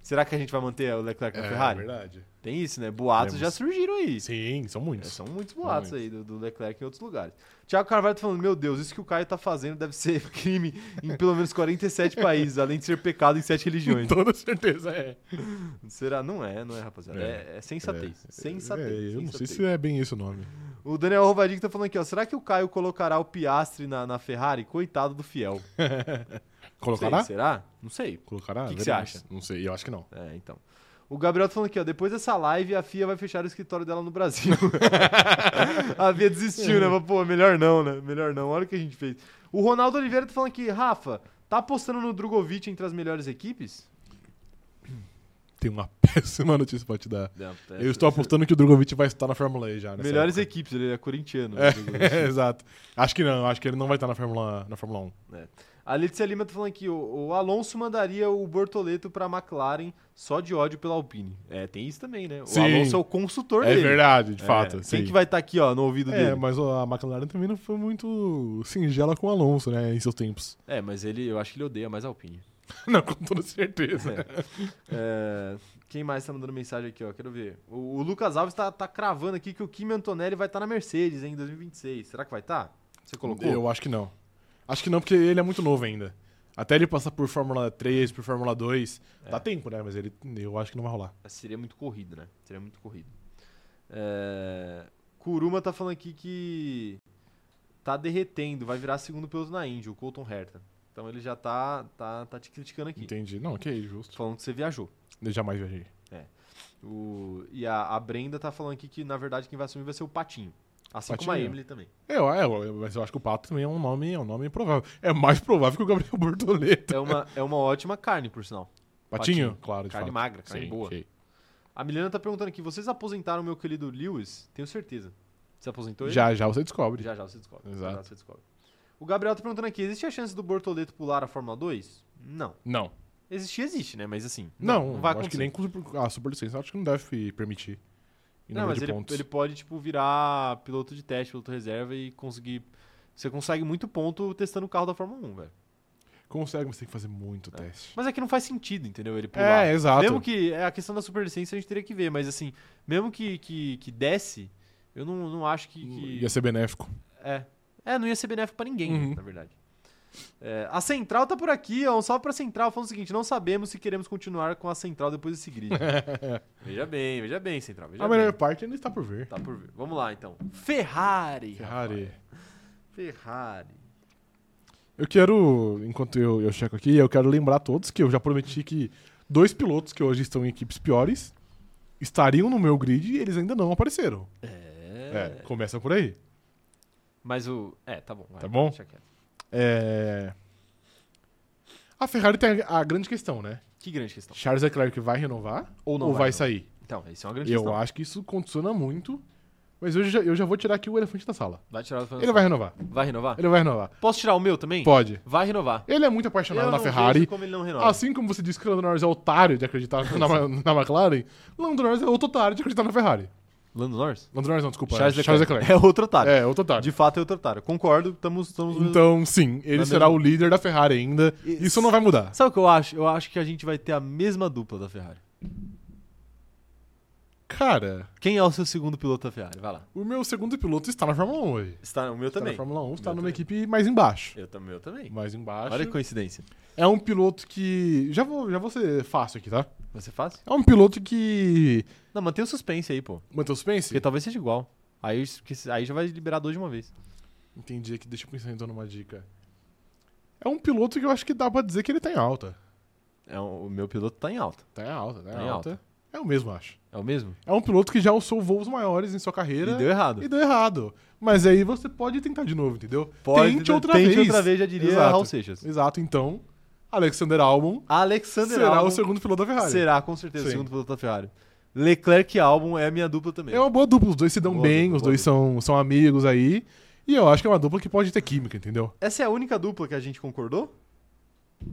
[SPEAKER 1] Será que a gente vai manter o Leclerc na
[SPEAKER 2] É
[SPEAKER 1] Ferrari?
[SPEAKER 2] verdade.
[SPEAKER 1] Tem isso, né? Boatos
[SPEAKER 2] Temos.
[SPEAKER 1] já surgiram aí.
[SPEAKER 2] Sim, são
[SPEAKER 1] É,
[SPEAKER 2] muitos. *laughs*
[SPEAKER 1] São muitos boatos aí do, do Leclerc em outros lugares. Tiago Carvalho tá falando, meu Deus, isso que o Caio tá fazendo deve ser *laughs* crime em pelo menos 47 países, além de ser pecado em sete religiões.
[SPEAKER 2] Toda certeza é.
[SPEAKER 1] Será? Não é, não é, rapaziada. É, é, sensatez. Sensatez.
[SPEAKER 2] É, eu não sei
[SPEAKER 1] sensatez.
[SPEAKER 2] se é bem esse o nome.
[SPEAKER 1] O Daniel Rovadinho tá falando aqui, ó. Será que o Caio colocará o Piastre na, na Ferrari? Coitado do fiel. Não sei,
[SPEAKER 2] Colocará?
[SPEAKER 1] será? Não sei.
[SPEAKER 2] Colocará?
[SPEAKER 1] O que que
[SPEAKER 2] Verdade.
[SPEAKER 1] você acha?
[SPEAKER 2] Não sei, eu acho que não.
[SPEAKER 1] É, então. O Gabriel tá falando aqui, ó. Depois dessa live, a FIA vai fechar o escritório dela no *laughs* Brasil. a FIA desistiu, né? Mas, pô, melhor não, né? Melhor não. Olha o que a gente fez. O Ronaldo Oliveira tá falando aqui, Rafa, tá apostando no Drogovic entre as melhores equipes?
[SPEAKER 2] Tem uma *laughs* péssima notícia pra te dar.
[SPEAKER 1] Não,
[SPEAKER 2] Eu estou apostando que o Drogovic vai estar na Fórmula E já. nessa
[SPEAKER 1] É, Melhores
[SPEAKER 2] época.
[SPEAKER 1] equipes, ele é corintiano. né, Drogovic?
[SPEAKER 2] *laughs* É, exato. Acho que não, acho que ele não vai estar na Fórmula, na Fórmula 1.
[SPEAKER 1] A Letícia Lima tá falando aqui, o, o Alonso mandaria o Bortoleto pra McLaren só de ódio pela Alpine. É, tem isso também, né? O
[SPEAKER 2] Sim.
[SPEAKER 1] Alonso é o consultor
[SPEAKER 2] É
[SPEAKER 1] dele.
[SPEAKER 2] verdade, de
[SPEAKER 1] É,
[SPEAKER 2] fato.
[SPEAKER 1] Quem
[SPEAKER 2] sim.
[SPEAKER 1] que vai estar aqui, ó, no ouvido
[SPEAKER 2] É,
[SPEAKER 1] dele?
[SPEAKER 2] mas ó, a McLaren também não foi muito singela com o Alonso, né, em seus tempos. *laughs*
[SPEAKER 4] É, mas ele, eu acho que ele odeia mais a Alpine.
[SPEAKER 2] não, com toda certeza.
[SPEAKER 1] É, quem mais tá mandando mensagem aqui, ó? Quero ver. O, o Lucas Alves tá, tá cravando aqui que o Kimi Antonelli vai estar na Mercedes hein, em 2026. Será que vai estar? Você colocou?
[SPEAKER 2] Eu acho que não. Acho que não, porque ele é muito novo ainda. Até ele passar por Fórmula 3, por Fórmula 2, dá tempo, né? Mas ele, eu acho que não vai rolar.
[SPEAKER 1] Mas Seria muito corrido, né? Seria muito corrido. É... Kuruma tá falando aqui que tá derretendo, vai virar segundo piloto na Indy, o Colton Herta. Então ele já tá, tá, tá te criticando aqui.
[SPEAKER 2] Entendi. Não, ok, justo.
[SPEAKER 1] Falando que você viajou.
[SPEAKER 2] Eu jamais viajei.
[SPEAKER 1] O... E a, a Brenda tá falando aqui que, na verdade, quem vai assumir vai ser o Patinho. Assim como a
[SPEAKER 2] Patinho.
[SPEAKER 1] Emily também.
[SPEAKER 2] É, eu- é, eu- mas eu acho que o Pato também é um nome, é um nome provável. É mais provável que o Gabriel *laughs* Bortoleto.
[SPEAKER 1] É uma, é uma ótima carne, por sinal.
[SPEAKER 2] Patinho?
[SPEAKER 1] Patinho.
[SPEAKER 2] Claro, de
[SPEAKER 1] Carne
[SPEAKER 2] fato.
[SPEAKER 1] magra, carne boa.
[SPEAKER 2] ok.
[SPEAKER 1] A Milena tá perguntando aqui, vocês aposentaram meu querido Lewis? Tenho certeza. Você aposentou ele?
[SPEAKER 2] Já, já você descobre.
[SPEAKER 1] Já já você descobre.
[SPEAKER 2] Exato.
[SPEAKER 1] Já, já você descobre. O Gabriel tá perguntando aqui, existe a chance do Bortoleto pular a Fórmula 2? Não.
[SPEAKER 2] Não.
[SPEAKER 1] Existe, existe, né? Mas assim,
[SPEAKER 2] Não,
[SPEAKER 1] não, vai
[SPEAKER 2] acho
[SPEAKER 1] acontecer.
[SPEAKER 2] que nem com super- a superlicença, acho que não deve permitir. Em
[SPEAKER 1] Não,
[SPEAKER 2] número
[SPEAKER 1] mas
[SPEAKER 2] de
[SPEAKER 1] ele,
[SPEAKER 2] pontos.
[SPEAKER 1] ele pode, tipo, virar piloto de teste, piloto reserva e conseguir... Você consegue muito ponto testando o carro da Fórmula 1, velho.
[SPEAKER 2] Consegue, mas tem que fazer muito teste.
[SPEAKER 1] Mas é que não faz sentido, entendeu? Ele pular.
[SPEAKER 2] É, exato.
[SPEAKER 1] Mesmo que é a questão da superlicença a gente teria que ver, mas assim, mesmo que, que, que desse, eu não, não acho que. que-
[SPEAKER 2] Ia ser benéfico.
[SPEAKER 1] É. É, não ia ser benéfico pra ninguém,
[SPEAKER 2] Uhum.
[SPEAKER 1] na verdade. É, a Central tá por aqui, ó. Um salve pra Central falando o seguinte: não sabemos se queremos continuar com a Central depois desse
[SPEAKER 2] *laughs*
[SPEAKER 1] grid. veja bem, veja bem, Central. Veja
[SPEAKER 2] A
[SPEAKER 1] bem.
[SPEAKER 2] melhor parte ainda está por ver.
[SPEAKER 1] Tá por ver. Vamos lá, então. Ferrari.
[SPEAKER 2] Ferrari.
[SPEAKER 1] rapaz. Ferrari.
[SPEAKER 2] Eu quero, enquanto eu, eu checo aqui, eu quero lembrar a todos que eu já prometi que dois pilotos que hoje estão em equipes piores estariam no meu grid e eles ainda não apareceram.
[SPEAKER 1] É.
[SPEAKER 2] É, começa por aí.
[SPEAKER 1] Mas o. É, tá bom. vai,
[SPEAKER 2] Tá bom?
[SPEAKER 1] Deixa quieto.
[SPEAKER 2] É... A Ferrari tem a, a grande questão, né?
[SPEAKER 1] Que grande questão.
[SPEAKER 2] Charles Leclerc vai renovar
[SPEAKER 1] Ou não
[SPEAKER 2] ou
[SPEAKER 1] vai
[SPEAKER 2] vai
[SPEAKER 1] renovar?
[SPEAKER 2] sair?
[SPEAKER 1] Então, isso é uma grande
[SPEAKER 2] Eu
[SPEAKER 1] questão.
[SPEAKER 2] acho que isso condiciona muito, mas eu já, eu já vou tirar aqui o elefante da sala.
[SPEAKER 1] Vai tirar do
[SPEAKER 2] Ele vai renovar.
[SPEAKER 1] Vai renovar?
[SPEAKER 2] Ele vai renovar.
[SPEAKER 1] Posso tirar o meu também?
[SPEAKER 2] Pode.
[SPEAKER 1] Vai renovar.
[SPEAKER 2] Ele é muito apaixonado
[SPEAKER 1] Eu
[SPEAKER 2] na
[SPEAKER 1] não
[SPEAKER 2] Ferrari.
[SPEAKER 1] vejo como ele não renova.
[SPEAKER 2] Assim como você disse que o Lando Norris é otário de acreditar *laughs* na, na McLaren, Lando Norris é outro otário de acreditar na Ferrari.
[SPEAKER 1] Lando Norris?
[SPEAKER 2] Lando Norris não, desculpa.
[SPEAKER 1] Charles
[SPEAKER 2] é
[SPEAKER 1] Leclerc.
[SPEAKER 2] Charles Leclerc.
[SPEAKER 1] É outro otário.
[SPEAKER 2] É, outro otário.
[SPEAKER 1] De fato é outro otário. Concordo, estamos... estamos no mesmo-
[SPEAKER 2] Então, sim, ele
[SPEAKER 1] Na
[SPEAKER 2] será
[SPEAKER 1] mesma-
[SPEAKER 2] o líder da Ferrari ainda.
[SPEAKER 1] E-
[SPEAKER 2] Isso não vai mudar.
[SPEAKER 1] Sabe o que eu acho? Eu acho que a gente vai ter a mesma dupla da Ferrari.
[SPEAKER 2] Cara,
[SPEAKER 1] Quem é o seu segundo piloto da Ferrari? Vai lá.
[SPEAKER 2] o meu segundo piloto está na Fórmula 1 hoje.
[SPEAKER 1] Está, o meu
[SPEAKER 2] Está na
[SPEAKER 1] também.
[SPEAKER 2] Fórmula 1, está
[SPEAKER 1] Meu também.
[SPEAKER 2] numa equipe mais embaixo.
[SPEAKER 1] Eu também, eu também.
[SPEAKER 2] Mais embaixo.
[SPEAKER 1] Olha que coincidência.
[SPEAKER 2] É um piloto que. Já vou, já vou ser fácil aqui, tá?
[SPEAKER 1] Você faz?
[SPEAKER 2] É um piloto que.
[SPEAKER 1] Não, mantém o suspense aí, pô.
[SPEAKER 2] Mantém o suspense?
[SPEAKER 1] Porque talvez seja igual. Aí, porque se- aí já vai liberar dois de uma vez. tá-
[SPEAKER 2] Entendi aqui, deixa eu pensar então numa dica. É um piloto que eu acho que dá pra dizer que ele tá em alta.
[SPEAKER 1] É, o o meu piloto tá em alta.
[SPEAKER 2] Tá em alta, tá em,
[SPEAKER 1] Tá em
[SPEAKER 2] alta. É o mesmo, acho.
[SPEAKER 1] É o mesmo?
[SPEAKER 2] É um piloto que já alçou voos maiores em sua carreira
[SPEAKER 1] E deu errado.
[SPEAKER 2] e deu errado. Mas aí você pode tentar de novo, entendeu? tente outra
[SPEAKER 1] tente
[SPEAKER 2] vez.
[SPEAKER 1] outra vez, já diria
[SPEAKER 2] Exato.
[SPEAKER 1] Raul Seixas.
[SPEAKER 2] Exato, então, Alexander Albon
[SPEAKER 1] Alexander
[SPEAKER 2] será
[SPEAKER 1] Albon
[SPEAKER 2] o segundo piloto da Ferrari.
[SPEAKER 1] será, com certeza, o
[SPEAKER 2] Sim.
[SPEAKER 1] segundo piloto da Ferrari. Leclerc e Albon é a minha dupla também.
[SPEAKER 2] É uma boa dupla, os dois se dão
[SPEAKER 1] Boa
[SPEAKER 2] bem,
[SPEAKER 1] dupla,
[SPEAKER 2] os
[SPEAKER 1] boa
[SPEAKER 2] dois são, são amigos aí. E eu acho que é uma dupla que pode ter química, entendeu?
[SPEAKER 1] Essa é a única dupla que a gente concordou?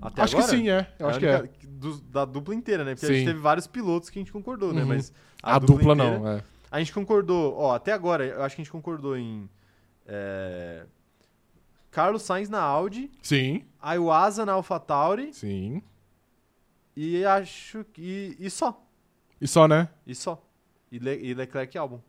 [SPEAKER 1] Até
[SPEAKER 2] acho
[SPEAKER 1] agora?
[SPEAKER 2] que sim, é. Eu acho que
[SPEAKER 1] a
[SPEAKER 2] é.
[SPEAKER 1] única do- da dupla inteira, né? Porque a gente
[SPEAKER 2] Sim.
[SPEAKER 1] teve vários pilotos que a gente concordou, né?
[SPEAKER 2] Uhum.
[SPEAKER 1] Mas
[SPEAKER 2] A, dupla,
[SPEAKER 1] inteira-
[SPEAKER 2] não, é.
[SPEAKER 1] A gente concordou, ó, até agora, eu acho que a gente concordou em. é, Carlos Sainz na Audi,
[SPEAKER 2] Sim,
[SPEAKER 1] Ayuasa na AlphaTauri
[SPEAKER 2] sim.
[SPEAKER 1] e acho que. E, e só.
[SPEAKER 2] E só, né?
[SPEAKER 1] E só. E, Le- e Leclerc e Albon.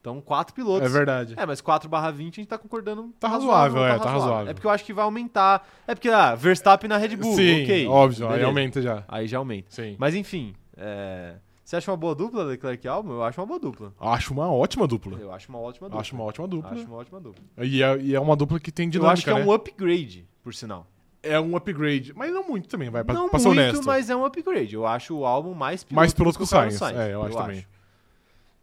[SPEAKER 1] Então, quatro pilotos.
[SPEAKER 2] É verdade.
[SPEAKER 1] É, mas 4 barra 20 a gente tá concordando.
[SPEAKER 2] Tá razoável, é, tá razoável.
[SPEAKER 1] É porque eu acho que vai aumentar. É porque, ah, Verstappen na Red Bull,
[SPEAKER 2] Sim,
[SPEAKER 1] ok.
[SPEAKER 2] óbvio, aí
[SPEAKER 1] beleza.
[SPEAKER 2] aumenta já.
[SPEAKER 1] Aí já aumenta.
[SPEAKER 2] Sim.
[SPEAKER 1] Mas enfim, é, você acha uma boa dupla, Leclerc e Albon? Eu acho uma boa dupla.
[SPEAKER 2] Acho uma ótima dupla.
[SPEAKER 1] Eu acho uma ótima dupla.
[SPEAKER 2] Acho uma ótima dupla.
[SPEAKER 1] Acho uma ótima dupla.
[SPEAKER 2] E, é, e é uma dupla que tem
[SPEAKER 1] eu
[SPEAKER 2] dinâmica,
[SPEAKER 1] acho que é
[SPEAKER 2] né?
[SPEAKER 1] um upgrade, por sinal.
[SPEAKER 2] É um upgrade, mas não muito também, vai, pra,
[SPEAKER 1] Não
[SPEAKER 2] pra ser
[SPEAKER 1] muito,
[SPEAKER 2] honesto.
[SPEAKER 1] mas é um upgrade. Eu acho o álbum mais piloto
[SPEAKER 2] Mais piloto
[SPEAKER 1] do
[SPEAKER 2] que o
[SPEAKER 1] Carlos
[SPEAKER 2] Sainz. É, eu acho também.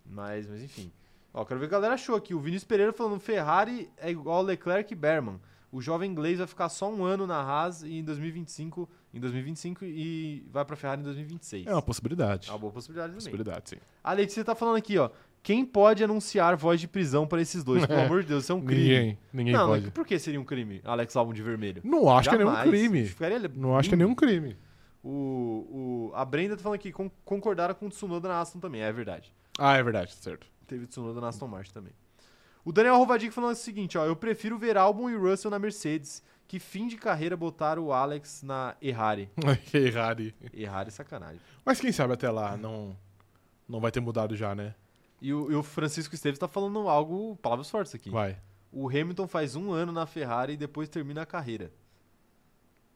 [SPEAKER 1] Mas, mas enfim. Ó, quero ver o que a galera achou aqui. O Vinícius Pereira falando Ferrari é igual Leclerc e Berman. O jovem inglês vai ficar só um ano na Haas e em 2025, em 2025 e vai pra Ferrari em 2026.
[SPEAKER 2] É uma possibilidade.
[SPEAKER 1] É uma boa possibilidade também.
[SPEAKER 2] possibilidade, sim.
[SPEAKER 1] A Letícia tá falando aqui, ó. Quem pode anunciar voz de prisão pra esses dois?
[SPEAKER 2] *laughs*
[SPEAKER 1] Pelo amor de Deus, isso é um crime.
[SPEAKER 2] Ninguém, ninguém
[SPEAKER 1] não,
[SPEAKER 2] pode.
[SPEAKER 1] mas por que seria um crime, Alex Albon de vermelho?
[SPEAKER 2] Não acho é que é nenhum
[SPEAKER 1] Jamais.
[SPEAKER 2] crime.
[SPEAKER 1] Ficaria
[SPEAKER 2] Não acho que é nenhum crime.
[SPEAKER 1] O, o- a Brenda tá falando aqui, con- concordaram com o Tsunoda na Aston também, é verdade.
[SPEAKER 2] Ah, é verdade, *laughs* certo.
[SPEAKER 1] Teve Tsunoda na Aston Martin também. O Daniel Rovadic falando o seguinte, ó, eu prefiro ver Albon e Russell na Mercedes, que fim de carreira botar o Alex na Ferrari.
[SPEAKER 2] que Ferrari.
[SPEAKER 1] Ferrari é sacanagem.
[SPEAKER 2] Mas quem sabe até lá não, não vai ter mudado já, né?
[SPEAKER 1] E o, e o Francisco Esteves tá falando algo, palavras fortes aqui.
[SPEAKER 2] Vai.
[SPEAKER 1] O Hamilton faz um ano na Ferrari e depois termina a carreira.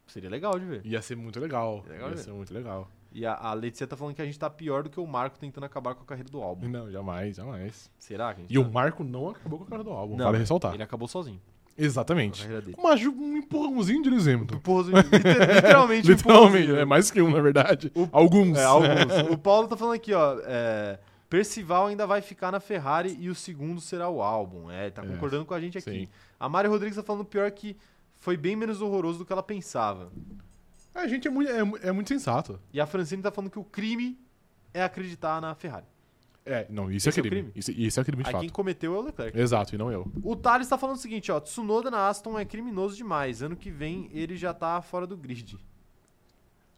[SPEAKER 1] Seria legal de ver.
[SPEAKER 2] Ia ser muito legal.
[SPEAKER 1] Legal,
[SPEAKER 2] Ia
[SPEAKER 1] né?
[SPEAKER 2] ser muito legal.
[SPEAKER 1] E a, a Letícia tá falando que a gente tá pior do que o Marco tentando acabar com a carreira do álbum.
[SPEAKER 2] Não, jamais, jamais.
[SPEAKER 1] Será que a gente
[SPEAKER 2] E o
[SPEAKER 1] tá?
[SPEAKER 2] Marco tá. não acabou com a cara do álbum,
[SPEAKER 1] Não,
[SPEAKER 2] vale ressaltar.
[SPEAKER 1] Ele acabou sozinho. A
[SPEAKER 2] Exatamente.
[SPEAKER 1] carreira dele.
[SPEAKER 2] *laughs* Mas um empurrãozinho de dizendo.
[SPEAKER 1] Porra, *laughs* literalmente. um
[SPEAKER 2] Literalmente,
[SPEAKER 1] porra.
[SPEAKER 2] é mais que um, na verdade.
[SPEAKER 1] O-
[SPEAKER 2] Alguns.
[SPEAKER 1] É, alguns. O Paulo tá falando aqui, ó. é, Percival ainda vai ficar na Ferrari e o segundo será o álbum. É, tá
[SPEAKER 2] É,
[SPEAKER 1] concordando com a gente aqui.
[SPEAKER 2] sim.
[SPEAKER 1] A Mari Rodrigues tá falando pior que foi bem menos horroroso do que ela pensava.
[SPEAKER 2] A gente é muito, é mu- é muito sensato.
[SPEAKER 1] E a Francine tá falando que o crime é acreditar na Ferrari.
[SPEAKER 2] É, não, isso
[SPEAKER 1] Esse
[SPEAKER 2] é
[SPEAKER 1] é o
[SPEAKER 2] crime.
[SPEAKER 1] crime?
[SPEAKER 2] Isso, isso é crime de
[SPEAKER 1] Aí
[SPEAKER 2] fato.
[SPEAKER 1] quem cometeu é o Leclerc.
[SPEAKER 2] Exato, e não eu.
[SPEAKER 1] O Thales tá falando o seguinte, ó. Tsunoda na Aston é criminoso demais. Ano que vem ele já tá fora do grid.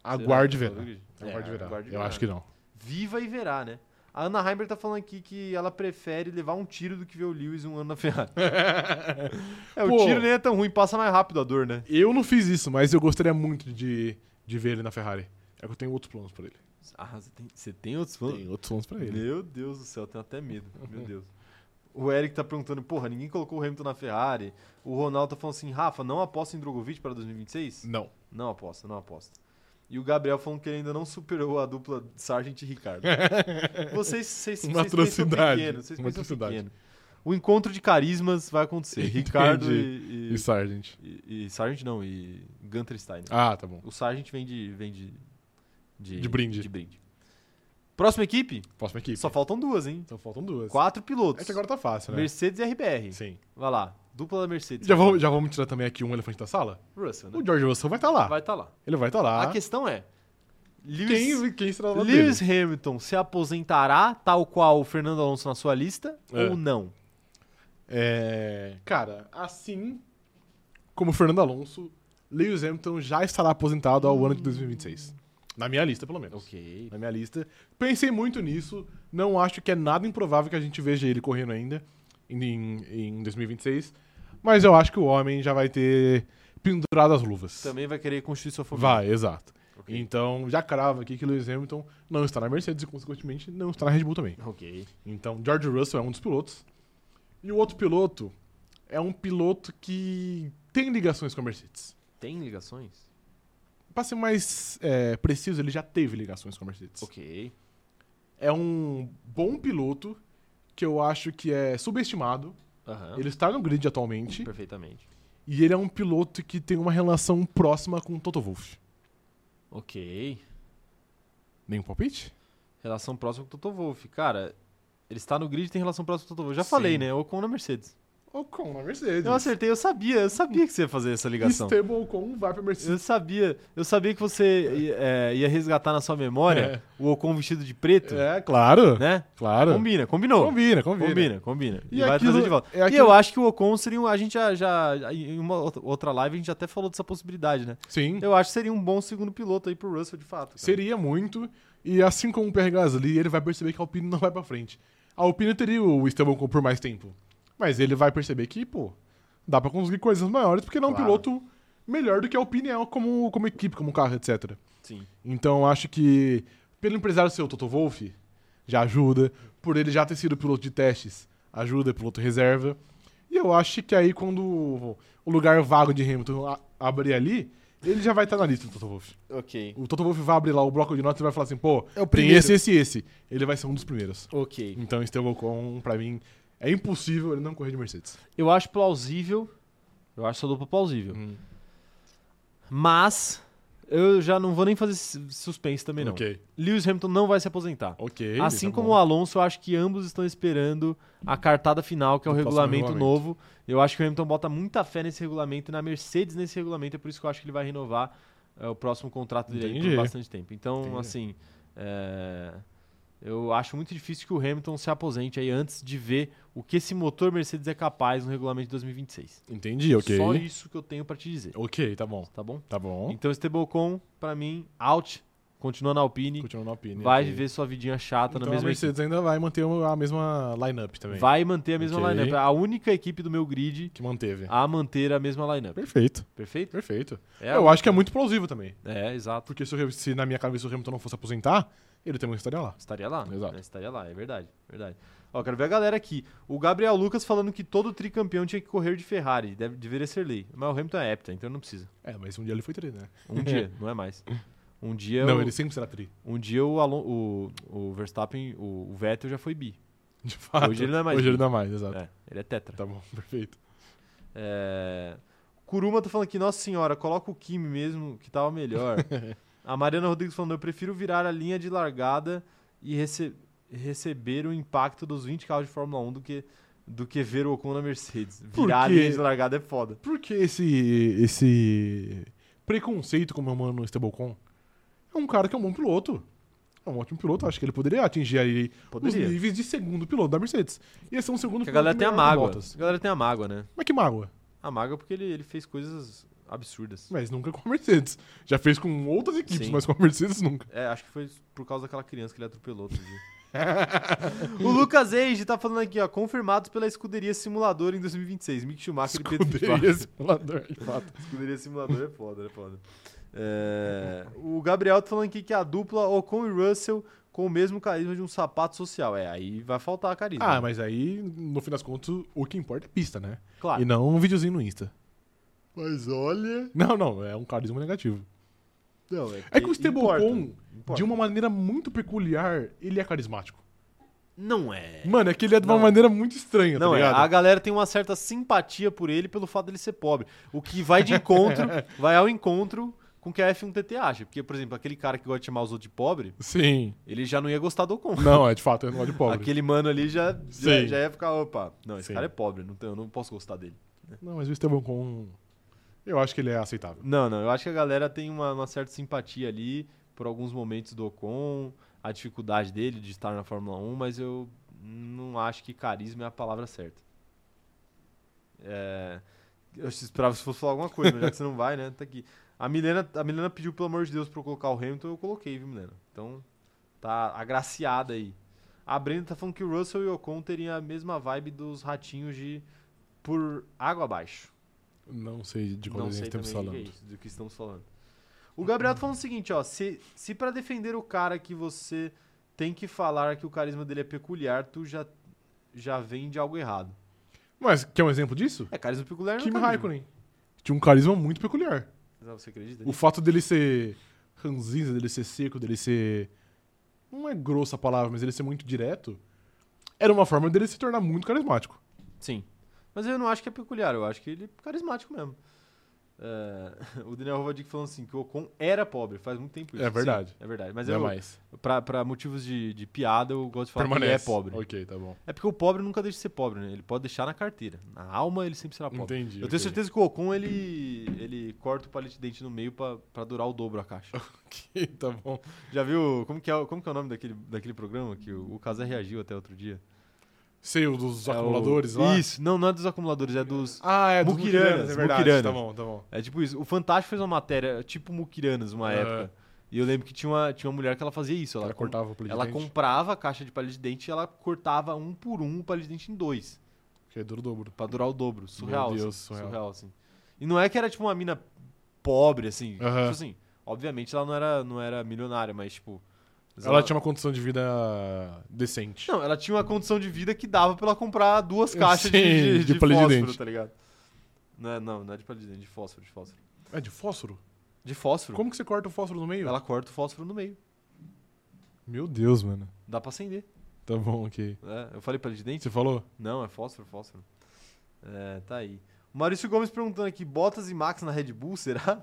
[SPEAKER 2] Aguarde
[SPEAKER 1] Será que tá fora
[SPEAKER 2] ver.
[SPEAKER 1] do grid? É,
[SPEAKER 2] Aguarde verá.
[SPEAKER 1] aguarde
[SPEAKER 2] Eu
[SPEAKER 1] verá.
[SPEAKER 2] acho que não.
[SPEAKER 1] Viva e verá, né? A Ana Heimberg tá falando aqui que ela prefere levar um tiro do que ver o Lewis um ano na Ferrari.
[SPEAKER 2] *laughs*
[SPEAKER 1] é, o
[SPEAKER 2] Pô.
[SPEAKER 1] tiro nem é tão ruim, passa mais rápido a dor, né?
[SPEAKER 2] Eu não fiz isso, mas eu gostaria muito de, de ver ele na Ferrari. É que eu tenho outros planos pra ele.
[SPEAKER 1] Ah, você tem, você tem outros
[SPEAKER 2] Tem outros planos pra ele.
[SPEAKER 1] Meu Deus do céu, eu tenho até medo. Meu Deus. O Eric tá perguntando, porra, ninguém colocou o Hamilton na Ferrari. O Ronaldo tá falando assim, Rafa, não aposta em Drogovic para 2026?
[SPEAKER 2] Não.
[SPEAKER 1] Não aposta, não aposta. E o Gabriel falando que ele ainda não superou a dupla Sargent e
[SPEAKER 2] *laughs*
[SPEAKER 1] Ricardo. Vocês, vocês, vocês
[SPEAKER 2] Uma
[SPEAKER 1] pensam um
[SPEAKER 2] atrocidade,
[SPEAKER 1] pequeno, vocês pensam
[SPEAKER 2] uma
[SPEAKER 1] um
[SPEAKER 2] atrocidade.
[SPEAKER 1] pequeno. O encontro de carismas vai
[SPEAKER 2] *laughs*
[SPEAKER 1] acontecer.
[SPEAKER 2] Entendi.
[SPEAKER 1] Ricardo e,
[SPEAKER 2] E Sargent.
[SPEAKER 1] e, e, Sargent não, e Gunter Steiner.
[SPEAKER 2] Ah, tá bom.
[SPEAKER 1] O Sargent vem de... Vem de,
[SPEAKER 2] De brinde.
[SPEAKER 1] de brinde. Próxima equipe?
[SPEAKER 2] Próxima equipe.
[SPEAKER 1] Só faltam duas, hein?
[SPEAKER 2] Então faltam duas.
[SPEAKER 1] Quatro pilotos.
[SPEAKER 2] É que agora tá fácil, né?
[SPEAKER 1] Mercedes e RBR.
[SPEAKER 2] Sim.
[SPEAKER 1] Vai lá, dupla da Mercedes.
[SPEAKER 2] Já vamos, já vamos tirar também aqui um elefante da sala?
[SPEAKER 1] Russell, né?
[SPEAKER 2] O George Russell vai estar lá.
[SPEAKER 1] Vai estar lá.
[SPEAKER 2] Ele vai estar lá.
[SPEAKER 1] A questão é... Lewis-
[SPEAKER 2] Tá. Quem, quem será lá dele?
[SPEAKER 1] Lewis Hamilton se aposentará, tal qual o Fernando Alonso na sua lista,
[SPEAKER 2] É.
[SPEAKER 1] ou não?
[SPEAKER 2] É, cara, assim como Fernando Alonso, Lewis Hamilton já estará aposentado ao ano de 2026. Na minha lista, pelo menos.
[SPEAKER 1] Ok.
[SPEAKER 2] Na minha lista. Pensei muito nisso. Não acho que é nada improvável que a gente veja ele correndo ainda em, em- em 2026. Mas eu acho que o homem já vai ter pendurado as luvas.
[SPEAKER 1] Também um vai querer construir sua família.
[SPEAKER 2] Vai, exato.
[SPEAKER 1] Ok.
[SPEAKER 2] Então, já cravo aqui que Lewis Hamilton não está na Mercedes e, consequentemente, não está na Red Bull também.
[SPEAKER 1] Ok.
[SPEAKER 2] Então, George Russell é um dos pilotos. E o outro piloto é um piloto que tem ligações com a Mercedes.
[SPEAKER 1] Tem ligações?
[SPEAKER 2] Para ser mais é, preciso, ele já teve ligações com a Mercedes.
[SPEAKER 1] Ok.
[SPEAKER 2] É um bom piloto que eu acho que é subestimado.
[SPEAKER 1] Aham.
[SPEAKER 2] Ele está no grid atualmente.
[SPEAKER 1] Perfeitamente.
[SPEAKER 2] E ele é um piloto que tem uma relação próxima com o Toto Wolff.
[SPEAKER 1] Ok.
[SPEAKER 2] Nenhum um palpite?
[SPEAKER 1] Relação próxima com o Toto Wolff. Cara, ele está no grid e tem relação próxima com o Toto Wolff. Já falei, né? Ocon na Mercedes.
[SPEAKER 2] Ocon na Mercedes.
[SPEAKER 1] Eu acertei, eu sabia. Eu sabia que você ia fazer essa ligação.
[SPEAKER 2] Esteban Ocon vai pra Mercedes.
[SPEAKER 1] Eu sabia. Eu sabia que você ia, é, ia resgatar na sua memória o Ocon vestido de preto,
[SPEAKER 2] É, claro.
[SPEAKER 1] né?
[SPEAKER 2] Claro.
[SPEAKER 1] Combina, combinou.
[SPEAKER 2] Combina, combina.
[SPEAKER 1] Combina, combina. E,
[SPEAKER 2] E
[SPEAKER 1] vai
[SPEAKER 2] aquilo-
[SPEAKER 1] trazer de volta.
[SPEAKER 2] é
[SPEAKER 1] E
[SPEAKER 2] aquilo-
[SPEAKER 1] eu acho que o Ocon seria um. A gente já, já- Em uma outra- outra live a gente até falou dessa possibilidade, né?
[SPEAKER 2] Sim.
[SPEAKER 1] Eu acho que seria um bom segundo piloto aí pro Russell, de fato. cara.
[SPEAKER 2] Seria muito. E assim como o Pierre Gasly, ele vai perceber que a Alpine não vai pra frente. A Alpine teria o Esteban Ocon por mais tempo. Mas ele vai perceber que, pô, dá pra conseguir coisas maiores, porque ele é um
[SPEAKER 1] Claro.
[SPEAKER 2] piloto melhor do que a Alpine é como, como equipe, como carro, etc.
[SPEAKER 1] Sim.
[SPEAKER 2] Então acho que pelo empresário ser o Toto Wolff, já ajuda. Por ele já ter sido piloto de testes, ajuda, é piloto reserva. E eu acho que aí quando o- o lugar vago de Hamilton a- abrir ali, ele já vai estar na lista do Toto Wolff.
[SPEAKER 1] Ok.
[SPEAKER 2] O Toto Wolff vai abrir lá o bloco de notas e vai falar assim, pô,
[SPEAKER 1] É o
[SPEAKER 2] tem
[SPEAKER 1] primeiro.
[SPEAKER 2] esse, esse e esse. Ele vai ser um dos primeiros.
[SPEAKER 1] Ok.
[SPEAKER 2] Então Esteban Ocon, pra mim, é impossível ele não correr de Mercedes.
[SPEAKER 1] Eu acho
[SPEAKER 2] Hum,
[SPEAKER 1] plausível. Eu acho essa dupla plausível. Mas. Eu já não vou nem fazer esse suspense também, não.
[SPEAKER 2] Ok,
[SPEAKER 1] Lewis Hamilton não vai se aposentar.
[SPEAKER 2] ok.
[SPEAKER 1] assim
[SPEAKER 2] tá
[SPEAKER 1] como
[SPEAKER 2] bom.
[SPEAKER 1] o Alonso, eu acho que ambos estão esperando a cartada final, que é o
[SPEAKER 2] Do próximo
[SPEAKER 1] regulamento,
[SPEAKER 2] regulamento.
[SPEAKER 1] novo. Eu acho que o Hamilton bota muita fé nesse regulamento e na Mercedes nesse regulamento, é por isso que eu acho que ele vai renovar é, o próximo contrato dele aí por
[SPEAKER 2] Entendi.
[SPEAKER 1] bastante tempo. Então,
[SPEAKER 2] Entendi.
[SPEAKER 1] assim, é, eu acho muito difícil que o Hamilton se aposente aí antes de ver o que esse motor Mercedes é capaz no regulamento de 2026.
[SPEAKER 2] Entendi, ok.
[SPEAKER 1] Só isso que eu tenho pra te dizer,
[SPEAKER 2] Ok, tá bom.
[SPEAKER 1] tá bom?
[SPEAKER 2] Tá bom.
[SPEAKER 1] Então, Estebocon, pra mim, out, continua na Alpine,
[SPEAKER 2] Continua na opinião.
[SPEAKER 1] vai
[SPEAKER 2] ok.
[SPEAKER 1] viver sua vidinha chata
[SPEAKER 2] Então
[SPEAKER 1] na
[SPEAKER 2] a
[SPEAKER 1] mesma equipe.
[SPEAKER 2] Mercedes ainda vai manter a mesma lineup também.
[SPEAKER 1] Vai manter a mesma
[SPEAKER 2] Ok.
[SPEAKER 1] lineup. É A única equipe do meu grid
[SPEAKER 2] Que manteve.
[SPEAKER 1] a manter a mesma lineup.
[SPEAKER 2] Perfeito,
[SPEAKER 1] Perfeito?
[SPEAKER 2] perfeito.
[SPEAKER 1] Ah. É,
[SPEAKER 2] Eu acho que é muito plausível também.
[SPEAKER 1] é, exato.
[SPEAKER 2] Porque se, o- se na minha cabeça o Hamilton não fosse aposentar, ele também estaria lá.
[SPEAKER 1] Estaria lá.
[SPEAKER 2] Exato.
[SPEAKER 1] né? Estaria lá, é verdade. verdade. Ó, quero ver a galera aqui. O Gabriel Lucas falando que todo tricampeão tinha que correr de Ferrari. Deve, deveria ser lei. Mas o Hamilton é hepta, então não precisa.
[SPEAKER 2] É, mas um dia ele foi tri, né?
[SPEAKER 1] Um
[SPEAKER 2] *laughs*
[SPEAKER 1] dia, não é mais. Um dia,
[SPEAKER 2] Não,
[SPEAKER 1] o,
[SPEAKER 2] ele sempre será tri.
[SPEAKER 1] um dia o, Alon- o, o Verstappen, o, o Vettel já foi bi.
[SPEAKER 2] De fato.
[SPEAKER 1] Hoje ele não é mais
[SPEAKER 2] Hoje
[SPEAKER 1] tri.
[SPEAKER 2] ele não é mais, exato.
[SPEAKER 1] É, ele é tetra. *laughs*
[SPEAKER 2] Tá bom, perfeito.
[SPEAKER 1] É... Kuruma tá falando que, nossa senhora, coloca o Kimi mesmo, que tava
[SPEAKER 2] *laughs*
[SPEAKER 1] melhor. a Mariana Rodrigues falando, eu prefiro virar a linha de largada e rece- receber o impacto dos 20 carros de Fórmula 1 do que, do que ver o Ocon na Mercedes.
[SPEAKER 2] Por
[SPEAKER 1] Virar a
[SPEAKER 2] quê?
[SPEAKER 1] linha de largada é foda.
[SPEAKER 2] Por que esse, esse preconceito com o meu mano Estebocon? É um cara que é um bom piloto. É um ótimo piloto, acho que ele poderia atingir aí
[SPEAKER 1] Poderia.
[SPEAKER 2] os níveis de segundo piloto da Mercedes. Ia ser um segundo
[SPEAKER 1] Porque a galera tem a
[SPEAKER 2] melhor que o
[SPEAKER 1] mágoa.
[SPEAKER 2] Bottas.
[SPEAKER 1] A galera tem a mágoa, né?
[SPEAKER 2] Mas que mágoa.
[SPEAKER 1] A mágoa porque ele, ele fez coisas absurdas.
[SPEAKER 2] Mas nunca com a Mercedes. Já fez com outras equipes,
[SPEAKER 1] Sim.
[SPEAKER 2] mas com a Mercedes nunca.
[SPEAKER 1] É, acho que foi por causa daquela criança que ele atropelou outro
[SPEAKER 2] *laughs*
[SPEAKER 1] dia. o Lucas Eide tá falando aqui, ó, confirmados pela escuderia simulador em 2026. Mick Schumacher e Pedro Fittipaldi.
[SPEAKER 2] Poderia simulador, de fato.
[SPEAKER 1] Escuderia Simulador é foda, é foda. É, o Gabriel tá falando aqui que a dupla Ocon e Russell com o mesmo carisma de um sapato social. É, aí vai faltar carisma.
[SPEAKER 2] Ah, mas aí, no fim das contas, o que importa é pista, né?
[SPEAKER 1] Claro.
[SPEAKER 2] E não um videozinho no Insta. Mas olha. Não, não, é um carisma negativo.
[SPEAKER 7] Não, é.
[SPEAKER 2] É que
[SPEAKER 1] E- importa,
[SPEAKER 2] o Estebocon,
[SPEAKER 1] importa.
[SPEAKER 2] de uma maneira muito peculiar, ele é carismático.
[SPEAKER 1] Não é.
[SPEAKER 2] Mano, é que ele é de uma
[SPEAKER 1] Não.
[SPEAKER 2] maneira muito estranha,
[SPEAKER 1] Não,
[SPEAKER 2] tá
[SPEAKER 1] é. A
[SPEAKER 2] ligado?
[SPEAKER 1] galera tem uma certa simpatia por ele pelo fato dele ser pobre. O que vai de
[SPEAKER 2] *laughs*
[SPEAKER 1] encontro, vai ao encontro com o que a F1TT acha. Porque, por exemplo, aquele cara que gosta de chamar os outros de pobre,
[SPEAKER 2] Sim.
[SPEAKER 1] ele já não ia gostar do Ocon.
[SPEAKER 2] Não, é de fato, é um de pobre.
[SPEAKER 1] Aquele mano ali já, já,
[SPEAKER 2] Sim.
[SPEAKER 1] já ia ficar, opa, não, esse
[SPEAKER 2] Sim.
[SPEAKER 1] cara é pobre, não tem- eu não posso gostar dele.
[SPEAKER 2] Não, mas o Estebocon, eu acho que ele é aceitável.
[SPEAKER 1] Não, não. Eu acho que a galera tem uma, uma certa simpatia ali por alguns momentos do Ocon, a dificuldade dele de estar na Fórmula 1, mas eu não acho que carisma é a palavra certa. É, eu esperava que você fosse falar alguma coisa, mas já que você não vai, né? Tá aqui. A Milena, a Milena pediu, pelo amor de Deus, pra eu colocar o Hamilton, eu coloquei, viu, Milena? Então, tá agraciada aí. A Brenda tá falando que o Russell e o Ocon teriam a mesma vibe dos ratinhos de por água abaixo
[SPEAKER 2] Não sei de qual
[SPEAKER 1] não
[SPEAKER 2] a gente
[SPEAKER 1] sei
[SPEAKER 2] Tipo, estamos
[SPEAKER 1] também o que
[SPEAKER 2] falando.
[SPEAKER 1] é isso, do que estamos falando. O Gabriel tá falando o seguinte, ó, se, se para defender o cara que você tem que falar que o carisma dele é peculiar, tu já já vem de algo errado.
[SPEAKER 2] Mas quer um exemplo disso?
[SPEAKER 1] É carisma peculiar, não é
[SPEAKER 2] Kimi
[SPEAKER 1] carisma.
[SPEAKER 2] Raikkonen. Tinha um carisma muito peculiar.
[SPEAKER 1] Não, você acredita?
[SPEAKER 2] O fato dele ser ranzinza, dele ser seco, dele ser. Não é grossa a palavra, mas ele ser muito direto. Era uma forma dele se tornar muito carismático.
[SPEAKER 1] Sim. Mas eu não acho que é peculiar, eu acho que ele é carismático mesmo. É, *laughs* o Daniel Rovadic falando assim que o Ocon era pobre, faz muito tempo isso.
[SPEAKER 2] É verdade.
[SPEAKER 1] Sim, é verdade. Mas
[SPEAKER 2] Não é
[SPEAKER 1] eu,
[SPEAKER 2] mais.
[SPEAKER 1] pra, pra motivos de, de piada, eu gosto de falar que ele é pobre.
[SPEAKER 2] Ok, tá bom.
[SPEAKER 1] É porque o pobre nunca deixa de ser pobre, né? Ele pode deixar na carteira. Na alma, ele sempre será pobre.
[SPEAKER 2] Entendi.
[SPEAKER 1] Eu tenho certeza que o Ocon ele, ele corta o palito de dente no meio pra, pra durar o dobro a
[SPEAKER 2] *laughs*
[SPEAKER 1] caixa.
[SPEAKER 2] que tá bom.
[SPEAKER 1] Já viu? Como que é, o- como que é o nome daquele, daquele programa que o, o Casé reagiu até outro dia?
[SPEAKER 2] Sei o dos
[SPEAKER 1] É o-
[SPEAKER 2] acumuladores lá.
[SPEAKER 1] Isso, não, não é dos acumuladores, é dos.
[SPEAKER 2] Ah, é dos
[SPEAKER 1] Muquiranas,
[SPEAKER 2] Mukiranas, é verdade.
[SPEAKER 1] Muquiranas.
[SPEAKER 2] Tá bom, tá bom.
[SPEAKER 1] É tipo isso. O Fantástico fez uma matéria, tipo Muquiranas, uma
[SPEAKER 2] Ah.
[SPEAKER 1] época. E eu lembro que tinha uma, tinha uma mulher que ela fazia isso. Ela,
[SPEAKER 2] Ela
[SPEAKER 1] com-
[SPEAKER 2] cortava o político.
[SPEAKER 1] ela comprava a caixa de palito de dente e ela cortava um por um o palito de dente em dois.
[SPEAKER 2] Que é duro dobro.
[SPEAKER 1] Pra durar o dobro. Surreal.
[SPEAKER 2] Deus,
[SPEAKER 1] assim,
[SPEAKER 2] surreal.
[SPEAKER 1] assim. E não é que era tipo uma mina pobre, assim.
[SPEAKER 2] Aham.
[SPEAKER 1] Tipo assim, obviamente ela não era, não era milionária, mas tipo. mas
[SPEAKER 2] Ela tinha uma condição de vida decente.
[SPEAKER 1] Não, ela tinha uma condição de vida que dava pra ela comprar duas
[SPEAKER 2] Sim,
[SPEAKER 1] caixas de, de,
[SPEAKER 2] de
[SPEAKER 1] de
[SPEAKER 2] palito de
[SPEAKER 1] fósforo,
[SPEAKER 2] dente.
[SPEAKER 1] tá ligado? Não, é- não, não é de palito de dente, de fósforo, de fósforo.
[SPEAKER 2] É de fósforo?
[SPEAKER 1] De fósforo.
[SPEAKER 2] Como assim? que você corta o fósforo no meio?
[SPEAKER 1] Ela corta o fósforo no meio.
[SPEAKER 2] Meu Deus, mano.
[SPEAKER 1] Dá pra acender.
[SPEAKER 2] Tá bom, ok.
[SPEAKER 1] né? Eu falei palito de dente?
[SPEAKER 2] Você falou?
[SPEAKER 1] Não, é fósforo, fósforo. É, tá aí. Maurício Gomes perguntando aqui, Bottas e Max na Red Bull, será?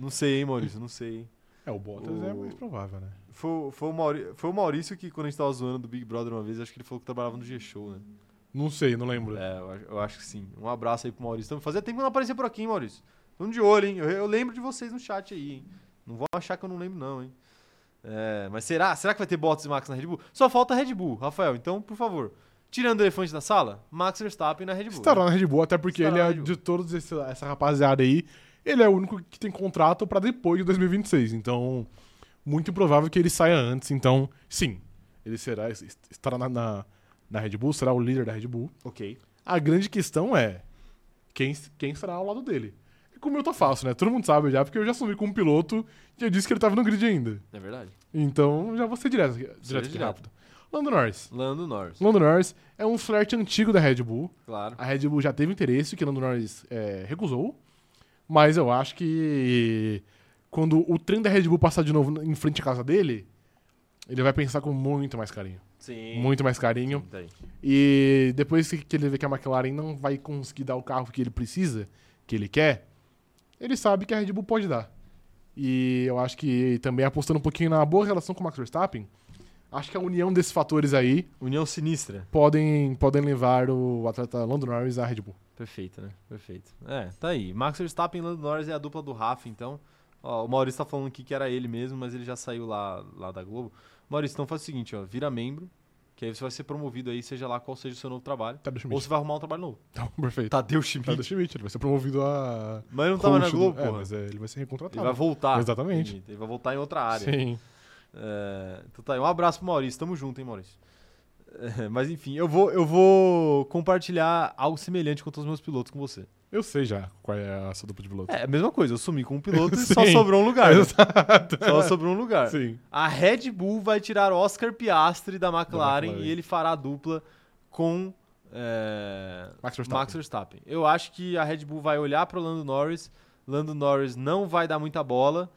[SPEAKER 1] não sei, hein, Maurício, não sei, hein.
[SPEAKER 2] É, o Bottas é
[SPEAKER 1] O-
[SPEAKER 2] mais provável, né?
[SPEAKER 1] Foi, foi, o Mauri- foi o Maurício que, quando a gente tava zoando do Big Brother uma vez, acho que ele falou que trabalhava no G-Show, né?
[SPEAKER 2] Não sei, não lembro.
[SPEAKER 1] É, eu acho, eu acho que sim. Um abraço aí pro Maurício. Então, fazia tempo que não aparecia por aqui, hein, Maurício? Tamo de olho, hein? Eu, eu lembro de vocês no chat aí, hein? Não vão achar que eu não lembro, não, hein? É, mas será? Será que vai ter Bottas e Max na Red Bull? Só falta Red Bull, Rafael. Então, por favor, tirando o elefante da sala, Max Verstappen na Red Bull. né?
[SPEAKER 2] Estará na um Red Bull, até porque
[SPEAKER 1] Estará na
[SPEAKER 2] ele é
[SPEAKER 1] um Red
[SPEAKER 2] de todos esse- essa rapaziada aí, ele é o único que tem contrato pra depois de 2026. Então, muito improvável que ele saia antes. Então, sim, ele será est- estará na, na, na Red Bull, será o líder da Red Bull.
[SPEAKER 1] Ok.
[SPEAKER 2] A grande questão é quem, quem será ao lado dele. E Como eu tô fácil, né? Todo mundo sabe já, porque eu já assumi como piloto e eu disse que ele tava no grid ainda.
[SPEAKER 1] É verdade.
[SPEAKER 2] Então, já vou ser direto, direto aqui
[SPEAKER 1] direto.
[SPEAKER 2] rápido. Lando Norris.
[SPEAKER 1] Lando Norris,
[SPEAKER 2] Lando Norris é um flerte antigo da Red Bull.
[SPEAKER 1] claro.
[SPEAKER 2] A Red Bull já teve interesse, que o Lando Norris é, recusou. Mas eu acho que quando o trem da Red Bull passar de novo em frente à casa dele, ele vai pensar com muito mais carinho.
[SPEAKER 1] Sim.
[SPEAKER 2] Muito mais carinho.
[SPEAKER 1] Tá aí.
[SPEAKER 2] E depois que que ele vê que a McLaren não vai conseguir dar o carro que ele precisa, que ele quer, ele sabe que a Red Bull pode dar. E eu acho que também apostando um pouquinho na boa relação com o Max Verstappen, acho que a união desses fatores aí
[SPEAKER 1] União Sinistra.
[SPEAKER 2] podem, podem levar o atleta Lando Norris à Red Bull.
[SPEAKER 1] Perfeito, né? Perfeito. É, tá aí. Max Verstappen e Lando Norris é a dupla do Rafa, então. Ó, o Maurício tá falando aqui que era ele mesmo, mas ele já saiu lá, lá da Globo. Maurício, então faz o seguinte, ó. Vira membro, que aí você vai ser promovido aí, seja lá qual seja o seu novo trabalho.
[SPEAKER 2] Tadeu
[SPEAKER 1] Ou
[SPEAKER 2] Schmidt.
[SPEAKER 1] você vai arrumar um trabalho novo.
[SPEAKER 2] Então, *laughs* perfeito.
[SPEAKER 1] Tadeu Schmidt.
[SPEAKER 2] Tadeu Schmidt, ele vai ser promovido a.
[SPEAKER 1] Mas ele não tava na
[SPEAKER 2] coach do-
[SPEAKER 1] Globo,
[SPEAKER 2] é,
[SPEAKER 1] porra.
[SPEAKER 2] mas é, ele vai ser recontratado.
[SPEAKER 1] Ele vai voltar.
[SPEAKER 2] Exatamente.
[SPEAKER 1] Ele, ele vai voltar em outra área.
[SPEAKER 2] Sim.
[SPEAKER 1] É, então tá aí. Um abraço pro Maurício. Tamo junto, hein, Maurício. É, mas enfim, eu vou, eu vou compartilhar algo semelhante com todos os meus pilotos com você.
[SPEAKER 2] Eu sei já qual é a sua dupla de piloto.
[SPEAKER 1] É a mesma coisa, eu sumi com um piloto *laughs* e só
[SPEAKER 2] Sim.
[SPEAKER 1] sobrou um lugar. né?
[SPEAKER 2] Exato.
[SPEAKER 1] Só sobrou um lugar.
[SPEAKER 2] Sim.
[SPEAKER 1] A Red Bull vai tirar Oscar Piastri da McLaren,
[SPEAKER 2] McLaren.
[SPEAKER 1] e ele fará a dupla com é,
[SPEAKER 2] Max Verstappen.
[SPEAKER 1] Max Verstappen. Eu acho que a Red Bull vai olhar para Lando Norris, Lando Norris não vai dar muita bola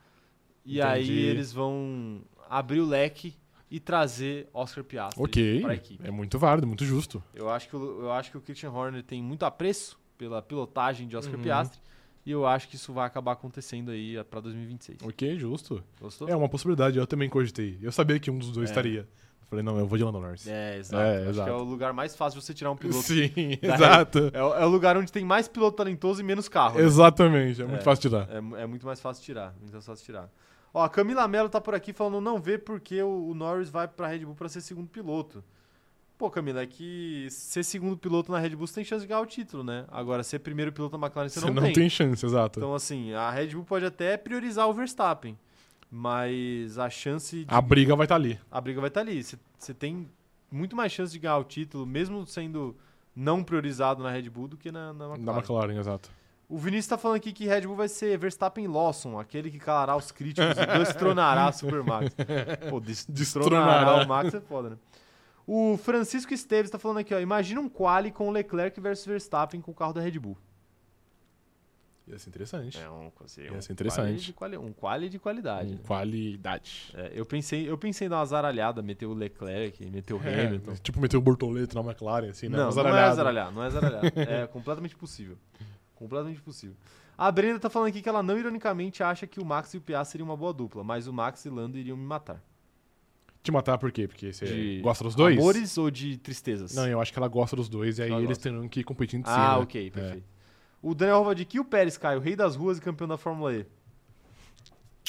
[SPEAKER 1] e aí
[SPEAKER 2] Entendi.
[SPEAKER 1] eles vão abrir o leque e trazer Oscar Piastri
[SPEAKER 2] Ok.
[SPEAKER 1] para a equipe.
[SPEAKER 2] É muito válido, muito justo.
[SPEAKER 1] Eu acho que o- eu acho que o Christian Horner tem muito apreço pela pilotagem de
[SPEAKER 2] Uhum.
[SPEAKER 1] Oscar Piastri e eu acho que isso vai acabar acontecendo aí eh, para 2026.
[SPEAKER 2] Ok, justo.
[SPEAKER 1] Gostou?
[SPEAKER 2] um É uma possibilidade, eu também cogitei. Eu sabia que um dos dois
[SPEAKER 1] É.
[SPEAKER 2] estaria. Falei, não, eu vou de Lando Norris. *laughs*
[SPEAKER 1] É, exato.
[SPEAKER 2] É,
[SPEAKER 1] Acho
[SPEAKER 2] exato.
[SPEAKER 1] que é o lugar mais fácil de você
[SPEAKER 2] *laughs*
[SPEAKER 1] tirar um piloto.
[SPEAKER 2] Sim,
[SPEAKER 1] Da
[SPEAKER 2] exato.
[SPEAKER 1] É, o- é o lugar onde tem mais piloto talentoso e menos carro. né?
[SPEAKER 2] Exatamente, é
[SPEAKER 1] É.
[SPEAKER 2] muito fácil de dar.
[SPEAKER 1] É, mu- é muito mais fácil tirar. Muito mais fácil tirar. Ó, a Camila Mello tá por aqui falando não vê porque o, o Norris vai pra Red Bull pra ser segundo piloto. Pô, Camila, é que ser segundo piloto na Red Bull você tem chance de ganhar o título, né? Agora, ser primeiro piloto na McLaren você,
[SPEAKER 2] Você não tem chance, exato.
[SPEAKER 1] Então, assim, a Red Bull pode até priorizar o Verstappen. Mas a chance de
[SPEAKER 2] A briga vai estar ali.
[SPEAKER 1] a briga vai estar ali. Você- Você tem muito mais chance de ganhar o título, mesmo sendo não priorizado na Red Bull do que na, na McLaren.
[SPEAKER 2] Da McLaren, exato.
[SPEAKER 1] O Vinícius tá falando aqui que Red Bull vai ser Verstappen Lawson, aquele que calará os críticos e destronará a Super Max. Pô,
[SPEAKER 2] *laughs*
[SPEAKER 1] des- destronará
[SPEAKER 2] Destronará.
[SPEAKER 1] o Max é foda, né? O Francisco Esteves tá falando aqui, ó. Imagina um quali com o Leclerc versus Verstappen com o carro da Red Bull.
[SPEAKER 2] Ia ser interessante.
[SPEAKER 1] um, assim,
[SPEAKER 2] Ia ser interessante. Hum.
[SPEAKER 1] quali de quali- um quali de qualidade.
[SPEAKER 2] Com
[SPEAKER 1] né?
[SPEAKER 2] qualidade.
[SPEAKER 1] É, eu, pensei, eu pensei em dar uma zaralhada, meter o Leclerc, meter o
[SPEAKER 2] É,
[SPEAKER 1] Hamilton.
[SPEAKER 2] tipo, meter o Bortoleto na McLaren, assim, né?
[SPEAKER 1] Não, não é
[SPEAKER 2] Zaralhado.
[SPEAKER 1] azaralhar, não é
[SPEAKER 2] *laughs*
[SPEAKER 1] azaralhar. é completamente possível. Completamente possível. A Brenda tá falando aqui que ela não ironicamente acha que o Max e o Piastri seriam uma boa dupla, mas o Max e Lando iriam me matar.
[SPEAKER 2] Te matar por quê? Porque você
[SPEAKER 1] De
[SPEAKER 2] gosta dos dois?
[SPEAKER 1] Amores ou de tristezas?
[SPEAKER 2] Não, é eu acho que ela gosta dos dois e aí
[SPEAKER 1] Ela
[SPEAKER 2] eles
[SPEAKER 1] gosta.
[SPEAKER 2] terão que competir entre si.
[SPEAKER 1] ah,
[SPEAKER 2] né?
[SPEAKER 1] ok, perfeito. O Daniel Rovadic e o Pérez Caio, rei das ruas e campeão da Fórmula E.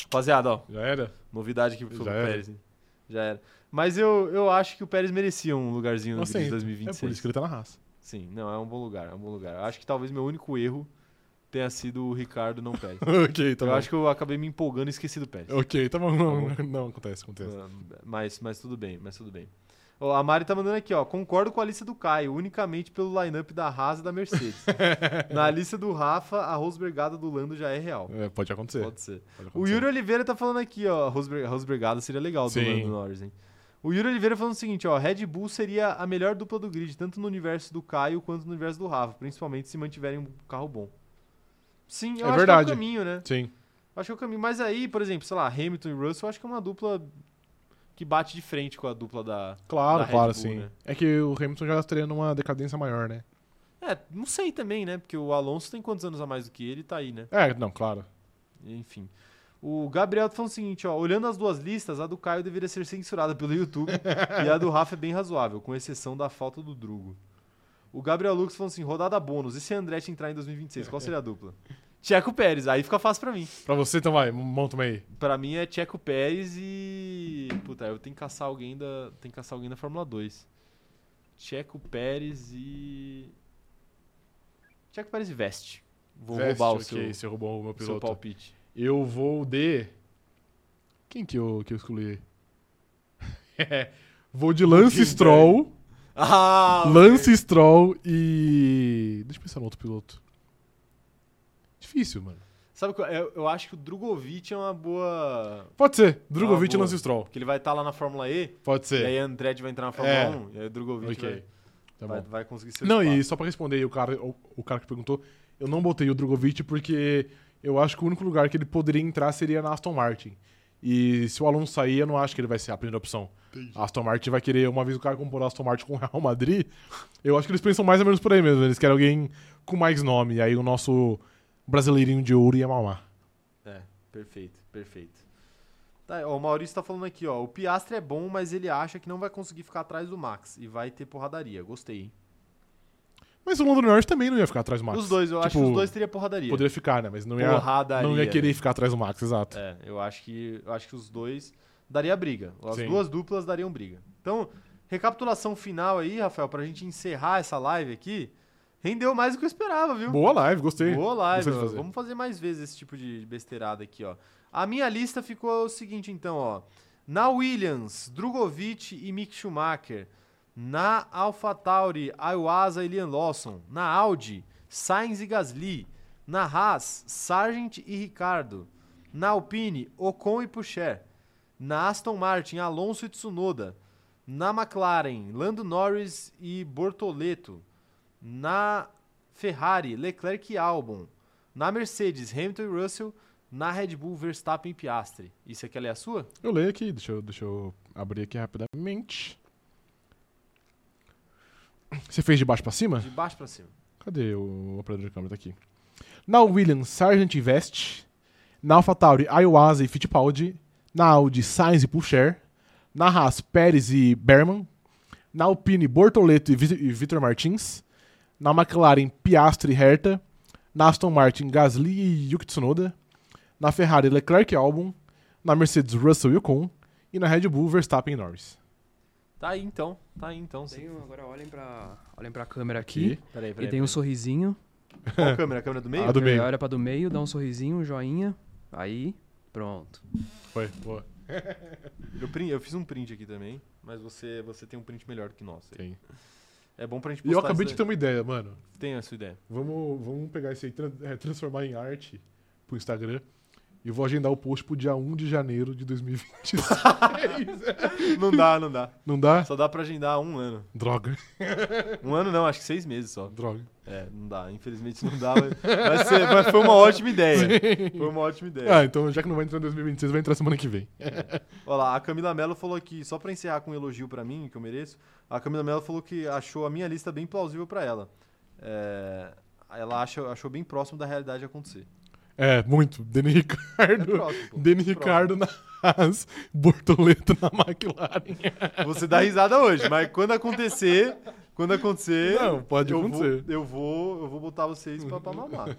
[SPEAKER 1] Rapaziada, ó,
[SPEAKER 2] Já era?
[SPEAKER 1] novidade aqui sobre
[SPEAKER 2] Já
[SPEAKER 1] o
[SPEAKER 2] era.
[SPEAKER 1] Pérez. hein? Já era. Mas eu, eu acho que o Pérez merecia um lugarzinho no
[SPEAKER 2] Nossa,
[SPEAKER 1] grid de
[SPEAKER 2] é- É
[SPEAKER 1] 2026.
[SPEAKER 2] por isso que ele tá na raça. *laughs*
[SPEAKER 1] Sim, não, é um bom lugar, é um bom lugar. Eu Acho que talvez meu único erro tenha sido o Ricardo não Pérez.
[SPEAKER 2] *laughs* ok, tá
[SPEAKER 1] eu
[SPEAKER 2] bom.
[SPEAKER 1] acho que eu acabei me empolgando e esqueci do Pérez.
[SPEAKER 2] Ok, tá bom. Não, *laughs* não, acontece, acontece.
[SPEAKER 1] Ah, Mas, mas tudo bem, mas tudo bem. Ó, a Mari tá mandando aqui, ó. Concordo com a lista do Caio, unicamente pelo lineup da Haas e da Mercedes. Na lista do Rafa, a Rosbergada do Lando já é real.
[SPEAKER 2] É, pode acontecer.
[SPEAKER 1] Pode ser.
[SPEAKER 2] pode
[SPEAKER 1] O
[SPEAKER 2] acontecer.
[SPEAKER 1] Yuri Oliveira tá falando aqui, ó. Rosberg, Rosbergada seria legal do
[SPEAKER 2] Sim.
[SPEAKER 1] Lando Norris, hein? O Yuri Oliveira falando o seguinte, ó. Red Bull seria a melhor dupla do grid, tanto no universo do Caio quanto no universo do Rafa, principalmente se mantiverem um carro bom. Sim, eu
[SPEAKER 2] É
[SPEAKER 1] acho
[SPEAKER 2] verdade.
[SPEAKER 1] que é o caminho, né?
[SPEAKER 2] Sim.
[SPEAKER 1] Eu Acho que é o caminho. Mas aí, por exemplo, sei lá, Hamilton e Russell, eu acho que é uma dupla que bate de frente com a dupla da.
[SPEAKER 2] Claro,
[SPEAKER 1] da Red
[SPEAKER 2] claro,
[SPEAKER 1] Bull,
[SPEAKER 2] sim.
[SPEAKER 1] né?
[SPEAKER 2] tá É que o Hamilton já estaria numa decadência maior, né?
[SPEAKER 1] É, não sei também, né? Porque o Alonso tem quantos anos a mais do que ele, tá aí, né?
[SPEAKER 2] É, não, claro.
[SPEAKER 1] Enfim. O Gabriel tá falando o seguinte, ó, olhando as duas listas, a do Caio deveria ser censurada pelo
[SPEAKER 2] *laughs*
[SPEAKER 1] YouTube e a do Rafa é bem razoável, com exceção da falta do Drugo. O Gabriel Lucas falando assim, rodada bônus, e se Andretti entrar em 2026, qual seria a
[SPEAKER 2] *laughs*
[SPEAKER 1] dupla? Tcheco Pérez, aí fica fácil pra mim.
[SPEAKER 2] Pra você, então vai, monta uma aí.
[SPEAKER 1] Pra mim é Tcheco Pérez e. Puta, eu tenho que caçar alguém da. Tem que caçar alguém da Fórmula 2. Tcheco Pérez e. Tcheco Pérez e Veste. Vou
[SPEAKER 2] Veste,
[SPEAKER 1] roubar o
[SPEAKER 2] ok,
[SPEAKER 1] seu,
[SPEAKER 2] você roubou o meu
[SPEAKER 1] seu
[SPEAKER 2] piloto.
[SPEAKER 1] palpite.
[SPEAKER 2] Eu vou de. Quem que eu, que eu excluí? *laughs* É, vou de Lance
[SPEAKER 1] Quem
[SPEAKER 2] Stroll.
[SPEAKER 1] Ah!
[SPEAKER 2] Lance Stroll e. Deixa eu pensar no outro piloto. Difícil, mano.
[SPEAKER 1] Sabe, qual- eu, eu acho que o Drogovic é uma boa.
[SPEAKER 2] Pode ser. Drogovic
[SPEAKER 1] Ah,
[SPEAKER 2] e
[SPEAKER 1] boa.
[SPEAKER 2] Lance Stroll.
[SPEAKER 1] Porque ele vai estar lá na Fórmula E,
[SPEAKER 2] Pode
[SPEAKER 1] e
[SPEAKER 2] ser.
[SPEAKER 1] aí Andretti vai entrar na Fórmula
[SPEAKER 2] É.
[SPEAKER 1] 1, e aí o Drogovic
[SPEAKER 2] Ok.
[SPEAKER 1] vai,
[SPEAKER 2] Tá
[SPEAKER 1] vai,
[SPEAKER 2] bom.
[SPEAKER 1] vai conseguir ser.
[SPEAKER 2] Não, e só pra responder aí o cara, o, o cara que perguntou, eu não botei o Drogovic porque eu acho que o único lugar que ele poderia entrar seria na Aston Martin. E se o Alonso sair, eu não acho que ele vai ser a primeira opção. A Aston Martin vai querer, uma vez o cara comprou a Aston Martin com o Real Madrid, eu acho que eles pensam mais ou menos por aí mesmo. Eles querem alguém com mais nome. E aí o nosso brasileirinho de ouro ia mamar.
[SPEAKER 1] É, perfeito, perfeito. Tá, ó, o Maurício tá falando aqui, ó. O Piastre é bom, mas ele acha que não vai conseguir ficar atrás do Max e vai ter porradaria. Gostei, hein?
[SPEAKER 2] Mas o Lando Norris também não ia ficar atrás do Max.
[SPEAKER 1] Os dois, eu acho que
[SPEAKER 2] Tipo,
[SPEAKER 1] os dois teria porradaria.
[SPEAKER 2] Poderia ficar, né? Mas não ia,
[SPEAKER 1] Porradaria.
[SPEAKER 2] não ia querer ficar atrás do Max, exato.
[SPEAKER 1] É, eu acho que eu acho que os dois daria briga. As
[SPEAKER 2] Sim.
[SPEAKER 1] duas duplas dariam briga. Então, recapitulação final aí, Rafael, pra gente encerrar essa live aqui. Rendeu mais do que eu esperava, viu?
[SPEAKER 2] Boa live, gostei.
[SPEAKER 1] Boa live,
[SPEAKER 2] Gostei de
[SPEAKER 1] ó.
[SPEAKER 2] fazer.
[SPEAKER 1] vamos fazer mais vezes esse tipo de besteirada aqui, ó. A minha lista ficou o seguinte, então, ó. Na Williams, Drogovic e Mick Schumacher. Na AlphaTauri, Ayuasa e Liam Lawson. Na Audi, Sainz e Gasly. Na Haas, Sargent e Ricardo. Na Alpine, Ocon e Pucher. Na Aston Martin, Alonso e Tsunoda. Na McLaren, Lando Norris e Bortoleto. Na Ferrari, Leclerc e Albon. Na Mercedes, Hamilton e Russell. Na Red Bull, Verstappen e Piastri. E você quer ler é a sua?
[SPEAKER 2] Eu leio aqui, deixa eu, deixa eu abrir aqui rapidamente. Você fez de baixo pra cima?
[SPEAKER 1] De baixo pra cima.
[SPEAKER 2] Cadê o operador de câmera? Tá aqui. Na Williams, Sargent e Vest. Na AlphaTauri, Ayahuasca e Fittipaldi. Na Audi, Sainz e Pulcher. Na Haas, Pérez e Berman. Na Alpine, Bortoleto e Vit- e Vitor Martins. Na McLaren, Piastri e Herta. Na Aston Martin, Gasly e Yuki Tsunoda. Na Ferrari, Leclerc e Albon. Na Mercedes, Russell e Ocon. E na Red Bull, Verstappen e Norris.
[SPEAKER 1] Tá aí então, tá aí então.
[SPEAKER 5] Tem um- agora olhem pra, olhem pra câmera aqui.
[SPEAKER 1] Peraí,
[SPEAKER 5] E tem um sorrisinho.
[SPEAKER 1] Qual a câmera? A câmera do meio?
[SPEAKER 2] Ah, do
[SPEAKER 5] Aí
[SPEAKER 2] meio.
[SPEAKER 5] Olha pra do meio, dá um sorrisinho, um joinha. Aí, pronto.
[SPEAKER 2] Foi, boa.
[SPEAKER 1] Eu, prin- eu fiz um print aqui também, mas você, você tem um print melhor do que o nosso.
[SPEAKER 2] Tem.
[SPEAKER 1] É bom pra gente
[SPEAKER 2] E
[SPEAKER 1] postar
[SPEAKER 2] eu acabei de
[SPEAKER 1] isso
[SPEAKER 2] ter uma ideia, mano.
[SPEAKER 1] daí. Tem a sua ideia.
[SPEAKER 2] Vamos, vamos pegar isso aí, tran- é, transformar em arte pro Instagram. E eu vou agendar o post pro dia 1 de janeiro de 2026.
[SPEAKER 1] não dá, não dá.
[SPEAKER 2] Não dá?
[SPEAKER 1] Só dá pra agendar um ano.
[SPEAKER 2] Droga.
[SPEAKER 1] Um ano não, acho que seis meses só.
[SPEAKER 2] Droga.
[SPEAKER 1] É, não dá. Infelizmente não dá, mas, mas você- mas foi uma ótima ideia. Foi uma ótima ideia.
[SPEAKER 2] Ah, então já que não vai entrar em 2026, vai entrar semana que vem.
[SPEAKER 1] Olha lá, a Camila Mello falou aqui, só pra encerrar com um elogio pra mim, que eu mereço, a Camila Mello falou que achou a minha lista bem plausível pra ela. É, ela acha, achou bem próximo da realidade acontecer.
[SPEAKER 2] É, muito. Deni
[SPEAKER 1] É
[SPEAKER 2] Ricardo.
[SPEAKER 1] próximo,
[SPEAKER 2] *laughs*
[SPEAKER 1] pô.
[SPEAKER 2] Deni
[SPEAKER 1] Próximo.
[SPEAKER 2] Ricardo na Haas, Bortoleto na McLaren.
[SPEAKER 1] Você dá risada hoje, mas quando acontecer, quando acontecer,
[SPEAKER 2] Não, pode
[SPEAKER 1] eu
[SPEAKER 2] acontecer.
[SPEAKER 1] Vou, eu vou, eu vou botar vocês pra, pra mamar.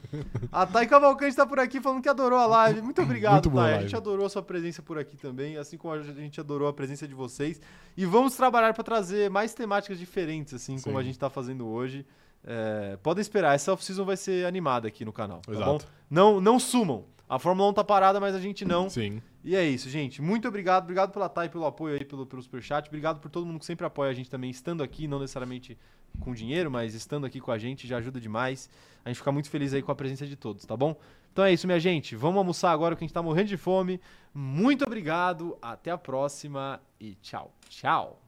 [SPEAKER 1] A Thay Cavalcante tá por aqui falando que adorou a live. Muito obrigado,
[SPEAKER 2] Muito boa
[SPEAKER 1] Thay. A
[SPEAKER 2] live.
[SPEAKER 1] gente adorou a sua presença por aqui também, assim como a gente adorou a presença de vocês. E vamos trabalhar pra trazer mais temáticas diferentes, assim como
[SPEAKER 2] Sim.
[SPEAKER 1] a gente tá fazendo hoje. É, podem esperar, essa off-season vai ser animada aqui no canal, tá bom?
[SPEAKER 2] Exato.
[SPEAKER 1] Não, não sumam. A Fórmula 1 tá parada, mas a gente não.
[SPEAKER 2] Sim.
[SPEAKER 1] E é isso, gente. Muito obrigado. Obrigado pela Thay, pelo apoio aí, pelo, pelo superchat. Obrigado por todo mundo que sempre apoia a gente também, estando aqui, não necessariamente com dinheiro, mas estando aqui com a gente, já ajuda demais. A gente fica muito feliz aí com a presença de todos, tá bom? Então é isso, minha gente. Vamos almoçar agora que a gente tá morrendo de fome. Muito obrigado. Até a próxima e tchau, tchau.